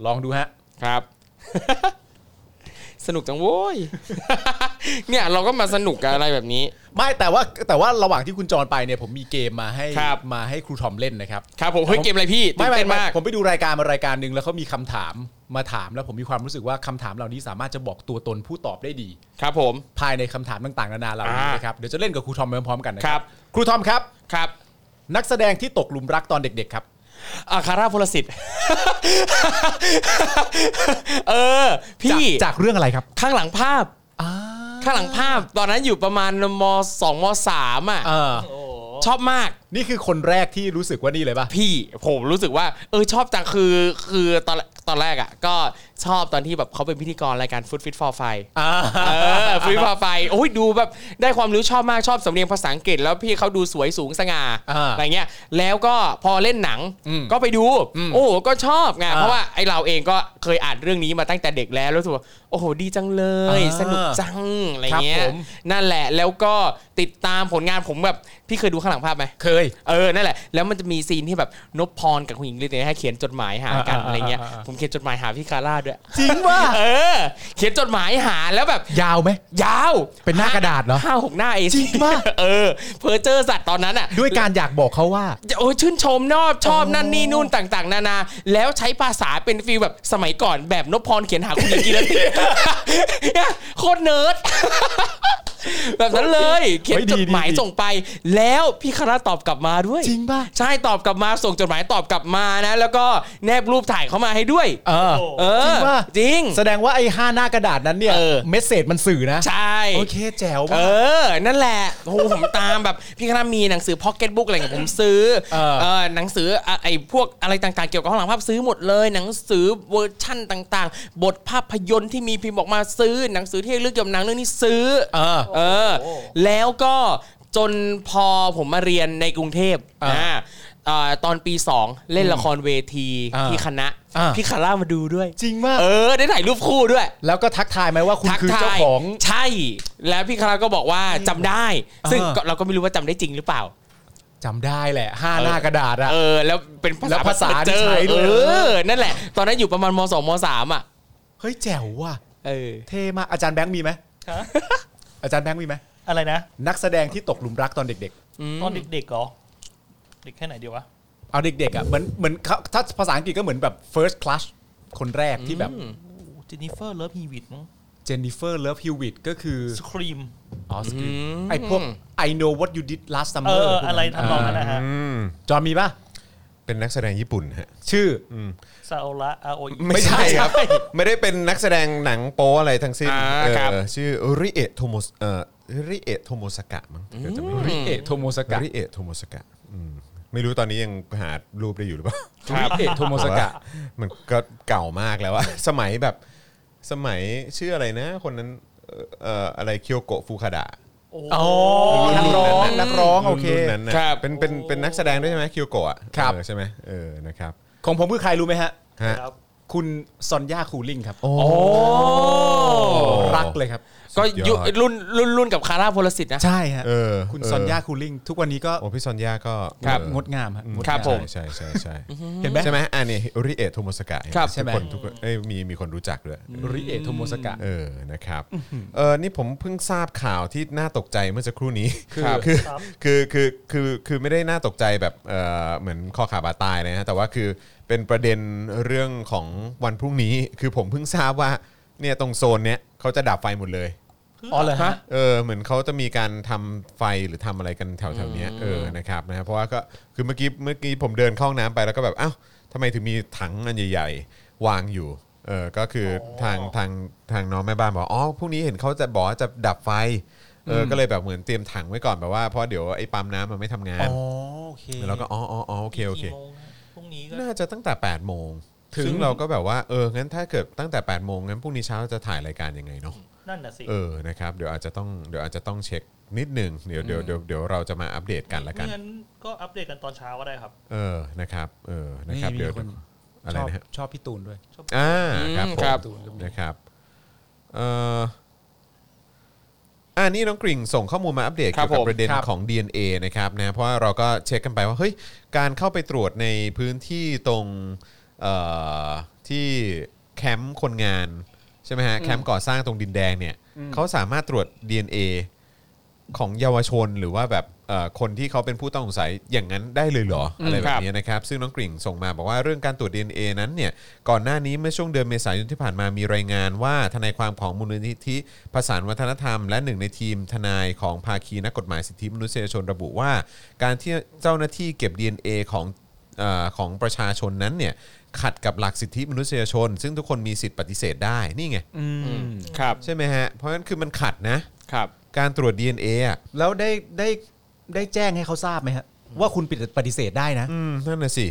[SPEAKER 2] ลองดูฮะ
[SPEAKER 3] ครับ สนุกจังโว้ย เนี่ยเราก็มาสนุกกับอะไรแบบนี้
[SPEAKER 2] ไม่แต่ว่าแต่ว่าระหว่างที่คุณจรไปเนี่ยผมมีเกมมาให้
[SPEAKER 3] ครับ
[SPEAKER 2] มาให้ครูทอมเล่นนะครับ
[SPEAKER 3] ครับผมเฮ้ยเกมอะไรพี่ตื่
[SPEAKER 2] ไม่
[SPEAKER 3] น
[SPEAKER 2] ไม่
[SPEAKER 3] เต้น
[SPEAKER 2] ไม่
[SPEAKER 3] มาก
[SPEAKER 2] ผมไปดูรายการมารายการหนึ่งแล้วเขามีคำถามมาถามแล้วผมมีความรู้สึกว่าคำถามเหล่านี้สามารถจะบอกตัวตนผู้ตอบได้ดี
[SPEAKER 3] ครับผม
[SPEAKER 2] ภายในคำถามต่างๆนานาเหล่านี้
[SPEAKER 3] อ่าน
[SPEAKER 2] นะครับ เดี๋ยวจะเล่นกับครูทอมไปพร้อมๆกันนะ
[SPEAKER 3] ค
[SPEAKER 2] ค
[SPEAKER 3] รั
[SPEAKER 2] รับ ครูทอมครับ
[SPEAKER 3] ครับ
[SPEAKER 2] นักแสดงที่ตกหลุมรักตอนเด็กๆครับ
[SPEAKER 3] อาคาราพลสิทธิ์ เออ พี่
[SPEAKER 2] จากเรื่องอะไรครับ
[SPEAKER 3] ข้างหลังภาพ ข้างหลังภาพ ตอนนั้นอยู่ประมาณมสองมสามอ่ะ
[SPEAKER 2] เออ
[SPEAKER 5] โอ้โห
[SPEAKER 3] ชอบมาก
[SPEAKER 2] นี่คือคนแรกที่รู้สึกว่านี่เลยป่ะ
[SPEAKER 3] พี่ผมรู้สึกว่าเออชอบจังคือคือตอนตอนแรกอ่ะ ก็ชอบตอนที่แบบเขาเป็นพิธีกรรายการ Food Fit for Five เออ Food Fit for Five โอ้ยดูแบบได้ความรู้ชอบมากชอบสำเนียงภาษาอังกฤษ แล้วพี่เขาดูสวยสูงสง่า
[SPEAKER 2] อ่า
[SPEAKER 3] ไรเงี้ยแล้วก็พอเล่นหนังก็ไปดู โอ้ก็ชอบไง
[SPEAKER 2] อ่า
[SPEAKER 3] เพราะว่าไอเราเองก็เคยอ่านเรื่องนี้มาตั้งแต่เด็กแล้วรู้สึกว่าโอ้โหดีจังเลย
[SPEAKER 2] อ่า
[SPEAKER 3] สนุกจังอะไรเงี้
[SPEAKER 2] ครับ
[SPEAKER 3] ย
[SPEAKER 2] ผม
[SPEAKER 3] นั่นแหละแล้วก็ติดตามผลงานผมแบบพี่เคยดูข้างหลังภาพไหม
[SPEAKER 2] เคย
[SPEAKER 3] เออ นั่นแหละ แล้วมันจะมีซีนที่แบบนพพรกับคุณหญิงลีเนี่ยให้เขียนจดหมายหากัน
[SPEAKER 2] อ่า
[SPEAKER 3] อะไรเงี้ย
[SPEAKER 2] อ่าอ่า
[SPEAKER 3] ผมเขียนจดหมายหาพี่คาร่าด้วย
[SPEAKER 2] จริงว่า
[SPEAKER 3] เออ เขียนจดหมายหาแล้วแบบ
[SPEAKER 2] ยาวไหม
[SPEAKER 3] ยาว
[SPEAKER 2] เป็นหน้ากระดาษเหรอ
[SPEAKER 3] ห้าหกหน้าเอง
[SPEAKER 2] จริงปะ
[SPEAKER 3] เออ เพอเจอร์สัตว์ตอนนั้นอ่ะ
[SPEAKER 2] ด้วยการอยากบอกเขาว่า
[SPEAKER 3] โอ้ยชื่นชมนอบชอบนั่นนี่นู่นต่างๆ นานา แล้วใช้ภาษาเป็นฟีลแบบสมัยก่อนแบบนพพรเขียนหาคุณหญิงกีร ติโคตรเนิร์ด แบบนั้นเลย เขียน
[SPEAKER 2] เฮ้ยดี
[SPEAKER 3] จดหมาย
[SPEAKER 2] ดีดี
[SPEAKER 3] ส่งไป แล้วพี่คณะตอบกลับมาด้วย
[SPEAKER 2] จริงป่ะ
[SPEAKER 3] ใช่ตอบกลับมาส่งจดหมายตอบกลับมานะ แล้วก็แนบรูปถ่ายเข้ามาให้ด้วย
[SPEAKER 2] เออ
[SPEAKER 5] โอ้
[SPEAKER 3] เอ
[SPEAKER 2] จริ
[SPEAKER 3] อง
[SPEAKER 2] ปะ
[SPEAKER 3] จริง
[SPEAKER 2] แสดงว่าไอ้ห้าหน้ากระดาษนั้นเนี่ย
[SPEAKER 3] เออ
[SPEAKER 2] เมสเซจมันสื่อนะ
[SPEAKER 3] ใช่
[SPEAKER 2] โอเคแจ๋ว
[SPEAKER 3] เอ
[SPEAKER 2] ว่ะ
[SPEAKER 3] อ นั่นแหละโอ้โหผมตามแบบพี่คณะมีหนังสือพ็อกเก็ตบุ๊กอะไรเงี้ยผมซื้อ
[SPEAKER 2] เออ
[SPEAKER 3] เออหนังสืออะไอ้พวกอะไรต่างๆ เกี่ยวกับข้างหลังภาพซื้อหมดเลย หนังสือเวอร์ชั่นต่างๆ บทภาพยนตร์ที่มีพิมพ์ออกมาซื้อ หนังสือที่เลือกเกี่ยวกับหนังเรื่องนี้ซื้อ
[SPEAKER 2] เออ
[SPEAKER 3] เออ แล้วก็จนพอผมมาเรียนในกรุงเทพ
[SPEAKER 2] อ่า
[SPEAKER 3] อ่าเอ่อตอนปี 2 เล่นละครเวที
[SPEAKER 2] อ่า
[SPEAKER 3] ที่คณะ
[SPEAKER 2] อ่า
[SPEAKER 3] พี่คาร่ามาดูด้วย
[SPEAKER 2] จริงว่า
[SPEAKER 3] เออ ได้ถ่ายรูปคู่ด้วย
[SPEAKER 2] แล้วก็ทักทายไหมว่าคุณ
[SPEAKER 3] ทัก
[SPEAKER 2] คือ
[SPEAKER 3] ทาย
[SPEAKER 2] เจ้าของ
[SPEAKER 3] ใช่ แล้วพี่คาร่าก็บอกว่าจำได้ ซึ่ง
[SPEAKER 2] อ่า
[SPEAKER 3] ก็เราก็ไม่รู้ว่าจำได้จริงหรือเปล่า
[SPEAKER 2] จำได้แหละห้าหน้ากระดาษอะ
[SPEAKER 3] เออ แล้วเป็นภา
[SPEAKER 2] แล้ว
[SPEAKER 3] ษา
[SPEAKER 2] ภาษาที่ใช้ด้วย
[SPEAKER 3] เออ นั่นแหละ ตอนนั้นอยู่ประมาณมสองมสามอ่ะ
[SPEAKER 2] เฮ้ยแจ๋วว่ะ
[SPEAKER 3] เออ
[SPEAKER 2] เท่มากอาจารย์แบงค์มีไหม
[SPEAKER 5] ฮะ
[SPEAKER 2] อาจารย์แบงค์มีไหม
[SPEAKER 5] อะไรนะ
[SPEAKER 2] นักแสดงที่ตกหลุมรักตอนเด็ก
[SPEAKER 5] ตอนเด็กๆเหรอ เด็กแค่ไหนดีวะ
[SPEAKER 2] ๆ เอาเด็กๆอ่ะเหมือนเหมือนเขาถ้าภาษาอังกฤษก็เหมือนแบบ first crush คนแรกที่แบบ
[SPEAKER 5] เจนนิเฟอร์เลิฟฮีวิตมั้ง
[SPEAKER 2] เจนนิเฟอร์เลิฟฮิวิตก็คือ
[SPEAKER 5] สครีม
[SPEAKER 2] อ๋อสกิลไอพวก I know what you did last
[SPEAKER 5] เอ
[SPEAKER 2] summer
[SPEAKER 5] อ อะไรทำนองนั้นนะฮะ
[SPEAKER 1] อืม
[SPEAKER 2] จอห์นมีป่ะ
[SPEAKER 1] เป็นนักแสดงญี่ปุ่นฮะ
[SPEAKER 2] ชื่อ
[SPEAKER 5] ซาโอระอาโออิ
[SPEAKER 1] ไม่ใช่ครับ ไม่ได้เป็นนักแสดงหนังโป๊อะไรทั้งสิ้น
[SPEAKER 3] อ่า
[SPEAKER 1] เออ
[SPEAKER 3] ครับ
[SPEAKER 1] ชื่อริเอะโทโมสเอ่อริเอะโทโมสกะมั้งเดี๋ยวจะไม่ริ
[SPEAKER 2] เอะโทโมสกะ
[SPEAKER 1] ริเอะโทโมสกะอืมไม่รู้ตอนนี้ยังหารูปได้อยู่หรือเปล่า
[SPEAKER 2] ริเอะโทโมสกะ
[SPEAKER 1] มันก็เก่ามากแล้วอะ สมัยแบบสมัยชื่ออะไรนะ คนนั้นเอ่อเอ่ออะไรเคียวโกะฟูคาดะ
[SPEAKER 5] โอ้
[SPEAKER 2] อ๋อ นักร้อง นักร้อง โอเค
[SPEAKER 1] รุ่นนั้นนะครับ เป็นเป็นเป็นนักแสดงด้วยใช่ไหมเคียวโกะอะ
[SPEAKER 2] ครับ
[SPEAKER 1] เออใช่ไหมเออนะครับ
[SPEAKER 2] ของผมคือใครรู้ไหมฮะ
[SPEAKER 1] ฮะ
[SPEAKER 5] ครับ
[SPEAKER 2] คุณซอนย่าคูลิงครับ
[SPEAKER 1] โอ้
[SPEAKER 2] รักเลยครับ
[SPEAKER 3] ก็ยุ
[SPEAKER 1] สุดยอด
[SPEAKER 3] รุ่นรุ่นรุ่นกับคาร่าพลสิทธิ์นะ
[SPEAKER 2] ใช่ฮะ
[SPEAKER 1] เออ
[SPEAKER 2] คุณซอนย่าคูลิงทุกวันนี้ก็
[SPEAKER 1] โอ้พี่ซอนย่าก็
[SPEAKER 3] ครับ
[SPEAKER 1] เออง
[SPEAKER 2] ดงามฮะงดงา
[SPEAKER 3] ครับผม
[SPEAKER 1] ใช่ใช่ใช่ใช่
[SPEAKER 2] เห็นไหม
[SPEAKER 1] ใช่ไหมอันนี้ริเอะโทโมสกะ
[SPEAKER 3] ครับ
[SPEAKER 2] ใช่ไหม
[SPEAKER 1] ทุกคนทุกคนเอ้ยมีมีคนรู้จักด้วย
[SPEAKER 2] ริเอะโทโมสกะ
[SPEAKER 1] เออ นะครับ เออนี่ผมเพิ่งทราบข่าวที่น่าตกใจเมื่อสักครู่นี้
[SPEAKER 3] ครับ
[SPEAKER 1] คือ
[SPEAKER 5] ครับ
[SPEAKER 1] คือคือคือคือไม่ได้น่าตกใจแบบเออเหมือนข้อขาบาดตายนะฮะ แต่ว่าคือเป็นประเด็นเรื่องของวันพรุ่งนี้ คือผมเพิ่งทราบว่าเนี่ยตรงโซนเนี้ยเขาจะดับไฟหมดเลย
[SPEAKER 2] อ๋อเหรอฮะ
[SPEAKER 1] เออเหมือนเขาจะมีการทำไฟหรือทำอะไรกันแถวๆเนี้ยเออนะครับนะฮะเพราะว่าก็คือเมื่อกี้เมื่อกี้ผมเดินเข้าห้องน้ำไปแล้วก็แบบอ้าวทำไมถึงมีถังอันใหญ่ ๆ วางอยู่เออก็คือทางทางทางน้องแม่บ้านบอกอ๋อพรุ่งนี้เห็นเขาจะบอกว่าจะดับไฟเอออก็เลยแบบเหมือนเตรียมถังไว้ก่อนแบบว่าเพราะเดี๋ยวไอ้ปั๊มน้ำมันไม่ทำงาน
[SPEAKER 2] อ๋อโอเค
[SPEAKER 1] แล้วก็อ๋ออ๋ออ๋อโอเคโอเค
[SPEAKER 5] กี่โมงฮะพรุ่งนี้ก็
[SPEAKER 1] น่าจะตั้งแต่8ปดโมง
[SPEAKER 2] ถึง
[SPEAKER 1] ซึ่งเราก็แบบว่าเอองั้นถ้าเกิดตั้งแต่8ปดโมงงั้นพรุ่งนี้เช้าจะถ่ายรายการยังไงเนาะ
[SPEAKER 5] นั่นน่ะสิ
[SPEAKER 1] เออ นะครับ เดี๋ยวอาจจะต้อง เดี๋ยวอาจจะต้องเช็คนิดหนึ่งเดี๋ยวเดี๋ยวเดี๋ยวเดี๋ยวเราจะมาอัปเดตกันละกัน
[SPEAKER 5] ไม่งั้นก็อัปเดตกันตอนเช้าก็ได้ครับ
[SPEAKER 1] เออ นะครับ เออ นะ
[SPEAKER 2] นี่
[SPEAKER 1] ครับ เดี๋ยว
[SPEAKER 2] มีคน
[SPEAKER 1] อะไร
[SPEAKER 2] ชอบ
[SPEAKER 1] นะฮะ
[SPEAKER 2] ชอบพี่ตูนด้วย
[SPEAKER 1] อ่า ครับ
[SPEAKER 3] อืม
[SPEAKER 1] ผม
[SPEAKER 3] ครับ
[SPEAKER 1] นะครับ เอ่ออ่านี่น้องกริ่งส่งข้อมูลมาอัปเดต
[SPEAKER 3] ครั
[SPEAKER 1] เกี่ย
[SPEAKER 3] บ
[SPEAKER 1] วกั
[SPEAKER 3] ผ
[SPEAKER 1] บ
[SPEAKER 3] ม
[SPEAKER 1] ประเด็น
[SPEAKER 2] ครับ
[SPEAKER 1] ของ DNA นะครับนะ เพราะว่าเราก็เช็คกันไปว่า เฮ้ย การเข้าไปตรวจในพื้นที่ตรง เอ่อ ที่แคมป์คนงาน ใช่ไหมฮะ แคมป์ก่อสร้างตรงดินแดงเนี่ย เขาสามารถตรวจ DNA ของเยาวชนหรือว่าแบบเอ่อคนที่เขาเป็นผู้ต้องสงสัยอย่างนั้นได้เลยเหรออะไรแบบนี้นะครับ ซึ่งน้องกริ่งส่งมาบอกว่าเรื่องการตรวจ DNA นั้นเนี่ยก่อนหน้านี้เมื่อช่วงเดือนเมษายนที่ผ่านมามีรายงานว่าทนายความของมูลนิธิประสานวัฒนธรรม และหนึ่งในทีมทนายของภาคีนักกฎหมายสิทธิมนุษยชนระบุว่า การที่เจ้าหน้าที่เก็บ DNA ของ เอ่อของประชาชนนั้นเนี่ยขัดกับหลักสิทธิมนุษยชน ซึ่งทุกคนมีสิทธิ์ปฏิเสธได้นี่ไง
[SPEAKER 3] ครับ
[SPEAKER 1] ใช่ไหมฮะเพราะฉะนั้นคือมันขัดนะครับ การตรวจ DNA อ่ะ
[SPEAKER 2] แล้วได้ได้ได้แจ้งให้เขาทราบไหมฮะว่าคุณปฏิเสธได้นะ
[SPEAKER 1] อืมนั่นน่ะสิ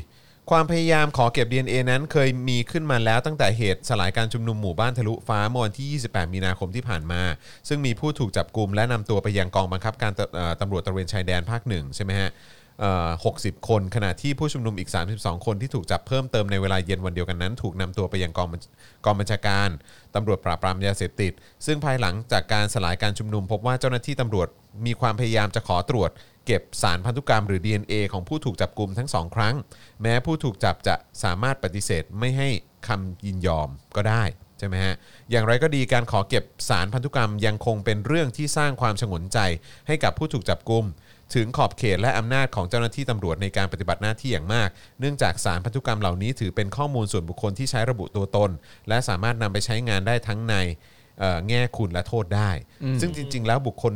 [SPEAKER 1] ความพยายามขอเก็บ DNA นั้นเคยมีขึ้นมาแล้วตั้งแต่เหตุสลายการชุมนุมหมู่บ้านทะลุฟ้าเมื่อวันที่ 28 มีนาคมที่ผ่านมา ซึ่งมีผู้ถูกจับกลุ่มและนำตัวไปยังกองบังคับการตเอ่อตำรวจตระเวนชายแดนภาคหนึ่งใช่ไหมฮะเอ่อ60 คนขณะที่ผู้ชุมนุมอีก 32 คนที่ถูกจับเพิ่มเติมในเวลาเย็นวันเดียวกันนั้น ถูกนำตัวไปยังกองบัญกองบัญชาการตำรวจปราบปรามยาเสพติด ซึ่งภายหลังจากการสลายการชุมนุม พบว่าเจ้าหน้าที่ตำรวจมีความพยายามจะขอตรวจ เก็บสารพันธุกรรมหรือ DNA ของผู้ถูกจับกลุ่มทั้งสองครั้ง แม้ผู้ถูกจับจะสามารถปฏิเสธไม่ให้คำยินยอมก็ได้ใช่ไหมฮะอย่างไรก็ดีการขอเก็บสารพันธุกรรมยังคงเป็นเรื่องที่สร้างความฉงนใจ ให้กับผู้ถูกจับกลุ่ม ถึงขอบเขตและอำนาจของเจ้าหน้าที่ตำรวจในการปฏิบัติหน้าที่อย่างมาก เนื่องจากสารพันธุกรรมเหล่านี้ถือเป็นข้อมูลส่วนบุคคลที่ใช้ระบุตัวตน และสามารถนำไปใช้งานได้ทั้งในเอ่อแง่คุณและโทษได้ ซึ่งจริง ๆ แล้วบุคคล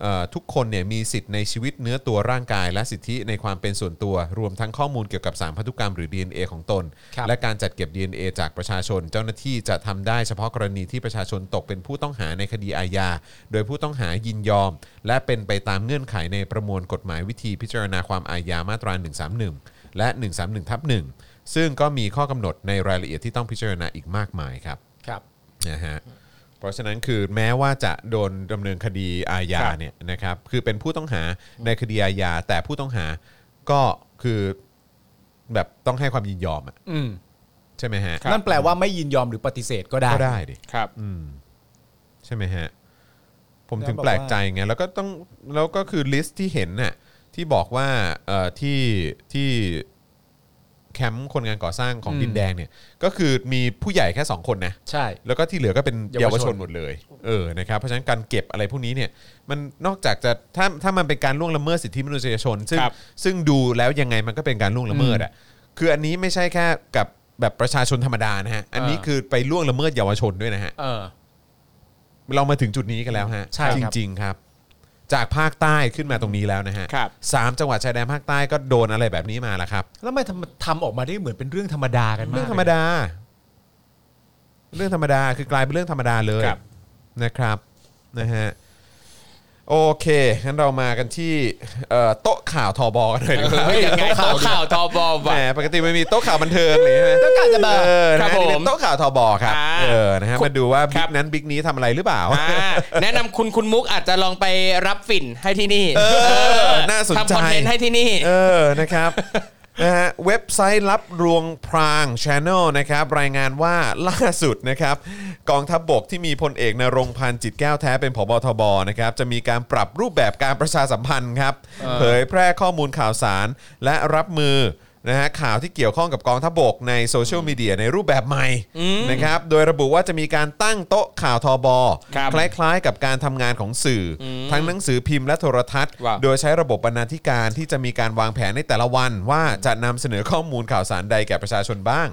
[SPEAKER 1] เอ่อทุกคนเนี่ยมีสิทธิ์ในชีวิตเนื้อตัวร่างกาย และสิทธิในความเป็นส่วนตัว รวมทั้งข้อมูลเกี่ยวกับสารพันธุกรรมหรือ DNA ของตน
[SPEAKER 2] ครับ
[SPEAKER 1] และการจัดเก็บ DNA จากประชาชน เจ้าหน้าที่จะทำได้เฉพาะกรณีที่ประชาชนตกเป็นผู้ต้องหาในคดีอาญา โดยผู้ต้องหายินยอม และเป็นไปตามเงื่อนไขในประมวลกฎหมายวิธีพิจารณาความอาญามาตรา 131 และ 131ทับ1ซึ่งก็มีข้อกำหนดในรายละเอียดที่ต้องพิจารณาอีกมากมายครับ
[SPEAKER 2] ครับ
[SPEAKER 1] นะฮะเพราะฉะนั้นคือแม้ว่าจะโดนดำเนินคดีอาญา
[SPEAKER 3] ครับ
[SPEAKER 1] เนี่ยนะครับคือเป็นผู้ต้องหาในคดีอาญาแต่ผู้ต้องหาก็คือแบบต้องให้ความยินยอมอะ
[SPEAKER 2] อืม
[SPEAKER 1] ใช่ไหมฮะ
[SPEAKER 2] นั่นแปลว่าไม่ยินยอมหรือปฏิเสธก็ได้
[SPEAKER 1] ก็ได้ดิ
[SPEAKER 3] ครับ
[SPEAKER 1] อืมใช่ไหมฮะผม
[SPEAKER 2] แล้ว
[SPEAKER 1] ถึงแปลก
[SPEAKER 2] บอกว่า
[SPEAKER 1] ใจไงแล้วก็ต้องแล้วก็คือลิสต์ที่เห็นน่ะที่บอกว่าเอ่อที่ที่แคมป์คนงานก่อสร้างของดินแดงเนี่ยก็คือมีผู้ใหญ่แค่สองคนนะ
[SPEAKER 2] ใช่
[SPEAKER 1] แล้วก็ที่เหลือก็เป็นเยาว
[SPEAKER 2] เยาว
[SPEAKER 1] ช
[SPEAKER 2] ช
[SPEAKER 1] น
[SPEAKER 2] น
[SPEAKER 1] หมดเลย เออ นะครับ เพราะฉะนั้นการเก็บอะไรพวกนี้เนี่ย มันนอกจากจะ ถ้า ถ้ามันเป็นการล่วงละเมิดสิทธิมนุษยชน ซึ่ง
[SPEAKER 3] ครับ
[SPEAKER 1] ซึ่งดูแล้วยังไงมันก็เป็นการล่วงละเมิดอ่ะ คืออันนี้ไม่ใช่แค่กับแบบประชาชนธรรมดานะฮะ อันนี้คือไปล่วงละเมิดเยาวชนด้วยนะฮะ
[SPEAKER 2] เออ
[SPEAKER 1] เรามาถึงจุดนี้กันแล้วฮะ
[SPEAKER 2] ใช่ครับ
[SPEAKER 1] จริง ๆ ครับ จากภาคใต้ขึ้นมาตรงนี้แล้วนะฮะ
[SPEAKER 3] ครับ
[SPEAKER 1] สามจังหวัดชายแดนภาคใต้ก็โดนอะไรแบบนี้มาแล้วครับ
[SPEAKER 2] แล้วทำไม่ทำทำออกมาได้เหมือนเป็นเรื่องธรรมดากันมาก
[SPEAKER 1] เรื่องธรรมดา เรื่องธรรมดาคือกลายเป็นเรื่องธรรมดาเลย
[SPEAKER 3] ครับ
[SPEAKER 1] นะครับนะฮะโอเคงั้นเรามากันที่เอ่อโต๊ะข่าวทอบอกันหน่อยดีกว่า
[SPEAKER 3] เฮ้ยยังไงโต๊ะข่าวทอบอ
[SPEAKER 1] แหม
[SPEAKER 3] ว่ะ
[SPEAKER 1] ปกติมันมีโต๊ะข่าวบันเทิงเลยใช่ไหม
[SPEAKER 2] โต๊ะข่าวทบ
[SPEAKER 1] เออ
[SPEAKER 3] ครั
[SPEAKER 1] นะ
[SPEAKER 3] บ
[SPEAKER 1] ฮะนี่เป็
[SPEAKER 3] ผม
[SPEAKER 1] นโต๊ะข่าวทอบอครับ
[SPEAKER 3] อ่า
[SPEAKER 1] เออนะฮะมาดูว่า
[SPEAKER 3] ค
[SPEAKER 1] บิ๊
[SPEAKER 3] รั
[SPEAKER 1] ก
[SPEAKER 3] บ
[SPEAKER 1] นั้นบิ๊กนี้ทำอะไรหรือเปล่า
[SPEAKER 3] อ่าแนะนำคุณคุณมุกอาจจะลองไปรับฝิ่นให้ที่นี่
[SPEAKER 1] เออน่าสนใจ
[SPEAKER 3] ทำคอนเทนต์ให้ที่นี่
[SPEAKER 1] เออ นะครับ นะฮะ เว็บไซต์รับรวงพราง Channel นะครับ รายงานว่าล่าสุดนะครับ กองทัพบบกที่มีพลเอกนรงค์พันธ์จิตแก้วแท้เป็นผบทบนะครับ จะมีการปรับรูปแบบการประชาสัมพันธ์ครับ เผยแพร่ข้อมูลข่าวสาร และรับมือ นะฮะข่าวที่เกี่ยวข้องกับกองทัพบกในโซเชียลมีเดียในรูปแบบใหม่นะครับ โดยระบุว่าจะมีการตั้งโต๊ะข่าวทบ
[SPEAKER 3] ครับ
[SPEAKER 1] คล้ายๆ กับการทำงานของสื่ออทั้งหนังสือพิมพ์และโทรทัศน์
[SPEAKER 3] ว้าว
[SPEAKER 1] โดยใช้ระบบบรรณาธิการที่จะมีการวางแผนในแต่ละวัน ว่าจะนำเสนอข้อมูลข่าวสารใดแก่ประชาชนบ้าง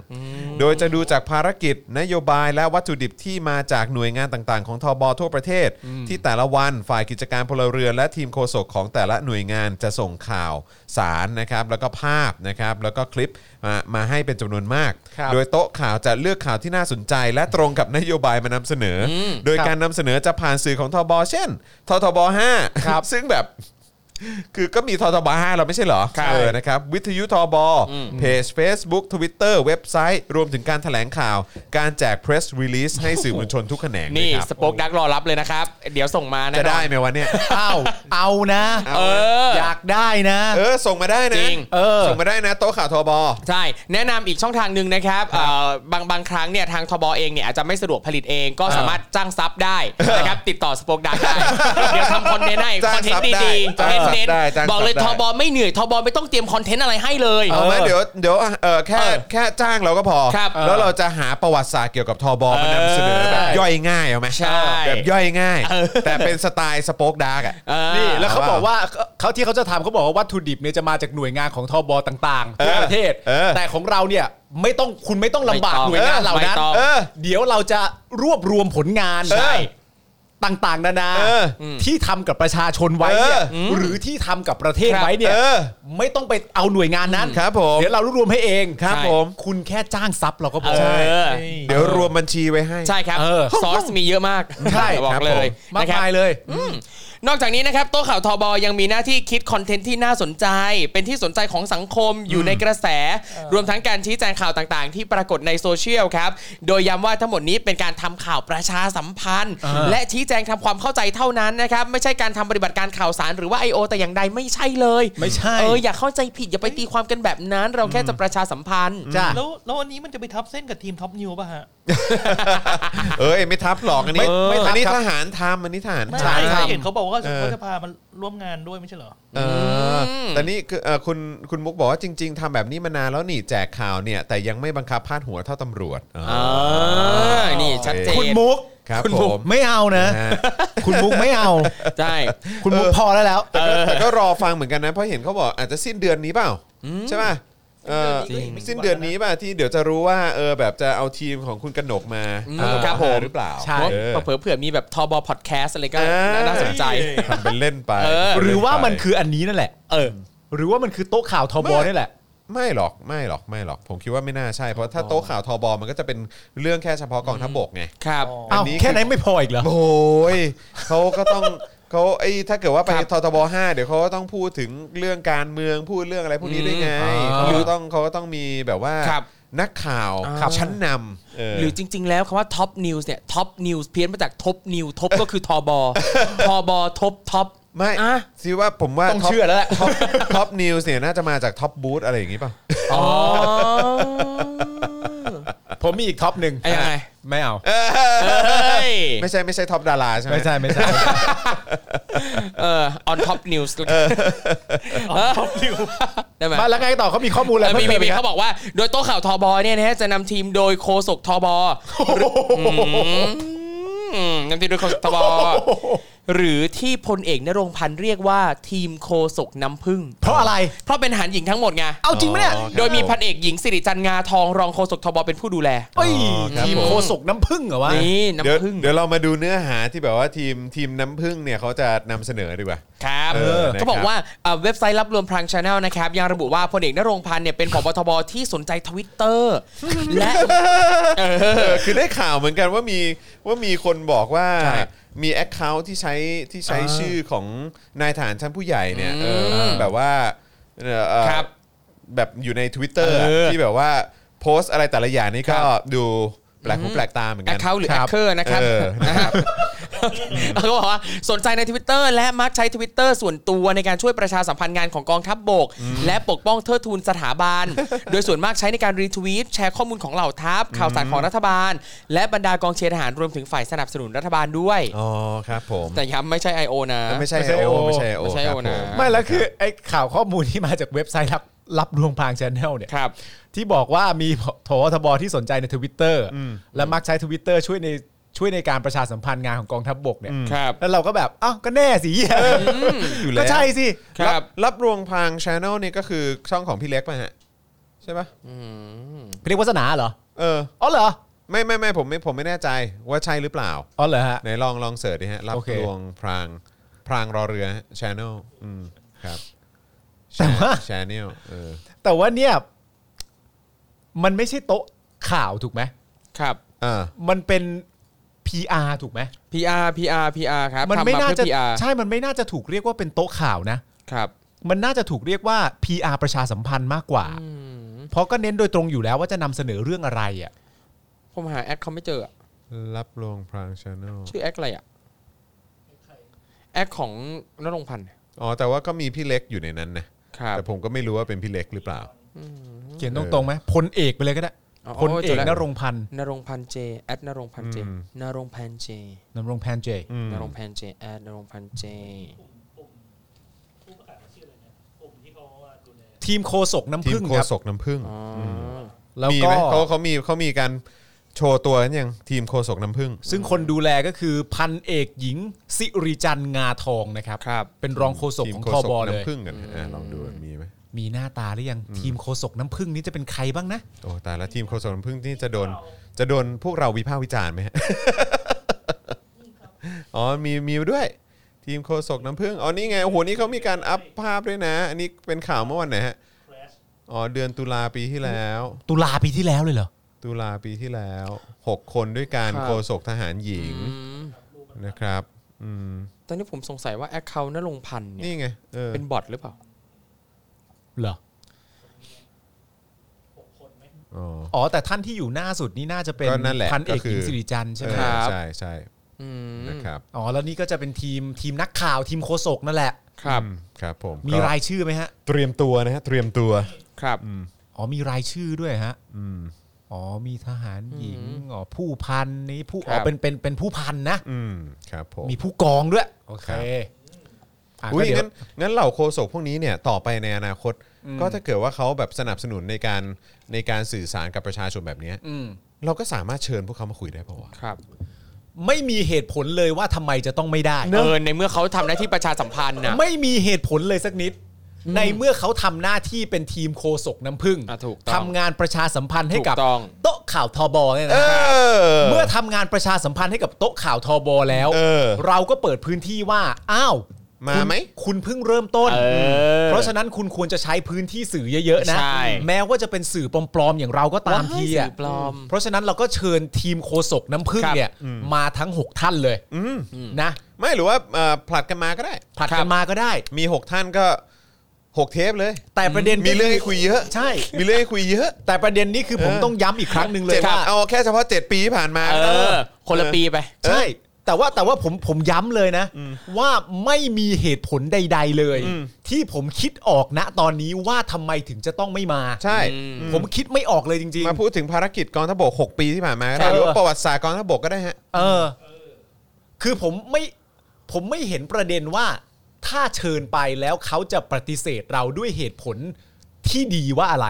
[SPEAKER 1] โดยจะดูจากภารกิจ นโยบายและวัตถุดิบที่มาจากหน่วยงานต่างๆ ของทบทั่วประเทศ ที่แต่ละวันฝ่ายกิจการพลเรือนและทีมโฆษกของแต่ละหน่วยงานจะส่งข่าวสารนะครับ แล้วก็ภาพนะครับ แล้วก็คลิปมามาให้เป็นจำนวนมาก
[SPEAKER 2] ครับ
[SPEAKER 1] โดยโต๊ะข่าวจะเลือกข่าวที่น่าสนใจ และตรงกับนโยบายมานำเสนออโดยการนำเสนอจะผ่านสื่อของทบเช่นททบ5ซึ่งแบบ คือก็มีททบ5เราไม่ใช่เหรอ
[SPEAKER 3] ครับ
[SPEAKER 1] เออนะครับ วิทยุทบเพจ Facebook Twitter เว็บไซต์ รวมถึงการถแถลงข่าว การแจก Press Release ให้สื่อมวลชนทุกแขนง
[SPEAKER 3] นี่
[SPEAKER 1] ด้วยค
[SPEAKER 3] ส
[SPEAKER 1] รับ
[SPEAKER 3] ป็อกดักรอรับเลยนะครับ เดี๋ยวส่งมานะ
[SPEAKER 1] จะได้
[SPEAKER 3] ค
[SPEAKER 1] ไห
[SPEAKER 3] รับ
[SPEAKER 1] มวะเนี่ย
[SPEAKER 2] อ้าวเอานะ
[SPEAKER 3] เออ
[SPEAKER 2] อยากได้นะ
[SPEAKER 1] เออ ส่งมาได้นะ
[SPEAKER 3] จริง
[SPEAKER 2] เออ
[SPEAKER 1] ส่งมาได้นะ โต๊ะข่าวทบ
[SPEAKER 3] ใช่ แนะนำอีกช่องทางหนึ่งนะครับเอ่อบางบางครั้งเนี่ยทางทบเองเนี่ยอาจจะไม่สะดวกผลิตเองก็สามารถจ้างซับได้ นะครับ ติดต่อสป็อกดักได้ เดี๋ยวทำคอนเทนต์ให้
[SPEAKER 1] จ้าง
[SPEAKER 3] คอนเทน
[SPEAKER 1] ซับ
[SPEAKER 3] ต์
[SPEAKER 1] ได้
[SPEAKER 3] ดีๆ
[SPEAKER 1] จ้าง
[SPEAKER 3] เน้น
[SPEAKER 1] ซับ
[SPEAKER 3] เน้น
[SPEAKER 1] ได้จ้าง
[SPEAKER 3] บอกเลย
[SPEAKER 1] ซับได้
[SPEAKER 3] ทบไม่เหนื่อยทบไม่ต้องเตรียมคอนเทนต์อะไรให้เลย
[SPEAKER 1] เอาไหมเดี๋ยวเดี๋ยวเออแค่
[SPEAKER 3] เออ
[SPEAKER 1] แค่จ้างเราก็พอ
[SPEAKER 3] ครับ
[SPEAKER 1] แล้วเราจะหาประวัติศาสตร์เกี่ยวกับทบมานำเสนอแบบ
[SPEAKER 3] เออย่
[SPEAKER 1] อยง่ายเอาไหม
[SPEAKER 3] ใช่
[SPEAKER 1] แบบย่อยง่าย แต่เป็นสไตล์สป็อกดาร์กอ่ะ
[SPEAKER 3] เออ
[SPEAKER 2] นี่แล้วเขาบอกว่าเขาเขาที่เขาจะทำเขาบอกว่าวัตถุดิบเนี่ยจะมาจากหน่วยงานของทบต่างๆทั่วประเทศ
[SPEAKER 1] เออ
[SPEAKER 2] แต่ของเราเนี่ยไม่ต้องคุณไม่ต้องลำบาก
[SPEAKER 3] ไม่ต้
[SPEAKER 2] หน่วย
[SPEAKER 3] อง
[SPEAKER 2] งานเหล่านั้น
[SPEAKER 3] ไม่ต้อง
[SPEAKER 2] เออเดี๋ยวเราจะรวบรวมผลงาน
[SPEAKER 1] ใช่
[SPEAKER 2] ต่างๆ นานา
[SPEAKER 1] เออ
[SPEAKER 2] ที่ทำกับประชาชนไว้เนี่ย
[SPEAKER 1] เอ
[SPEAKER 2] หรือที่ทำกับประเทศ
[SPEAKER 3] ครับ
[SPEAKER 2] ไว้เนี่ย
[SPEAKER 1] เออ
[SPEAKER 2] ไม่ต้องไปเอาหน่วยงานนั้น
[SPEAKER 1] ครับผม
[SPEAKER 2] เดี๋ยวเรารวบรวมให้เอง
[SPEAKER 1] ครับผม
[SPEAKER 2] คุณแค่จ้างซับเราก็พ
[SPEAKER 3] เอ
[SPEAKER 2] อ
[SPEAKER 3] อ
[SPEAKER 1] เดี๋ยวรวมบัญชีไว้ให้
[SPEAKER 3] ใช่ครับ
[SPEAKER 2] เออ
[SPEAKER 3] ซอสมีเยอะมาก
[SPEAKER 1] ใช่
[SPEAKER 3] บอ
[SPEAKER 1] ครั
[SPEAKER 3] ก
[SPEAKER 1] บ
[SPEAKER 3] เลย
[SPEAKER 1] ผม
[SPEAKER 2] มา
[SPEAKER 3] นะ
[SPEAKER 2] ก
[SPEAKER 3] ครับ
[SPEAKER 2] มายเลย
[SPEAKER 3] นอกจากนี้นะครับโต๊ะข่าวทบยังมีหน้าที่คิดคอนเทนต์ที่น่าสนใจ เป็นที่สนใจของสังคมอยู่ในกระแส รวมทั้งการชี้แจงข่าวต่างๆ ที่ปรากฏในโซเชียลครับ โดยย้ำว่าทั้งหมดนี้เป็นการทำข่าวประชาสัมพันธ์ และชี้แจงทำความเข้าใจเท่านั้นนะครับ ไม่ใช่การทำปฏิบัติการข่าวสารหรือว่า I.O. แต่อย่างใดไม่ใช่เลย
[SPEAKER 2] ไม่ใช่
[SPEAKER 3] เอออย่าเข้าใจผิดอย่าไปตีความกันแบบนั้น เราแค่จะประชาสัมพันธ์
[SPEAKER 2] จ้า
[SPEAKER 5] แล้วแล้วอันนี้มันจะไปทับเส้นกับทีมท็อปนิวป่ะฮะ
[SPEAKER 1] เอ้ยไม่ทับหรอกอันนี้
[SPEAKER 2] ไม่ไม่ทับ
[SPEAKER 1] อันนี้
[SPEAKER 2] ครับ
[SPEAKER 1] ทหารทำอันนี้ทหาร
[SPEAKER 5] ไม่
[SPEAKER 1] ทำ
[SPEAKER 5] ใช่เห็นเขาบอกว่า
[SPEAKER 1] เออ
[SPEAKER 5] เขาจะพามันร่วมงานด้วยไม่ใช่เหรอ
[SPEAKER 1] เอออแต่นี่คือเอ่อคุณคุณมุกบอกว่าจริง ๆทำแบบนี้มานานแล้วนี่แจกข่าวเนี่ย แต่ยังไม่บังคับพาดหัวเท่าตำรวจเออ
[SPEAKER 3] เออนี่ชัดเจน
[SPEAKER 2] คุณมุก
[SPEAKER 1] ครับ
[SPEAKER 2] ณมุก
[SPEAKER 1] ผม
[SPEAKER 2] ไม่เอานะ
[SPEAKER 1] นะฮะ
[SPEAKER 2] คุณมุกไม่เอา
[SPEAKER 3] ใช่
[SPEAKER 2] คุณมุก
[SPEAKER 1] เออ
[SPEAKER 2] พอแล้วแล้ว
[SPEAKER 1] แต่ก็แต่ก็รอฟังเหมือนกันนะ เพราะเห็นเขาบอกอาจจะสิ้นเดือนนี้เปล่า ใช่ป่ะเออ
[SPEAKER 5] จริง
[SPEAKER 1] สิ้นเดือนนี้ป่ะที่เดี๋ยวจะรู้ว่าเออแบบจะเอาทีมของคุณกนกมา
[SPEAKER 3] อืม
[SPEAKER 1] เออ
[SPEAKER 3] ครับผม
[SPEAKER 1] หรือเปล่า
[SPEAKER 2] ใช่
[SPEAKER 3] เพราะ
[SPEAKER 1] เออ
[SPEAKER 3] เผื่อเผื่อมีแบบทบพอดแคสอะไรก็น่าสนใจ
[SPEAKER 1] ทำเป็นเล่นไป
[SPEAKER 3] เออ
[SPEAKER 2] หรือว่ามัน
[SPEAKER 1] อ
[SPEAKER 2] คืออันนี้นั่นแหละ เออ หรือว่ามันคือโต๊ะข่าวทบ
[SPEAKER 1] ไม่
[SPEAKER 2] นี่แหละ
[SPEAKER 1] ไม่หรอกไม่หรอกไม่หรอก ผมคิดว่าไม่น่าใช่ เพราะถ้าโต๊ะข่าวทบมันก็จะเป็นเรื่องแค่เฉพาะกองทัพบกไง
[SPEAKER 3] ครับ
[SPEAKER 2] เอ้า
[SPEAKER 1] อันนี้
[SPEAKER 2] แค่นั้นไม่พออีกเหรอ
[SPEAKER 1] โอ้ยเขาก็ต้อง เขาไอ้ถ้าเกิดว่าไป
[SPEAKER 3] ครับ
[SPEAKER 1] ททบห้าเดี๋ยวเขาก็ต้องพูดถึงเรื่องการเมืองพูดเรื่องอะไรพวกนี้ด้วยไง
[SPEAKER 2] อืม
[SPEAKER 1] เขา
[SPEAKER 2] หรื
[SPEAKER 1] ก็
[SPEAKER 2] อ
[SPEAKER 1] ต้องเขาก็ต้องมีแบบว่า
[SPEAKER 3] ครับ
[SPEAKER 1] นักข่าว
[SPEAKER 3] ครับ
[SPEAKER 1] ชั้นนำเห
[SPEAKER 3] รือจริง ๆ แล้วคำว่าท็อปนิวส์เนี่ยท็อปนิวส์เพี้ยนมาจากท็อปนิวท็อปก็คือทบ ทบท็อปท็อป
[SPEAKER 1] ไม่
[SPEAKER 3] อ่ะ
[SPEAKER 1] ซิว่าผมว่า
[SPEAKER 2] ต้องเชื่อแล้วแหละ
[SPEAKER 1] ท็อปท็อปนิวส์เนี่ยน่าจะมาจากท็อปบูธอะไรอย่างงี้ป่ะ
[SPEAKER 3] อ๋อ
[SPEAKER 2] ผมมีอีกท็อปหนึ่ง
[SPEAKER 3] อ่ะยังไง
[SPEAKER 2] ไม่เอา
[SPEAKER 3] เฮ้ย
[SPEAKER 1] ไม่ใช่ไม่ใช่ท็อปดาราใช่ไหม
[SPEAKER 2] ไม่ใช่ไม่ใช่
[SPEAKER 3] เออ on top news
[SPEAKER 5] ท็อปนิว
[SPEAKER 3] ได้ไหม
[SPEAKER 2] มาแล้วไงต่อเขามีข้อมูลอะไร
[SPEAKER 3] เออมี
[SPEAKER 2] เพิ่มเติม
[SPEAKER 3] มี
[SPEAKER 2] ไห
[SPEAKER 3] มี
[SPEAKER 2] มครับ
[SPEAKER 3] เขาบอกว่า โดยโต๊ะข่าวทบเนี่ยนะฮะจะนำทีมโดยโคศกทบอืมนำทีมโดยโคศกทบหรือที่พลเอกนรงค์พันธ์เรียกว่าทีมโคศกน้ำผึ้ง
[SPEAKER 2] เพราะอะไร
[SPEAKER 3] เพราะเป็นหันหญิงทั้งหมดไง
[SPEAKER 2] เอาจริงไหมเนี่ย
[SPEAKER 1] อ๋อครับ
[SPEAKER 3] โดยมี
[SPEAKER 1] ผ
[SPEAKER 3] พันเอกหญิงสิริจันทร์งาทองรองโฆษกทบเป็นผู้ดูแล
[SPEAKER 2] เอ้ย
[SPEAKER 1] อ๋อครับ
[SPEAKER 2] ทีม
[SPEAKER 1] ผม
[SPEAKER 2] โคศกน้ำผึ้งเหรอวะ
[SPEAKER 3] นี่
[SPEAKER 1] เดี๋ยว
[SPEAKER 3] น้ำผึ้ง
[SPEAKER 1] เดี๋ยวเรามาดูเนื้อหาที่แบบว่าทีมทีมน้ำพึ่งเนี่ยเขาจะนำเสนอดีกว่า
[SPEAKER 3] ครับ
[SPEAKER 1] เออ
[SPEAKER 3] เขาบอกว่าเอ่อเว็บไซต์รับรวมพลังชาแนลนะครับ ยังระบุว่าพลเอกนรงค์พันธ์เนี่ยเป็นผบทบที่สนใจทวิตเตอร์และ
[SPEAKER 1] เออคือได้ข่าวเหมือนกันว่ามีว่ามีคนบอกว่า
[SPEAKER 3] ใช่
[SPEAKER 1] มีแอคเคาท์ที่ใช้ที่ใช้
[SPEAKER 2] อ่า
[SPEAKER 1] ชื่อของนายฐานชั้นผู้ใหญ่เนี่ยเออ
[SPEAKER 3] ม
[SPEAKER 1] แบบว่าเอ่อเอ่อ
[SPEAKER 3] ครับ
[SPEAKER 1] แบบอยู่ใน Twitter
[SPEAKER 3] เออ
[SPEAKER 1] ที่แบบว่าโพสต์อะไรแต่ละอย่างนี่
[SPEAKER 3] ครั
[SPEAKER 1] ก็
[SPEAKER 3] บ
[SPEAKER 1] ดูแปลกหูแปลกตาเหมือน
[SPEAKER 3] แอ
[SPEAKER 1] กั
[SPEAKER 3] คเคาท์หรือแอ
[SPEAKER 1] ค
[SPEAKER 3] ค
[SPEAKER 1] บ
[SPEAKER 3] เคอร์นะครับ
[SPEAKER 1] เออ
[SPEAKER 3] เขาบอกว่าสนใจในทวิตเตอร์และมักใช้ทวิตเตอร์ส่วนตัวในการช่วยประชาสัมพันธ์งานของกองทัพบก และปกป้องเทิดทูนสถาบัน โดยส่วนมากใช้ในการรีทวีตแชร์ข้อมูลของเหล่าทัพ ข่าวสารของรัฐบาล และบรรดากองเชียร์ทหารรวมถึงฝ่ายสนับสนุนรัฐบาลด้วย
[SPEAKER 1] อ๋อครับผม
[SPEAKER 3] แต่ย้ำไม่ใช่ I.O. นะ
[SPEAKER 1] ไม่ใช่
[SPEAKER 2] ไม่ใช่
[SPEAKER 1] ไอโอ
[SPEAKER 2] IO
[SPEAKER 1] ไม่ใช่
[SPEAKER 3] ไม่ใช่
[SPEAKER 1] ไอโอ
[SPEAKER 3] IO นะ
[SPEAKER 2] ไม่แล้วคือไอ้ข่าวข้อมูลที่มาจากเว็บไซต์รับรับรวงพลางชแนลเนี่ย
[SPEAKER 3] ครับ
[SPEAKER 2] ที่บอกว่ามีทวทบที่สนใจในทวิตเตอร์และมักใช้ทวิตเตอร์ช่วยในช่วยในการประชาสัมพันธ์งานของกองทัพบกเนี่ย
[SPEAKER 3] ครับ
[SPEAKER 2] แล้วเราก็แบบอ้าวก็แน่สิ
[SPEAKER 1] อยู่
[SPEAKER 2] ก็
[SPEAKER 1] แล้ว
[SPEAKER 2] ใช่สิ
[SPEAKER 3] ครับ
[SPEAKER 1] รับรวงพางชแนลนี่ก็คือช่องของพี่เล็กป่ะฮะใช่ป่ะ
[SPEAKER 2] เรียกวาสนาเหรอ
[SPEAKER 1] เออ
[SPEAKER 2] อ๋อเหรอ
[SPEAKER 1] ไม่ไม่ไม่ผมไม่ผมไม่แน่ใจว่าใช่หรือเปล่า
[SPEAKER 2] อ๋อเหรอฮะ
[SPEAKER 1] ไหนลองลองเสิร์ชดิฮะ รับ
[SPEAKER 2] โอเค
[SPEAKER 1] รวงพรางพรางรอเรือชานอลอืมครับ
[SPEAKER 2] แต่ว่า
[SPEAKER 1] ชานอลเออ
[SPEAKER 2] แต่ว่าเนี่ยมันไม่ใช่โต๊ะข่าวถูกไหม
[SPEAKER 3] ครับ
[SPEAKER 1] อ่า
[SPEAKER 2] มันเป็น PR ถูกไหม
[SPEAKER 3] PR PR PR ครับ
[SPEAKER 2] มั
[SPEAKER 3] ทำ
[SPEAKER 2] ไม่
[SPEAKER 3] มา
[SPEAKER 2] น่า
[SPEAKER 3] เพื่อ
[SPEAKER 2] จะ
[SPEAKER 3] PR
[SPEAKER 2] ใช่มันไม่น่าจะถูกเรียกว่าเป็นโต๊ะข่าวนะ
[SPEAKER 3] ครับ
[SPEAKER 2] มันน่าจะถูกเรียกว่า PR ประชาสัมพันธ์มากกว่า เพราะก็เน้นโดยตรงอยู่แล้วว่าจะนำเสนอเรื่องอะไรอ่ะ
[SPEAKER 3] ผมหาแอคเขาไม่เจออะ
[SPEAKER 1] รับรวงพรางชานอล
[SPEAKER 3] ชื่อแอคอะไรอ่ะ แอคของนรงค์พันธ์
[SPEAKER 1] อ๋อแต่ว่าก็มีพี่เล็กอยู่ในนั้นนะครับ แต่ผมก็ไม่รู้ว่าเป็นพี่เล็กหรือเปล่า
[SPEAKER 2] เขียนตรงๆไหมพลเอกไปเลยก็ได้
[SPEAKER 3] อ๋อ
[SPEAKER 2] พลเอ
[SPEAKER 3] เจอก แล้ว
[SPEAKER 2] นรงค์พันธ์
[SPEAKER 3] นรงค์พันธ์เจแอดนรงค์พันธ์เจ
[SPEAKER 1] อืม
[SPEAKER 3] นรงค์พันธ์เจ
[SPEAKER 2] นรงค์แพนเจ
[SPEAKER 3] นรงค์พันธ์เจแอดนรงค์พันธ์เจ
[SPEAKER 2] ทีมโคศกน้ำ
[SPEAKER 1] ที
[SPEAKER 2] ผึ้
[SPEAKER 1] ม
[SPEAKER 2] ง
[SPEAKER 1] โค
[SPEAKER 2] ครับ
[SPEAKER 1] ศกน้ำผึ้ง
[SPEAKER 2] แล้ว
[SPEAKER 1] มี
[SPEAKER 2] ก็
[SPEAKER 1] ไหมเขาเขามีเขามีการโชว์ตัวกันยังทีมโคศกน้ำผึ้ง
[SPEAKER 2] ซึ่งคนดูแลก็คือพันเอกหญิง สิริจันทร์งาทองนะครับ
[SPEAKER 3] ครับ
[SPEAKER 2] เป็นรองโฆษก
[SPEAKER 1] ทีม
[SPEAKER 2] ของ
[SPEAKER 1] โค
[SPEAKER 2] ท
[SPEAKER 1] ศ
[SPEAKER 2] บ
[SPEAKER 1] ก
[SPEAKER 2] เลย
[SPEAKER 1] น้ำผึ้งกันนะอ่ะลองดูมีไหม
[SPEAKER 2] มีหน้าตาหรือยังทีมโคศกน้ำผึ้งนี้จะเป็นใครบ้างนะ
[SPEAKER 1] โอ้แต่ละทีมโคศกน้ำ ผึ้งนี่จะโดนจะโดนพวกเราวิพากษ์วิจารณ์ไหมฮะอ๋อ อ๋อมีมีด้วย ทีมโคศกน้ำผึ้งอ๋อนี่ไงโอ้โหนี่เขามีการอัพภาพด้วยนะ อันนี้เป็นข่าวเมื่อวันไหนฮะอ๋อเดือนตุลาปีที่แล้ว
[SPEAKER 2] ตุลาปีที่แล้วเลยเหรอ
[SPEAKER 1] ตุลาปีที่แล้ว 6 คนด้วยการ
[SPEAKER 3] ครับ
[SPEAKER 1] โฆษกทหารหญิงนะครับอืม
[SPEAKER 3] ตอนนี้ผมสงสัยว่าแอคเคาท์นรงค์พันธ์เนี่ย
[SPEAKER 1] นี่ไงเออ
[SPEAKER 3] เป็นบอทหรือเปล่า
[SPEAKER 2] เหรอ
[SPEAKER 1] อ๋อ
[SPEAKER 2] อ๋อ แต่ท่านที่อยู่หน้าสุดนี่น่าจะเป็น
[SPEAKER 1] ก็นั่นแหละ
[SPEAKER 2] พันเอก
[SPEAKER 1] ก็คือ
[SPEAKER 2] หญิงสิริจันทร์ใช่ไหม
[SPEAKER 1] เออ
[SPEAKER 3] ครับ
[SPEAKER 1] ใช่ใช่
[SPEAKER 3] อืม
[SPEAKER 1] นะครับ
[SPEAKER 2] อ๋อ แล้วนี่ก็จะเป็นทีมทีมนักข่าวทีมโฆษกนั่นแหละ
[SPEAKER 3] ครับ
[SPEAKER 1] อืมครับผม
[SPEAKER 2] มี
[SPEAKER 1] ก็
[SPEAKER 2] รายชื่อไหมฮะ
[SPEAKER 1] เตรียมตัวนะฮะเตรียมตัว
[SPEAKER 3] ครับ
[SPEAKER 2] อ๋อมีรายชื่อด้วยฮะ
[SPEAKER 1] อืม
[SPEAKER 2] อ๋อมีทหารหญิง อ๋อผู้พันนี่ผู้
[SPEAKER 3] ครับ
[SPEAKER 2] อ๋อเป็นเป็นเป็นผู้พันนะ
[SPEAKER 1] อืมครับผม
[SPEAKER 2] มีผู้กองด้วย โอเค
[SPEAKER 1] ครับ
[SPEAKER 2] อ่ะ
[SPEAKER 1] อุ้ย
[SPEAKER 2] ก็เดี๋ยว
[SPEAKER 1] งั้นงั้นเหล่าโคศกพวกนี้เนี่ยต่อไปในอนาคต ก็ถ้าเกิดว่าเขาแบบสนับสนุนในการในการสื่อสารกับประชาชนแบบเนี้ย
[SPEAKER 2] อืม
[SPEAKER 1] เราก็สามารถเชิญพวกเขามาคุยได้ป่าวะ
[SPEAKER 3] ครับ
[SPEAKER 2] ไม่มีเหตุผลเลยว่าทำไมจะต้องไม่ได้
[SPEAKER 3] เออในเมื่อเขาทำหน้าที่ประชาสัมพันธ์นะ
[SPEAKER 2] ไม่มีเหตุผลเลยสักนิด ในเมื่อเขาทำหน้าที่เป็นทีมโคศกน้ำผึ้ง
[SPEAKER 3] อ่ะถูกต้อง
[SPEAKER 2] ทำงานประชาสัมพันธ์ให้กับ
[SPEAKER 3] ถูกต้อง
[SPEAKER 2] โต๊ะข่าวทอบอเนี่ยนะเมื่อทำงานประชาสัมพันธ์ให้กับโต๊ะข่าวทอบอแล้ว
[SPEAKER 1] เออ
[SPEAKER 2] เราก็เปิดพื้นที่ว่า อ้าว
[SPEAKER 1] มา
[SPEAKER 2] คุณ
[SPEAKER 1] ไหม
[SPEAKER 2] คุณเพิ่งเริ่มต้น
[SPEAKER 3] เออ
[SPEAKER 2] เพราะฉะนั้นคุณควรจะใช้พื้นที่สื่อเยอะๆนะ
[SPEAKER 3] ใช่
[SPEAKER 2] แม้ว่าจะเป็นสื่อปลอมๆอย่างเราก็ตามที
[SPEAKER 3] ว้ายสื่
[SPEAKER 2] อ่ะ
[SPEAKER 3] อปลอม
[SPEAKER 2] เพราะฉะนั้นเราก็เชิญทีมโคศกน้ำผึ้ง
[SPEAKER 3] ครับ
[SPEAKER 2] เนี่ยมาทั้งหกท่านเลยนะ
[SPEAKER 1] ไม่หรือว่าเอ่อผลัดกันมาก็ได้
[SPEAKER 2] ผลัดกันมาก็ได้
[SPEAKER 1] มี 6 ท่านก็ 6 เทปเลย
[SPEAKER 2] แต่ประเด็น
[SPEAKER 1] มีเรื่องให้คุยเยอะ
[SPEAKER 2] ใช่
[SPEAKER 1] มีเรื่องให้คุยเยอะ
[SPEAKER 2] แต่ประเด็นนี้คือผมต้องย้ำอีกครั้งหนึ่ง เลย
[SPEAKER 1] เจ็ด
[SPEAKER 2] ว่า
[SPEAKER 1] เอาแค่เฉพาะ 7 ปีที่ผ่านมา
[SPEAKER 3] เออ คนละปีไป
[SPEAKER 2] ใช่แต่ว่าแต่ว่าผมผมย้ำเลยนะ ว่าไม่มีเหตุผลใด ๆเลย ที่ผมคิดออกณตอนนี้ว่าทำไมถึงจะต้องไม่มา
[SPEAKER 1] ใช่
[SPEAKER 2] ผมคิดไม่ออกเลยจริง
[SPEAKER 1] มาพูดถึงภารกิจกองทัพบก 6 ปีที่ผ่านมาก็ได้
[SPEAKER 2] เอ
[SPEAKER 1] ห
[SPEAKER 2] อ
[SPEAKER 1] รือว่าประวัติศาสตร์กองทัพบกก็ได้ฮะ
[SPEAKER 2] ๆ เออ คือผมไม่ผมไม่เห็นประเด็นว่า ถ้าเชิญไปแล้วเขาจะปฏิเสธเราด้วยเหตุผลที่ดีว่าอะไร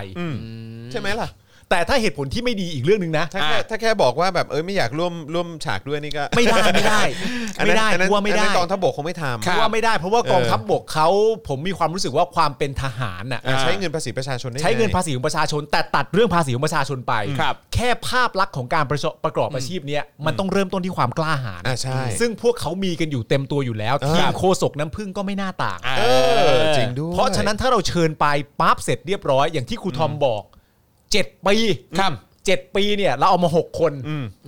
[SPEAKER 1] ใช่ไหมล่ะ
[SPEAKER 2] แต่ถ้าเหตุผลที่ไม่ดีอีกเรื่องหนึ่งนะ
[SPEAKER 1] ถ้าแค่ถ้าแค่บอกว่าแบบเอ้ยไม่อยากร่วมร่วมฉากด้วยนี่ก็
[SPEAKER 2] ไม่ได้ไม่ได้
[SPEAKER 1] อัน
[SPEAKER 2] ไม่
[SPEAKER 1] นั้น
[SPEAKER 2] ได้
[SPEAKER 1] อันนั้น
[SPEAKER 2] กลัว่าไม่
[SPEAKER 1] อัน
[SPEAKER 2] ได้
[SPEAKER 1] นั้นกองทัพบกคงไม่ทำ
[SPEAKER 2] เพราะว่าไม่ได้เพราะว่า
[SPEAKER 1] เออ
[SPEAKER 2] กองทัพบกเขาผมมีความรู้สึกว่าความเป็นทหารน่ะ
[SPEAKER 1] อ่ะใช้เงินภาษีประชาชนได้
[SPEAKER 2] ใช้เงิน
[SPEAKER 1] ไ
[SPEAKER 2] ภาษีของประชาชน แต่ตัดเรื่องภาษีของประชาชนไป
[SPEAKER 3] ครับ
[SPEAKER 2] แค่ภาพลักษณ์ของการประชประกอบอาชีพเนี้ยมันต้องเริ่มต้นที่ความกล้าหาญ
[SPEAKER 1] อ่ะใช่
[SPEAKER 2] ซึ่งพวกเขามีกันอยู่เต็มตัวอยู่แล้ว
[SPEAKER 1] เออ
[SPEAKER 2] ทีมโคศกน้ำพึ่งก็ไม่น่าต่าง
[SPEAKER 3] อ่ะ
[SPEAKER 1] เออจริงด้วย
[SPEAKER 2] เพราะฉะนั้นถ้าเราเชิญไปปั๊บเสร็จเรียบร้อยอย่างที่ครูทอมบอกเจ็ดปี
[SPEAKER 3] ครับ
[SPEAKER 2] เจ็ดปีเนี่ยเราเอามาหกคน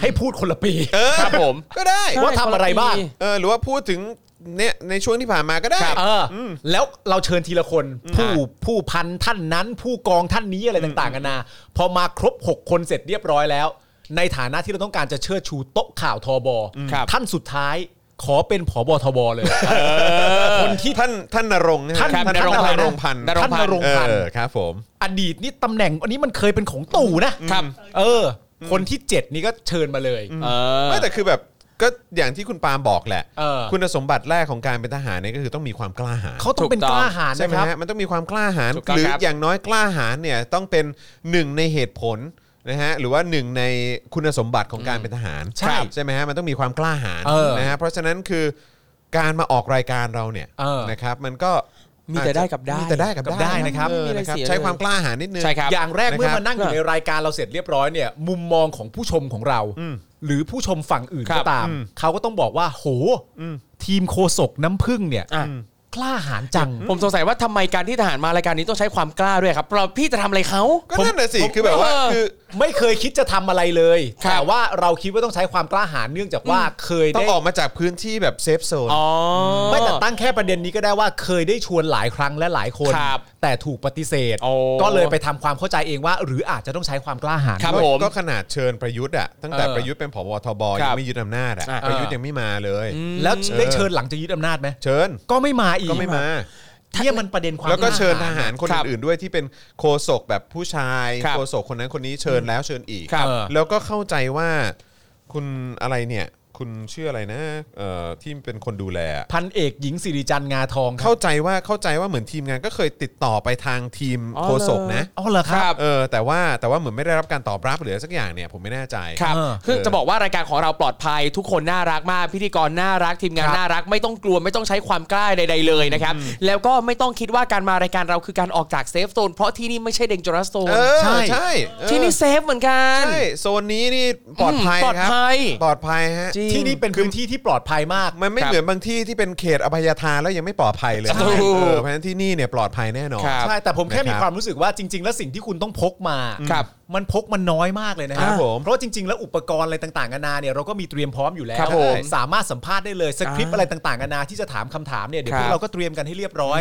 [SPEAKER 2] ให้พูดคนละปี
[SPEAKER 1] เออ
[SPEAKER 3] ครับผม
[SPEAKER 1] ก็ได้
[SPEAKER 2] ว่าทำอะไรบ้าง
[SPEAKER 1] เออหรือว่าพูดถึงเนี่ยในช่วงที่ผ่านมาก็ได้
[SPEAKER 2] เอออแล้วเราเชิญทีละคนผู้ผู้พันท่านนั้น ผู้กองท่านนี้อะไรต่างๆกันานาพอมาครบ 6 คนเสร็จเรียบร้อยแล้ว ในฐานะที่เราต้องการจะเชิดชูโต๊ะข่าวทบ
[SPEAKER 3] ครับ
[SPEAKER 2] ท่านสุดท้ายขอเป็นผบทบเลย
[SPEAKER 1] คนที่ท่านท่านนรงค์ะ
[SPEAKER 2] ท่าน
[SPEAKER 1] ครับ
[SPEAKER 2] น
[SPEAKER 1] ท่าน
[SPEAKER 2] รงค์
[SPEAKER 1] นรงค์พันธ์
[SPEAKER 3] นรงค์พันธ์
[SPEAKER 2] ท่านนรงค์พันธ์
[SPEAKER 1] เออครับผม
[SPEAKER 2] อดีตนี่ตำแหน่งอันนี้มันเคยเป็นของตู่นะครับ เอออ คนที่ 7 นี่ก็เชิญมาเลย
[SPEAKER 3] เออ
[SPEAKER 1] ไม่แต่คือแบบก็อย่างที่คุณปาล์มบอกแหละ
[SPEAKER 2] เออ
[SPEAKER 1] คุณสมบัติแรกของการเป็นทหารเนี่ยก็คือต้องมีความกล้าหาญ
[SPEAKER 2] เขาต้องเป็น
[SPEAKER 3] ถูก
[SPEAKER 2] ก
[SPEAKER 3] ต้อง
[SPEAKER 2] ล้าหาญ
[SPEAKER 1] ใช่ไหม
[SPEAKER 2] นะครับ
[SPEAKER 1] ฮะมันต้องมีความกล้าหาญ
[SPEAKER 3] ถูกต้อง
[SPEAKER 1] หรือ
[SPEAKER 3] ครับ
[SPEAKER 1] อย่างน้อยกล้าหาญเนี่ยต้องเป็นหนึ่งในเหตุผลนะฮะหรือว่าหนึ่งในคุณสมบัติของการเป็นทหาร
[SPEAKER 2] ใช่
[SPEAKER 1] ใช่ไหมฮะมันต้องมีความกล้าหาญ
[SPEAKER 2] เออ
[SPEAKER 1] นะฮะเพราะฉะนั้นคือการมาออกรายการเราเนี่ย
[SPEAKER 2] เออ
[SPEAKER 1] นะครับมันก็
[SPEAKER 3] มีแต่ได้กับได้
[SPEAKER 1] มีแต่ได้กับได้
[SPEAKER 3] นะครับ
[SPEAKER 1] เออ
[SPEAKER 3] ไม่มีอะไร
[SPEAKER 1] นะครับ
[SPEAKER 3] เสียเลย
[SPEAKER 1] ใช้ความกล้าหาญนิดนึง
[SPEAKER 3] ใช่ครับ
[SPEAKER 2] อย่างแรก
[SPEAKER 1] นะครับ
[SPEAKER 2] เมื่อมานั่งอยู่ในรายการเราเสร็จเรียบร้อยเนี่ยมุมมองของผู้ชมของเรา หรือผู้ชมฝั่งอื่น
[SPEAKER 3] ครั
[SPEAKER 2] ก็
[SPEAKER 3] บ
[SPEAKER 2] ตาม เขาก็ต้องบอกว่า โหทีมโคศกน้ำพึ่งเนี่ย
[SPEAKER 3] อ่ะ
[SPEAKER 2] กล้าหาญจัง
[SPEAKER 3] ผมสงสัยว่าทำไมการที่ทหารมารายการนี้ต้องใช้ความกล้าด้วยครับเราพี่จะทำอะไรเขา
[SPEAKER 1] ก็นั่นน่ะสิคือแบบว่า
[SPEAKER 3] เออ
[SPEAKER 1] คือ
[SPEAKER 2] ไม่เคยคิดจะทำอะไรเลย
[SPEAKER 3] ครับ
[SPEAKER 2] แต่ว่าเราคิดว่าต้องใช้ความกล้าหาญเนื่องจากว่าเคย
[SPEAKER 1] ต้อ
[SPEAKER 2] ได้
[SPEAKER 1] งออกมาจากพื้นที่แบบเซฟโซน
[SPEAKER 3] อ๋อ
[SPEAKER 2] ไม่แต่ตั้งแค่ประเด็นนี้ก็ได้ว่าเคยได้ชวนหลายครั้งและหลายคน
[SPEAKER 3] ครับ
[SPEAKER 2] แต่ถูกปฏิเสธ
[SPEAKER 3] โอ้
[SPEAKER 2] ก็เลยไปทำความเข้าใจเองว่า หรืออาจจะต้องใช้ความกล้าหาญ
[SPEAKER 3] ครับ
[SPEAKER 1] ก็
[SPEAKER 3] ผม
[SPEAKER 1] ก็ขนาดเชิญประยุทธ์อะตั้งแต่
[SPEAKER 2] เออ
[SPEAKER 1] ประยุทธ์เป็นผบทบ
[SPEAKER 3] ครั
[SPEAKER 1] ยั
[SPEAKER 3] บ
[SPEAKER 1] งไม่ยึดอำนาจอะ
[SPEAKER 3] อ่ะ
[SPEAKER 1] ประยุทธ์ยังไม่มาเลย
[SPEAKER 2] แล้วได้เชิญหลังจะยึดอำนาจไหม
[SPEAKER 1] เชิญ
[SPEAKER 2] ก็ไม่มาอีก
[SPEAKER 1] ก็ไม่มา
[SPEAKER 2] เนี่ยมันประเด็นความ
[SPEAKER 1] แล้วก็เชิญท
[SPEAKER 2] ล้าหาญ
[SPEAKER 1] หารคน
[SPEAKER 3] ครับ
[SPEAKER 1] อื่นๆด้วยที่เป็นโคศกแบบผู้ชาย
[SPEAKER 3] ครับ
[SPEAKER 1] โคศกคนนั้นคนนี้เชิญแล้วเชิญอีก
[SPEAKER 3] ครับ
[SPEAKER 1] เออแล้วก็เข้าใจว่าคุณอะไรเนี่ย คุณชื่ออะไรนะเอ่อที่เป็นคนดูแล
[SPEAKER 2] พันเอกหญิงสิริจันทร์งาทองครับ
[SPEAKER 1] เข้าใจว่าเข้าใจว่าเหมือนทีมงานก็เคยติดต่อไปทางทีม
[SPEAKER 3] อ๋อ
[SPEAKER 1] โคศกนะ
[SPEAKER 3] เหร
[SPEAKER 2] อ๋อเหรอค
[SPEAKER 3] ค
[SPEAKER 2] รั
[SPEAKER 3] รับ บ
[SPEAKER 1] เออแต่ว่าแต่ว่าเหมือนไม่ได้รับการตอบรับหรืออะไรสักอย่างเนี่ยผมไม่แน่ใจ
[SPEAKER 3] ครับ
[SPEAKER 2] เออ
[SPEAKER 3] คือ
[SPEAKER 1] เออ
[SPEAKER 3] จะบอกว่ารายการของเราปลอดภัย ทุกคนน่ารักมากพิธีกรน่ารักทีมงานน่ารัก ไม่ต้องกลัวไม่ต้องใช้ความกล้าใด ๆ เลยนะครับ แล้วก็ไม่ต้องคิดว่าการมารายการเราคือการออกจากเซฟโซนเพราะที่นี่ไม่ใช่เดงจอร์สโซน
[SPEAKER 1] เออ
[SPEAKER 2] ใช่
[SPEAKER 1] ใช่ใช่เออ
[SPEAKER 3] ที่นี่เซฟเหมือนกัน
[SPEAKER 1] ใช่ โซนนี้นี่ปลอดภัย
[SPEAKER 3] อืมปลอด
[SPEAKER 1] ครับ
[SPEAKER 3] ภัย
[SPEAKER 1] ปลอดภัยฮะ
[SPEAKER 3] จริง
[SPEAKER 2] ที่นี่เป็นพื้นที่ที่ปลอดภัยมาก
[SPEAKER 1] มันไม่
[SPEAKER 3] ครับ
[SPEAKER 1] เหมือนบางที่ที่เป็นเขตอภัยทานแล้วยังไม่ปลอดภัยเลย
[SPEAKER 3] ใช่
[SPEAKER 1] เออเพราะฉะนั้นที่นี่เนี่ยปลอดภัยแน่นอน
[SPEAKER 3] ครับ
[SPEAKER 2] ใช่ แต่ผมแค่
[SPEAKER 1] นะครับ
[SPEAKER 2] มีความรู้สึกว่าจริง ๆ แล้วสิ่งที่คุณต้องพกมา
[SPEAKER 3] ครับ
[SPEAKER 2] มันพกมันน้อยมากเลยนะค
[SPEAKER 1] ครั
[SPEAKER 2] รับบ
[SPEAKER 1] ผม
[SPEAKER 2] เพราะจริง ๆ แล้วอุปกรณ์อะไรต่างๆนานาเนี่ยเราก็มีเตรียมพร้อมอยู่แล้ว
[SPEAKER 3] ครับผม
[SPEAKER 2] สามารถสัมภาษณ์ได้เลยสคริปต์
[SPEAKER 3] อ่า
[SPEAKER 2] อะไรต่างๆนานาที่จะถามคำถามเนี่ยเดี๋ยว
[SPEAKER 3] ครั
[SPEAKER 2] พ
[SPEAKER 3] บ
[SPEAKER 2] วกเราก็เตรียมกันให้เรียบร้อย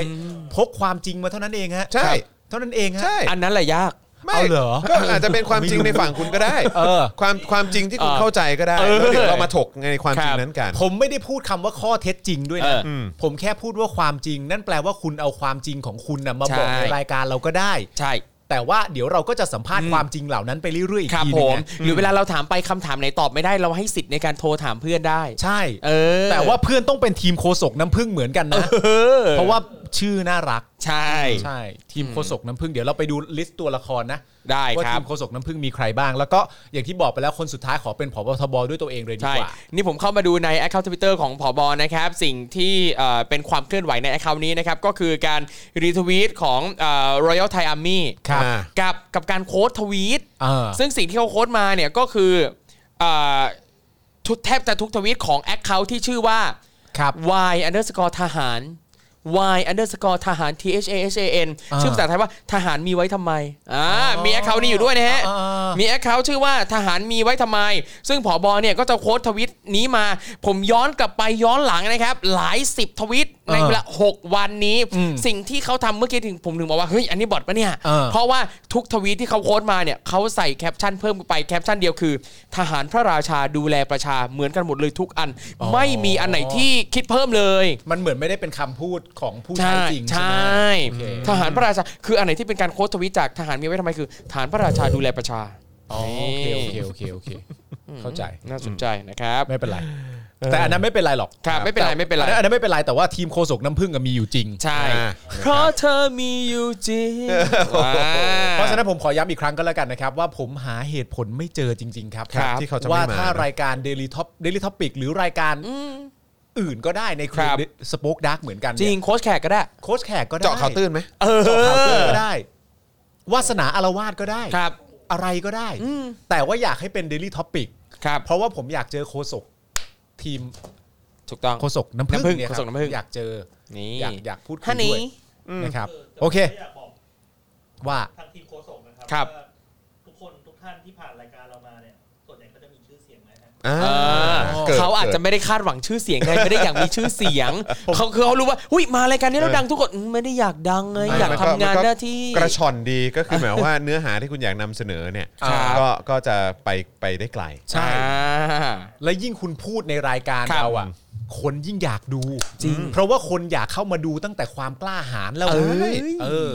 [SPEAKER 2] พกความจริงมาเท่านั้นเองฮะ
[SPEAKER 1] ใช่
[SPEAKER 2] ครับเท่านั้นเองฮะ
[SPEAKER 1] ใช่
[SPEAKER 3] อันนั้นแหละยาก
[SPEAKER 1] ไม่
[SPEAKER 2] เอาเหรอ
[SPEAKER 1] ก็อาจจะเป็นความจริงในฝั่งคุณก็ได้
[SPEAKER 2] เออ
[SPEAKER 1] ความความจริงที่คุณ
[SPEAKER 3] เออ
[SPEAKER 1] เข้าใจก็ได้
[SPEAKER 3] เออ
[SPEAKER 1] แล้วเดี๋ยวเรามาถกในความจริง
[SPEAKER 3] ครับ
[SPEAKER 1] นั้นกัน
[SPEAKER 2] ผมไม่ได้พูดคำว่าข้อเท็จจริงด้วย
[SPEAKER 3] เอ
[SPEAKER 2] นะ
[SPEAKER 3] อ
[SPEAKER 1] ม
[SPEAKER 2] ผมแค่พูดว่าความจริง นั่นแปลว่าคุณเอาความจริงของคุณนะมาบอก
[SPEAKER 3] ใช่
[SPEAKER 2] ในรายการเราก็ได้
[SPEAKER 3] ใช่
[SPEAKER 2] แต่ว่าเดี๋ยวเราก็จะสัมภาษณ์
[SPEAKER 3] อืม
[SPEAKER 2] ความจริงเหล่านั้นไปเรื่อยๆอีก
[SPEAKER 3] ครับ
[SPEAKER 2] ที
[SPEAKER 3] ผ
[SPEAKER 2] นึง
[SPEAKER 3] ม
[SPEAKER 2] นะ
[SPEAKER 3] หรือเวลาเราถามไปคำถามไหนตอบไม่ได้เราให้สิทธิ์ในการโทรถามเพื่อนได้
[SPEAKER 2] ใช่
[SPEAKER 3] เออ
[SPEAKER 2] แต่ว่าเพื่อนต้องเป็นทีมโคศกน้ำผึ้งเหมือนกันนะ
[SPEAKER 3] เออ
[SPEAKER 2] เพราะว่าชื่อน่ารัก
[SPEAKER 3] ใช่
[SPEAKER 2] ใช่ ทีมโคศกน้ำผึ้งเดี๋ยวเราไปดูลิสต์ตัวละครนะ
[SPEAKER 3] ได้
[SPEAKER 2] ว่า
[SPEAKER 3] ครั
[SPEAKER 2] ที
[SPEAKER 3] บ
[SPEAKER 2] มโคศกน้ำผึ้งมีใครบ้าง แล้วก็อย่างที่บอกไปแล้วคนสุดท้ายขอเป็นผบทบด้วยตัวเองเลยดี
[SPEAKER 3] ใช่
[SPEAKER 2] กว่า
[SPEAKER 3] นี่ผมเข้ามาดูใน Account Twitter ของผอบอนะครับ สิ่งที่เอ่อเป็นความเคลื่อนไหวใน Account นี้นะครับ ก็คือการรีทวีตของเอ่อ Royal Thai Army
[SPEAKER 2] ครับ
[SPEAKER 3] กับกับการโค้ดทวีต
[SPEAKER 2] อ่า
[SPEAKER 3] ซึ่งสิ่งที่เขาโค้ดมาเนี่ยก็คือเอ่อทุกแทบจะทุกทวีตของ Account ที่ชื่อว่า
[SPEAKER 2] ครับ
[SPEAKER 3] y underscore ทหาร y underscore ทหาร t h a h a n
[SPEAKER 2] อ่า
[SPEAKER 3] ชื่อภาษาไทยว่าทหารมีไว้ทำไมอ่ามีแอคเคาท์นี้อยู่ด้วยนะฮะ
[SPEAKER 2] อ่ามี
[SPEAKER 3] มีแอคเคาท์ชื่อว่าทหารมีไว้ทำไม ซึ่งผอบอเนี่ยก็จะโค้ดทวิตนี้มา ผมย้อนกลับไปย้อนหลังนะครับ หลายสิบทวิตในเวลา 6 วันนี้ สิ่งที่เขาทำเมื่อกี้ถึงผมถึงบอกว่า เฮ้ย อันนี้บอทปะเนี่ย
[SPEAKER 2] เออ
[SPEAKER 3] เพราะว่าทุกทวีตที่เขาโค้ดมาเนี่ยเขาใส่แคปชั่นเพิ่มไปแคปชั่นเดียวคือ ทหารพระราชาดูแลประชาเหมือนกันหมดเลยทุกอัน ไม่มีอันไหนที่คิดเพิ่มเลย
[SPEAKER 2] มันเหมือนไม่ได้เป็นคำพูดของผู้ใช้
[SPEAKER 3] ใช่
[SPEAKER 2] จริง
[SPEAKER 3] ใช
[SPEAKER 2] ใช่ไหม
[SPEAKER 3] ่
[SPEAKER 2] โอเค
[SPEAKER 3] ทหารพระราชา คืออันไหนที่เป็นการโค้ดทวีตจากทหารมีไว้ทำไมคือทหารพระราชาดูแลประชา
[SPEAKER 2] อ๋อโอเคโอเคโอเคโอเค เข้าใจ
[SPEAKER 3] น่าสนใจนะครับ
[SPEAKER 2] ไม่เป็นไร แต่อันนั้นไม่เป็นไรหรอก
[SPEAKER 3] ครับไม่เป็นไรไม่เป็นไร
[SPEAKER 2] อัอันนั้นไม่เป็นไรแต่ว่าทีมโคศกน้ำผึ้งอะมีอยู่จริง
[SPEAKER 3] ใช่
[SPEAKER 1] อ่า
[SPEAKER 3] เพราะเธอมีอยู่จริง
[SPEAKER 2] เพราะฉะ
[SPEAKER 3] ว้า
[SPEAKER 2] นั้นผมขอย้ำอีกครั้งก็แล้วกันนะครับ ว่าผมหาเหตุผลไม่เจอจริง ๆ ครับ
[SPEAKER 1] ครับที่เขาจะไม่
[SPEAKER 2] ว่า
[SPEAKER 1] มา
[SPEAKER 2] ถ้า
[SPEAKER 1] เนอะ
[SPEAKER 2] รายการ Daily Top Daily Topic หรือรายการอื่นก็ได้ในเครือ
[SPEAKER 3] ครับ
[SPEAKER 2] สป็อคดักเหมือนกัน
[SPEAKER 3] จริงโค้ชแขกก็ได้
[SPEAKER 2] โค้ชแขกก็ได้
[SPEAKER 1] เจาะข่าวตื้นไหม
[SPEAKER 3] เออ
[SPEAKER 2] เจาะข่าวตื้นก็ได้ วาสนาอารวาสก็ได้
[SPEAKER 3] ครับ
[SPEAKER 2] อะไรก็ได้ แต่ว่าอยากให้เป็น Daily Topic
[SPEAKER 3] ครับ
[SPEAKER 2] เพราะว่าผมอยากเจอโคศกทีม
[SPEAKER 3] ถูกต้อง
[SPEAKER 2] โคศกน้ำผึ้
[SPEAKER 3] น้ำผึ้
[SPEAKER 2] ง
[SPEAKER 3] ง
[SPEAKER 2] เนี่ยค
[SPEAKER 3] โฆ
[SPEAKER 2] รั
[SPEAKER 3] ษกน้ำผึ้ง
[SPEAKER 2] อยากเจอ
[SPEAKER 3] นี่
[SPEAKER 2] อยากอยากพูดคุย
[SPEAKER 3] ฮัน
[SPEAKER 2] ด้
[SPEAKER 3] นี่
[SPEAKER 2] วยนะครับ
[SPEAKER 5] แต่
[SPEAKER 2] โอเค
[SPEAKER 5] ผมก็ยากบอก
[SPEAKER 2] ว่า
[SPEAKER 5] ทางทีมโค้ชส่งนะครั
[SPEAKER 3] ครับ
[SPEAKER 5] ว่าทุกคนทุกท่านที่ผ่านรายการเรามาเนี่ยส่วนใหญ่ก็จะมีชื่อเสียงไหมฮะ
[SPEAKER 1] อ่า
[SPEAKER 3] เออ
[SPEAKER 1] กิด
[SPEAKER 3] เขาอาจ
[SPEAKER 1] กิด
[SPEAKER 3] จะไม่ได้คาดหวังชื่อเสียงไงไม่ได้อยากมีชื่อเสียงเขาคือเขารู้ว่าอุ้ยมารายการนี้เราดังทุกคนอืมไม่ได้อยากดังไงอยาก
[SPEAKER 1] มัน
[SPEAKER 3] ทำงาน
[SPEAKER 1] มัก็
[SPEAKER 3] หน้าที่
[SPEAKER 1] กระชอนดีก็คือหมายว่าเนื้อหาที่คุณอยากนำเสนอเนี่ย
[SPEAKER 3] ครับ
[SPEAKER 1] ก็ก็จะไปไปได้ไกล
[SPEAKER 2] ใช่
[SPEAKER 3] อ่า
[SPEAKER 2] และยิ่งคุณพูดในรายการ
[SPEAKER 3] ครับ
[SPEAKER 2] เราอ่ะ คนยิ่งอยากดู
[SPEAKER 3] จริง
[SPEAKER 2] เพราะว่าคนอยากเข้ามาดูตั้งแต่ความกล้าหาญแล้ว
[SPEAKER 3] เอ้ย
[SPEAKER 2] เออ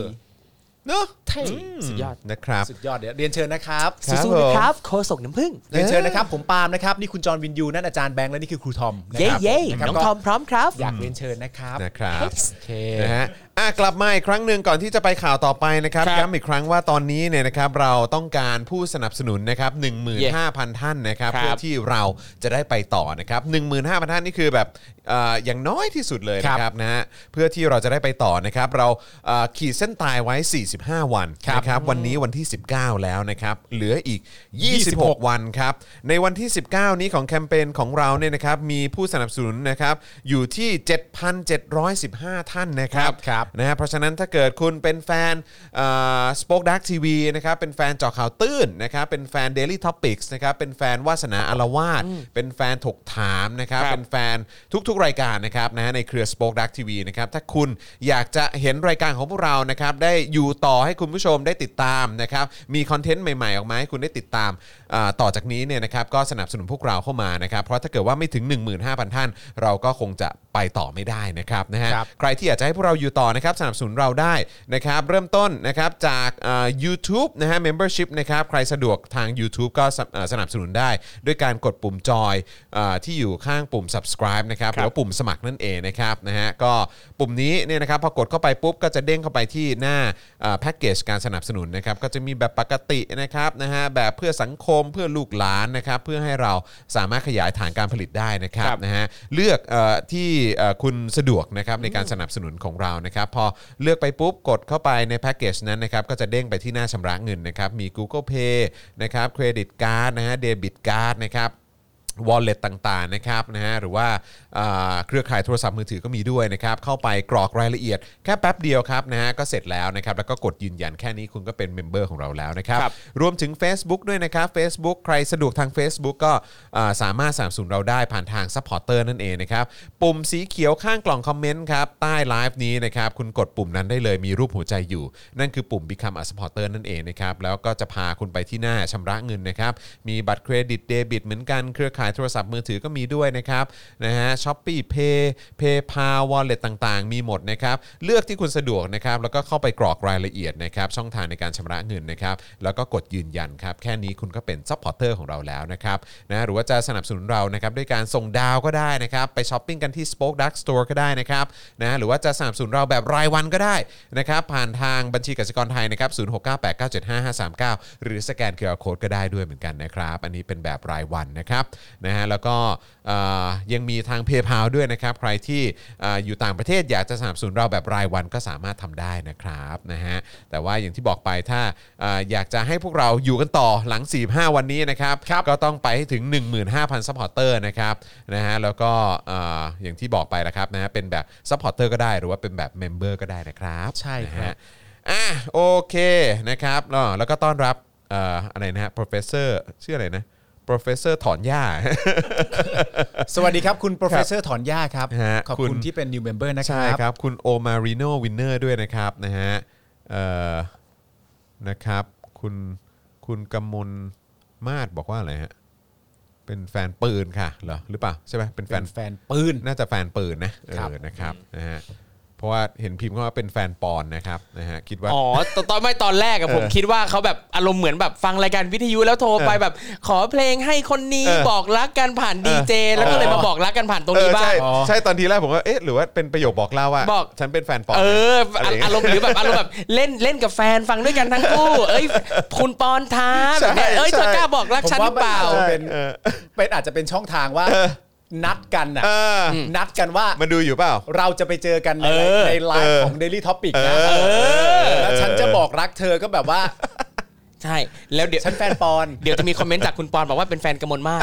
[SPEAKER 1] เนอะ
[SPEAKER 2] เท่
[SPEAKER 3] สุดยอด
[SPEAKER 1] นะครับ
[SPEAKER 2] สุดยอดเดี๋ยวเรียนเชิญนะครับ
[SPEAKER 1] ครับ
[SPEAKER 3] สู้
[SPEAKER 1] ผม
[SPEAKER 3] ๆนะครับโคศกน้ำผึ้ง
[SPEAKER 2] เรียนเชิญนะครับ ผมปาล์มนะครับ นี่คุณจอห์นวินยูนั่นอาจารย์แบงค์และนี่คือครูทอมนะค
[SPEAKER 3] เย้
[SPEAKER 2] รับ
[SPEAKER 3] เย้
[SPEAKER 2] นะค
[SPEAKER 3] ๆ
[SPEAKER 2] รับ
[SPEAKER 3] น้อง
[SPEAKER 2] ก็
[SPEAKER 3] ทอมพร้อมครับ
[SPEAKER 2] อยากเรียนเชิญนะครับ
[SPEAKER 1] นะครับ
[SPEAKER 2] โอเค
[SPEAKER 1] นะฮะอ่ะกลับมาอีกครั้งหนึ่งก่อนที่จะไปข่าวต่อไปนะครับ
[SPEAKER 3] ครับ
[SPEAKER 1] ย้ำอีกครั้งว่าตอนนี้เนี่ยนะครับเราต้องการผู้สนับสนุนนะครับ15,000 ท่านนะครับ
[SPEAKER 3] ครับ
[SPEAKER 1] เพื่อที่เราจะได้ไปต่อนะครับ15,000 ท่านนี่คือแบบเอ่ออย่างน้อยที่สุดเลย
[SPEAKER 2] ครั
[SPEAKER 1] นะ
[SPEAKER 2] บ
[SPEAKER 1] ครับนะฮะเพื่อที่เราจะได้ไปต่อนะครับเราเอ่อขีดเส้นตายไว้ 45 วันนะครับวันนี้วันที่ 19 แล้วนะครับเหลืออีก 26
[SPEAKER 2] 26
[SPEAKER 1] วันครับในวันที่ 19 นี้ของแคมเปญของเราเนี่ยนะครับมีผู้สนับสนุนนะครับอยู่ที่ 7,715 ท่านนะครับ
[SPEAKER 2] ครับ
[SPEAKER 1] นะฮะเพราะฉะนั้นถ้าเกิดคุณเป็นแฟนสป็อคดักทีวีนะครับเป็นแฟนเจอข่าวตื้นนะครับเป็นแฟน Daily Topics นะครับเป็นแฟนวาสนาอารวาสเป็นแฟนถกถามนะครับ
[SPEAKER 3] ครับ
[SPEAKER 1] เป็นแฟนทุกๆ รายการนะครับนะฮะในเครือ Spoke Dark TV นะครับถ้าคุณอยากจะเห็นรายการของพวกเรานะครับได้อยู่ต่อให้คุณผู้ชมได้ติดตามนะครับมีคอนเทนต์ใหม่ๆ ออกมาให้คุณได้ติดตามอ่าต่อจากนี้เนี่ยนะครับก็สนับสนุนพวกเราเข้ามานะครับเพราะถ้าเกิดว่าไม่ถึง 15,000 ท่าน เราก็คงจะไปต่อไม่ได้นะครับนะฮะ
[SPEAKER 2] ครับ
[SPEAKER 1] ใครที่อยากจะให้พวกเราอยู่ต่อนะครับสนับสนุนเราได้นะครับ เริ่มต้นนะครับจากยูทูบนะฮะ membership นะครับใครสะดวกทาง YouTube ก็สนับเอ่อสนับสนุนได้ ด้วยการกดปุ่มจอยเออที่อยู่ข้างปุ่ม subscribe นะครับหรือว่าปุ่มสมัครนั่นเองนะครับนะฮะก็ปุ่มนี้เนี่ยนะครับพอกดเข้าไปปุ๊บก็จะเด้งเข้าไปที่หน้าแพ็กเกจการสนับสนุนนะครับก็จะมีแบบปกตินะครับนะฮะแบบเพื่อสังคมเพื่อลูกหลานนะครับเพื่อให้เราสามารถขยายฐานการผลิตได้นะครับ
[SPEAKER 3] ครับ
[SPEAKER 1] นะฮะเลือกเออที่เอ่อคุณสะดวกนะครับในการสนับสนุนของเรานะครับพอเลือกไปปุ๊บกดเข้าไปในแพ็กเกจนั้นนะครับก็จะเด้งไปที่หน้าชำระเงินนะครับมี Google Pay นะครับเครดิตการ์ดนะฮะเดบิตการ์ดนะครับ วอลเล็ตต่างๆนะครับนะฮะหรือว่าอ่าเครือข่ายโทรศัพท์มือถือก็มีด้วยนะครับเข้าไปกรอกรายละเอียดแค่แป๊บเดียวครับนะฮะก็เสร็จแล้วนะครับแล้วก็กดยืนยันแค่นี้คุณก็เป็นเมมเบอร์ของเราแล้วนะครับ
[SPEAKER 3] ครับ
[SPEAKER 1] รวมถึง Facebook ด้วยนะครับ Facebook ใครสะดวกทาง Facebook ก็อ่าสามารถสนับสนุนเราได้ผ่านทางซัพพอร์เตอร์นั่นเองนะครับปุ่มสีเขียวข้างกล่องคอมเมนต์ครับใต้ไลฟ์นี้นะครับคุณกดปุ่มนั้นได้เลยมีรูปหัวใจอยู่ นั่นคือปุ่ม Become a supporter นั่นเองนะครับแล้วก็จะพาคุณไปที่หน้าชำระเงินนะครับมีบัตรเครดิตเดบิตเหมือนกันเครือข่ายโทรศัพท์มือถือก็มีด้วยนะครับนะฮะช้อปปี้เพย์เพย์พาวอลเล็ตต่างๆ มีหมดนะครับเลือกที่คุณสะดวกนะครับแล้วก็เข้าไปกรอกรายละเอียดนะครับช่องทางในการชำระเงินนะครับแล้วก็กดยืนยันครับแค่นี้คุณก็เป็นซัพพอร์เตอร์ของเราแล้วนะครับนะหรือว่าจะสนับสนุนเรานะครับด้วยการส่งดาวก็ได้นะครับไปช้อปปิ้งกันที่ Spoke Dark Store ก็ได้นะครับนะหรือว่าจะสนับสนุนเราแบบรายวันก็ได้นะครับผ่านทางบัญชีกสิกรไทยนะครับ0698975539 หรือสแกน QR Code ก็ได้ด้วยเหมือนกันนะครับ อันนี้เป็นแบบรายวันนะครับนะฮะแล้วก็เอ่อยังมีทาง PayPal ด้วยนะครับ ใครที่เอ่ออยู่ต่างประเทศอยากจะสนับสนุนเราแบบรายวันก็สามารถทำได้นะครับนะฮะแต่ว่าอย่างที่บอกไปถ้าเอ่ออยากจะให้พวกเราอยู่กันต่อหลัง 45 วันนี้นะครับ ก็ต้องไปให้ถึง 15,000ซัพพอร์เตอร์นะครับนะฮะแล้วก็เอ่ออย่างที่บอกไปนะครับนะฮะเป็นแบบซัพพอร์เตอร์ก็ได้หรือว่าเป็นแบบเมมเบอร์ก็ได้นะครับ
[SPEAKER 2] ใช่ค
[SPEAKER 1] นะ
[SPEAKER 2] รับ
[SPEAKER 1] ฮะ อ่ะโอเคนะครับอ่าแล้วก็ต้อนรับเอ่ออะไรนะฮะ professor ชื่ออะไรนะ professor ถอนหญ้า
[SPEAKER 2] สวัสดีครับคุณ professor ถอนหญ้าครับ
[SPEAKER 1] ฮะ
[SPEAKER 2] ขอบ
[SPEAKER 1] คุ
[SPEAKER 2] คุ
[SPEAKER 1] ณ
[SPEAKER 2] ณที่เป็น new member นะค
[SPEAKER 1] ใช่
[SPEAKER 2] รับ
[SPEAKER 1] ครับ คุณโอมาริโนวินเนอร์ด้วยนะครับนะฮะเอ่อนะครับคุณคุณกำมลมาศบอกว่าอะไรฮะ เป็นแฟนปืนค่ะเหรอหรือเปล่าใช่ไหมเป็นแฟ
[SPEAKER 2] เป็น
[SPEAKER 1] น
[SPEAKER 2] แฟนปืน
[SPEAKER 1] น่าจะแฟนปืนนะเอ
[SPEAKER 2] ครับ
[SPEAKER 1] อนะครับนะฮะเพราะว่าเห็นพิมพ์ว่าเป็นแฟนปอนนะครับนะฮะคิดว่า
[SPEAKER 3] อ๋อตอนตอนไม่ตอนแรกอะผมคิดว่าเขาแบบอารมณ์เหมือนแบบฟังรายการวิทยุแล้วโทรไปแบบ ขอเพลงให้คนนี้
[SPEAKER 1] เออ
[SPEAKER 3] บอกรักกันผ่านดีเจ
[SPEAKER 1] เออ
[SPEAKER 3] แล้วก็เลยมาบอกรักกันผ่านตรงนี้บ้าง
[SPEAKER 1] เออใช่ใช่ตอนทีแรกผมว่าเอ๊ะหรือว่าเป็นประโยคบอกเล่าว่า
[SPEAKER 3] บอก
[SPEAKER 1] ฉันเป็นแฟนปอน
[SPEAKER 3] เออ
[SPEAKER 1] นะะไย่งเงี้ย
[SPEAKER 3] อารมณ์หรือแบบอารมณ์แบบเล่นเล่นกับแฟนฟังด้วยกันทั้งคู่ เอ้ยคุณปอนท้าแบบเนี้ย
[SPEAKER 1] ใช่
[SPEAKER 3] เอ้ย
[SPEAKER 1] ใช่
[SPEAKER 3] เธอกล้าบอกรักฉันหรือเปล่า
[SPEAKER 2] ผมว่มันอจจะเป็น
[SPEAKER 1] เออ
[SPEAKER 2] เป็นอาจจะเป็นช่องทางว่า นัดกันนะ
[SPEAKER 1] เอออ
[SPEAKER 2] นัดกันว่า
[SPEAKER 1] มันดูอยู่เปล่า
[SPEAKER 2] เราจะไปเจอกันใน
[SPEAKER 3] เออ
[SPEAKER 2] ในไล
[SPEAKER 1] เอ
[SPEAKER 2] น์
[SPEAKER 1] อ
[SPEAKER 2] ของ Daily Topic นะ
[SPEAKER 1] เอ
[SPEAKER 2] แล้วฉันจะบอกรักเธอก็แบบ ว่า
[SPEAKER 3] ใช่แล้วเดี๋ยว
[SPEAKER 2] ฉันแฟนปอน
[SPEAKER 3] เดี๋ยวจะมีคอมเมนต์จากคุณปอนบอกว่าเป็นแฟนกำมลมาก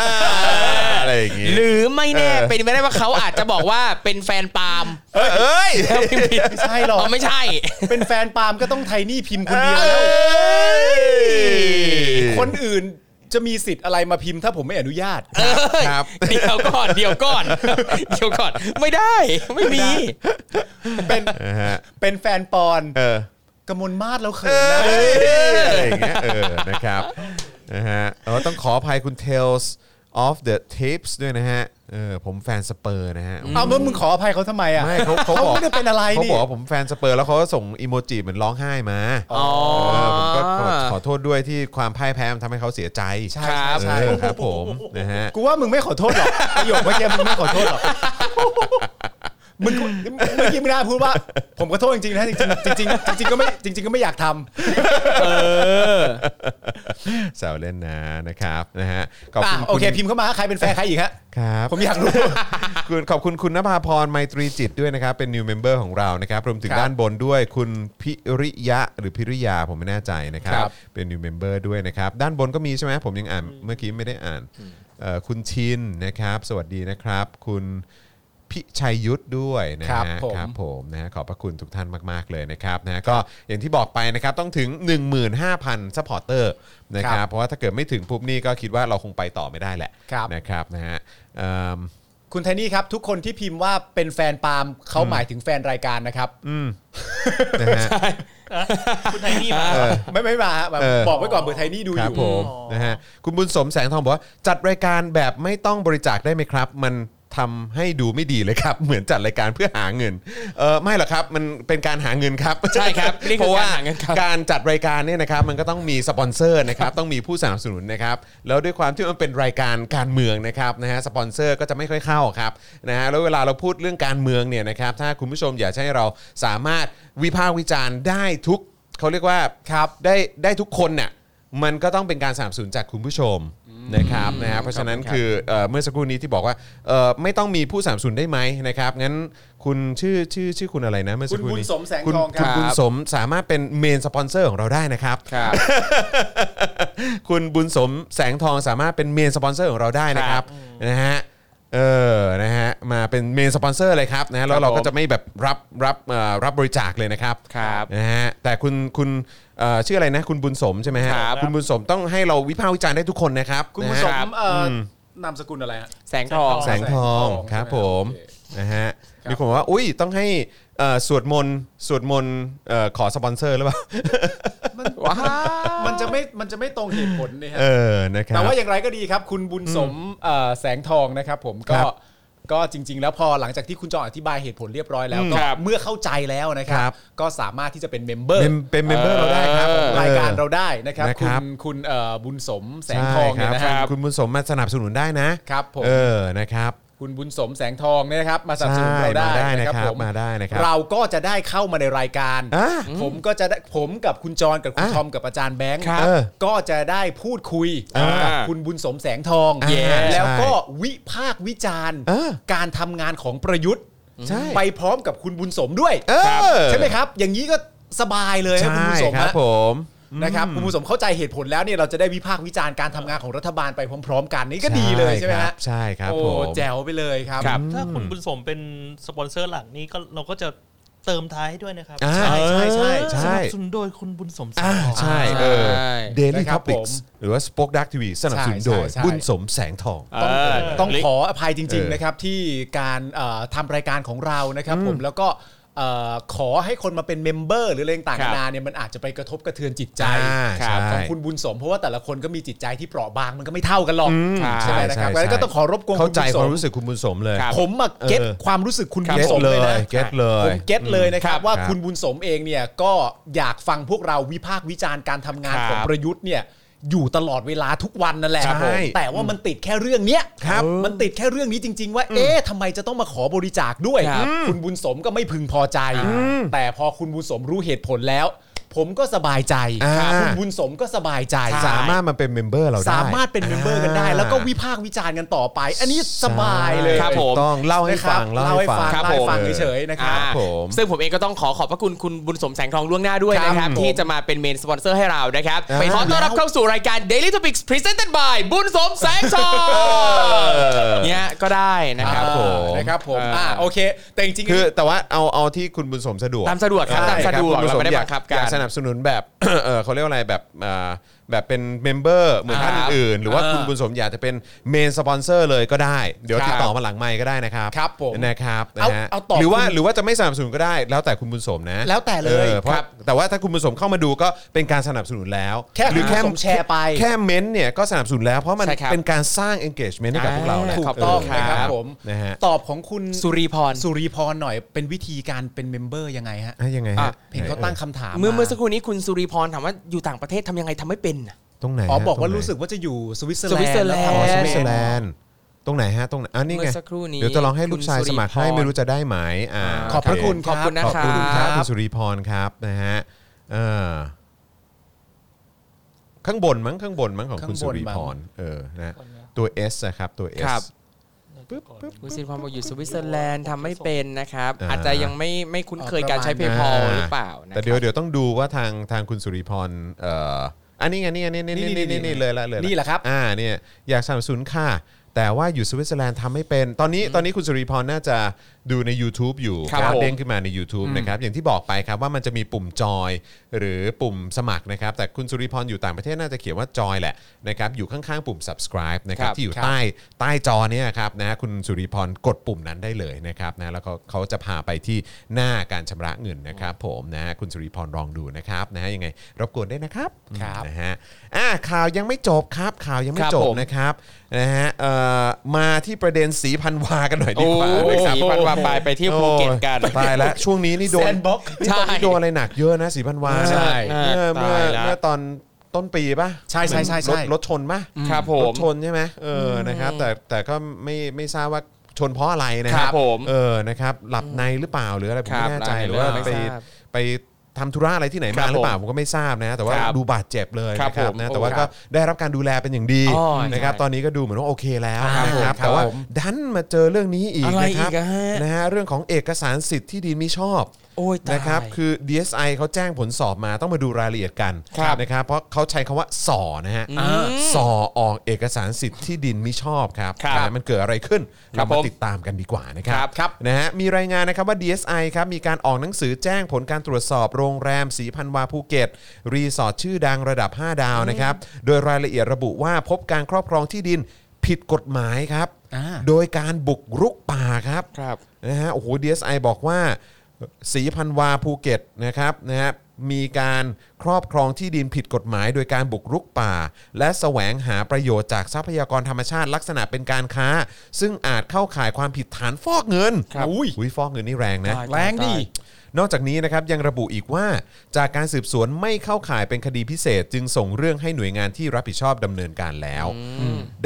[SPEAKER 1] อะไรอย่างงี้
[SPEAKER 3] หรือไม่แน่
[SPEAKER 1] เออ
[SPEAKER 3] เป็นไม่ได้ว่าเขาอาจจะบอกว่าเป็นแฟนปาล์ม
[SPEAKER 1] เอ้ยเอ้ย
[SPEAKER 3] ไม่ผิด
[SPEAKER 2] ไม่ใช่หรอก
[SPEAKER 3] อ๋อไม่ใช่
[SPEAKER 2] เป็นแฟนปาล์มก็ต้องไทนี่พิมพ์คนเดียว
[SPEAKER 1] เอ้
[SPEAKER 2] แล้ว
[SPEAKER 1] ย
[SPEAKER 2] คนอื่นจะมีสิทธิ์อะไรมาพิมพ์ถ้าผมไม่อนุญาต
[SPEAKER 1] ครับ
[SPEAKER 3] เดี๋ยวก่อนเดี๋ยวก่อนเดี๋ยวก่อน ไม่ได้ไม่มี
[SPEAKER 2] เป็น
[SPEAKER 1] นะฮะ
[SPEAKER 2] เป็นแฟนปอน
[SPEAKER 1] เออก
[SPEAKER 2] มลมาศแล้วเขิ
[SPEAKER 1] เอน
[SPEAKER 2] นะ
[SPEAKER 1] ออะไรอย่างเงี้ยเออนะครับนะฮะเออต้องขออภัยคุณ Tales of the Tapes ด้วยนะฮะเออผมแฟนสเปอร์นะฮะ
[SPEAKER 2] เอาเมื่อมึงขออภัยเขาทำไมอ่ะ
[SPEAKER 1] ไม่เขาเขา
[SPEAKER 2] เขา
[SPEAKER 1] บอก
[SPEAKER 2] ไม่ได้เป็นอะไร
[SPEAKER 1] เขา
[SPEAKER 2] นี่
[SPEAKER 1] บอกว่าผมแฟนสเปอร์แล้วเขาก็ส่งอีโมจิเหมือนร้องไห้มา
[SPEAKER 3] อ๋อ
[SPEAKER 1] เออผมก็ขอขอโทษด้วยที่ความพ่ายแพ้มันทำให้เขาเสียใจ
[SPEAKER 2] ใช่
[SPEAKER 3] ครับ
[SPEAKER 1] เออครับผมนะฮะ
[SPEAKER 2] กูว่ามึงไม่ขอโทษหรอกประโยคเมื่อกี้มึงไม่ขอโทษหรอกมึงเมื่อกี้มึงน่าพูดว่า ผมขอโทษจริงๆนะจริงๆจริงๆจริงๆก็ไม่จริง ๆก็ไม่อยากทำ
[SPEAKER 1] แซวเล่นนะนะครับนะฮะขอบ
[SPEAKER 2] อ่ะ
[SPEAKER 1] คุณ
[SPEAKER 2] โอเค
[SPEAKER 1] ณ
[SPEAKER 2] พิมพ์เข้ามาใครเป็นแฟนใครอีกฮะ
[SPEAKER 1] ครับ
[SPEAKER 2] ผมอยากรู้
[SPEAKER 1] คุณขอบคุณคุณนภาพรไมตรีจิตด้วยนะครับ เป็น new member ของเรานะครับรวมถึง
[SPEAKER 2] ครับ
[SPEAKER 1] ด้านบนด้วยคุณพิริยะหรือพิริยาผมไม่แน่ใจนะครั
[SPEAKER 2] ครับ บ
[SPEAKER 1] เป็น new member ด้วยนะครับ ด้านบนก็มีใช่ไหมผมยังอ่านเมื่อกี้ไม่ได้อ่านเอ่อคุณชินนะครับ สวัสดีนะครับ คุณพิชัยยุทธด้วยนะ
[SPEAKER 2] ครั
[SPEAKER 1] ฮะ
[SPEAKER 2] บผม
[SPEAKER 1] ครับ ครับผมนะฮะขอบพระคุณทุกท่านมาก ๆ เลยนะครับนะฮะก็อย่างที่บอกไปนะครับต้องถึง 15,000ซัพพอร์เตอร์นะค
[SPEAKER 2] ค
[SPEAKER 1] รั
[SPEAKER 2] รั
[SPEAKER 1] บบ เพราะว่าถ้าเกิดไม่ถึงปุ๊บนี่ก็คิดว่าเราคงไปต่อไม่ได้แหละ
[SPEAKER 2] ครับ
[SPEAKER 1] นะครับนะฮะเอิ่ม
[SPEAKER 2] คุณไทนี่ครับ ทุกคนที่พิมพ์ว่าเป็นแฟนปาล์มเขาหมายถึงแฟนรายการนะครับ
[SPEAKER 1] นะฮะ
[SPEAKER 5] นะคุณไทนี่มา
[SPEAKER 2] ไม่ไม่มาฮะแบบ
[SPEAKER 1] เออ
[SPEAKER 2] บอกไว้ก่อนเบอร์ไทนี่ดู
[SPEAKER 1] ค
[SPEAKER 2] อ
[SPEAKER 1] รับ
[SPEAKER 2] ยู่
[SPEAKER 1] ผม
[SPEAKER 5] อ๋อ
[SPEAKER 1] นะฮะคุณบุญสมแสงทองบอกว่า จัดรายการแบบไม่ต้องบริจาคได้ไหมครับ มันทำให้ดูไม่ดีเลยครับ เหมือนจัดรายการเพื่อหาเงินเออไม่หรอกครับมันเป็นการหาเงินครับ
[SPEAKER 3] ใช่ครับนี่คือ
[SPEAKER 1] เพราะว่า
[SPEAKER 3] การหาเงินครับ
[SPEAKER 1] การจัดรายการเนี่ยนะครับมันก็ต้องมีสปอนเซอร์นะครับต้องมีผู้สนับสนุนนะครับแล้วด้วยความที่มันเป็นรายการการเมืองนะครับนะฮะสปอนเซอร์ก็จะไม่ค่อยเข้าครับนะฮะแล้วเวลาเราพูดเรื่องการเมืองเนี่ยนะครับถ้าคุณผู้ชมอยากจะให้เราสามารถวิพากษ์วิจารณ์ได้ทุก เขาเรียกว่าครับได้ได้ทุกคนเนี่ยมันก็ต้องเป็นการสนับสนุนจากคุณผู้ชมนะครับนะฮะเพราะฉะนั้นคือเอ่อเมื่อสักครู่นี้ที่บอกว่าเอ่อไม่ต้องมีผู้สนับสนุนได้ไหมนะครับงั้นคุณชื่อชื่อชื่อคุณอะไรนะเมื่อสักครู่
[SPEAKER 2] คุณบุ
[SPEAKER 1] นี้
[SPEAKER 2] ญสมแสง
[SPEAKER 1] คุณ
[SPEAKER 2] ทองครับ
[SPEAKER 1] คุณบุญสมสามารถเป็นเมนสปอนเซอร์ของเราได้นะครับ
[SPEAKER 3] ครับ
[SPEAKER 1] คุณบุญสมแสงทองสามารถเป็นเมนสปอนเซอร์ของเราได้นะครับ นะฮะเออนะฮะมาเป็นเมนสปอนเซอร์เลยครับนะฮะแล้วเรา
[SPEAKER 3] ครับผม
[SPEAKER 1] ก็จะไม่แบบรับรับเอ่อรับบริจาคเลยนะครับ
[SPEAKER 3] ครับ
[SPEAKER 1] นะฮะแต่คุณคุณเอ่อชื่ออะไรนะ คุณบุญสมใช่ไหมฮะ
[SPEAKER 3] ครับ
[SPEAKER 1] คุณบุญสมต้องให้เราวิพากษ์วิจารณ์ได้ทุกคนนะครับ
[SPEAKER 2] คุณผู้
[SPEAKER 1] นะ
[SPEAKER 2] ช
[SPEAKER 1] ฮะ
[SPEAKER 2] ม
[SPEAKER 3] ครับ
[SPEAKER 2] เอ่อนามสกุลอะไรฮะ
[SPEAKER 3] แสงทอง
[SPEAKER 1] แสงทอง
[SPEAKER 2] แสงทอง
[SPEAKER 1] ครับ
[SPEAKER 2] ใช่ไหม
[SPEAKER 1] ผม
[SPEAKER 2] โอเค
[SPEAKER 1] นะฮะ
[SPEAKER 2] ครับ
[SPEAKER 1] มีคนบอกว่า อุ้ยต้องให้เอ่อสวดมนต์สวดมนต์เอ่อขอสปอนเซอร์หรือเปล่า
[SPEAKER 3] ว้า
[SPEAKER 2] มันจะไม่มันจะไม่ตรงเหตุผลนะฮะ
[SPEAKER 1] เออนะครับ
[SPEAKER 2] แต่ว่าอย่างไรก็ดีครับ คุณบุญสมเอ่อแสงทองนะครับ ผมก็
[SPEAKER 1] ครับ
[SPEAKER 2] ก็จริง ๆ แล้วพอหลังจากที่คุณจองอธิบายเหตุผลเรียบร้อยแล้ว
[SPEAKER 1] อืม
[SPEAKER 2] ก็
[SPEAKER 1] ครับ
[SPEAKER 2] เมื่อเข้าใจแล้วนะครั
[SPEAKER 1] ครับ บ
[SPEAKER 2] ก็สามารถที่จะเป็นเมมเบอร์
[SPEAKER 1] เป็นเป็นเมมเบอร์เราได้ครับผม
[SPEAKER 2] รายการเราได้นะครับ
[SPEAKER 1] นะค
[SPEAKER 2] คุ
[SPEAKER 1] รั
[SPEAKER 2] ณ
[SPEAKER 1] บ
[SPEAKER 2] คุณเอ่อบุญสมแสงทองเนี่ยนะค
[SPEAKER 1] ใช่
[SPEAKER 2] รับ
[SPEAKER 1] คุณบุญสมมาสนับสนุนได้นะครับ
[SPEAKER 2] ผม
[SPEAKER 1] เออนะครับ
[SPEAKER 2] คุณบุญสมแสงทองเนี่ยนะครับ มาสนับสนุน
[SPEAKER 1] ใช่
[SPEAKER 2] เรา
[SPEAKER 1] มาได้
[SPEAKER 2] ได้
[SPEAKER 1] นะ
[SPEAKER 2] นะค
[SPEAKER 1] ครั
[SPEAKER 2] รับบ ผม
[SPEAKER 1] มาได้นะครับ
[SPEAKER 2] เราก็จะได้เข้ามาในรายการ
[SPEAKER 1] อ่ะ
[SPEAKER 2] ผมก็จะได้ผมกับคุณจรกับคุณ
[SPEAKER 1] อ่ะ
[SPEAKER 2] ทอมกับอาจารย์แบงค์
[SPEAKER 1] ครับเออ
[SPEAKER 2] ก็จะได้พูดคุย
[SPEAKER 1] อ่ากั
[SPEAKER 2] กับคุณบุญสมแสงทอง
[SPEAKER 1] อ่า
[SPEAKER 2] แล้วก็วิพากษ์วิจารณ์
[SPEAKER 1] เออ
[SPEAKER 2] การทำงานของประยุทธ์
[SPEAKER 1] ใช่
[SPEAKER 2] ไปพร้อมกับคุณบุญสมด้วย
[SPEAKER 1] เออ
[SPEAKER 2] ใช่ไหมครับ อย่างนี้ก็สบายเลย
[SPEAKER 1] ใช่
[SPEAKER 2] นะคุณบุญสม
[SPEAKER 1] ครับ
[SPEAKER 2] นะ
[SPEAKER 1] ผม
[SPEAKER 2] นะครับคุณผู้ชมเข้าใจเหตุผลแล้วเนี่ยเราจะได้วิพากษ์วิจารณ์การทำงานของรัฐบาลไปพร้อม ๆ กันนี่ก็ดีเลยใช่ไหม
[SPEAKER 1] ครั
[SPEAKER 2] ฮะ
[SPEAKER 1] บใช่ครับ
[SPEAKER 2] โอ้
[SPEAKER 1] ผม
[SPEAKER 2] แจ๋วไปเลยครับ
[SPEAKER 5] ถ้าคุณบุญสมเป็นสปอนเซอร์หลักนี้ก็เราก็จะเติมท้ายให้ด้วยนะครับ
[SPEAKER 1] อ่า
[SPEAKER 2] ใช่ใช่ใช่
[SPEAKER 5] ส
[SPEAKER 1] ใช่
[SPEAKER 5] นับสนุนโดยคุณบุญสมศัก
[SPEAKER 1] อ่า
[SPEAKER 5] ดิ์
[SPEAKER 1] ใช่เออ
[SPEAKER 3] ใช่
[SPEAKER 1] Daily
[SPEAKER 2] นะครับผม
[SPEAKER 1] Topics หรือว่า Spoke Dark TV สนับสนุนโดย
[SPEAKER 2] ใช่ใช่
[SPEAKER 1] บุญสมแสงทอง
[SPEAKER 2] ต้อง
[SPEAKER 3] เออ
[SPEAKER 2] ต้อง
[SPEAKER 3] ลิง
[SPEAKER 2] ข
[SPEAKER 3] ก์
[SPEAKER 2] ออภัยจริง
[SPEAKER 1] เออ
[SPEAKER 2] ๆ นะครับ ที่การเอ่อทำรายการของเรานะครับผมแล้วก็เอ่อขอให้คนมาเป็นเมมเบอร์หรืออะไรต่าง
[SPEAKER 3] ครั
[SPEAKER 2] ๆ
[SPEAKER 3] บ
[SPEAKER 2] นานาเนี่ยมันอาจจะไปกระทบกระเทือนจิตใจ
[SPEAKER 1] อ่า
[SPEAKER 2] ครับ
[SPEAKER 1] ใช่
[SPEAKER 2] ของคุณบุญสม เพราะว่าแต่ละคนก็มีจิตใจที่เปราะบางมันก็ไม่เท่ากันหรอก
[SPEAKER 1] อืม
[SPEAKER 2] ใช่ไห
[SPEAKER 1] ใช่
[SPEAKER 2] มนะครับ
[SPEAKER 1] ใช่
[SPEAKER 2] แล้วก็ต้องขอรบกวน
[SPEAKER 1] เข้า
[SPEAKER 2] คุณ
[SPEAKER 1] ใจ
[SPEAKER 2] บุญ
[SPEAKER 1] ค
[SPEAKER 2] ส
[SPEAKER 1] วาม
[SPEAKER 2] ม
[SPEAKER 1] รู้สึกคุณบุญสมเลย
[SPEAKER 2] ผมมาเก็ต
[SPEAKER 1] เออ
[SPEAKER 2] ความรู้สึกคุณ
[SPEAKER 3] ครับ
[SPEAKER 2] บุญ
[SPEAKER 1] เก็ต
[SPEAKER 2] สม
[SPEAKER 1] เล
[SPEAKER 2] เล
[SPEAKER 1] ย
[SPEAKER 2] ยนะ
[SPEAKER 1] เก็ตเลย
[SPEAKER 2] ผมเก็ตเลยนะครับว่า
[SPEAKER 1] ครับ
[SPEAKER 2] คุณบุญสมเองเนี่ยก็อยากฟังพวกเราวิพากษ์วิจารณ์การทำงาน
[SPEAKER 3] ครับ
[SPEAKER 2] ของประยุทธ์เนี่ยอยู่ตลอดเวลาทุกวันนั่นแหละ
[SPEAKER 1] ใช่
[SPEAKER 2] ผมแต่ว่ามันติดแค่เรื่องเนี้ย
[SPEAKER 1] ครับ
[SPEAKER 2] มันติดแค่เรื่องนี้จริง ๆ ว่าเอ๊ะทำไมจะต้องมาขอบริจาคด้วย
[SPEAKER 3] ครับ
[SPEAKER 2] คุณบุญสมก็ไม่พึงพอใจ แต่พอคุณบุญสมรู้เหตุผลแล้ว ผมก็สบายใจ
[SPEAKER 1] อ่า
[SPEAKER 2] คุณบุญสมก็สบายใจ
[SPEAKER 1] สามารถมาเป็นเมมเบอร์เราได้
[SPEAKER 2] สามารถเป็นเมมเบอร์กันได้ แล้วก็วิพากษ์วิจารณ์กันต่อไป อันนี้สบายเลย
[SPEAKER 3] ครับ
[SPEAKER 1] ถูกต้องเล่าให้
[SPEAKER 2] นะครั
[SPEAKER 1] ฟั
[SPEAKER 2] บ
[SPEAKER 1] ง
[SPEAKER 2] เล่าให้ฟัง
[SPEAKER 3] ครั
[SPEAKER 2] เล่า
[SPEAKER 3] บ
[SPEAKER 2] ให้ฟัง
[SPEAKER 1] ผม
[SPEAKER 2] เฉยๆนะครับ
[SPEAKER 3] อ่า
[SPEAKER 1] ผม
[SPEAKER 3] ซึ่งผมเองก็ต้องขอขอบพระคุณคุณบุญสมแสงทองล่วงหน้าด้วยนะครับ
[SPEAKER 2] ครับผม
[SPEAKER 3] ที่จะมาเป็นเมนสปอนเซอร์ให้เรานะครับ
[SPEAKER 1] อ่า
[SPEAKER 3] ขอต้อนรับเข้าสู่รายการ Daily Topics Presented by บุญสมแสงทองเนี่ยก็ได้นะครั
[SPEAKER 1] ค
[SPEAKER 3] บ
[SPEAKER 1] รับผม
[SPEAKER 2] นะครับผม
[SPEAKER 3] เอออ่
[SPEAKER 2] อ่าโอเค แต่จริงๆ
[SPEAKER 1] คือแต่ว่าเอาเอาที่คุณบุญสมสะดวก
[SPEAKER 3] ตามสะดวกครับ
[SPEAKER 1] ใช่
[SPEAKER 3] ตามสะดวก
[SPEAKER 1] คุณบุญสม
[SPEAKER 3] เราไม่ได้
[SPEAKER 1] อยา
[SPEAKER 3] บั
[SPEAKER 1] ก
[SPEAKER 3] งคับ
[SPEAKER 1] อ
[SPEAKER 3] กั
[SPEAKER 1] ยาก
[SPEAKER 3] น
[SPEAKER 1] สนับสนุนแบบ เอ่อเขาเรียกว่าอะไรแบบอ่าแบบเป็นเมมเบอร์เหมือนท่าน
[SPEAKER 3] ครับ
[SPEAKER 1] อื่นๆหรือว่า
[SPEAKER 2] เออ
[SPEAKER 1] คุณบุญสมอยากจะเป็นเมนสปอนเซอร์เลยก็ได้ เดี๋ยว
[SPEAKER 2] ครับ
[SPEAKER 1] ติดต่อมาหลังไมค์ก็ได้นะครับ
[SPEAKER 2] ครับผม
[SPEAKER 1] นะครับ
[SPEAKER 2] เอา
[SPEAKER 1] นะฮะ
[SPEAKER 2] เอาต่อ
[SPEAKER 1] หรือว่า
[SPEAKER 2] คุณ
[SPEAKER 1] หรือว่าจะไม่สนับสนุนก็ได้ แล้วแต่คุณบุญสมนะ
[SPEAKER 2] แล้วแต่เลย
[SPEAKER 1] ออเพราะ
[SPEAKER 2] ครับ
[SPEAKER 1] แต่ว่าถ้าคุณบุญสมเข้ามาดูก็เป็นการสนับสนุนแล้ว
[SPEAKER 2] แค่
[SPEAKER 1] หรือ
[SPEAKER 2] คุณบุญสมแชร์ไป
[SPEAKER 1] แค่เม้นต์เนี่ยก็สนับสนุนแล้วเพราะมัน
[SPEAKER 3] ใช่ครับ
[SPEAKER 1] เป็นการสร้าง engagement ให้กับพวกเราแหละ
[SPEAKER 3] อ่า
[SPEAKER 2] ถูกต้อง
[SPEAKER 1] เ
[SPEAKER 2] นะครับ
[SPEAKER 3] ครับ
[SPEAKER 2] ผม
[SPEAKER 1] นะฮะ
[SPEAKER 2] ตอบของคุณ
[SPEAKER 3] สุรีพร
[SPEAKER 2] สุรีพรหน่อยเป็นวิธีการเป็นเมมเบอร์ยังไงฮะ
[SPEAKER 1] อ่ะยังไง
[SPEAKER 3] อ่ะ
[SPEAKER 1] ฮะ
[SPEAKER 2] เห็นเขาตั้งคำถาม
[SPEAKER 3] เมื่อเมื่อสักครู่นี้คุณสุริพรถามว่าอยู่ต่างประเทศทำยังไงทำไม่เป็น
[SPEAKER 1] ตรงไหน
[SPEAKER 2] อ๋อ
[SPEAKER 1] ฮะ
[SPEAKER 2] บอกว่า
[SPEAKER 1] ตงไหน
[SPEAKER 2] รู้สึกว่าจะอยู่สวิตเซอร์แลน
[SPEAKER 3] สวิตเซอร์
[SPEAKER 2] ด์
[SPEAKER 3] แล
[SPEAKER 2] แล้ว
[SPEAKER 1] อ๋
[SPEAKER 2] ทำ
[SPEAKER 3] นด์
[SPEAKER 1] อส
[SPEAKER 2] ส
[SPEAKER 1] วิต
[SPEAKER 2] วิต
[SPEAKER 1] เซอ
[SPEAKER 2] เซ
[SPEAKER 1] ร์
[SPEAKER 2] อร์
[SPEAKER 1] แล
[SPEAKER 2] แลน
[SPEAKER 1] น
[SPEAKER 2] ด์
[SPEAKER 1] ด์ตรงไหนฮะตรงไหนอ่ะนี่
[SPEAKER 3] เมื่
[SPEAKER 1] ไง
[SPEAKER 3] อสักครู่นี้
[SPEAKER 1] เดี๋ยวจะลองให้ลูกชาย
[SPEAKER 3] คุณ
[SPEAKER 1] ส
[SPEAKER 3] สุริพร
[SPEAKER 1] มัครให้ไม่รู้จะได้ไหมอ่า
[SPEAKER 2] ขอบพระคุณ
[SPEAKER 3] ขอบคุณนะ
[SPEAKER 1] ขอบคุณค
[SPEAKER 3] ครั
[SPEAKER 1] รับบ คุณสุริพรครับนะฮะเออข้างบนมั้งข้างบนมั้งของคุณสุริพรเออนะตัว S อะครับตัว
[SPEAKER 3] ครั
[SPEAKER 1] S
[SPEAKER 3] บ คุณสิริพรบอกอยู่สวิตเซอร์แลนด์ทำไม่เป็นนะครับ
[SPEAKER 1] อ่า
[SPEAKER 3] อาจจะยังไม่ไม่คุ้นเคยการใช้เพย์พอลหรือเปล่านะค
[SPEAKER 1] แต่
[SPEAKER 3] รับ
[SPEAKER 1] เดี๋ยวเดี๋ยวต้องดูว่าทางทางคุณสุริพรเอ่ออันนี้ไงนี่ไงนี่นี่นี่นี่นี่เลยละเลย
[SPEAKER 2] นี่แหละครับ
[SPEAKER 1] อ่าเนี่ยอยากสนับสนุนค่ะ แต่ว่าอยู่สวิตเซอร์แลนด์ทำไม่เป็น ตอนนี้ตอนนี้คุณสุริพรน่าจะดูใน YouTube อยู่
[SPEAKER 3] ครับ
[SPEAKER 1] นะ
[SPEAKER 3] ผม
[SPEAKER 1] เด้งขึ้นมาใน YouTube นะครับอย่างที่บอกไปครับว่ามันจะมีปุ่มจอยหรือปุ่มสมัครนะครับ แต่คุณสุริพรอยู่ต่างประเทศน่าจะเขียนว่าจอยแหละนะครับอยู่ข้างๆปุ่ม subscribe นะครับ
[SPEAKER 3] ครับ
[SPEAKER 1] ที่อยู่ใต้ใต้จอเนี่ยครับนะฮะคุณสุริพรกดปุ่มนั้นได้เลยนะครับนะแล้วเขาเขาจะพาไปที่หน้าการชำระเงินนะครับผมนะฮะคุณสุริพรลองดูนะครับนะฮะยังไงรบกวนด้วยนะครับ
[SPEAKER 2] ครับ
[SPEAKER 1] นะฮะอ่ะข่าวยังไม่จบครับข่าวยังไม่
[SPEAKER 3] ครับ
[SPEAKER 1] จบ
[SPEAKER 3] ผม
[SPEAKER 1] นะครับนะฮะเอ่อมาที่ประเด็นสีพันวากันหน่อยดี
[SPEAKER 3] โอ้
[SPEAKER 1] กว่า
[SPEAKER 3] โห
[SPEAKER 1] นะครับ
[SPEAKER 3] สีพันวาไปไปที่ภูเก็ตกัน
[SPEAKER 1] โอ้ยตายแล้วช่วงนี้นี่โดน
[SPEAKER 2] Sandbox
[SPEAKER 1] นี่ตอนนี้
[SPEAKER 3] ใช่
[SPEAKER 1] โดนอะไรหนักเยอะนะสีพันวา
[SPEAKER 2] ใช่
[SPEAKER 1] เมื่อเมื่อ
[SPEAKER 3] ตายแล้ว
[SPEAKER 1] เมื่อตอนต้นปีป่ะ
[SPEAKER 2] ใช่ใช่ใช่ใช่
[SPEAKER 1] รถรถชนป่ะ
[SPEAKER 3] ครับผ
[SPEAKER 1] ร
[SPEAKER 3] ม
[SPEAKER 1] ถชนใช่ไหมเอออนะครับ แต่แต่ก็ไม่ไม่ทราบว่าชนเพราะอะไรนะค
[SPEAKER 3] ค
[SPEAKER 1] รั
[SPEAKER 3] รั
[SPEAKER 1] บบ
[SPEAKER 3] ผม
[SPEAKER 1] เออนะครับหลับในหรือเปล่าหรืออะไรผม
[SPEAKER 3] ครั
[SPEAKER 1] ไม่
[SPEAKER 3] บ
[SPEAKER 1] แน่ใจห
[SPEAKER 3] หลับใน
[SPEAKER 1] รือว่า
[SPEAKER 3] หรือ
[SPEAKER 1] ไป
[SPEAKER 3] เปล่าไม่ทราบ
[SPEAKER 1] ไปทำธุระอะไรที่ไหน
[SPEAKER 3] ค
[SPEAKER 1] มา
[SPEAKER 3] รับ
[SPEAKER 1] หรือเปล่าผมก็ไม่ทราบนะแต่ว่า
[SPEAKER 3] ครับ
[SPEAKER 1] ดูบาดเจ็บเลย
[SPEAKER 3] ครับ
[SPEAKER 1] นะครับ
[SPEAKER 3] ผม
[SPEAKER 1] นะ
[SPEAKER 3] โอ้
[SPEAKER 1] แต่ว่าก็ได้รับการดูแลเป็นอย่างดี
[SPEAKER 3] อ๋อ
[SPEAKER 1] นะครับ
[SPEAKER 3] ใช่
[SPEAKER 1] ตอนนี้ก็ดูเหมือนว่าโอเคแล้ว
[SPEAKER 3] ครับ
[SPEAKER 1] นะครับ
[SPEAKER 3] ผม
[SPEAKER 1] แต่ว่า
[SPEAKER 3] ครับผม
[SPEAKER 1] ดันมาเจอเรื่องนี้อีก
[SPEAKER 3] อะไร
[SPEAKER 1] นะครับ
[SPEAKER 3] อีกอะฮะ
[SPEAKER 1] นะฮะเรื่องของเอกสารสิทธิ์ที่ดินมิชอบ
[SPEAKER 3] โอ้ยตาย
[SPEAKER 1] นะครับคือ DSI เขาแจ้งผลสอบมาต้องมาดูรายละเอียดกัน
[SPEAKER 3] ครับ
[SPEAKER 1] นะครับเพราะเขาใช้คำว่าสอนะฮะสอออกเอกสารสิทธิ์ที่ดินมิชอบครับ
[SPEAKER 3] ครับ
[SPEAKER 1] นะมันเกิดอะไรขึ้น
[SPEAKER 3] ครั
[SPEAKER 1] เรา
[SPEAKER 3] บ
[SPEAKER 1] มา
[SPEAKER 3] ผม
[SPEAKER 1] ติดตามกันดีกว่านะครับ
[SPEAKER 3] ครับครับ
[SPEAKER 1] นะฮะมีรายงานนะครับว่า DSI ครับมีการออกหนังสือแจ้งผลการตรวจสอบโรงแรมสีพันวาภูเก็ต รีสอร์ทชื่อดังระดับ 5 ดาวนะครับโดยรายละเอียดระบุว่าพบการครอบครองที่ดินผิดกฎหมายครับ
[SPEAKER 2] อ่า
[SPEAKER 1] โดยการบุกรุกป่าครับ
[SPEAKER 3] ครับ
[SPEAKER 1] นะฮะโอ้โห DSI บอกว่าสีพันวาภูเก็ตนะครับนะฮะมีการครอบครองที่ดินผิดกฎหมาย โดยการบุกรุกป่า และแสวงหาประโยชน์จากทรัพยากรธรรมชาติลักษณะเป็นการค้า ซึ่งอาจเข้าข่ายความผิดฐานฟอกเงิน
[SPEAKER 3] ครับ
[SPEAKER 1] อุ้ยอุ้ยฟอกเงินนี่แรงนะ
[SPEAKER 3] ตาย
[SPEAKER 2] แรงดิ
[SPEAKER 3] ตาย
[SPEAKER 1] นอกจากนี้นะครับยังระบุอีกว่าจากการสืบสวนไม่เข้าข่ายเป็นคดีพิเศษ จึงส่งเรื่องให้หน่วยงานที่รับผิดชอบดำเนินการแล้ว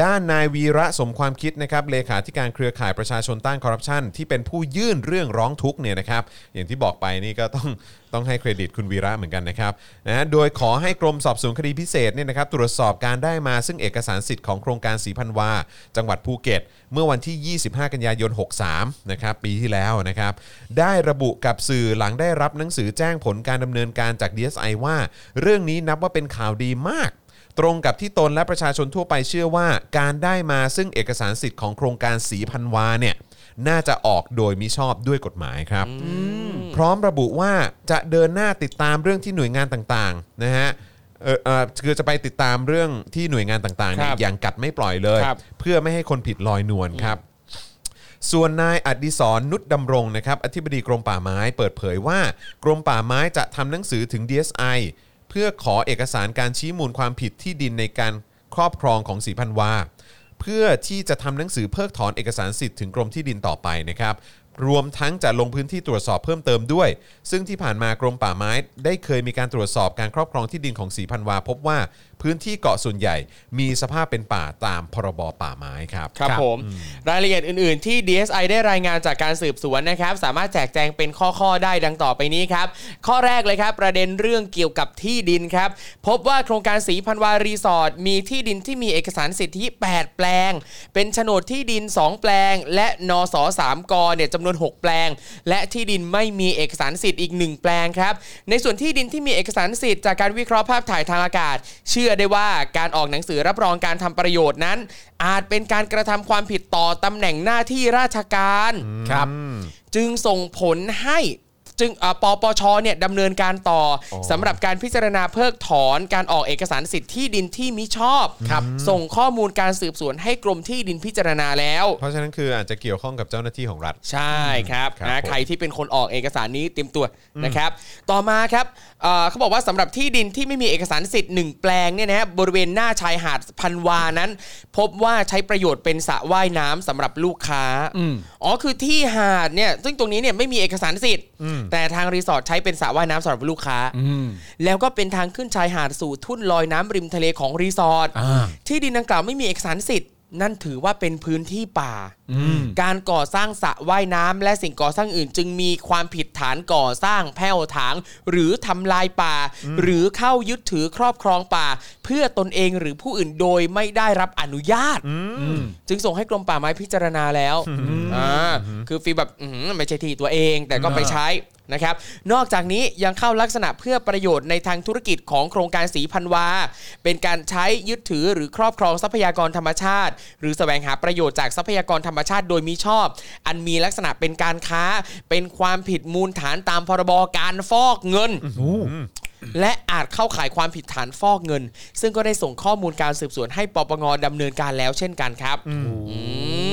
[SPEAKER 1] ด้านนายวีระสมความคิดนะครับเลขาธิการเครือข่ายประชาชนต้านคอร์รัปชันที่เป็นผู้ยื่นเรื่องร้องทุกข์เนี่ยนะครับอย่างที่บอกไปนี่ก็ต้องต้องให้เครดิตคุณวีระเหมือนกันนะครับนะโดยขอให้กรมสอบสวนคดีพิเศษเนี่ยนะครับตรวจสอบการได้มาซึ่งเอกสารสิทธิ์ของโครงการสีพันวา จังหวัดภูเก็ต เมื่อวันที่ 25 กันยายน 63 นะครับปีที่แล้วนะครับ ได้ระบุกับสื่อหลังได้รับหนังสือแจ้งผลการดำเนินการจาก DSI ว่า เรื่องนี้นับว่าเป็นข่าวดีมาก ตรงกับที่ตนและประชาชนทั่วไปเชื่อว่าการได้มาซึ่งเอกสารสิทธิ์ของโครงการสีพันวาเนี่ยน่าจะออกโดยมิชอบด้วยกฎหมายครับ พร้อมระบุว่าจะเดินหน้าติดตามเรื่องที่หน่วยงานต่างๆนะฮะเออเออคือจะไปติดตามเรื่องที่หน่วยงานต่างๆเนี่ย
[SPEAKER 3] ครับ
[SPEAKER 1] อย่างกัดไม่ปล่อยเลย
[SPEAKER 3] ครับ
[SPEAKER 1] เพื่อไม่ให้คนผิดลอยนวลครับ ส่วนนายอดิศรนุชดำรงนะครับอธิบดีกรมป่าไม้เปิดเผยว่า กรมป่าไม้จะทำหนังสือถึง DSI เพื่อขอเอกสารการชี้มูลความผิดที่ดินในการครอบครองของสีพันวา เพื่อที่จะทำหนังสือเพิกถอนเอกสารสิทธิ์ถึงกรมที่ดินต่อไปนะครับ รวมทั้งจะลงพื้นที่ตรวจสอบเพิ่มเติมด้วย ซึ่งที่ผ่านมากรมป่าไม้ได้เคยมีการตรวจสอบการครอบครองที่ดินของสีพันวา พบว่าพื้นที่เกาะส่วนใหญ่ มีสภาพเป็นป่าตามพรบป่าไม้ครับ
[SPEAKER 3] ครับผมรายละเอียดอื่น ๆ ที่ DSI ได้รายงานจากการสืบสวนนะครับ สามารถแจกแจงเป็นข้อ ๆ ได้ดังต่อไปนี้ครับ ข้อแรกเลยครับ ประเด็นเรื่องเกี่ยวกับที่ดินครับ พบว่าโครงการสีพันวารีสอร์ทมีที่ดินที่มีเอกสารสิทธิ 8 แปลง เป็นโฉนดที่ดิน 2 แปลง และนสสามกเนี่ยจำนวน 6 แปลง และที่ดินไม่มีเอกสารสิทธิ์อีก 1 แปลงครับ ในส่วนที่ดินที่มีเอกสารสิทธิ์จากการวิเคราะห์ภาพถ่ายทางอากาศ เชื่อได้ว่าการออกหนังสือรับรองการทำประโยชน์นั้น อาจเป็นการกระทำความผิดต่อตำแหน่งหน้าที่ราชการ
[SPEAKER 2] ครับ
[SPEAKER 3] จึงส่งผลให้จึงอ่าปปชเนี่ยดำเนินการต่ออสำหรับการพิจารณาเพิกถอนการออกเอกสารสิทธิ์ที่ดินที่มิชอบ ส่งข้อมูลการสืบสวนให้กรมที่ดินพิจารณาแล้ว
[SPEAKER 1] เพราะฉะนั้นคืออาจจะเกี่ยวข้องกับเจ้าหน้าที่ของรัฐ
[SPEAKER 3] ใช่ครับ
[SPEAKER 1] ครับผ
[SPEAKER 3] นะ
[SPEAKER 1] ม
[SPEAKER 3] ใครที่เป็นคนออกเอกสารนี้เตรียมตัวนะครับ ต่อมาครับเอ่อเขาบอกว่าสำหรับที่ดินที่ไม่มีเอกสารสิทธิ์หนึ่งแปลงเนี่ยนะฮะบริเวณหน้าชายหาดพันวานั้น พบว่าใช้ประโยชน์เป็นสระว่ายน้ำสำหรับลูกค้าอ๋อคือที่หาดเนี่ยซึ่งตรงนี้เนี่ยไม่มีเอกสารสิทธิ์ แต่ทางรีสอร์ทใช้เป็นสระว่ายน้ำสำหรับลูกค้า แล้วก็เป็นทางขึ้นชายหาดสู่ทุ่นลอยน้ำริมทะเลของรีสอร์ท
[SPEAKER 2] อ่า
[SPEAKER 3] ที่ดินดังกล่าวไม่มีเอกสารสิทธิ์ นั่นถือว่าเป็นพื้นที่ป่า การก่อสร้างสระว่ายน้ำและสิ่งก่อสร้างอื่น จึงมีความผิดฐานก่อสร้างแผ่วถาง หรือทำลายป่า หรือเข้ายึดถือครอบครองป่า เพื่อตนเองหรือผู้อื่นโดยไม่ได้รับอนุญาต จึงส่งให้กรมป่าไม้พิจารณาแล้วอ่าคือฟีลแบบอื้อหือไม่ใช่ที่ตัวเองแต่ก็ไปใช้นะครับ นอกจากนี้ยังเข้าลักษณะเพื่อประโยชน์ในทางธุรกิจของโครงการสีพันวา เป็นการใช้ยึดถือหรือครอบครองทรัพยากรธรรมชาติ หรือแสวงหาประโยชน์จากทรัพยากรธรรมชาติโดยมิชอบ อันมีลักษณะเป็นการค้า เป็นความผิดมูลฐานตามพรบการฟอกเงิน และอาจเข้าข่ายความผิดฐานฟอกเงิน ซึ่งก็ได้ส่งข้อมูลการสืบสวนให้ปปงดำเนินการแล้วเช่นกันครับอื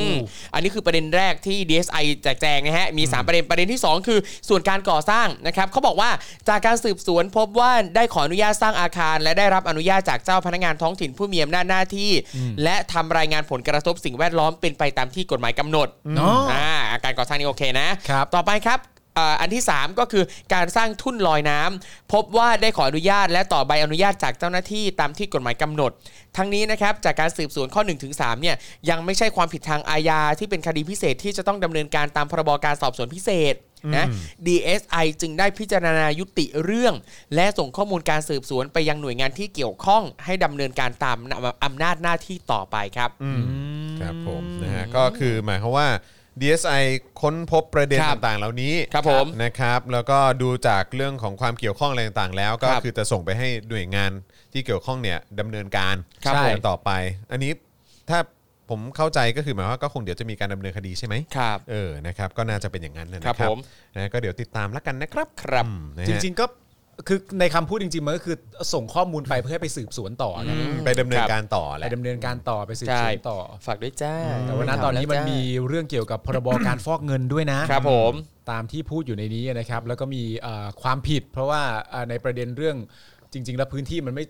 [SPEAKER 3] มอันนี้คือประเด็นแรกที่ DSI แจกแจงนะฮะ มี 3 ประเด็นประเด็นที่ 2 คือส่วนการก่อสร้างนะครับเขาบอกว่าจากการสืบสวนพบว่าได้ขออนุญาตสร้างอาคาร และได้รับอนุญาตจากเจ้าพนักงานท้องถิ่นผู้มีอำนาจหน้าที่ และทำรายงานผลกระทบสิ่งแวดล้อมเป็นไปตามที่กฎหมายกำหนด
[SPEAKER 2] เนาะ
[SPEAKER 3] อ่าอาการก่อสร้างนี่โอเคนะครับ ต่อไปครับเอ่ออันที่ 3 ก็คือการสร้างทุ่นลอยน้ำพบว่าได้ขออนุญาตและต่อใบอนุญาตจากเจ้าหน้าที่ตามที่กฎหมายกำหนด ทั้งนี้นะครับจากการสืบสวนข้อ1นถึงสเนี่ยยังไม่ใช่ความผิดทางอาญาที่เป็นคดีพิเศษที่จะต้องดำเนินการตามพรบการสอบสวนพิเศษนะ DSI จึงได้พิจารณายุติเรื่อง และส่งข้อมูลการสืบสวนไปยังหน่วยงานที่เกี่ยวข้องให้ดำเนินการตามอำนาจหน้าที่ต่อไปครับ
[SPEAKER 1] ครับผมนะฮะก็คือหมายความว่า DSI ค้นพบประเด็น
[SPEAKER 3] ครับ
[SPEAKER 1] ต่างๆ เหล่านี้
[SPEAKER 3] ครับผม
[SPEAKER 1] นะครับ แล้วก็ดูจากเรื่องของความเกี่ยวข้องอะไรต่างๆ แล้ว ก็
[SPEAKER 3] ครับ
[SPEAKER 1] คือจะส่งไปให้หน่วยงานที่เกี่ยวข้องเนี่ยดำเนินการ
[SPEAKER 3] ครับ
[SPEAKER 1] ใช่
[SPEAKER 3] ผม
[SPEAKER 1] ต่อไป อันนี้ถ้าผมเข้าใจก็คือหมายว่าก็คงเดี๋ยวจะมีการดำเนินคดีใช่ไหม
[SPEAKER 3] ครับ
[SPEAKER 1] เออนะครับก็น่าจะเป็นอย่างนั้นนะค
[SPEAKER 3] ครั
[SPEAKER 1] รับบ
[SPEAKER 3] ผม
[SPEAKER 1] นะก็เดี๋ยวติดตามแล้วกันนะครับ
[SPEAKER 3] ครับ
[SPEAKER 1] อืมนะ
[SPEAKER 2] จ
[SPEAKER 1] ฮะ
[SPEAKER 2] ริง ๆ ก็คือในคำพูดจริงๆมันก็คือส่งข้อมูลไปเพื่อให้ไปสืบสวนต่อนะ
[SPEAKER 1] ไปดำเนิน
[SPEAKER 3] ครับ
[SPEAKER 1] การต่อแห
[SPEAKER 2] ไป
[SPEAKER 1] ละ
[SPEAKER 2] ดำเนินการต่อไปสืบ
[SPEAKER 3] ใช่
[SPEAKER 2] สวนต่อ
[SPEAKER 3] ฝากด้วยจ้า
[SPEAKER 2] แต่ว่าณตอนนี้มันมีเรื่องเกี่ยวกับพรบ การฟอกเงินด้วยนะ
[SPEAKER 3] ครับผม
[SPEAKER 2] ตามที่พูดอยู่ในนี้นะครับ แล้วก็มีเอ่อความผิด เพราะว่าเอ่อในประเด็นเรื่องจริง ๆ แล้วพื้นที่มันไม่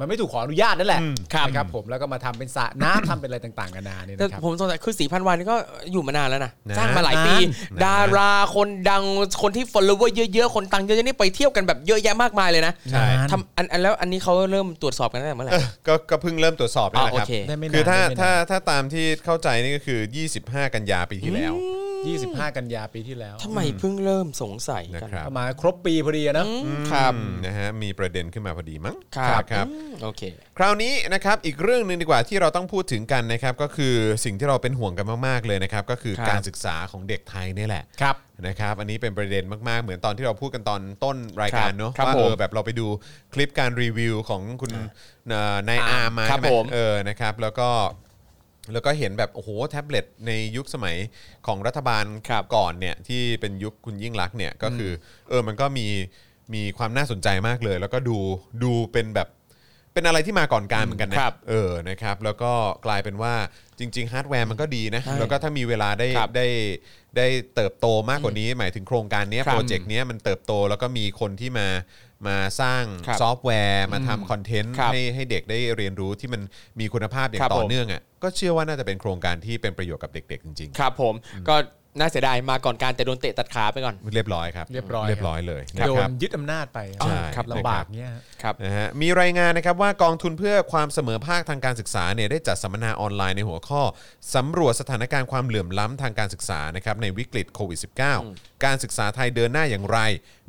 [SPEAKER 2] มันไม่ถูกขออนุญาตนั่นแหละ
[SPEAKER 3] ครับ
[SPEAKER 2] นะครับผมแล้วก็มาทำเป็นสระน้ำ ทำ เป็นอะไรต่างๆกันานาเนี่ย
[SPEAKER 3] แต่
[SPEAKER 2] นะครับ
[SPEAKER 3] ผมสงสัยคือสีพันวันนี่ก็อยู่มานานแล้วนะ
[SPEAKER 1] นาน
[SPEAKER 3] จ้างมาหลายปี
[SPEAKER 2] น
[SPEAKER 1] าน
[SPEAKER 3] ดาราคนดังคนที่ follower เยอะๆ คนตังเยอะๆนี่ไปเที่ยวกันแบบเยอะแยะมากมายเลยนะ
[SPEAKER 1] ใช่
[SPEAKER 2] นาน
[SPEAKER 3] ทำอันอันแล้วอันนี้เขาเริ่มตรวจสอบกันตั้งแต่เมื่อไหร่
[SPEAKER 1] เออก็ก็เพิ่งเริ่มตรวจสอบนี่แหละ
[SPEAKER 3] อ๋อ
[SPEAKER 1] ครั
[SPEAKER 3] โอเค
[SPEAKER 2] ได้ไม่นาน
[SPEAKER 1] คือถ้า
[SPEAKER 2] ได้ไม่นาน
[SPEAKER 1] ถ้าถ้าตามที่เข้าใจนี่ก็คือ 25 กันยาปีที่แล้ว
[SPEAKER 2] 25 กันยาปีที่แล้ว
[SPEAKER 3] ทำไมเพิ่งเริ่มสงสัย
[SPEAKER 1] นะ
[SPEAKER 3] กัน
[SPEAKER 1] ครับ
[SPEAKER 2] ประมาณครบปีพอดีอะนะ
[SPEAKER 3] อืมครับ
[SPEAKER 1] อืมนะฮะมีประเด็นขึ้นมาพอดีมั้ง
[SPEAKER 3] ครับ
[SPEAKER 1] ครับ
[SPEAKER 3] อืมโอเค
[SPEAKER 1] คราวนี้นะครับอีกเรื่องหนึ่งดีกว่าที่เราต้องพูดถึงกันนะครับก็คือสิ่งที่เราเป็นห่วงกันมากๆเลยนะครับก็คือ
[SPEAKER 3] ครับ
[SPEAKER 1] การศึกษาของเด็กไทยเนี่ยแหละ
[SPEAKER 2] ครับ
[SPEAKER 1] นะครับอันนี้เป็นประเด็นมากๆ เหมือนตอนที่เราพูดกันตอนต้นรายการ
[SPEAKER 3] ครับ
[SPEAKER 1] เนอะ
[SPEAKER 3] ครับ
[SPEAKER 1] ว่าเอ
[SPEAKER 3] ผ
[SPEAKER 1] อ
[SPEAKER 3] ม
[SPEAKER 1] แบบเราไปดูคลิปการรีวิวของคุณเอ่อนายอาร์มมา
[SPEAKER 3] ครับ
[SPEAKER 1] ใช่ไหม
[SPEAKER 3] ผม
[SPEAKER 1] เออนะครับแล้วก็แล้วก็เห็นแบบโอ้โหแท็บเล็ตในยุคสมัยของรัฐบาล
[SPEAKER 3] ครับ
[SPEAKER 1] ก่อนเนี่ยที่เป็นยุคคุณยิ่งรักษณ์เนี่ยก็คือเออมันก็มีมีความน่าสนใจมากเลย แล้วก็ดูดูเป็นแบบ เป็นอะไรที่มาก่อนการเหมือนกันนะครับ เออนะครับ แล้วก็กลายเป็นว่าจริง ๆ ฮาร์ดแวร์มันก็ดีนะ
[SPEAKER 3] ใช่
[SPEAKER 1] แล้วก็ถ้ามีเวลาได้
[SPEAKER 3] ครับ
[SPEAKER 1] ได้ได้เติบโตมากกว่านี้ หมายถึงโครงการเนี้ย
[SPEAKER 3] ครับ
[SPEAKER 1] โปรเจกต์เนี้ยมันเติบโตแล้วก็มีคนที่มามาสร้าง
[SPEAKER 3] ครับ
[SPEAKER 1] ซอฟต์แวร์ มาทำคอนเทนต์
[SPEAKER 3] ครับ
[SPEAKER 1] ให้ให้เด็กได้เรียนรู้ที่มันมีคุณภาพอย่า
[SPEAKER 3] ครั
[SPEAKER 1] ง
[SPEAKER 3] บ
[SPEAKER 1] ต่อ
[SPEAKER 3] ผม
[SPEAKER 1] เนื่องอ่ะก็เชื่อว่าน่าจะเป็นโครงการที่เป็นประโยชน์กับเด็ก ๆ จริง
[SPEAKER 3] ครับผมก็น่าเสียดายมาก่อนการแต่โดนเตะตัดขาไปก่อน
[SPEAKER 1] ๆ เรียบร้อยครับ
[SPEAKER 2] เรียบร้อย
[SPEAKER 1] เรียบร้อยเลย
[SPEAKER 2] โด
[SPEAKER 1] ะคน รับ
[SPEAKER 2] ยึดอำนาจไป
[SPEAKER 1] ใช่ครับ
[SPEAKER 2] ลำบากเนี้ยฮะ
[SPEAKER 3] ครับ
[SPEAKER 1] นะฮะมีรายงานนะครับว่ากองทุนเพื่อความเสมอภาคทางการศึกษาเนี่ยได้จัดสัมมนาออนไลน์ในหัวข้อสำรวจสถานการณ์ความเหลื่อมล้ำทางการศึกษานะครับในวิกฤตโควิด -19 การศึกษาไทยเดินหน้าอย่างไร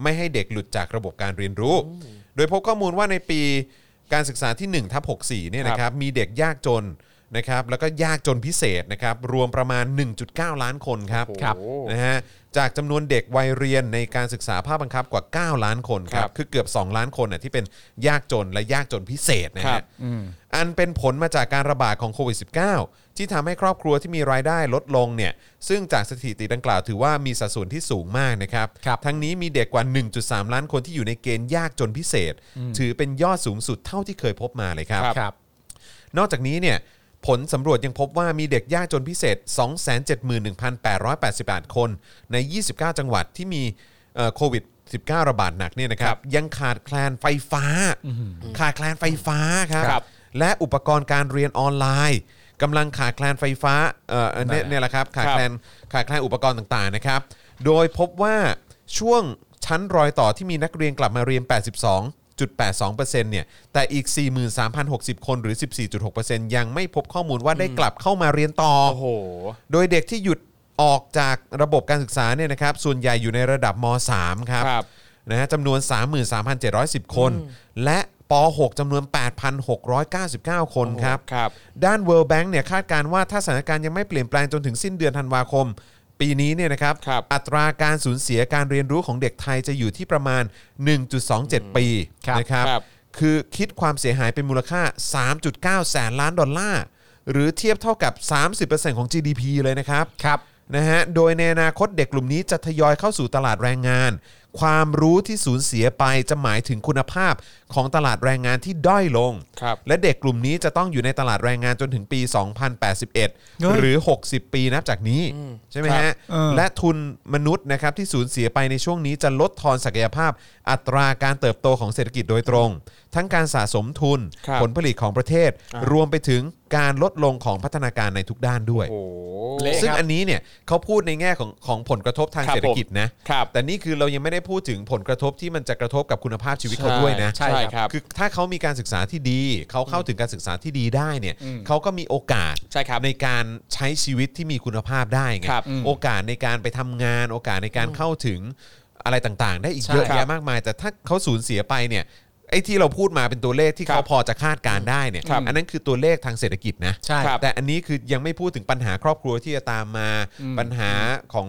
[SPEAKER 1] ไม่ให้เด็กหลุดจากระบบการเรียนรู้ โดยพบข้อมูลว่าในปีการศึกษาที่1ทับ64เนี่ยนะครับมีเด็กยากจนนะครับแล้วก็ยากจนพิเศษนะครับรวมประมาณ 1.9 ล้านคนครับ
[SPEAKER 3] ครับ
[SPEAKER 1] นะฮะจากจำนวนเด็กวัยเรียนในการศึกษาภาคบังคับกว่า 9 ล้านคนค
[SPEAKER 3] ค
[SPEAKER 1] รั
[SPEAKER 3] รับ บ
[SPEAKER 1] คือเกือบ 2 ล้านคนน่ะที่เป็นยากจนและยากจนพิเศษนะ
[SPEAKER 3] ครั
[SPEAKER 1] ฮะ
[SPEAKER 3] บ
[SPEAKER 1] อันเป็นผลมาจากการระบาดของโควิด -19 ที่ทำให้ครอบครัวที่มีรายได้ลดลงเนี่ยซึ่งจากสถิติดังกล่าวถือว่ามีสัดส่วนที่สูงมากนะครับ
[SPEAKER 2] ครับ
[SPEAKER 1] ทั้งนี้มีเด็กกว่า 1.3 ล้านคนที่อยู่ในเกณฑ์ยากจนพิเศษ ถือเป็นยอดสูงสุดเท่าที่เคยพบมาเลยครับ
[SPEAKER 3] ครับ
[SPEAKER 2] ครับ
[SPEAKER 1] นอกจากนี้เนี่ยผลสำรวจยังพบว่ามีเด็กยากจนพิเศษ 271,888 คน ใน 29 จังหวัดที่มีเอ่อโควิด 19 ระบาดหนักเนี่ยนะครับยังขาดแคลนไฟฟ้า ขาดแคลนไฟฟ้าครับ
[SPEAKER 3] ครับ
[SPEAKER 1] และอุปกรณ์การเรียนออนไลน์กำลังขาดแคลนไฟฟ้าเอ่ออันเนี้ย
[SPEAKER 2] นั่นแหละ
[SPEAKER 1] เนี่ยแหละครับขาด
[SPEAKER 3] ครับ
[SPEAKER 1] แคลนขาดแคลนอุปกรณ์ต่างๆนะครับ โดยพบว่าช่วงชั้นรอยต่อที่มีนักเรียนกลับมาเรียน 82 82%เนี่ย แต่อีก 43,060 คนหรือ 14.6%ยังไม่พบข้อมูลว่าได้กลับเข้ามาเรียนต่อ
[SPEAKER 3] โอ้โห
[SPEAKER 1] โดยเด็กที่หยุดออกจากระบบการศึกษาเนี่ยนะครับ ส่วนใหญ่อยู่ในระดับม .3 ครับ
[SPEAKER 3] ครับ
[SPEAKER 1] นะฮะจำนวน 33,710 คน และป .6 จำนวน 8,699 คนครับ
[SPEAKER 3] ครับ
[SPEAKER 1] ด้าน World Bank เนี่ยคาดการณ์ว่าถ้าสถานการณ์ยังไม่เปลี่ยนแปลงจนถึงสิ้นเดือนธันวาคม ปีนี้เนี่ยนะครับ
[SPEAKER 3] ครับ
[SPEAKER 1] อัตราการสูญเสียการเรียนรู้ของเด็กไทยจะอยู่ที่ประมาณ 1.27 ปี
[SPEAKER 2] ครับ
[SPEAKER 1] นะครับ
[SPEAKER 3] ครับ
[SPEAKER 1] คือคิดความเสียหายเป็นมูลค่า 3.9 แสนล้านดอลลาร์ หรือเทียบเท่ากับ 30%ของ GDP เลยนะครับ
[SPEAKER 2] ครับ
[SPEAKER 1] นะฮะ โดยในอนาคตเด็กกลุ่มนี้จะทยอยเข้าสู่ตลาดแรงงาน ความรู้ที่สูญเสียไปจะหมายถึงคุณภาพของตลาดแรงงานที่ด้อยลง
[SPEAKER 3] ครับ
[SPEAKER 1] และเด็กกลุ่มนี้จะต้องอยู่ในตลาดแรงงานจนถึงปี 2081 หรือ 60 ปีนับจากนี้ ใช่ไหมฮะ
[SPEAKER 2] เออ
[SPEAKER 1] และทุนมนุษย์นะครับที่สูญเสียไปในช่วงนี้จะลดทอนศักยภาพ อัตราการเติบโตของเศรษฐกิจโดยตรง ทั้งการสะสมทุน
[SPEAKER 3] ครับ
[SPEAKER 1] ผลผลิตของประเทศ รวมไปถึงการลดลงของพัฒนาการในทุกด้านด้วย
[SPEAKER 3] โอ้โห
[SPEAKER 2] เละ
[SPEAKER 1] ซึ่ง
[SPEAKER 2] ครับ
[SPEAKER 1] อันนี้เนี่ยเขาพูดในแง่ของของผลกระทบทาง
[SPEAKER 3] ครับ
[SPEAKER 1] เศรษฐกิจนะ
[SPEAKER 3] ครับ
[SPEAKER 1] แต่นี่คือเรายังไม่ได้พูดถึงผลกระทบที่มันจะกระทบกับคุณภาพชีวิตเขาด้วยนะ
[SPEAKER 3] ใช่ครับ
[SPEAKER 1] คือถ้าเขามีการศึกษาที่ดี เขาเข้าถึงการศึกษาที่ดีได้เนี่ยเขาก็มีโอกาส
[SPEAKER 3] ใช่ครับ
[SPEAKER 1] ในการใช้ชีวิตที่มีคุณภาพได้ไง
[SPEAKER 3] ครับอืม
[SPEAKER 1] โอกาสในการไปทำงาน โอกาสในการเข้าถึงอะไรต่างๆ ได้อีกเยอะ
[SPEAKER 3] ใช่ครับ
[SPEAKER 1] แยะมากมาย แต่ถ้าเขาสูญเสียไปเนี่ย ไอ้ที่เราพูดมาเป็นตัวเลขที่
[SPEAKER 3] ครับ
[SPEAKER 1] เขาพอจะคาดการณ์ได้เนี่ย
[SPEAKER 3] ครับ
[SPEAKER 1] อันนั้นคือตัวเลขทางเศรษฐกิจนะ
[SPEAKER 2] ใช่
[SPEAKER 3] ครับ
[SPEAKER 1] แต่อันนี้คือยังไม่พูดถึงปัญหาครอบครัวที่จะตามมาปัญหาของ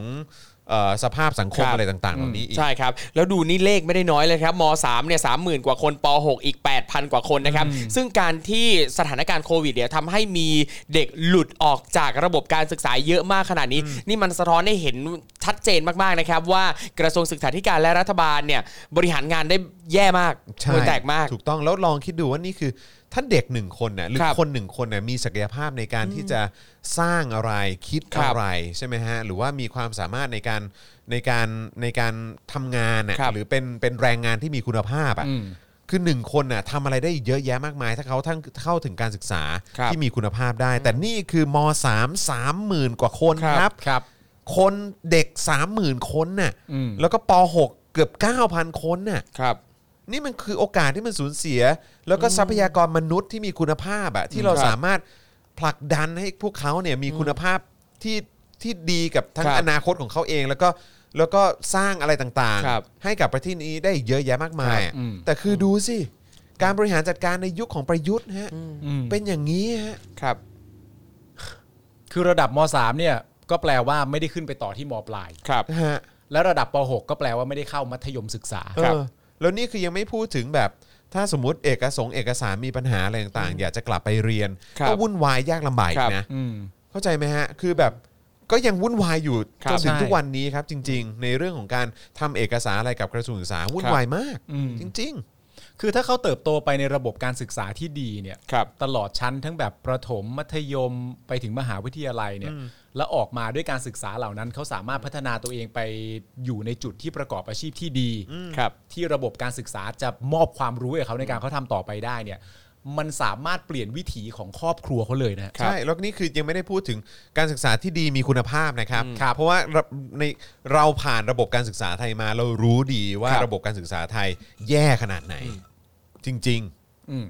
[SPEAKER 1] เอ่อสภาพสังคม
[SPEAKER 3] ครับ
[SPEAKER 1] อะไรต่างๆเหล่านี้อีก
[SPEAKER 3] ใช่ครับ แล้วดูนี่เลขไม่ได้น้อยเลยครับม3เนี่ยสามหมื่นกว่าคนป .6 อีก 8,000 กว่าคนนะครับ ซึ่งการที่สถานการณ์โควิดเนี่ยทำให้มีเด็กหลุดออกจากระบบการศึกษาเยอะมากขนาดนี้ นี่มันสะท้อนให้เห็นชัดเจนมากๆนะครับ ว่ากระทรวงศึกษาธิการและรัฐบาลเนี่ยบริหารงานได้แย่มาก
[SPEAKER 1] ใช่
[SPEAKER 3] มือแตกมาก
[SPEAKER 1] ถูกต้องแล้วลองคิดดูว่านี่คือถ้าเด็กหนึ่งคนนะหรือ
[SPEAKER 3] ครับ
[SPEAKER 1] คนหนึ่งคนนะมีศักยภาพในการที่จะสร้างอะไรคิด
[SPEAKER 3] ครับ
[SPEAKER 1] อะไรใช่ไหมฮะหรือว่ามีความสามารถในการในการในการทำงานน่ะ
[SPEAKER 3] ครับ
[SPEAKER 1] หรือเป็นเป็นแรงงานที่มีคุณภาพอ่ะคือหนึ่งคนน่ะทำอะไรได้เยอะแยะมากมาย ถ้าเขาทั้งเข้าถึงการศึกษา
[SPEAKER 3] ครับ
[SPEAKER 1] ที่มีคุณภาพได้ แต่นี่คือม3 3 0,000 กว่าคน
[SPEAKER 3] ครับ
[SPEAKER 1] ครับ
[SPEAKER 2] ครับ
[SPEAKER 1] คนเด็ก 30,000 คนน่ะ
[SPEAKER 2] อืม
[SPEAKER 1] แล้วก็ป .6 เกือบ 9,000 คนน่ะ
[SPEAKER 3] ครับ
[SPEAKER 1] นี่มันคือโอกาสที่มันสูญเสีย แล้วก็ทรัพยากรมนุษย์ที่มีคุณภาพอะที่เรา
[SPEAKER 3] ครับ
[SPEAKER 1] สามารถผลักดันให้พวกเขาเนี่ยมีคุณภาพที่ที่ดีกับทั้ง
[SPEAKER 3] ครับ
[SPEAKER 1] อนาคตของเขาเองแล้วก็แล้วก็สร้างอะไรต่าง
[SPEAKER 3] ครับ
[SPEAKER 1] ๆ ให้กับประเทศนี้ได้เยอะแยะมากมายอะแต่คือดูสิ การบริหารจัดการในยุคของประยุทธ์ฮะเป็นอย่างนี้ฮะ
[SPEAKER 3] ครับ
[SPEAKER 2] คือระดับม3เนี่ยก็แปลว่าไม่ได้ขึ้นไปต่อที่มปลาย
[SPEAKER 3] ครับ
[SPEAKER 1] ฮะ
[SPEAKER 2] และระดับป .6 ก็แปลว่าไม่ได้เข้ามัธยมศึกษา
[SPEAKER 3] ครับ
[SPEAKER 1] เออแล้วนี่คือยังไม่พูดถึงแบบ ถ้าสมมติเอกสงค์เอกสารมีปัญหาอะไรต่างๆ อยากจะกลับไปเรียน
[SPEAKER 3] ครับ
[SPEAKER 1] ก็วุ่นวายยากลำบากอี
[SPEAKER 3] ครั
[SPEAKER 1] ก
[SPEAKER 3] บ
[SPEAKER 1] นะ
[SPEAKER 2] อืม
[SPEAKER 1] เข้าใจไหมฮะ คือแบบก็ยังวุ่นวายอยู่
[SPEAKER 3] ครับ
[SPEAKER 1] จนถึง
[SPEAKER 2] ใช่
[SPEAKER 1] ทุกวันนี้ครับจริง ๆ ในเรื่องของการทำเอกสารอะไรกับกระทรวงศึกษาวุ่น
[SPEAKER 3] ครับ
[SPEAKER 1] วายมากจริง
[SPEAKER 2] คือถ้าเขาเติบโตไปในระบบการศึกษาที่ดีเนี่ย
[SPEAKER 3] ครับ
[SPEAKER 2] ตลอดชั้นทั้งแบบประถมมัธยมไปถึงมหาวิทยาลัยเนี่ยแล้วออกมาด้วยการศึกษาเหล่านั้นเขาสามารถพัฒนาตัวเองไปอยู่ในจุดที่ประกอบอาชีพที่ดี
[SPEAKER 3] ครับ
[SPEAKER 2] ที่ระบบการศึกษาจะมอบความรู้ให้เขาในการเขาทำต่อไปได้เนี่ยมันสามารถเปลี่ยนวิถีของครอบครัวเขาเลยนะ
[SPEAKER 1] ๆ ใช่แล้วนี่คือยังไม่ได้พูดถึงการศึกษาที่ดีมีคุณภาพนะครับ เพราะว่าระในเราผ่านระบบการศึกษาไทยมาเรารู้ดีว่า
[SPEAKER 3] ครับ
[SPEAKER 1] ระบบการศึกษาไทยแย่ขนาดไหน จริง ๆ
[SPEAKER 2] อืม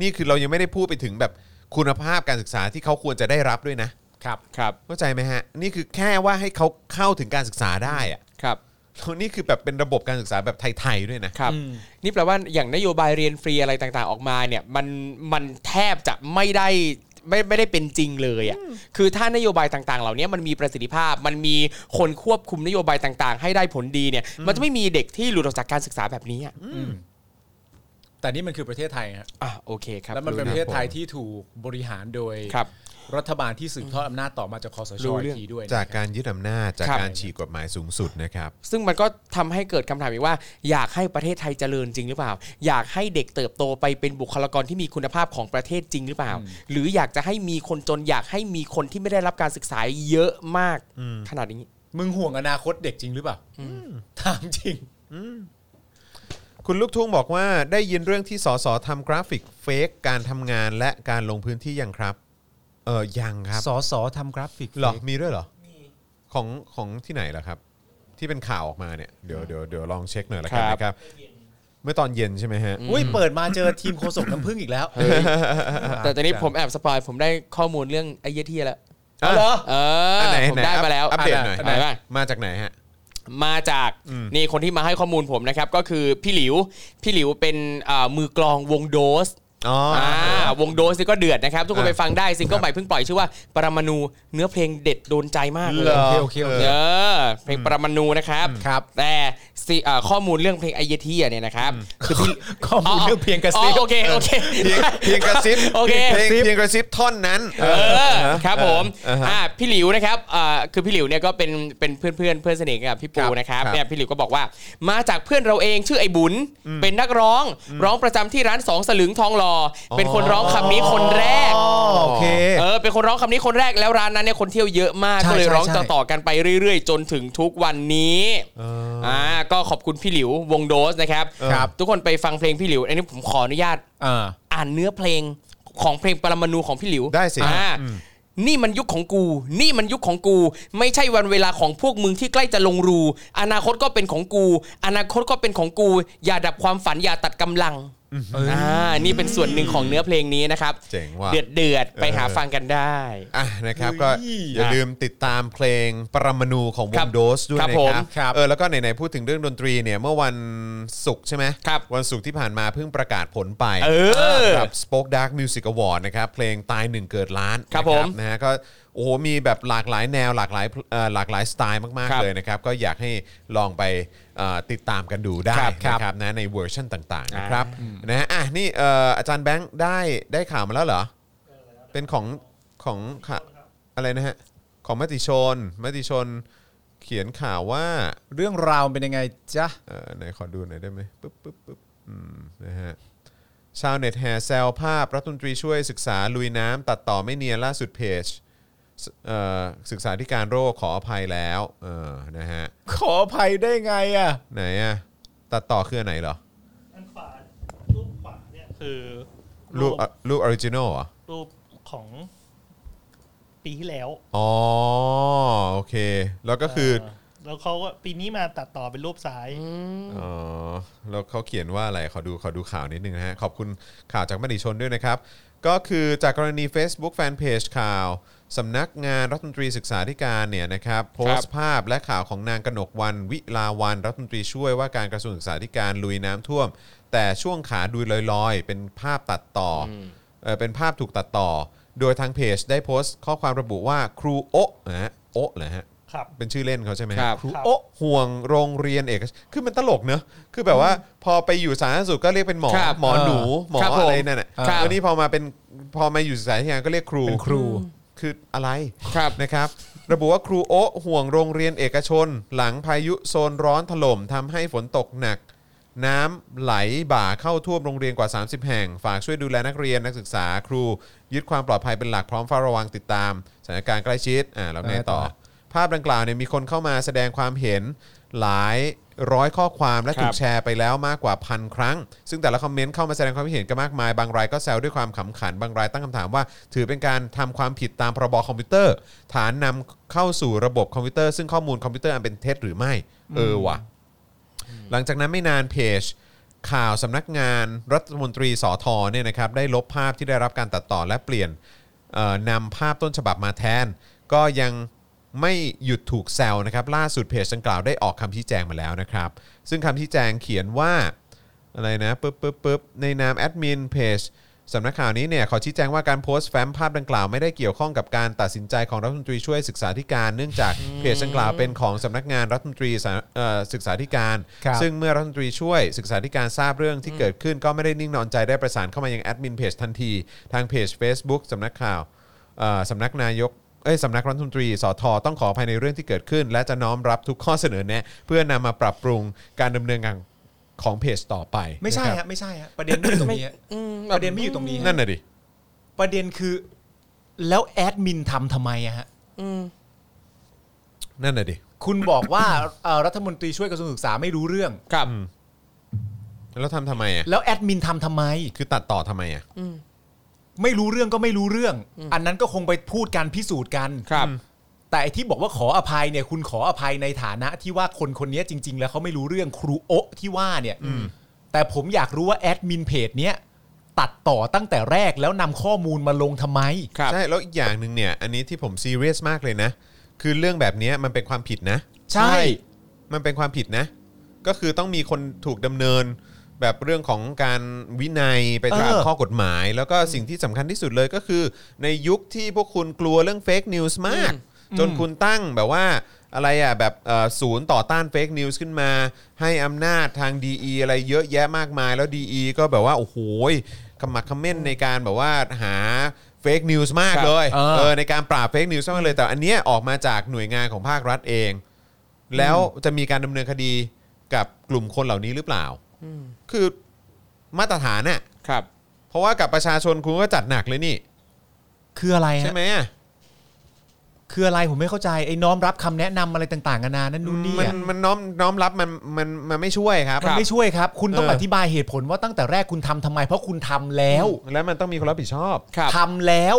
[SPEAKER 1] นี่คือเรายังไม่ได้พูดไปถึงแบบคุณภาพการศึกษาที่เขาควรจะได้รับด้วยนะครับ
[SPEAKER 3] ครับ
[SPEAKER 1] เข้าใจไหมฮะนี่คือแค่ว่าให้เขาเข้าถึงการศึกษาได้อะ
[SPEAKER 3] ครับ
[SPEAKER 1] แล้วนี่คือแบบเป็นระบบการศึกษาแบบไทยๆด้วยนะ
[SPEAKER 3] ครับ นี่แปลว่าอย่างนโยบายเรียนฟรีอะไรต่างๆออกมาเนี่ยมันมันแทบจะไม่ได้ไม่ไม่ได้เป็นจริงเลยอะ่ะคือถ้านโยบายต่างๆ เหล่านี้มันมีประสิทธิภาพ มันมีคนควบคุมนโยบายต่างๆ ให้ได้ผลดีเนี่ย มันจะไม่มีเด็กที่หลุดออกจากการศึกษาแบบนี้อะ
[SPEAKER 2] แต่นี่มันคือประเทศไทยฮะ
[SPEAKER 3] อ่ะโอเคครับ
[SPEAKER 2] แล้วมันเป็นประเทศไทยที่ถูกบริหารโดย
[SPEAKER 3] ครับ
[SPEAKER 2] รัฐบาลที่สืบทอดอำนาจต่อมาจากคอสช
[SPEAKER 3] รู้
[SPEAKER 2] อี
[SPEAKER 3] เรื่อง
[SPEAKER 2] กทีด้วย
[SPEAKER 1] จาก
[SPEAKER 2] นะ
[SPEAKER 1] การยึดอำนาจจาก
[SPEAKER 3] ครับ
[SPEAKER 1] การฉีกกฎหมายสูงสุดนะครับ
[SPEAKER 3] ซึ่งมันก็ทำให้เกิดคำถามอีกว่า อยากให้ประเทศไทยเจริญจริงหรือเปล่า อยากให้เด็กเติบโตไปเป็นบุคลากรที่มีคุณภาพของประเทศจริงหรือเปล่า หรืออยากจะให้มีคนจนอยากให้มีคนที่ไม่ได้รับการศึกษาเยอะมากขนาดนี้
[SPEAKER 2] มึงห่วงอนาคตเด็กจริงหรือเปล่าถามจริง
[SPEAKER 1] คุณลูกทุ่งบอกว่าได้ยินเรื่องที่สสทำกราฟิกเฟกการทำงานและการลงพื้นที่ยังครับเออยังครับ
[SPEAKER 2] สอสอทำกราฟิก
[SPEAKER 1] เหรอมีด้วยเหรอของของที่ไหนล่ะครับ ที่เป็นข่าวออกมาเนี่ยเดี๋ยวเดี๋ยวเดี๋ยวลองเช็คหน่อยละกัน
[SPEAKER 3] ครับ
[SPEAKER 1] นะครับเมื่อตอนเย็นใช่ไหมฮะ
[SPEAKER 2] อุ้ยเปิดมาเจอทีมโคศกน้ำผึ้งอีกแล้ว
[SPEAKER 3] แต่ตอนนี้ผมแอบสปอยผมได้ข้อมูลเรื่องไอ้เยี่ยที่แล้ว
[SPEAKER 1] อ่ะ
[SPEAKER 3] เหรอเออ
[SPEAKER 1] อันไหน
[SPEAKER 3] ผมได้มาแล้ว
[SPEAKER 1] อัปเดตหน่อย
[SPEAKER 3] ะไหนบ้าง
[SPEAKER 1] มาจากไหนฮะ
[SPEAKER 3] มาจากนี่คนที่มาให้ข้อมูลผมนะครับ ก็คือพี่หลิว พี่หลิวเป็นอ่ามือกลองวงโดส
[SPEAKER 1] อ๋อ
[SPEAKER 3] อ่า
[SPEAKER 1] อ่า
[SPEAKER 3] วงโดสนี่ก็เดือดนะครับ ทุกคน
[SPEAKER 1] อ่า
[SPEAKER 3] ไปฟังได้ซิงเกิลใหม่เพิ่งปล่อยชื่อว่าปรมาณูเนื้อเพลงเด็ดโดนใจมากเลย
[SPEAKER 1] หร
[SPEAKER 2] โอเคโอเคโอค
[SPEAKER 3] เออเพลงปรมาณูนะครับ
[SPEAKER 2] ครับ
[SPEAKER 3] แต่สิอ่าข้อมูลเรื่องเพลงไอเยทีอะเนี่ยนะครับคือพี่
[SPEAKER 2] ข้อมูลเรื่องเพียงกระซิบ
[SPEAKER 3] อ๋อโอเคโอเค
[SPEAKER 1] เพียงเพียงกระซิบ
[SPEAKER 3] โอเค
[SPEAKER 1] เพลงเพียงกระซิบท่อนนั้น
[SPEAKER 3] เออครับผม
[SPEAKER 1] เออฮะ
[SPEAKER 3] อ่าพี่หลิวนะครับอ่าคือพี่หลิวเนี่ยก็เป็นเป็นเพื่อนเพื่อนๆเพื่อนสนิทกับพี่
[SPEAKER 1] ค
[SPEAKER 3] ปู
[SPEAKER 1] รับ
[SPEAKER 3] นะครับ
[SPEAKER 1] ครับ
[SPEAKER 3] เนี่ยพี่หลิวก็บอกว่า มาจากเพื่อนเราเองชื่อไอ้บุญเป็นนักร้อง ร้องประจำที่ร้านสองสลึงทองหล่ออเป็นคนร้องคำนี้คนแรก
[SPEAKER 1] โอเค
[SPEAKER 3] เออเป็นคนร้องคำนี้คนแรกแล้วร้านนั้นเนี่ยคนเที่ยวเยอะมาก
[SPEAKER 2] ใช่
[SPEAKER 3] ก็เลย
[SPEAKER 2] ใช่
[SPEAKER 3] ร้อง
[SPEAKER 2] ใช่
[SPEAKER 3] ต่อต่อๆกันไปเรื่อย ๆ จนถึงทุกวันนี้อ่าก็ขอบคุณพี่หลิววงโดสนะครับ
[SPEAKER 1] ครับ
[SPEAKER 3] ทุกคนไปฟังเพลงพี่หลิวอันนี้ผมขออนุญาต
[SPEAKER 2] อ่า
[SPEAKER 3] อ่านเนื้อเพลงของเพลงปรมาณูของพี่หลิว
[SPEAKER 1] ได้สิ
[SPEAKER 3] อ่า
[SPEAKER 1] อืม
[SPEAKER 3] นี่มันยุคของกู นี่มันยุคของกู ไม่ใช่วันเวลาของพวกมึงที่ใกล้จะลงรู อนาคตก็เป็นของกู อนาคตก็เป็นของกู อย่าดับความฝันอย่าตัดกำลัง อ่านี่เป็นส่วนหนึ่งของเนื้อเพลงนี้นะครับ
[SPEAKER 1] เจ๋งว่ะ
[SPEAKER 3] เดือดเดือดๆไปหาฟังกันได้
[SPEAKER 1] อ่ะนะครับก็อย่าลืมติดตามเพลงปรมาณูของว
[SPEAKER 3] ครั
[SPEAKER 1] ง
[SPEAKER 3] บ
[SPEAKER 1] โดสด้วย
[SPEAKER 3] ครับ
[SPEAKER 1] นะ
[SPEAKER 3] ผม
[SPEAKER 1] ครับเออแล้วก็ไหนๆพูดถึงเรื่องดนตรีเนี่ยเมื่อวันศุกร์ใช่ไหม
[SPEAKER 3] ครับ
[SPEAKER 1] วันศุกร์ที่ผ่านมาเพิ่งประกาศผลไป
[SPEAKER 3] เออ
[SPEAKER 1] กับ Spoke Dark Music Award นะครับเพลงตายหนึ่งเกิดล้าน
[SPEAKER 3] ครับ
[SPEAKER 1] นะ
[SPEAKER 3] ผม
[SPEAKER 1] นะฮะก็โอ้โหมีแบบหลากหลายแนวหลากหลายเอ่อหลากหลายสไตล์มาก
[SPEAKER 3] ครั
[SPEAKER 1] ๆ
[SPEAKER 3] บ
[SPEAKER 1] เลยนะครับก็อยากให้ลองไปเอ่อติดตามกันดูได้
[SPEAKER 3] ครับครับ
[SPEAKER 1] นะครับนะในเวอร์ชันต่างๆนะ
[SPEAKER 3] อ่า
[SPEAKER 1] ครับนะฮะอ่ะนี่เอ่ออาจารย์แบงค์ได้ได้ข่าวมาแล้วเหรอ เป็นของของข่ะอะไรนะฮะ ของมติชน มติชนเขียนข่าวว่า
[SPEAKER 2] เรื่องราวมันเป็นยังไงจ๊ะ
[SPEAKER 1] เอ่อไหนขอดูหน่อยได้ไหมปึ๊บปึ๊บปึ๊บอืมนะฮะชาวเน็ตแห่แซวภาพรัฐมนตรีช่วยศึกษาลุยน้ำตัดต่อไม่เนียนล่าสุดเพจสเอ่อศึกษาธิการโรคขออภัยแล้วเออนะฮะ
[SPEAKER 2] ขออภัยได้ไงอ่ะ
[SPEAKER 1] ไหนอะตัดต่อคืออนไหนเหรอ
[SPEAKER 5] อันขวารูปขวาเนี่ยคือ
[SPEAKER 1] รูปรูปออริจินอลเหรอ
[SPEAKER 5] รูปของปีที่แล้ว
[SPEAKER 1] อ๋อ โอเค แล้วก็คือ
[SPEAKER 5] เแล้วเขาก็ปีนี้มาตัดต่อเป็นรูปซ้าย
[SPEAKER 1] อ๋อแล้วเขาเขียนว่าอะไร ขอดูขอดูข่าวนิดนึงนะฮะ ขอบคุณข่าวจากมติชนด้วยนะครับ ก็คือจากกรณี Facebook Fanpage ข่าวสำนักงานรัฐมนตรีศึกษาธิการเนี่ยนะครับโพสต์ภาพและข่าวของนางกนกวันวิลาวันรัฐมนตรีช่วยว่าการกระทรวงศึกษาธิการลุยน้ำท่วม แต่ช่วงขาดูลอยๆ เป็นภาพตัดต่ออเอ่อเป็นภาพถูกตัดต่อ โดยทางเพจได้โพสต์ข้อความระบุว่าครูโอ๊ะนะฮะโอ๊ะเหรอฮะ
[SPEAKER 5] ครับ
[SPEAKER 1] เป็นชื่อเล่นเขาใช่ไหมฮะ
[SPEAKER 3] ครับ
[SPEAKER 1] ครู
[SPEAKER 5] ครับ
[SPEAKER 1] โอะห่วงโรงเรียนเอกชนคือมันตลกเนอะคือแบบว่าพอไปอยู่สาธารณสุขก็เรียกเป็นหมอ
[SPEAKER 3] ครับ
[SPEAKER 1] หมอหนู หมอ
[SPEAKER 3] ครับผ
[SPEAKER 1] อะ
[SPEAKER 3] ม
[SPEAKER 1] ไรนั่นแหละ
[SPEAKER 3] ครับ
[SPEAKER 1] แล้วนี่พอมาเป็นพอมาอยู่สายที่งานก็เรียกครู
[SPEAKER 2] เป็นครู
[SPEAKER 1] คืออะไร
[SPEAKER 3] ครับ
[SPEAKER 1] นะครับ ระบุว่าครูโอะห่วงโรงเรียนเอกชน หลังพายุโซนร้อนถล่มทำให้ฝนตกหนัก น้ำไหลบ่าเข้าท่วมโรงเรียนกว่า 30 แห่ง ฝากช่วยดูแลนักเรียนนักศึกษาครู ยึดความปลอดภัยเป็นหลักพร้อมเฝ้าระวังติดตามสถานการณ์ใกล้ชิดอ่าแล้วไงต่อ ภาพดังกล่าวเนี่ยมีคนเข้ามาแสดงความเห็นหลายร้อยข้อความและถู
[SPEAKER 3] ครั
[SPEAKER 1] ก
[SPEAKER 3] บ
[SPEAKER 1] แชร์ไปแล้วมากกว่าพันครั้ง ซึ่งแต่ละคอมเมนต์เข้ามาแสดงความคิดเห็นกันมากมาย บางรายก็แซวด้วยความขำขัน บางรายตั้งคำถามว่า ถือเป็นการทำความผิดตามพรบคอมพิวเตอร์ ฐานนำเข้าสู่ระบบคอมพิวเตอร์ซึ่งข้อมูลคอมพิวเตอร์อันเป็นเท็จหรือไม่ เออว่ะ หลังจากนั้นไม่นานเพจ ข่าวสำนักงานรัฐมนตรีสอทอเนี่ยนะครับได้ลบภาพที่ได้รับการตัดต่อและเปลี่ยนเอ่อนำภาพต้นฉบับมาแทน ก็ยังไม่หยุดถูกแซวนะครับ ล่าสุดเพจดังกล่าวได้ออกคำชี้แจงมาแล้วนะครับ ซึ่งคำชี้แจงเขียนว่า อะไรนะปึ๊บปึ๊บปึ๊บในนามแอดมินเพจสำนักข่าวนี้เนี่ยขอชี้แจงว่าการโพสต์แฟ้มภาพดังกล่าวไม่ได้เกี่ยวข้องกับการตัดสินใจของรัฐมนตรีช่วยศึกษาธิการ เนื่องจากเพจดังกล่าวเป็นของสำนักงานรัฐมนตรีสาเอ่อศึกษาธิการ
[SPEAKER 2] ครับ
[SPEAKER 1] ซึ่งเมื่อรัฐมนตรีช่วยศึกษาธิการทราบเรื่องที่เกิดขึ้นก็ไม่ได้นิ่งนอนใจได้ประสานเข้ามายังแอดมินเพจทันทีทางเพจ Facebook สำนักข่าวเอ่อสำนักนายกเอ้ยสำนักรัฐมนตรีสอทอต้องขออภัยในเรื่องที่เกิดขึ้น และจะน้อมรับทุกข้อเสนอแนะเพื่อนำมาปรับปรุงการดำเนินงานของเพจต่อไป
[SPEAKER 2] ไม่ใช่
[SPEAKER 1] นะครับ
[SPEAKER 2] ฮะไม่ใช่ฮะประเด็นไม่อยู่ตรงนี้ฮะ
[SPEAKER 3] อืม
[SPEAKER 2] ประเด็นไม่อยู่ตรงนี้ฮะ
[SPEAKER 1] นั่นน่ะดิ
[SPEAKER 2] ประเด็นคือ แล้วแอดมินทำทำไมอะฮะ
[SPEAKER 3] อืม
[SPEAKER 1] นั่นน่ะดิ
[SPEAKER 2] คุณบอกว่า เอ่อรัฐมนตรีช่วยกระทรวงศึกษาไม่รู้เรื่อง
[SPEAKER 3] ครับ
[SPEAKER 1] แล้วทำทำไมอ่ะ
[SPEAKER 2] แล้วแอดมินทำทำไม
[SPEAKER 1] คือตัดต่อทำไมอ่ะ
[SPEAKER 2] ไม่รู้เรื่องก็ไม่รู้เรื่อง อันนั้นก็คงไปพูดกันพิสูจน์กัน
[SPEAKER 3] ครับ
[SPEAKER 2] แต่ไอ้ที่บอกว่าขออภัยเนี่ยคุณขออภัยในฐานะที่ว่าคนคนนี้จริง ๆ แล้วเขาไม่รู้เรื่องครูโอะที่ว่าเนี่ยแต่ผมอยากรู้ว่าแอดมินเพจเนี้ยตัดต่อตั้งแต่แรกแล้วนำข้อมูลมาลงทำไม
[SPEAKER 3] ครับ
[SPEAKER 1] ใช่ แล้วอีกอย่างหนึ่งเนี่ย อันนี้ที่ผมซีเรียสมากเลยนะ คือเรื่องแบบเนี้ยมันเป็นความผิดนะ
[SPEAKER 2] ใช่
[SPEAKER 1] มันเป็นความผิดนะ ก็คือต้องมีคนถูกดำเนิน แบบเรื่องของการวินัยไปตาม
[SPEAKER 2] เออ
[SPEAKER 1] ข้อกฎหมาย แล้วก็สิ่งที่สำคัญที่สุดเลยก็คือ ในยุคที่พวกคุณกลัวเรื่องเฟกนิวส์มาก จนคุณตั้งแบบว่าอะไรอ่ะแบบเอ่อศูนย์ต่อต้านเฟกนิวส์ขึ้นมา ให้อำนาจทาง DE อะไรเยอะแยะมากมาย แล้ว DE ก็แบบว่า โอ้โหขมักเขม้นในการแบบว่าหาเฟกนิวส์มาก
[SPEAKER 3] ครับ
[SPEAKER 1] เลย
[SPEAKER 2] เออ
[SPEAKER 1] เออในการปราบเฟกนิวส์มากเลย แต่อันเนี้ยออกมาจากหน่วยงานของภาครัฐเอง แล้วจะมีการดำเนินคดีกับกลุ่มคนเหล่านี้หรือเปล่า คือมาตรฐานน่ะ
[SPEAKER 3] ครับ
[SPEAKER 1] เพราะว่ากับประชาชนคุณก็จัดหนักเลยนี่
[SPEAKER 2] คืออะไรฮะ
[SPEAKER 1] ใช่ไหมอะ
[SPEAKER 2] คืออะไรผมไม่เข้าใจไอ้น้อมรับคำแนะนำอะไรต่างๆนานานั่นนู่นนี่
[SPEAKER 1] มัน
[SPEAKER 2] อะ
[SPEAKER 1] มันน้อมน้อมรับมันมันมันไม่ช่วยครับ
[SPEAKER 2] มันไม่ช่วยครับ คุณต้อง
[SPEAKER 1] เออ
[SPEAKER 2] อ
[SPEAKER 1] อ
[SPEAKER 2] ธิบายเหตุผลว่าตั้งแต่แรกคุณทำทำไม เพราะคุณทำแล้ว
[SPEAKER 1] แล้วมันต้องมีคนรับผิดชอบ
[SPEAKER 3] ครับ
[SPEAKER 2] ทำแล้ว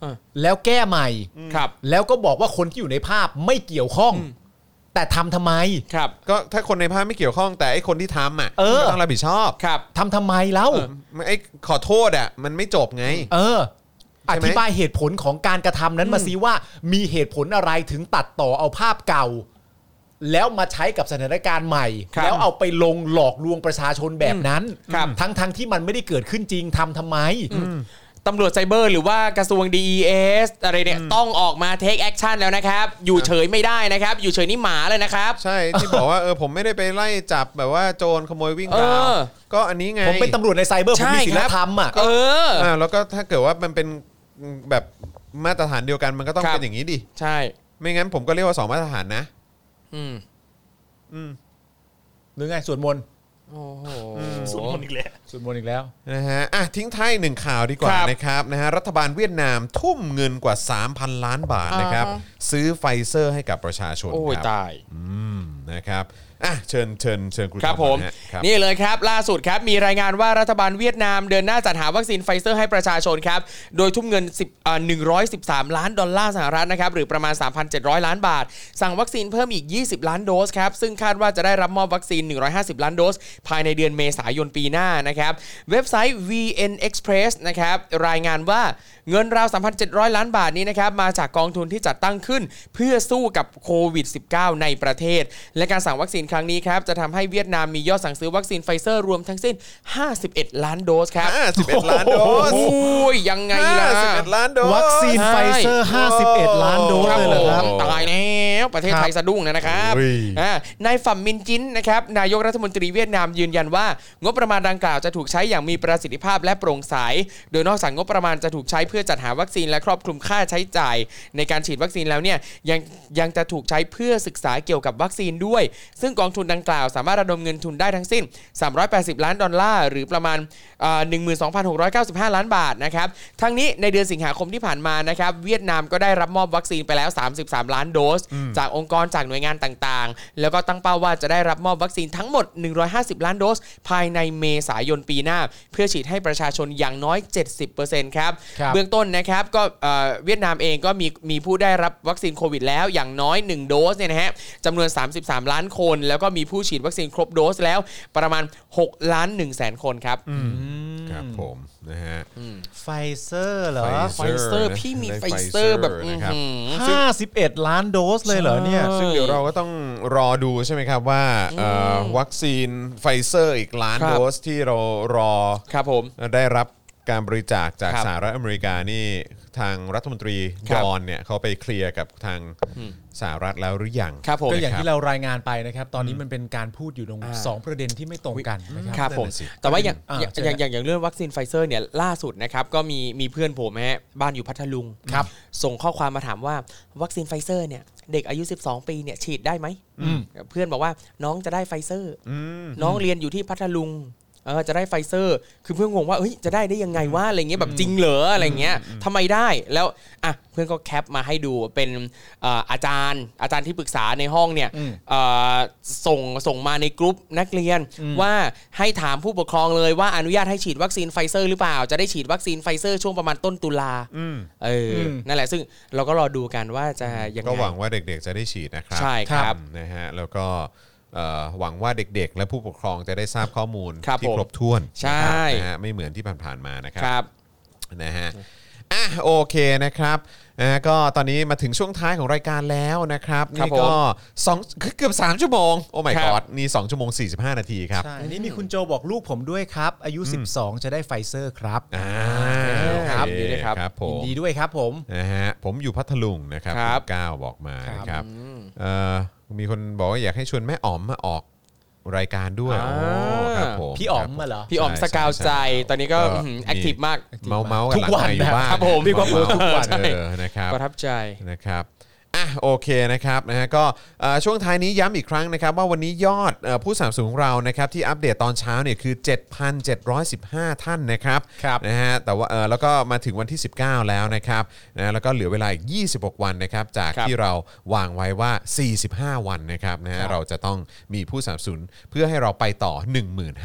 [SPEAKER 3] เออ
[SPEAKER 2] แล้วแก้ใหม่
[SPEAKER 3] ครับ
[SPEAKER 2] แล้วก็บอกว่าคนที่อยู่ในภาพไม่เกี่ยวข้อง แ แต่ทำทำไม
[SPEAKER 3] ครับ
[SPEAKER 1] ก็ถ้าคนในภาพไม่เกี่ยวข้องแต่ไอ้คนที่ทำอ่ะ
[SPEAKER 2] เออ
[SPEAKER 1] ก็ต้องรับผิดชอบ
[SPEAKER 3] ครับ
[SPEAKER 2] ทำทำไมแล้ว
[SPEAKER 3] เออ
[SPEAKER 1] ไอ้ขอโทษอ่ะมันไม่จบไง
[SPEAKER 2] เออ
[SPEAKER 1] ใช่
[SPEAKER 2] อ
[SPEAKER 1] ไหม
[SPEAKER 2] ธิบายเหตุผลของการกระทำนั้นมาซิว่ามีเหตุผลอะไรถึงตัดต่อเอาภาพเก่า แล้วมาใช้กับสถานการณ์ใหม่
[SPEAKER 3] ครับ
[SPEAKER 2] แล้วเอาไปลงหลอกลวงประชาชนแบบนั้น
[SPEAKER 3] อืมครับ
[SPEAKER 2] ทั้งทั้งที่มันไม่ได้เกิดขึ้นจริงทำทำไม
[SPEAKER 3] ตำรวจไซเบอร์หรือว่ากระทรวง DES อะไรเนี่ยต้องออกมาเทคแอคชั่นแล้วนะครับ อยู่เฉยไม่ได้นะครับ อยู่เฉยนี่หมาเลยนะครับ
[SPEAKER 1] ใช่ที่บอกว่าเออผมไม่ได้ไปไล่จับแบบว่าโจรขโมยวิ่งราว
[SPEAKER 3] เออ
[SPEAKER 1] ก็อันนี้ไง
[SPEAKER 2] ผมเป็นตำรวจในไซเบอร์ ผมมีศีลธรรมอ่ะ
[SPEAKER 3] เออ
[SPEAKER 1] อ่าแล้วก็ถ้าเกิดว่ามันเป็นแบบมาตรฐานเดียวกันมันก็ต้อง
[SPEAKER 3] ครับ
[SPEAKER 1] เป็นอย่างนี้ดิ
[SPEAKER 3] ใช่
[SPEAKER 1] ไม่งั้นผมก็เรียกว่าสองมาตรฐานนะ
[SPEAKER 3] อืม
[SPEAKER 2] หรือไงสวดมนต์
[SPEAKER 3] โอ้โห
[SPEAKER 5] สุดคนต์อีกแล้ว
[SPEAKER 2] สวดมนต์อีกแล้ว
[SPEAKER 1] นะฮะอ่ะทิ้งท้ายหนึ่งข่าวดีกว่า
[SPEAKER 3] ครับ
[SPEAKER 1] นะครับนะฮะรัฐบาลเวียดนามทุ่มเงินกว่า 3,000 ล้านบาทนะครับ
[SPEAKER 3] อ่าฮ
[SPEAKER 1] ซื้อไฟเซอร์ให้กับประชาชน
[SPEAKER 3] โอ้ย
[SPEAKER 1] ครับ
[SPEAKER 3] ตาย
[SPEAKER 1] อืมนะครับอ่ะเชิญเชิญเชิญคุณ
[SPEAKER 3] ครับ
[SPEAKER 1] จอ
[SPEAKER 3] ผ
[SPEAKER 1] ก่อ
[SPEAKER 3] ม
[SPEAKER 1] นนะฮะครับ
[SPEAKER 3] นี่เลยครับ ล่าสุดครับ มีรายงานว่ารัฐบาลเวียดนามเดินหน้าจัดหาวัคซีนไฟเซอร์ให้ประชาชนครับ โดยทุ่มเงิน10เอ่อ113 ล้านดอลลาร์สหรัฐนะครับ หรือประมาณ 3,700 ล้านบาท สั่งวัคซีนเพิ่มอีก 20 ล้านโดสครับ ซึ่งคาดว่าจะได้รับมอบวัคซีน 150 ล้านโดส ภายในเดือนเมษายนปีหน้านะครับ เว็บไซต์ VN Express นะครับ รายงานว่าเงินราว 3,700 ล้านบาทนี้นะครับ มาจากกองทุนที่จัดตั้งขึ้น เพื่อสู้กับโควิด -19 ในประเทศ และการสั่งวัคซีนครั้งนี้ครับ จะทำให้เวียดนามมียอดสั่งซื้อวัคซีนไฟเซอร์รวมทั้งสิ้น 51 ล้านโดสครับ
[SPEAKER 1] 51ล้านโดส
[SPEAKER 3] โอ้ยยังไงล่ะ
[SPEAKER 1] 51ล้านโดส
[SPEAKER 2] วัคซีน
[SPEAKER 3] ใช่
[SPEAKER 2] ไฟเซอร์ 51 ล้านโดส
[SPEAKER 3] ครับ
[SPEAKER 2] เลยเหร
[SPEAKER 3] ผ
[SPEAKER 2] อครับ
[SPEAKER 3] มตายแล้วประเทศไทยสะดุ้งเลยนะครับ
[SPEAKER 1] อุ้ย
[SPEAKER 3] อ่านายฝั่มมินจินนะครับนายกรัฐมนตรีเวียดนามยืนยันว่า งบประมาณดังกล่าวจะถูกใช้อย่างมีประสิทธิภาพและโปร่งใส โดยนอกจากงบประมาณจะถูกใช้เพื่อจัดหาวัคซีนและครอบคลุมค่าใช้จ่าย ในการฉีดวัคซีนแล้วเนี่ยยังยังจะถูกใช้เพื่อศึกษาเกี่ยวกับวัคซีนด้วย ซึ่งกองทุนดังกล่าวสามารถระดมเงินทุนได้ทั้งสิ้น 380 ล้านดอลลาร์หรือประมาณเอ่อ12,695 ล้านบาทนะครับทั้งนี้ในเดือนสิงหาคมที่ผ่านมานะครับเวียดนามก็ได้รับมอบวัคซีนไปแล้ว 33 ล้านโดส จากองค์กรจากหน่วยงานต่างๆ แล้วก็ตั้งเป้าว่าจะได้รับมอบวัคซีนทั้งหมด 150 ล้านโดส ภายในเมษายนปีหน้า เพื่อฉีดให้ประชาชนอย่างน้อย 70%ครับ
[SPEAKER 2] ครับ
[SPEAKER 3] เบื้อง เบื้องต้นนะครับก็เอ่อเวียดนามเองก็มีมีผู้ได้รับวัคซีนโควิดแล้วอย่างน้อย 1 โดสเนี่ยนะฮะจำนวน 33 ล้านคน แล้วก็มีผู้ฉีดวัคซีนครบโดสแล้วประมาณ 6 ล้าน1แสนคนครับ
[SPEAKER 1] ครับผมนะฮะ
[SPEAKER 2] ไฟเซอร์เหรอ
[SPEAKER 3] ไฟเซอร์พี่มี
[SPEAKER 1] ด้
[SPEAKER 3] ไฟเซอร์แบบ
[SPEAKER 1] นะครับ
[SPEAKER 3] อื้อหือ
[SPEAKER 2] 51 ล้านโดสเลยเหรอเนี่ย
[SPEAKER 3] ใช่
[SPEAKER 1] ซึ่งเดี๋ยวเราก็ต้องรอดูใช่ไหมครับว่าเอ่อวัคซีนไฟเซอร์อีกล้าน
[SPEAKER 3] ครับ
[SPEAKER 1] โดสที่เรารอ
[SPEAKER 3] ครับผม
[SPEAKER 1] ได้รับการบริจาคจาก
[SPEAKER 3] ครับ
[SPEAKER 1] สหรัฐอเมริกานี่ทางรัฐมนตรี
[SPEAKER 3] ค
[SPEAKER 1] ด
[SPEAKER 3] รับ
[SPEAKER 1] อนเนี่ยเขาไปเคลียร์กับทางสหรัฐแล้วหรือยัง
[SPEAKER 3] ครับผม
[SPEAKER 1] นะ
[SPEAKER 2] ก็อย่างที่เรารายงานไปนะครับ ตอนนี้มันเป็นการพูดอยู่ตรงสองประเด็นที่ไม่ตรงกันนะครับ
[SPEAKER 3] ครับผม
[SPEAKER 1] นั่นน่ะสิ
[SPEAKER 3] แต่ว่าอย่าง
[SPEAKER 2] อ่า
[SPEAKER 3] อย่าง
[SPEAKER 2] เชิญ
[SPEAKER 3] อย่างอย่างอย่างเรื่องวัคซีนไฟเซอร์เนี่ยล่าสุดนะครับก็มีมีเพื่อนผมฮะบ้านอยู่พัทลุง
[SPEAKER 2] ครับ
[SPEAKER 3] ส่งข้อความมาถามว่าวัคซีนไฟเซอร์เนี่ยเด็กอายุ 12 ปีเนี่ยฉีดได้ไหม
[SPEAKER 2] อืม
[SPEAKER 3] เพื่อนบอกว่าน้องจะได้ไฟเซอร์
[SPEAKER 1] อืม
[SPEAKER 3] น้องเรียนอยู่ที่พัทลุงเออจะได้ไฟเซอร์ คือเพื่อนงงว่าเฮ้ยจะได้ได้ยังไงว่าอะไรเงี้ยแบบจริงเหรออะไรเงี้ยทำไมได้แล้วอ่ะเพื่อนก็แคปมาให้ดูเป็นเอ่ออาจารย์อาจารย์ที่ปรึกษาในห้องเนี่ย
[SPEAKER 2] อืม
[SPEAKER 3] เอ่อส่งส่งมาในกลุ่มนักเรียนว่าให้ถามผู้ปกครองเลยว่าอนุญาตให้ฉีดวัคซีนไฟเซอร์หรือเปล่า จะได้ฉีดวัคซีนไฟเซอร์ช่วงประมาณต้นตุลา
[SPEAKER 1] อืม
[SPEAKER 3] เอออ
[SPEAKER 2] ม
[SPEAKER 3] นั่นแหละซึ่งเราก็รอดูกันว่าจะยังไง
[SPEAKER 1] ก็หวังว่าเด็กๆจะได้ฉีดนะครั
[SPEAKER 3] ใช่ครับ
[SPEAKER 1] อืมนะฮะแล้วก็เอ่อหวังว่าเด็กๆ และผู้ปกครองจะได้ทราบข้อมูล
[SPEAKER 3] ครับ
[SPEAKER 1] ที่
[SPEAKER 3] ผม
[SPEAKER 1] ครบถ้วน
[SPEAKER 3] ใช่
[SPEAKER 1] นะฮะไม่เหมือนที่ผ่านๆมานะครั
[SPEAKER 3] ครับ
[SPEAKER 1] นะฮะ อ่ะโอเคนะครับนะฮะก็ตอนนี้มาถึงช่วงท้ายของรายการแล้วนะครับ
[SPEAKER 3] ครับ
[SPEAKER 1] นี่ก็
[SPEAKER 3] ผม
[SPEAKER 1] สองคือเกือบ 3 ชั่วโมง โอ้ my
[SPEAKER 3] ครับ
[SPEAKER 1] god นี่ 2 ชั่วโมง 45 นาทีครับ
[SPEAKER 2] ใช่นี่มีคุณโจบอกลูกผมด้วยครับ อายุ 12 จะได้ไฟเซอร์ครับ
[SPEAKER 1] อ่า
[SPEAKER 3] ครับ
[SPEAKER 1] โอเ
[SPEAKER 3] ดีด้วยครับ
[SPEAKER 1] ครับผ
[SPEAKER 2] ยิน
[SPEAKER 1] ม
[SPEAKER 2] ดีด้วยครับผม
[SPEAKER 1] นะฮะผมอยู่พัทลุงนะครับ
[SPEAKER 3] ครับ
[SPEAKER 1] ณก้าวบอกมานะครับเอ่อมีคนบอกว่าอยากให้ชวนแม่อ๋อมมาออกรายการด้วยโอ้ครับผม
[SPEAKER 2] พี่อ๋อ
[SPEAKER 1] ครั
[SPEAKER 2] ม
[SPEAKER 1] บผ
[SPEAKER 2] มาเหรอ
[SPEAKER 3] พี่อ๋อมสกาวใจตอนนี้ก็แอคทีฟมาก
[SPEAKER 1] เมาเมาๆกันหลัง
[SPEAKER 2] ทุกวัน
[SPEAKER 1] ไมค์อยู่บ้าน
[SPEAKER 3] ครับผม
[SPEAKER 1] พี่ก็เมาๆ
[SPEAKER 3] ทุกวัน
[SPEAKER 1] เออนะครับ
[SPEAKER 3] ประทับใจ
[SPEAKER 1] นะครับ อ่ะโอเคนะครับนะฮะก็เอ่อช่วงท้ายนี้ย้ำอีกครั้งนะครับ ว่าวันนี้ยอดเอ่อผู้สามสูงเรานะครับที่อัปเดตตอนเช้าเนี่ยคือ 7,715 ท่านนะครับ
[SPEAKER 2] ครับ
[SPEAKER 1] นะฮะแต่ว่าเอ่อแล้วก็มาถึงวันที่ 19 แล้วนะครับนะแล้วก็เหลือเวลาอีก 26 วันนะครับจาก
[SPEAKER 3] ครับ
[SPEAKER 1] ที่เราวางไว้ว่า 45 วันนะครับนะฮะเราจะต้องมีผู้สามสูนเพื่อให้เราไปต่อ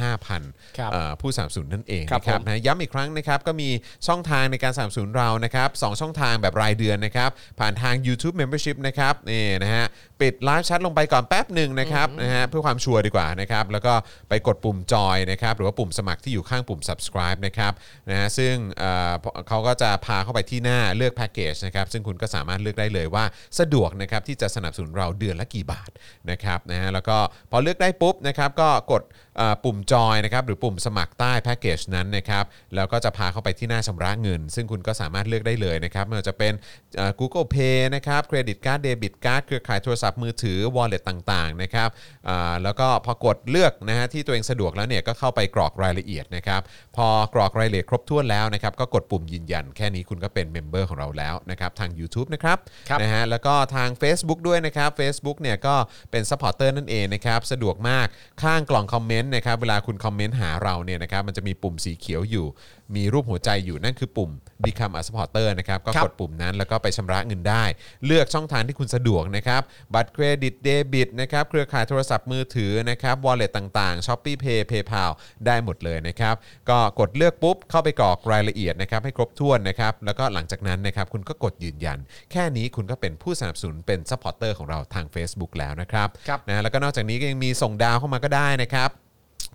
[SPEAKER 1] 15,000
[SPEAKER 2] ครับ
[SPEAKER 1] เอ่อผู้สามสูนนั่นเอง
[SPEAKER 3] ครับ
[SPEAKER 1] นะครับ
[SPEAKER 3] ผม
[SPEAKER 1] นะย้ำอีกครั้งนะครับก็มีช่องทางในการสนับสนุนเรานะครับสองช่องทางแบบรายเดือนนะครับ ผ่านทาง YouTube Membership membership นะครับนี่นะฮะปิดไลฟ์แชทลงไปก่อนแป๊บหนึ่งนะครับนะฮะเพื่อความชัวร์ดีกว่านะครับแล้วก็ไปกดปุ่มจอยนะครับหรือว่าปุ่มสมัครที่อยู่ข้างปุ่ม subscribe นะครับนะฮะซึ่งเอ่อเขาก็จะพาเข้าไปที่หน้าเลือกแพ็กเกจนะครับซึ่งคุณก็สามารถเลือกได้เลยว่าสะดวกนะครับที่จะสนับสนุนเราเดือนละกี่บาทนะครับนะฮะแล้วก็พอเลือกได้ปุ๊บนะครับก็กด อ่าปุ่มจอยนะครับหรือปุ่มสมัครใต้แพ็กเกจนั้นนะครับแล้วก็จะพาเข้าไปที่หน้าชำระเงิน ซึ่งคุณก็สามารถเลือกได้เลยนะครับไม่ว่าจะเป็นอ่า Google Pay นะครับเครดิตการ์ดเดบิตการ์ดเครือข่ายโทรศัพท์มือถือ Wallet ต่างๆนะครับอ่าแล้วก็พอกดเลือกนะฮะที่ตัวเองสะดวกแล้วเนี่ยก็เข้าไปกรอกรายละเอียดนะครับพอกรอกรายละเอียดครบถ้วนแล้วนะครับก็กดปุ่มยืนยัน แค่นี้คุณก็เป็นเมมเบอร์ของเราแล้วนะครับทาง YouTube นะครับ
[SPEAKER 2] ครับ
[SPEAKER 1] นะฮะแล้วก็ทาง Facebook ด้วยนะครับ Facebook เนี่ยก็เป็นซัพพอร์เตอร์นั่นเองนะครับสะดวกมากข้างกล่องคอมเมนต์นะครับเวลาคุณคอมเมนต์หาเราเนี่ยนะครับมันจะมีปุ่มสีเขียวอยู่ มีรูปหัวใจอยู่นั่นคือปุ่ม Become a supporter นะครับก็
[SPEAKER 2] ครั
[SPEAKER 1] ก
[SPEAKER 2] บ
[SPEAKER 1] ดปุ่มนั้นแล้วก็ไปชำระเงินได้ เลือกช่องทางที่คุณสะดวกนะครับบัตรเครดิตเดบิตนะครับเครือข่ายโทรศัพท์มือถือนะครับวอลเล็ตต่างๆ s h o p e e Pay PayPal ได้หมดเลยนะครับก็กดเลือกปุ๊บเข้าไปกรอกรายละเอียดนะครับให้ครบถ้วนนะครับแล้วก็หลังจากนั้นนะครับคุณก็กดยืนยัน แค่นี้คุณก็เป็นผู้สนับสนุนเป็นซัพพอร์เตอร์ของเราทาง Facebook แล้วนะครับ
[SPEAKER 2] ครับ
[SPEAKER 1] นะฮะแล้วก็นอกจากนี้ก็ยังมีส่งดาวเข้ามาก็ได้นะครับ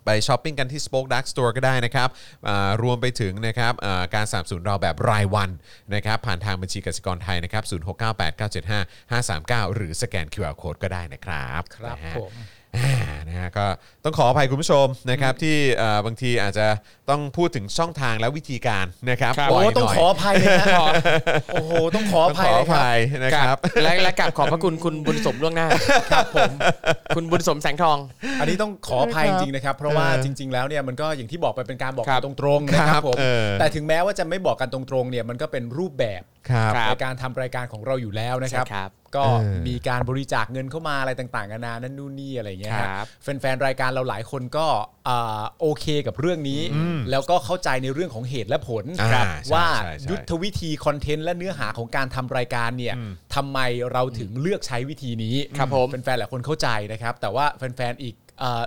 [SPEAKER 1] ไปช้อปปิ้งกันที่ Spoke Dark Store ก็ได้นะครับอ่ารวมไปถึงนะครับอ่าการสนับสนุนเราแบบรายวันนะครับผ่านทางบัญชีกสิกรไทยนะครับ0698975539 หรือสแกน QR Code ก็ได้นะครับ
[SPEAKER 2] ครับ
[SPEAKER 1] นะฮะ
[SPEAKER 2] ผม
[SPEAKER 1] อ่านะฮะก็ต้องขออภัยคุณผู้ชมนะครับที่เอ่อบางทีอาจจะต้องพูดถึงช่องทางและวิธีการนะครับ
[SPEAKER 3] ครับ
[SPEAKER 1] บ่ย
[SPEAKER 2] โอ้
[SPEAKER 1] หน่ย
[SPEAKER 2] ต้องขออภัยเลยนะโอ้โหต้องขออ
[SPEAKER 1] ต้อง
[SPEAKER 2] ภั
[SPEAKER 1] ข
[SPEAKER 2] ย
[SPEAKER 1] อ
[SPEAKER 2] เล
[SPEAKER 1] อย
[SPEAKER 2] ครับ
[SPEAKER 1] ภัยนะครับ
[SPEAKER 3] และและกลับขอบพระคุณคุณบุญสมล่วงหน้า ครับผม คุณบุญสมแสงทอง
[SPEAKER 2] อันนี้ต้องขออภัยจริงๆนะครับ เพราะว่าจริง ๆ แล้วเนี่ยมันก็อย่างที่บอกไปเป็นการบอก
[SPEAKER 3] ครั
[SPEAKER 2] กับ นตรงๆนะค
[SPEAKER 1] ครั
[SPEAKER 2] รั
[SPEAKER 1] บบ
[SPEAKER 2] ผม
[SPEAKER 1] เออ
[SPEAKER 2] แต่ถึงแม้ว่าจะไม่บอกกันตรงๆเนี่ยมันก็เป็นรูปแบบ
[SPEAKER 1] ครับ
[SPEAKER 3] ครับ
[SPEAKER 2] ในการทำรายการของเราอยู่แล้วนะครับ
[SPEAKER 3] ใช่ครับ
[SPEAKER 2] ก็
[SPEAKER 1] เออ
[SPEAKER 2] มีการบริจาคเงินเข้ามาอะไรต่างๆนานานั่นนู่นนี่อะไรอย่างเงี้ย
[SPEAKER 3] ครับ
[SPEAKER 2] แฟนๆรายการเราหลายคนก็อ่าโอเคกับเรื่องนี้ แล้วก็เข้าใจในเรื่องของเหตุและผล
[SPEAKER 1] อ่า
[SPEAKER 2] ครับ
[SPEAKER 1] ใช่
[SPEAKER 2] ว่า
[SPEAKER 1] ใช่ใช่
[SPEAKER 2] ยุทธวิธีคอนเทนต์และเนื้อหาของการทำรายการเนี่ยทำไมเราถึงเลือกใช้วิธีนี้
[SPEAKER 3] ครับผม
[SPEAKER 2] แฟนๆหลายคนเข้าใจนะครับ แต่ว่าแฟนๆอีกเอ่อ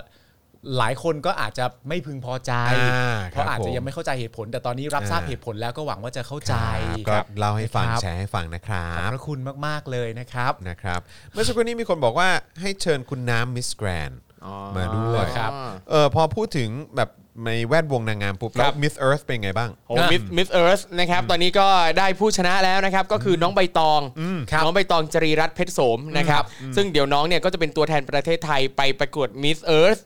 [SPEAKER 2] หลายคนก็อาจจะไม่พึงพอใจ
[SPEAKER 1] อ่า
[SPEAKER 2] เพราะอา
[SPEAKER 1] ค
[SPEAKER 2] จ
[SPEAKER 1] รับผ
[SPEAKER 2] จะ
[SPEAKER 1] ม
[SPEAKER 2] ยังไม่เข้าใจเหตุผล แต่ตอนนี้รับทราบ
[SPEAKER 1] อ่า
[SPEAKER 2] เหตุผลแล้วก็หวังว่าจะเข้าใจ
[SPEAKER 1] ครับก็เล่าให้ฟัง
[SPEAKER 2] ครับ
[SPEAKER 1] แชร์ให้ฟังนะครั
[SPEAKER 2] ขอบบ พระคุณมากๆเลยนะครับ
[SPEAKER 1] นะครับเมื่อสักครู่นี้มีคนบอกว่าให้เชิญคุณน้ำมิสแกรนมาด้วย
[SPEAKER 2] ครับ
[SPEAKER 1] เออพอพูดถึงแบบในแวดวงนางงามปุ๊บแล้วมิสเอิร์ธเป็นไงบ้าง
[SPEAKER 3] โอ้มิสมิสเอิร์ธนะครับ ตอนนี้ก็ได้ผู้ชนะแล้วนะครับ ก็คือน้องใบตอง น้องใบตองจรีรัตน์เพชรโสมนะครับ ซึ่งเดี๋ยวน้องเนี่ยก็จะเป็นตัวแทนประเทศไทยไปประกวดมิสเอิร์ธ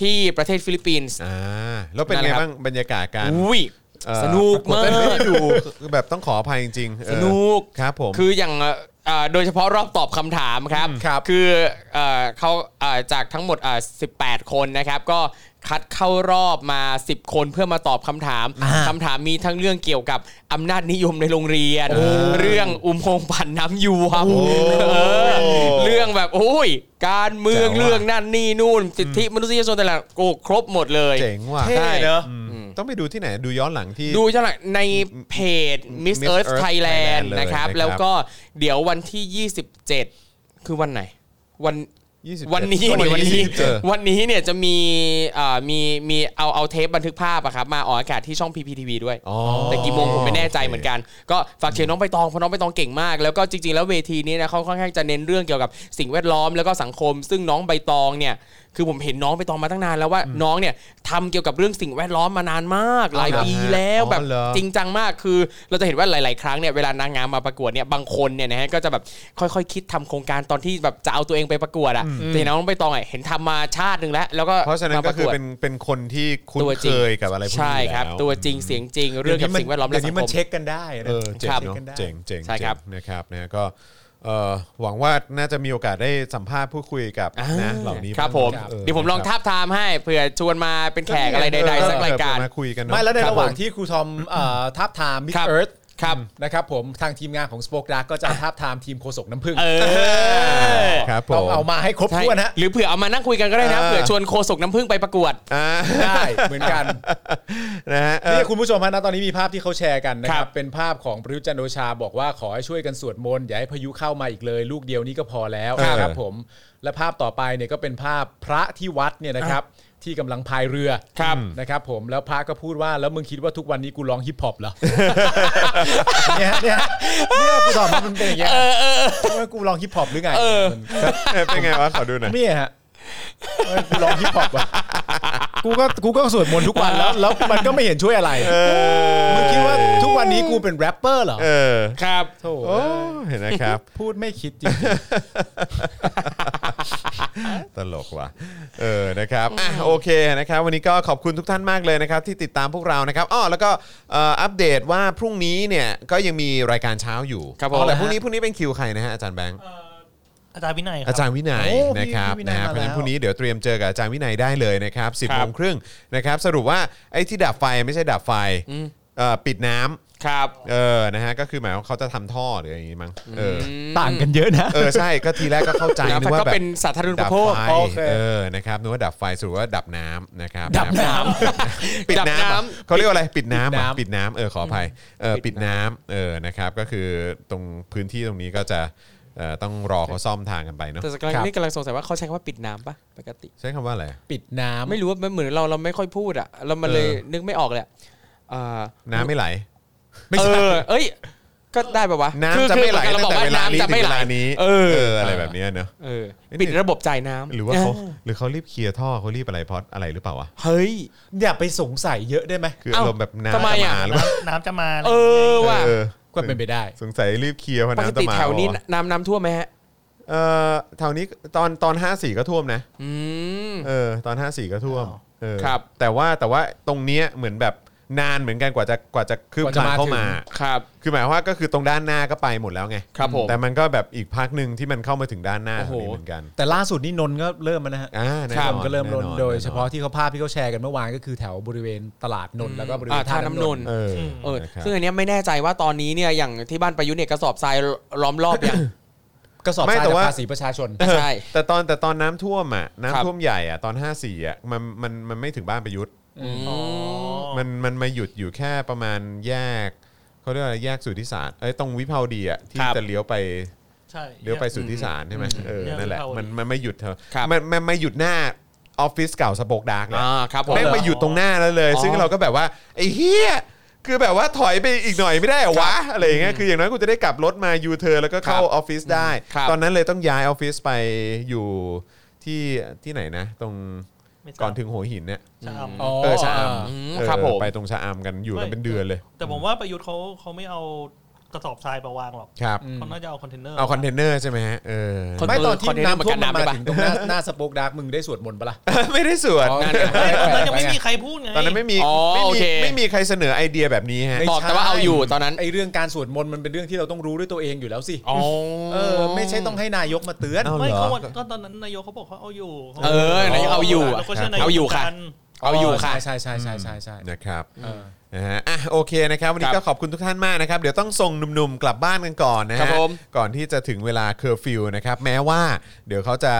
[SPEAKER 3] ที่ประเทศฟิลิปปินส์
[SPEAKER 1] อ่า แล้วเป็น
[SPEAKER 3] นั่นแห
[SPEAKER 1] ไง
[SPEAKER 3] ละครับ
[SPEAKER 1] บ้างบรรยากาศการ
[SPEAKER 3] อุ้ย
[SPEAKER 1] เอ่อ
[SPEAKER 3] สนุกมา
[SPEAKER 1] ประวด
[SPEAKER 3] ก
[SPEAKER 1] ไม่ดูคือแบบต้องขออภัยจริงๆเออ
[SPEAKER 3] สนุก
[SPEAKER 1] ครับผม
[SPEAKER 3] คืออย่างเอ่อเอ่อโดยเฉพาะรอบตอบคำถามครับ
[SPEAKER 2] ครับ
[SPEAKER 3] คือเอ่อเขาเอ่อจากทั้งหมดเอ่อ18 คนนะครับ ก็คัดเข้ารอบมา 10 คนเพื่อมาตอบคำถาม
[SPEAKER 2] อ่า
[SPEAKER 3] คำถามมีทั้งเรื่องเกี่ยวกับอำนาจนิยมในโรงเรียน เรื่องอุโมงค์ปั่นน้ำยูครับเออเรื่องแบบโอ้ย การเมือง
[SPEAKER 1] แจ๋วว่ะ
[SPEAKER 3] เรื่องนั่นนี่นู่นสิทธิมนุษยชนแต่ละโอ้ครบหมดเลย
[SPEAKER 1] เจ๋งว่ะ
[SPEAKER 3] เท่เนอะ
[SPEAKER 1] อืมต้องไปดูที่ไหนดูย้อนหลังที่
[SPEAKER 3] ดูจังหวะในเพจ Miss
[SPEAKER 1] Miss
[SPEAKER 3] Earth
[SPEAKER 1] Earth Thailand
[SPEAKER 3] Thailand
[SPEAKER 1] เลย
[SPEAKER 3] นะครับ
[SPEAKER 1] นะครับ
[SPEAKER 3] แล้วก็เดี๋ยววันที่ 27 คือวันไหน วัน
[SPEAKER 1] 27
[SPEAKER 3] วันนี้
[SPEAKER 1] วั
[SPEAKER 3] เนี่ยวัน น
[SPEAKER 1] นี้
[SPEAKER 3] นี้
[SPEAKER 1] เออ
[SPEAKER 3] วันนี้เนี่ยจะมีเอ่อมีมีเอาเอาเทปบันทึกภาพอะครับ มาออกอากาศที่ช่อง PPTV ด้วย
[SPEAKER 1] อ๋อ
[SPEAKER 3] แต่กี่โมงผมไม่แน่ใจ
[SPEAKER 1] โค
[SPEAKER 3] เหมือนกัน ก็ฝากเชียร์น้องใบตองเพราะน้องใบตองเก่งมาก แล้วก็จริงๆ แล้วเวทีนี้นะเขาค่อนข้างจะเน้นเรื่องเกี่ยวกับสิ่งแวดล้อมแล้วก็สังคม ซึ่งน้องใบตองเนี่ยคือผมเห็นน้องใบตองมาตั้งนานแล้วว่าน้องเนี่ยทำเกี่ยวกับเรื่องสิ่งแวดล้อมมานานมาก หลาย
[SPEAKER 1] อ๋อเหรอ
[SPEAKER 3] ปีแล้ว
[SPEAKER 1] อ๋อ
[SPEAKER 3] แบบ
[SPEAKER 1] เหรอ
[SPEAKER 3] จริงจังมากคือ เราจะเห็นว่าหลาย ๆ ครั้งเนี่ยเวลานางงามมาประกวดเนี่ยบางคนเนี่ยนะฮะก็จะแบบค่อย ๆ คิดทำโครงการตอนที่แบบจะเอาตัวเองไปประกวดอะแต่น้องใบตองอะเห็นทำมาชาติหนึ่งแล้วแล้วก็
[SPEAKER 1] เพราะฉะนั้น
[SPEAKER 3] ม
[SPEAKER 1] ก็
[SPEAKER 3] ป
[SPEAKER 1] คือ
[SPEAKER 3] วด
[SPEAKER 1] เป็นเป็นคนที่คุ้น
[SPEAKER 3] ตัวจ
[SPEAKER 1] เค
[SPEAKER 3] ริง
[SPEAKER 1] ยกับอะไรพวกนี้
[SPEAKER 3] ใช่ครับ
[SPEAKER 1] อยู่แล้ว
[SPEAKER 3] ตัวจริงเสียงจริงเรื่องกับสิ่งแวดล้อม
[SPEAKER 2] เดี๋
[SPEAKER 3] และ
[SPEAKER 2] ยว
[SPEAKER 3] สัง
[SPEAKER 2] นี้
[SPEAKER 3] ค
[SPEAKER 2] มัน
[SPEAKER 3] ม
[SPEAKER 2] เช็คกันได้นะ
[SPEAKER 1] เออเจ๋ง
[SPEAKER 3] ครับ
[SPEAKER 1] เนอะเจ๋งเจ๋ง
[SPEAKER 3] ใช่ครับ
[SPEAKER 1] เจ๋งนะครับนะก็เอ่อหวังว่าน่าจะมีโอกาสได้สัมภาษณ์พูดคุยกับ
[SPEAKER 3] อ่า
[SPEAKER 1] นะเหล่านี้
[SPEAKER 3] ครับผม
[SPEAKER 1] างนะ
[SPEAKER 3] เดี๋ยวผมลอง
[SPEAKER 1] ครับ
[SPEAKER 3] ทาบทามให้เผื่อชวนมาเป็นแขกอะไรใดๆสักรายการ
[SPEAKER 1] เออเผื่อมาคุยกันเนอะ
[SPEAKER 2] ไม่แล้วใน
[SPEAKER 3] ครับ
[SPEAKER 2] ระหว่าง
[SPEAKER 3] ผม
[SPEAKER 2] ที่ครูทอมเอ่อทับทามมิส
[SPEAKER 3] ครับ
[SPEAKER 2] เอิร์ธ
[SPEAKER 3] ครับ
[SPEAKER 2] นะครับผมทางทีมงานของ Spoke Dark ก็จะทับทามทีมโคศกน้ำผึ้ง
[SPEAKER 3] เออ
[SPEAKER 1] ครับผ
[SPEAKER 2] ต้อ
[SPEAKER 1] ม
[SPEAKER 2] งเอามาให้ครบ
[SPEAKER 3] ใช่
[SPEAKER 2] ถ้วนฮะ
[SPEAKER 3] หรือเผื่อเอามานั่งคุยกันก็ได้นะเผื่อชวนโคศกน้ำผึ้งไปประกวด
[SPEAKER 1] อ่า
[SPEAKER 2] ได้เหมือนกัน
[SPEAKER 1] นะฮะเออ
[SPEAKER 2] นี่คุณผู้ชมฮะณตอนนี้มีภาพที่เขาแชร์กันนะค
[SPEAKER 3] ครั
[SPEAKER 2] รับ
[SPEAKER 3] บ
[SPEAKER 2] เป็นภาพของประยุทธ์จันทร์โอชาบอกว่าขอให้ช่วยกันสวดมนต์อย่าให้พายุเข้ามาอีกเลย ลูกเดียวนี้ก็พอแล้ว
[SPEAKER 1] ครับ
[SPEAKER 2] ผม และภาพต่อไปเนี่ยก็เป็นภาพพระที่วัดเนี่ยนะครับ ที่กำลังพายเรือ
[SPEAKER 3] ครับ
[SPEAKER 2] นะครับผมแล้วพระก็พูดว่าแล้วมึงคิดว่าทุกวันนี้กูร้องฮิปฮอป เหรอ เนี่ยเนี่ยเนี่ยกูตอบว่ามันเป็นอย่างเงี้ยทำไมกูร้องฮิปฮอปหรือไงมัน
[SPEAKER 1] เป็นไงวะขอดูหน่อย
[SPEAKER 2] เนี่ยฮะทำไมกูร้องฮิปฮอป วะกูก็กูก็สวดมนต์ทุกวันแล้วแล้วมันก็ไม่เห็นช่วยอะไรมึงคิดว่าทุกวันนี้กูเป็นแรปเปอร์เหรอ
[SPEAKER 1] เออ
[SPEAKER 3] ครับ
[SPEAKER 2] โธ่
[SPEAKER 1] โอ้เห็นนะครับ
[SPEAKER 2] พูดไม่คิดจริง
[SPEAKER 1] ตลกว่ะ เออ นะครับ อ่ะ โอเค นะครับ วันนี้ก็ขอบคุณทุกท่านมากเลยนะครับ ที่ติดตามพวกเรา นะครับ อ้อ แล้วก็เอ่ออัปเดตว่าพรุ่งนี้เนี่ย ก็ยังมีรายการเช้าอยู่
[SPEAKER 3] ครับผม
[SPEAKER 1] อ๋อแต่พรุ่งนี้ พรุ่งนี้เป็นคิวใครนะฮะ อาจารย์แบงค์
[SPEAKER 5] อาจารย์วินัยครั
[SPEAKER 1] อา
[SPEAKER 5] บ
[SPEAKER 1] จารย์วินัย
[SPEAKER 2] โอ้พี่
[SPEAKER 1] นะครับ
[SPEAKER 2] พี่วินั
[SPEAKER 1] นะ
[SPEAKER 2] ย
[SPEAKER 1] ฮะ
[SPEAKER 2] มา
[SPEAKER 1] เพราะฉะนั้น
[SPEAKER 2] แล้ว
[SPEAKER 1] พรุ่งนี้เดี๋ยวเตรียมเจอกับอาจารย์วินัยได้เลยนะครับ10บ
[SPEAKER 3] ค
[SPEAKER 1] โม
[SPEAKER 3] รับ
[SPEAKER 1] งครึ่งนะครับ สรุปว่าไอ้ที่ดับไฟไม่ใช่ดับไฟเอ่อปิดน้ำ
[SPEAKER 3] ครับ
[SPEAKER 1] เออ นะฮะ ก็คือหมายว่าเขาจะทำท่อหรืออย่างงี้มั้ง เออ
[SPEAKER 2] ๆต่างกันเยอะนะ
[SPEAKER 1] เออ ใช่ ก็ทีแรกก็เข้าใจ
[SPEAKER 3] แล้ว
[SPEAKER 1] นึก
[SPEAKER 3] มัน
[SPEAKER 1] ว่า
[SPEAKER 3] ก็
[SPEAKER 1] แบบ
[SPEAKER 3] เป็นสาธารณูป
[SPEAKER 1] ดับ
[SPEAKER 3] โภค
[SPEAKER 1] ไฟ
[SPEAKER 2] โอเค
[SPEAKER 1] เออ นะครับนึกว่าดับไฟสรุปว่าดับน้ำนะครับ
[SPEAKER 2] ดับน้
[SPEAKER 1] ปิดน้ำ
[SPEAKER 3] ดับน้ำ
[SPEAKER 1] เหรอเขาเรียกว่าอะไร ปิดน้ำเหรอ
[SPEAKER 2] ปิดน้ำ
[SPEAKER 1] ปิดน้ำเออ ขออภัย เออ ปิดน้ำเออ นะครับ ก็คือตรงพื้นที่ตรงนี้ก็จะเอ่อต้องรอเขาซ่อมทางกันไปเนาะ
[SPEAKER 3] แต่สกายนี่กำลังสงสัยว่าเขาใช้คำว่าปิดน้ำปะปกติ
[SPEAKER 1] ใช้คำว่าอะไร
[SPEAKER 2] ำปิดน้ำ
[SPEAKER 3] ไม่รู้ว่ามันเหมือนเราเราไม่ค่อยพูดอ่ะ เรามันเลย
[SPEAKER 1] เออ
[SPEAKER 3] นึกไม่ออกเลยอะเอ่อ
[SPEAKER 1] น้ำไม่ไหล
[SPEAKER 3] เออเอ้ย ก็ได้ปะวะ
[SPEAKER 1] น้ำจะไม่ไหล
[SPEAKER 3] คือ
[SPEAKER 1] ตั้ง
[SPEAKER 3] คือ
[SPEAKER 1] แต่เวลานี้
[SPEAKER 3] เร
[SPEAKER 1] ถึงเวลา
[SPEAKER 3] บอกว่าำจะไม่ไหล
[SPEAKER 1] นี้
[SPEAKER 3] เออ
[SPEAKER 1] อะไรแบบเนี้ยเนาะ
[SPEAKER 3] เออ
[SPEAKER 1] เอ้ย
[SPEAKER 3] ปิดระบบจ่ายน้ำ
[SPEAKER 1] หรือว่าเขาหรือเขารีบเคลียร์ท่อเขารีบอะไรเพราะอะไรหรือเปล่าวะ
[SPEAKER 3] เฮ้ย
[SPEAKER 2] อย่าไปสงสัยเยอะได้ไหม
[SPEAKER 1] คืออา
[SPEAKER 3] เอ้าร
[SPEAKER 1] มณ์แบบน้ำ
[SPEAKER 3] ทำไม
[SPEAKER 1] จะ
[SPEAKER 3] อ่ะ
[SPEAKER 1] มาหรือเปล่า
[SPEAKER 5] น้ำจะมาอะไร
[SPEAKER 3] เออว่ะ
[SPEAKER 1] เออ
[SPEAKER 2] ก็เป็นไปได้
[SPEAKER 1] สงสัยรีบเคลียร์เพราะ
[SPEAKER 3] ปก
[SPEAKER 1] น้ำจะ
[SPEAKER 3] ติ
[SPEAKER 1] มา
[SPEAKER 3] แถวนี้
[SPEAKER 1] เหรอ
[SPEAKER 3] น้ำน้ำท่วมไหมฮะ
[SPEAKER 1] เอ่อแถวนี้ตอนตอน 54 ก็ท่วมนะ
[SPEAKER 3] อืม
[SPEAKER 1] เออตอน 54 ก็ท่วมเออ
[SPEAKER 3] ครับ
[SPEAKER 1] แต่ว่าแต่ว่าตรงเนี้ยเหมือนแบบนานเหมือนกันกว่าจะกว่าจะคืบ
[SPEAKER 2] กว่า
[SPEAKER 1] ค
[SPEAKER 2] จะ
[SPEAKER 1] ลาน
[SPEAKER 2] มา
[SPEAKER 1] เข้ามา
[SPEAKER 2] ถึ
[SPEAKER 3] ครับ
[SPEAKER 1] คือหมายความว่าก็คือตรงด้านหน้าก็ไปหมดแล้วไง
[SPEAKER 3] ครับผม
[SPEAKER 1] แต่มันก็แบบอีกพักหนึ่งที่มันเข้ามาถึงด้านหน้าตร
[SPEAKER 3] โอ้โห
[SPEAKER 1] งนี้เหมือนกัน
[SPEAKER 2] แต่ล่าสุดนี่นนท์ก็เริ่มมานะฮะ
[SPEAKER 1] อ่าแน่
[SPEAKER 3] ครั
[SPEAKER 1] น
[SPEAKER 3] บ
[SPEAKER 1] อน
[SPEAKER 2] ก็เริ่มลน
[SPEAKER 1] แน่นอน
[SPEAKER 2] โดยเฉพาะที่เขาภาพที่เขาแชร์กันเมื่อวานก็คือแถวบริเวณตลาดนนท์แล้วก็บริเว
[SPEAKER 3] อ่า
[SPEAKER 2] ณ
[SPEAKER 3] ท่าน้ำนนท์
[SPEAKER 1] เออ
[SPEAKER 3] เออ
[SPEAKER 1] นะครับ
[SPEAKER 3] ซึ่งอันเนี้ยไม่แน่ใจว่าตอนนี้เนี่ยอย่างที่บ้านประยุทธ์เนี่ยกระสอบทรายล้อมรอบ อย่าง
[SPEAKER 2] ก็สอบทรายจากภาษีประชาชน
[SPEAKER 3] ใช่
[SPEAKER 1] แต่ตอนแต่ตอนน้ำท่วมอ่ะน้ำ
[SPEAKER 3] ครับ
[SPEAKER 1] ท่วมใหญ่อ่ะตอน 54อ่ะมันมันมันไม่ถึงบ้านประยุทธ์
[SPEAKER 5] อ๋อ
[SPEAKER 1] มันมันมาหยุดอยู่แค่ประมาณแยกเขาเรียกว่าอะไรแยกสุทธิศาสตร์เอ้ยตรงวิภาวดีอ่ะที่
[SPEAKER 3] ครับ
[SPEAKER 1] จะเลี้ยวไป
[SPEAKER 5] ใช่
[SPEAKER 1] เลี้ยวไปสุดที่สารใช่ไหมเออ
[SPEAKER 5] เลี้ยว
[SPEAKER 1] นั่นแหละ
[SPEAKER 5] วิภาวดี
[SPEAKER 1] มันมันไม่หยุดเธอ
[SPEAKER 3] ครับ
[SPEAKER 1] มันมันไม่หยุดหน้าออฟฟิศเก่าสปอคดาร์กเลย
[SPEAKER 3] อ่าครับผม
[SPEAKER 1] แม่งมาหยุดตรงหน้าแล้วเลย
[SPEAKER 3] อ๋อ
[SPEAKER 1] ซึ่งเราก็แบบว่าไอ้เฮียคือแบบว่าถอยไปอีกหน่อยไม่ได้เหรอวะ อะไรอย่างเงี้ย คืออย่างน้อยกูจะได้กลับรถมายูเธอแล้วก็เข้า
[SPEAKER 3] ครับ
[SPEAKER 1] ออฟฟิศได้
[SPEAKER 3] ครับ
[SPEAKER 1] ตอนนั้นเลยต้องย้ายออฟฟิศไปอยู่ที่ที่ไหนนะ ตรง
[SPEAKER 5] ไม่ทราบ
[SPEAKER 1] ก่อนถึงหัวหินเนี่ย
[SPEAKER 5] จะทำ
[SPEAKER 1] เออชะอำ
[SPEAKER 3] อืม
[SPEAKER 1] เออ
[SPEAKER 3] ครับผม
[SPEAKER 1] ไปตรงชะอำกันอยู่กัน
[SPEAKER 5] ไม่
[SPEAKER 1] เป็นเดือนเลย
[SPEAKER 5] แต่ผมว่าประยุทธ์เขาเขาไม่เอากระสอบทรายมาวางหรอก
[SPEAKER 1] ครับ
[SPEAKER 5] เขาน่าจะเอาคอนเทนเนอร์
[SPEAKER 1] เอาคอนเทนเนอร์ใช่ไหมฮะ เออ
[SPEAKER 3] คน
[SPEAKER 2] ไม่ตอนที่
[SPEAKER 3] คเทเร์
[SPEAKER 2] น้ำท่วม
[SPEAKER 3] เหอกั
[SPEAKER 2] มา
[SPEAKER 3] ได้ปะ
[SPEAKER 2] ถึงตรงหน้าหน้าสปอคดาร์กมึงได้สวดมนต์ปะล่ะ
[SPEAKER 1] ไม่ได้สวน
[SPEAKER 3] นั่น
[SPEAKER 5] เฮ้ยตอนนั้นยังไม่มีใครพูดไง
[SPEAKER 1] ตอนนั้นไม่มี
[SPEAKER 3] อ๋อ
[SPEAKER 1] ไม่
[SPEAKER 3] โอ
[SPEAKER 1] มี
[SPEAKER 3] เค
[SPEAKER 1] ไม่มีใครเสนอไอเดียแบบนี้ฮะ
[SPEAKER 3] บอกแต่ว่าเอาอยู่ตอนนั้น
[SPEAKER 2] ไอเรื่องการสวดมนต์มันเป็นเรื่องที่เราต้องรู้ด้วยตัวเองอยู่แล้วสิ
[SPEAKER 3] อ๋อ
[SPEAKER 2] เออไม่ใช่ต้องให้นายกมาเตือน
[SPEAKER 1] เอา
[SPEAKER 5] ไม่
[SPEAKER 1] เหรอ
[SPEAKER 5] เขาวันก็ตอนนั้นนายกเขาบอกเขาเอาอยู่ข
[SPEAKER 3] เออนายกเอาอยู่อะ
[SPEAKER 5] แล้วก็ชื่นก
[SPEAKER 3] เอาอยู่ค่ะ
[SPEAKER 5] กัน
[SPEAKER 3] เอาอยู่ค่ะ
[SPEAKER 2] ใช่ใช่ใช่ใช่ใช่
[SPEAKER 1] นะครับ
[SPEAKER 2] เออ
[SPEAKER 1] นะฮะอ่ะโอเคนะครับ วันนี้
[SPEAKER 3] ครับ
[SPEAKER 1] ก็ขอบคุณทุกท่านมากนะครับ เดี๋ยวต้องส่งหนุ่มๆกลับบ้านกันก่อนนะ
[SPEAKER 3] ครั
[SPEAKER 1] ฮะ
[SPEAKER 3] บผม
[SPEAKER 1] ก่อนที่จะถึงเวลาเคอร์ฟิวนะครับ แม้ว่าเดี๋ยวเขาจะ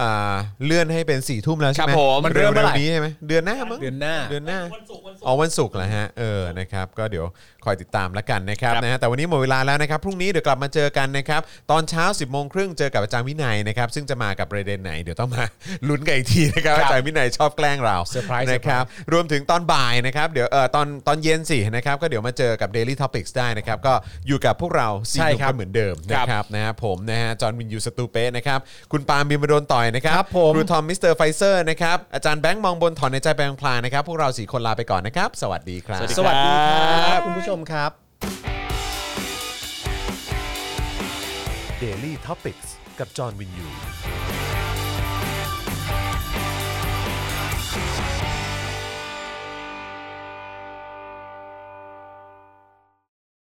[SPEAKER 1] อ่าเลื่อนให้เป็น4ี่ทุ่มแล้วใช่ไหม
[SPEAKER 3] ครับผม
[SPEAKER 1] มันเริ่มเร็วๆนี้ใช่ไหมเดือนหน้ามั้ง
[SPEAKER 2] เดือนหน้า
[SPEAKER 1] เดือนหน้า อ๋อวันศุกร์เหรอฮะเออนะครับ ก็เดี๋ยวคอยติดตามแล้วกันนะครับ
[SPEAKER 3] ครับ
[SPEAKER 1] นะฮะแต่วันนี้หมดเวลาแล้วนะครับ พรุ่งนี้เดี๋ยวกลับมาเจอกันนะครับ ตอนเช้า 10บโมงครึ่งเจอกับอาจารย์วินัยนะครับ ซึ่งจะมากับประเด็นไหนเดี๋ยวต้องมา ลุ้นกันอีกทีนะครับ
[SPEAKER 3] ครับ
[SPEAKER 1] อาจารย์วินัยชอบแกล้งเรา
[SPEAKER 2] เซอร์ไพรส์
[SPEAKER 1] นะครับรวมถึงตอนบ่ายนะครับเดี๋ยวเออตอนตอนเย็นสินะครับก็เดี๋ยวมาเจอกับ Daily Topics ได้นะครับก็อยู่กับพวกเราสี่หนุ่มกันเหมือนเดิม
[SPEAKER 3] ค
[SPEAKER 1] นะ
[SPEAKER 3] รับ
[SPEAKER 1] ครับนะฮะผมนะฮะจอห์นวินยูสตูเป้นะครับคุณปาล์มบิมโดนต่อยนะครับ
[SPEAKER 2] ครับผม
[SPEAKER 1] ครูทอมมิสเตอร์ไฟเซอร์นะครับอาจารย์แบงค์มองบนถอนในใจแปลงพลางนะครับ พวกเราสี่คนลาไปก่อนนะครับ สวัสดีครับ
[SPEAKER 3] สวัสดี
[SPEAKER 2] สวัสดีครับคุณผู้ชมครับ
[SPEAKER 6] Daily Topics กับจอห์นวินยู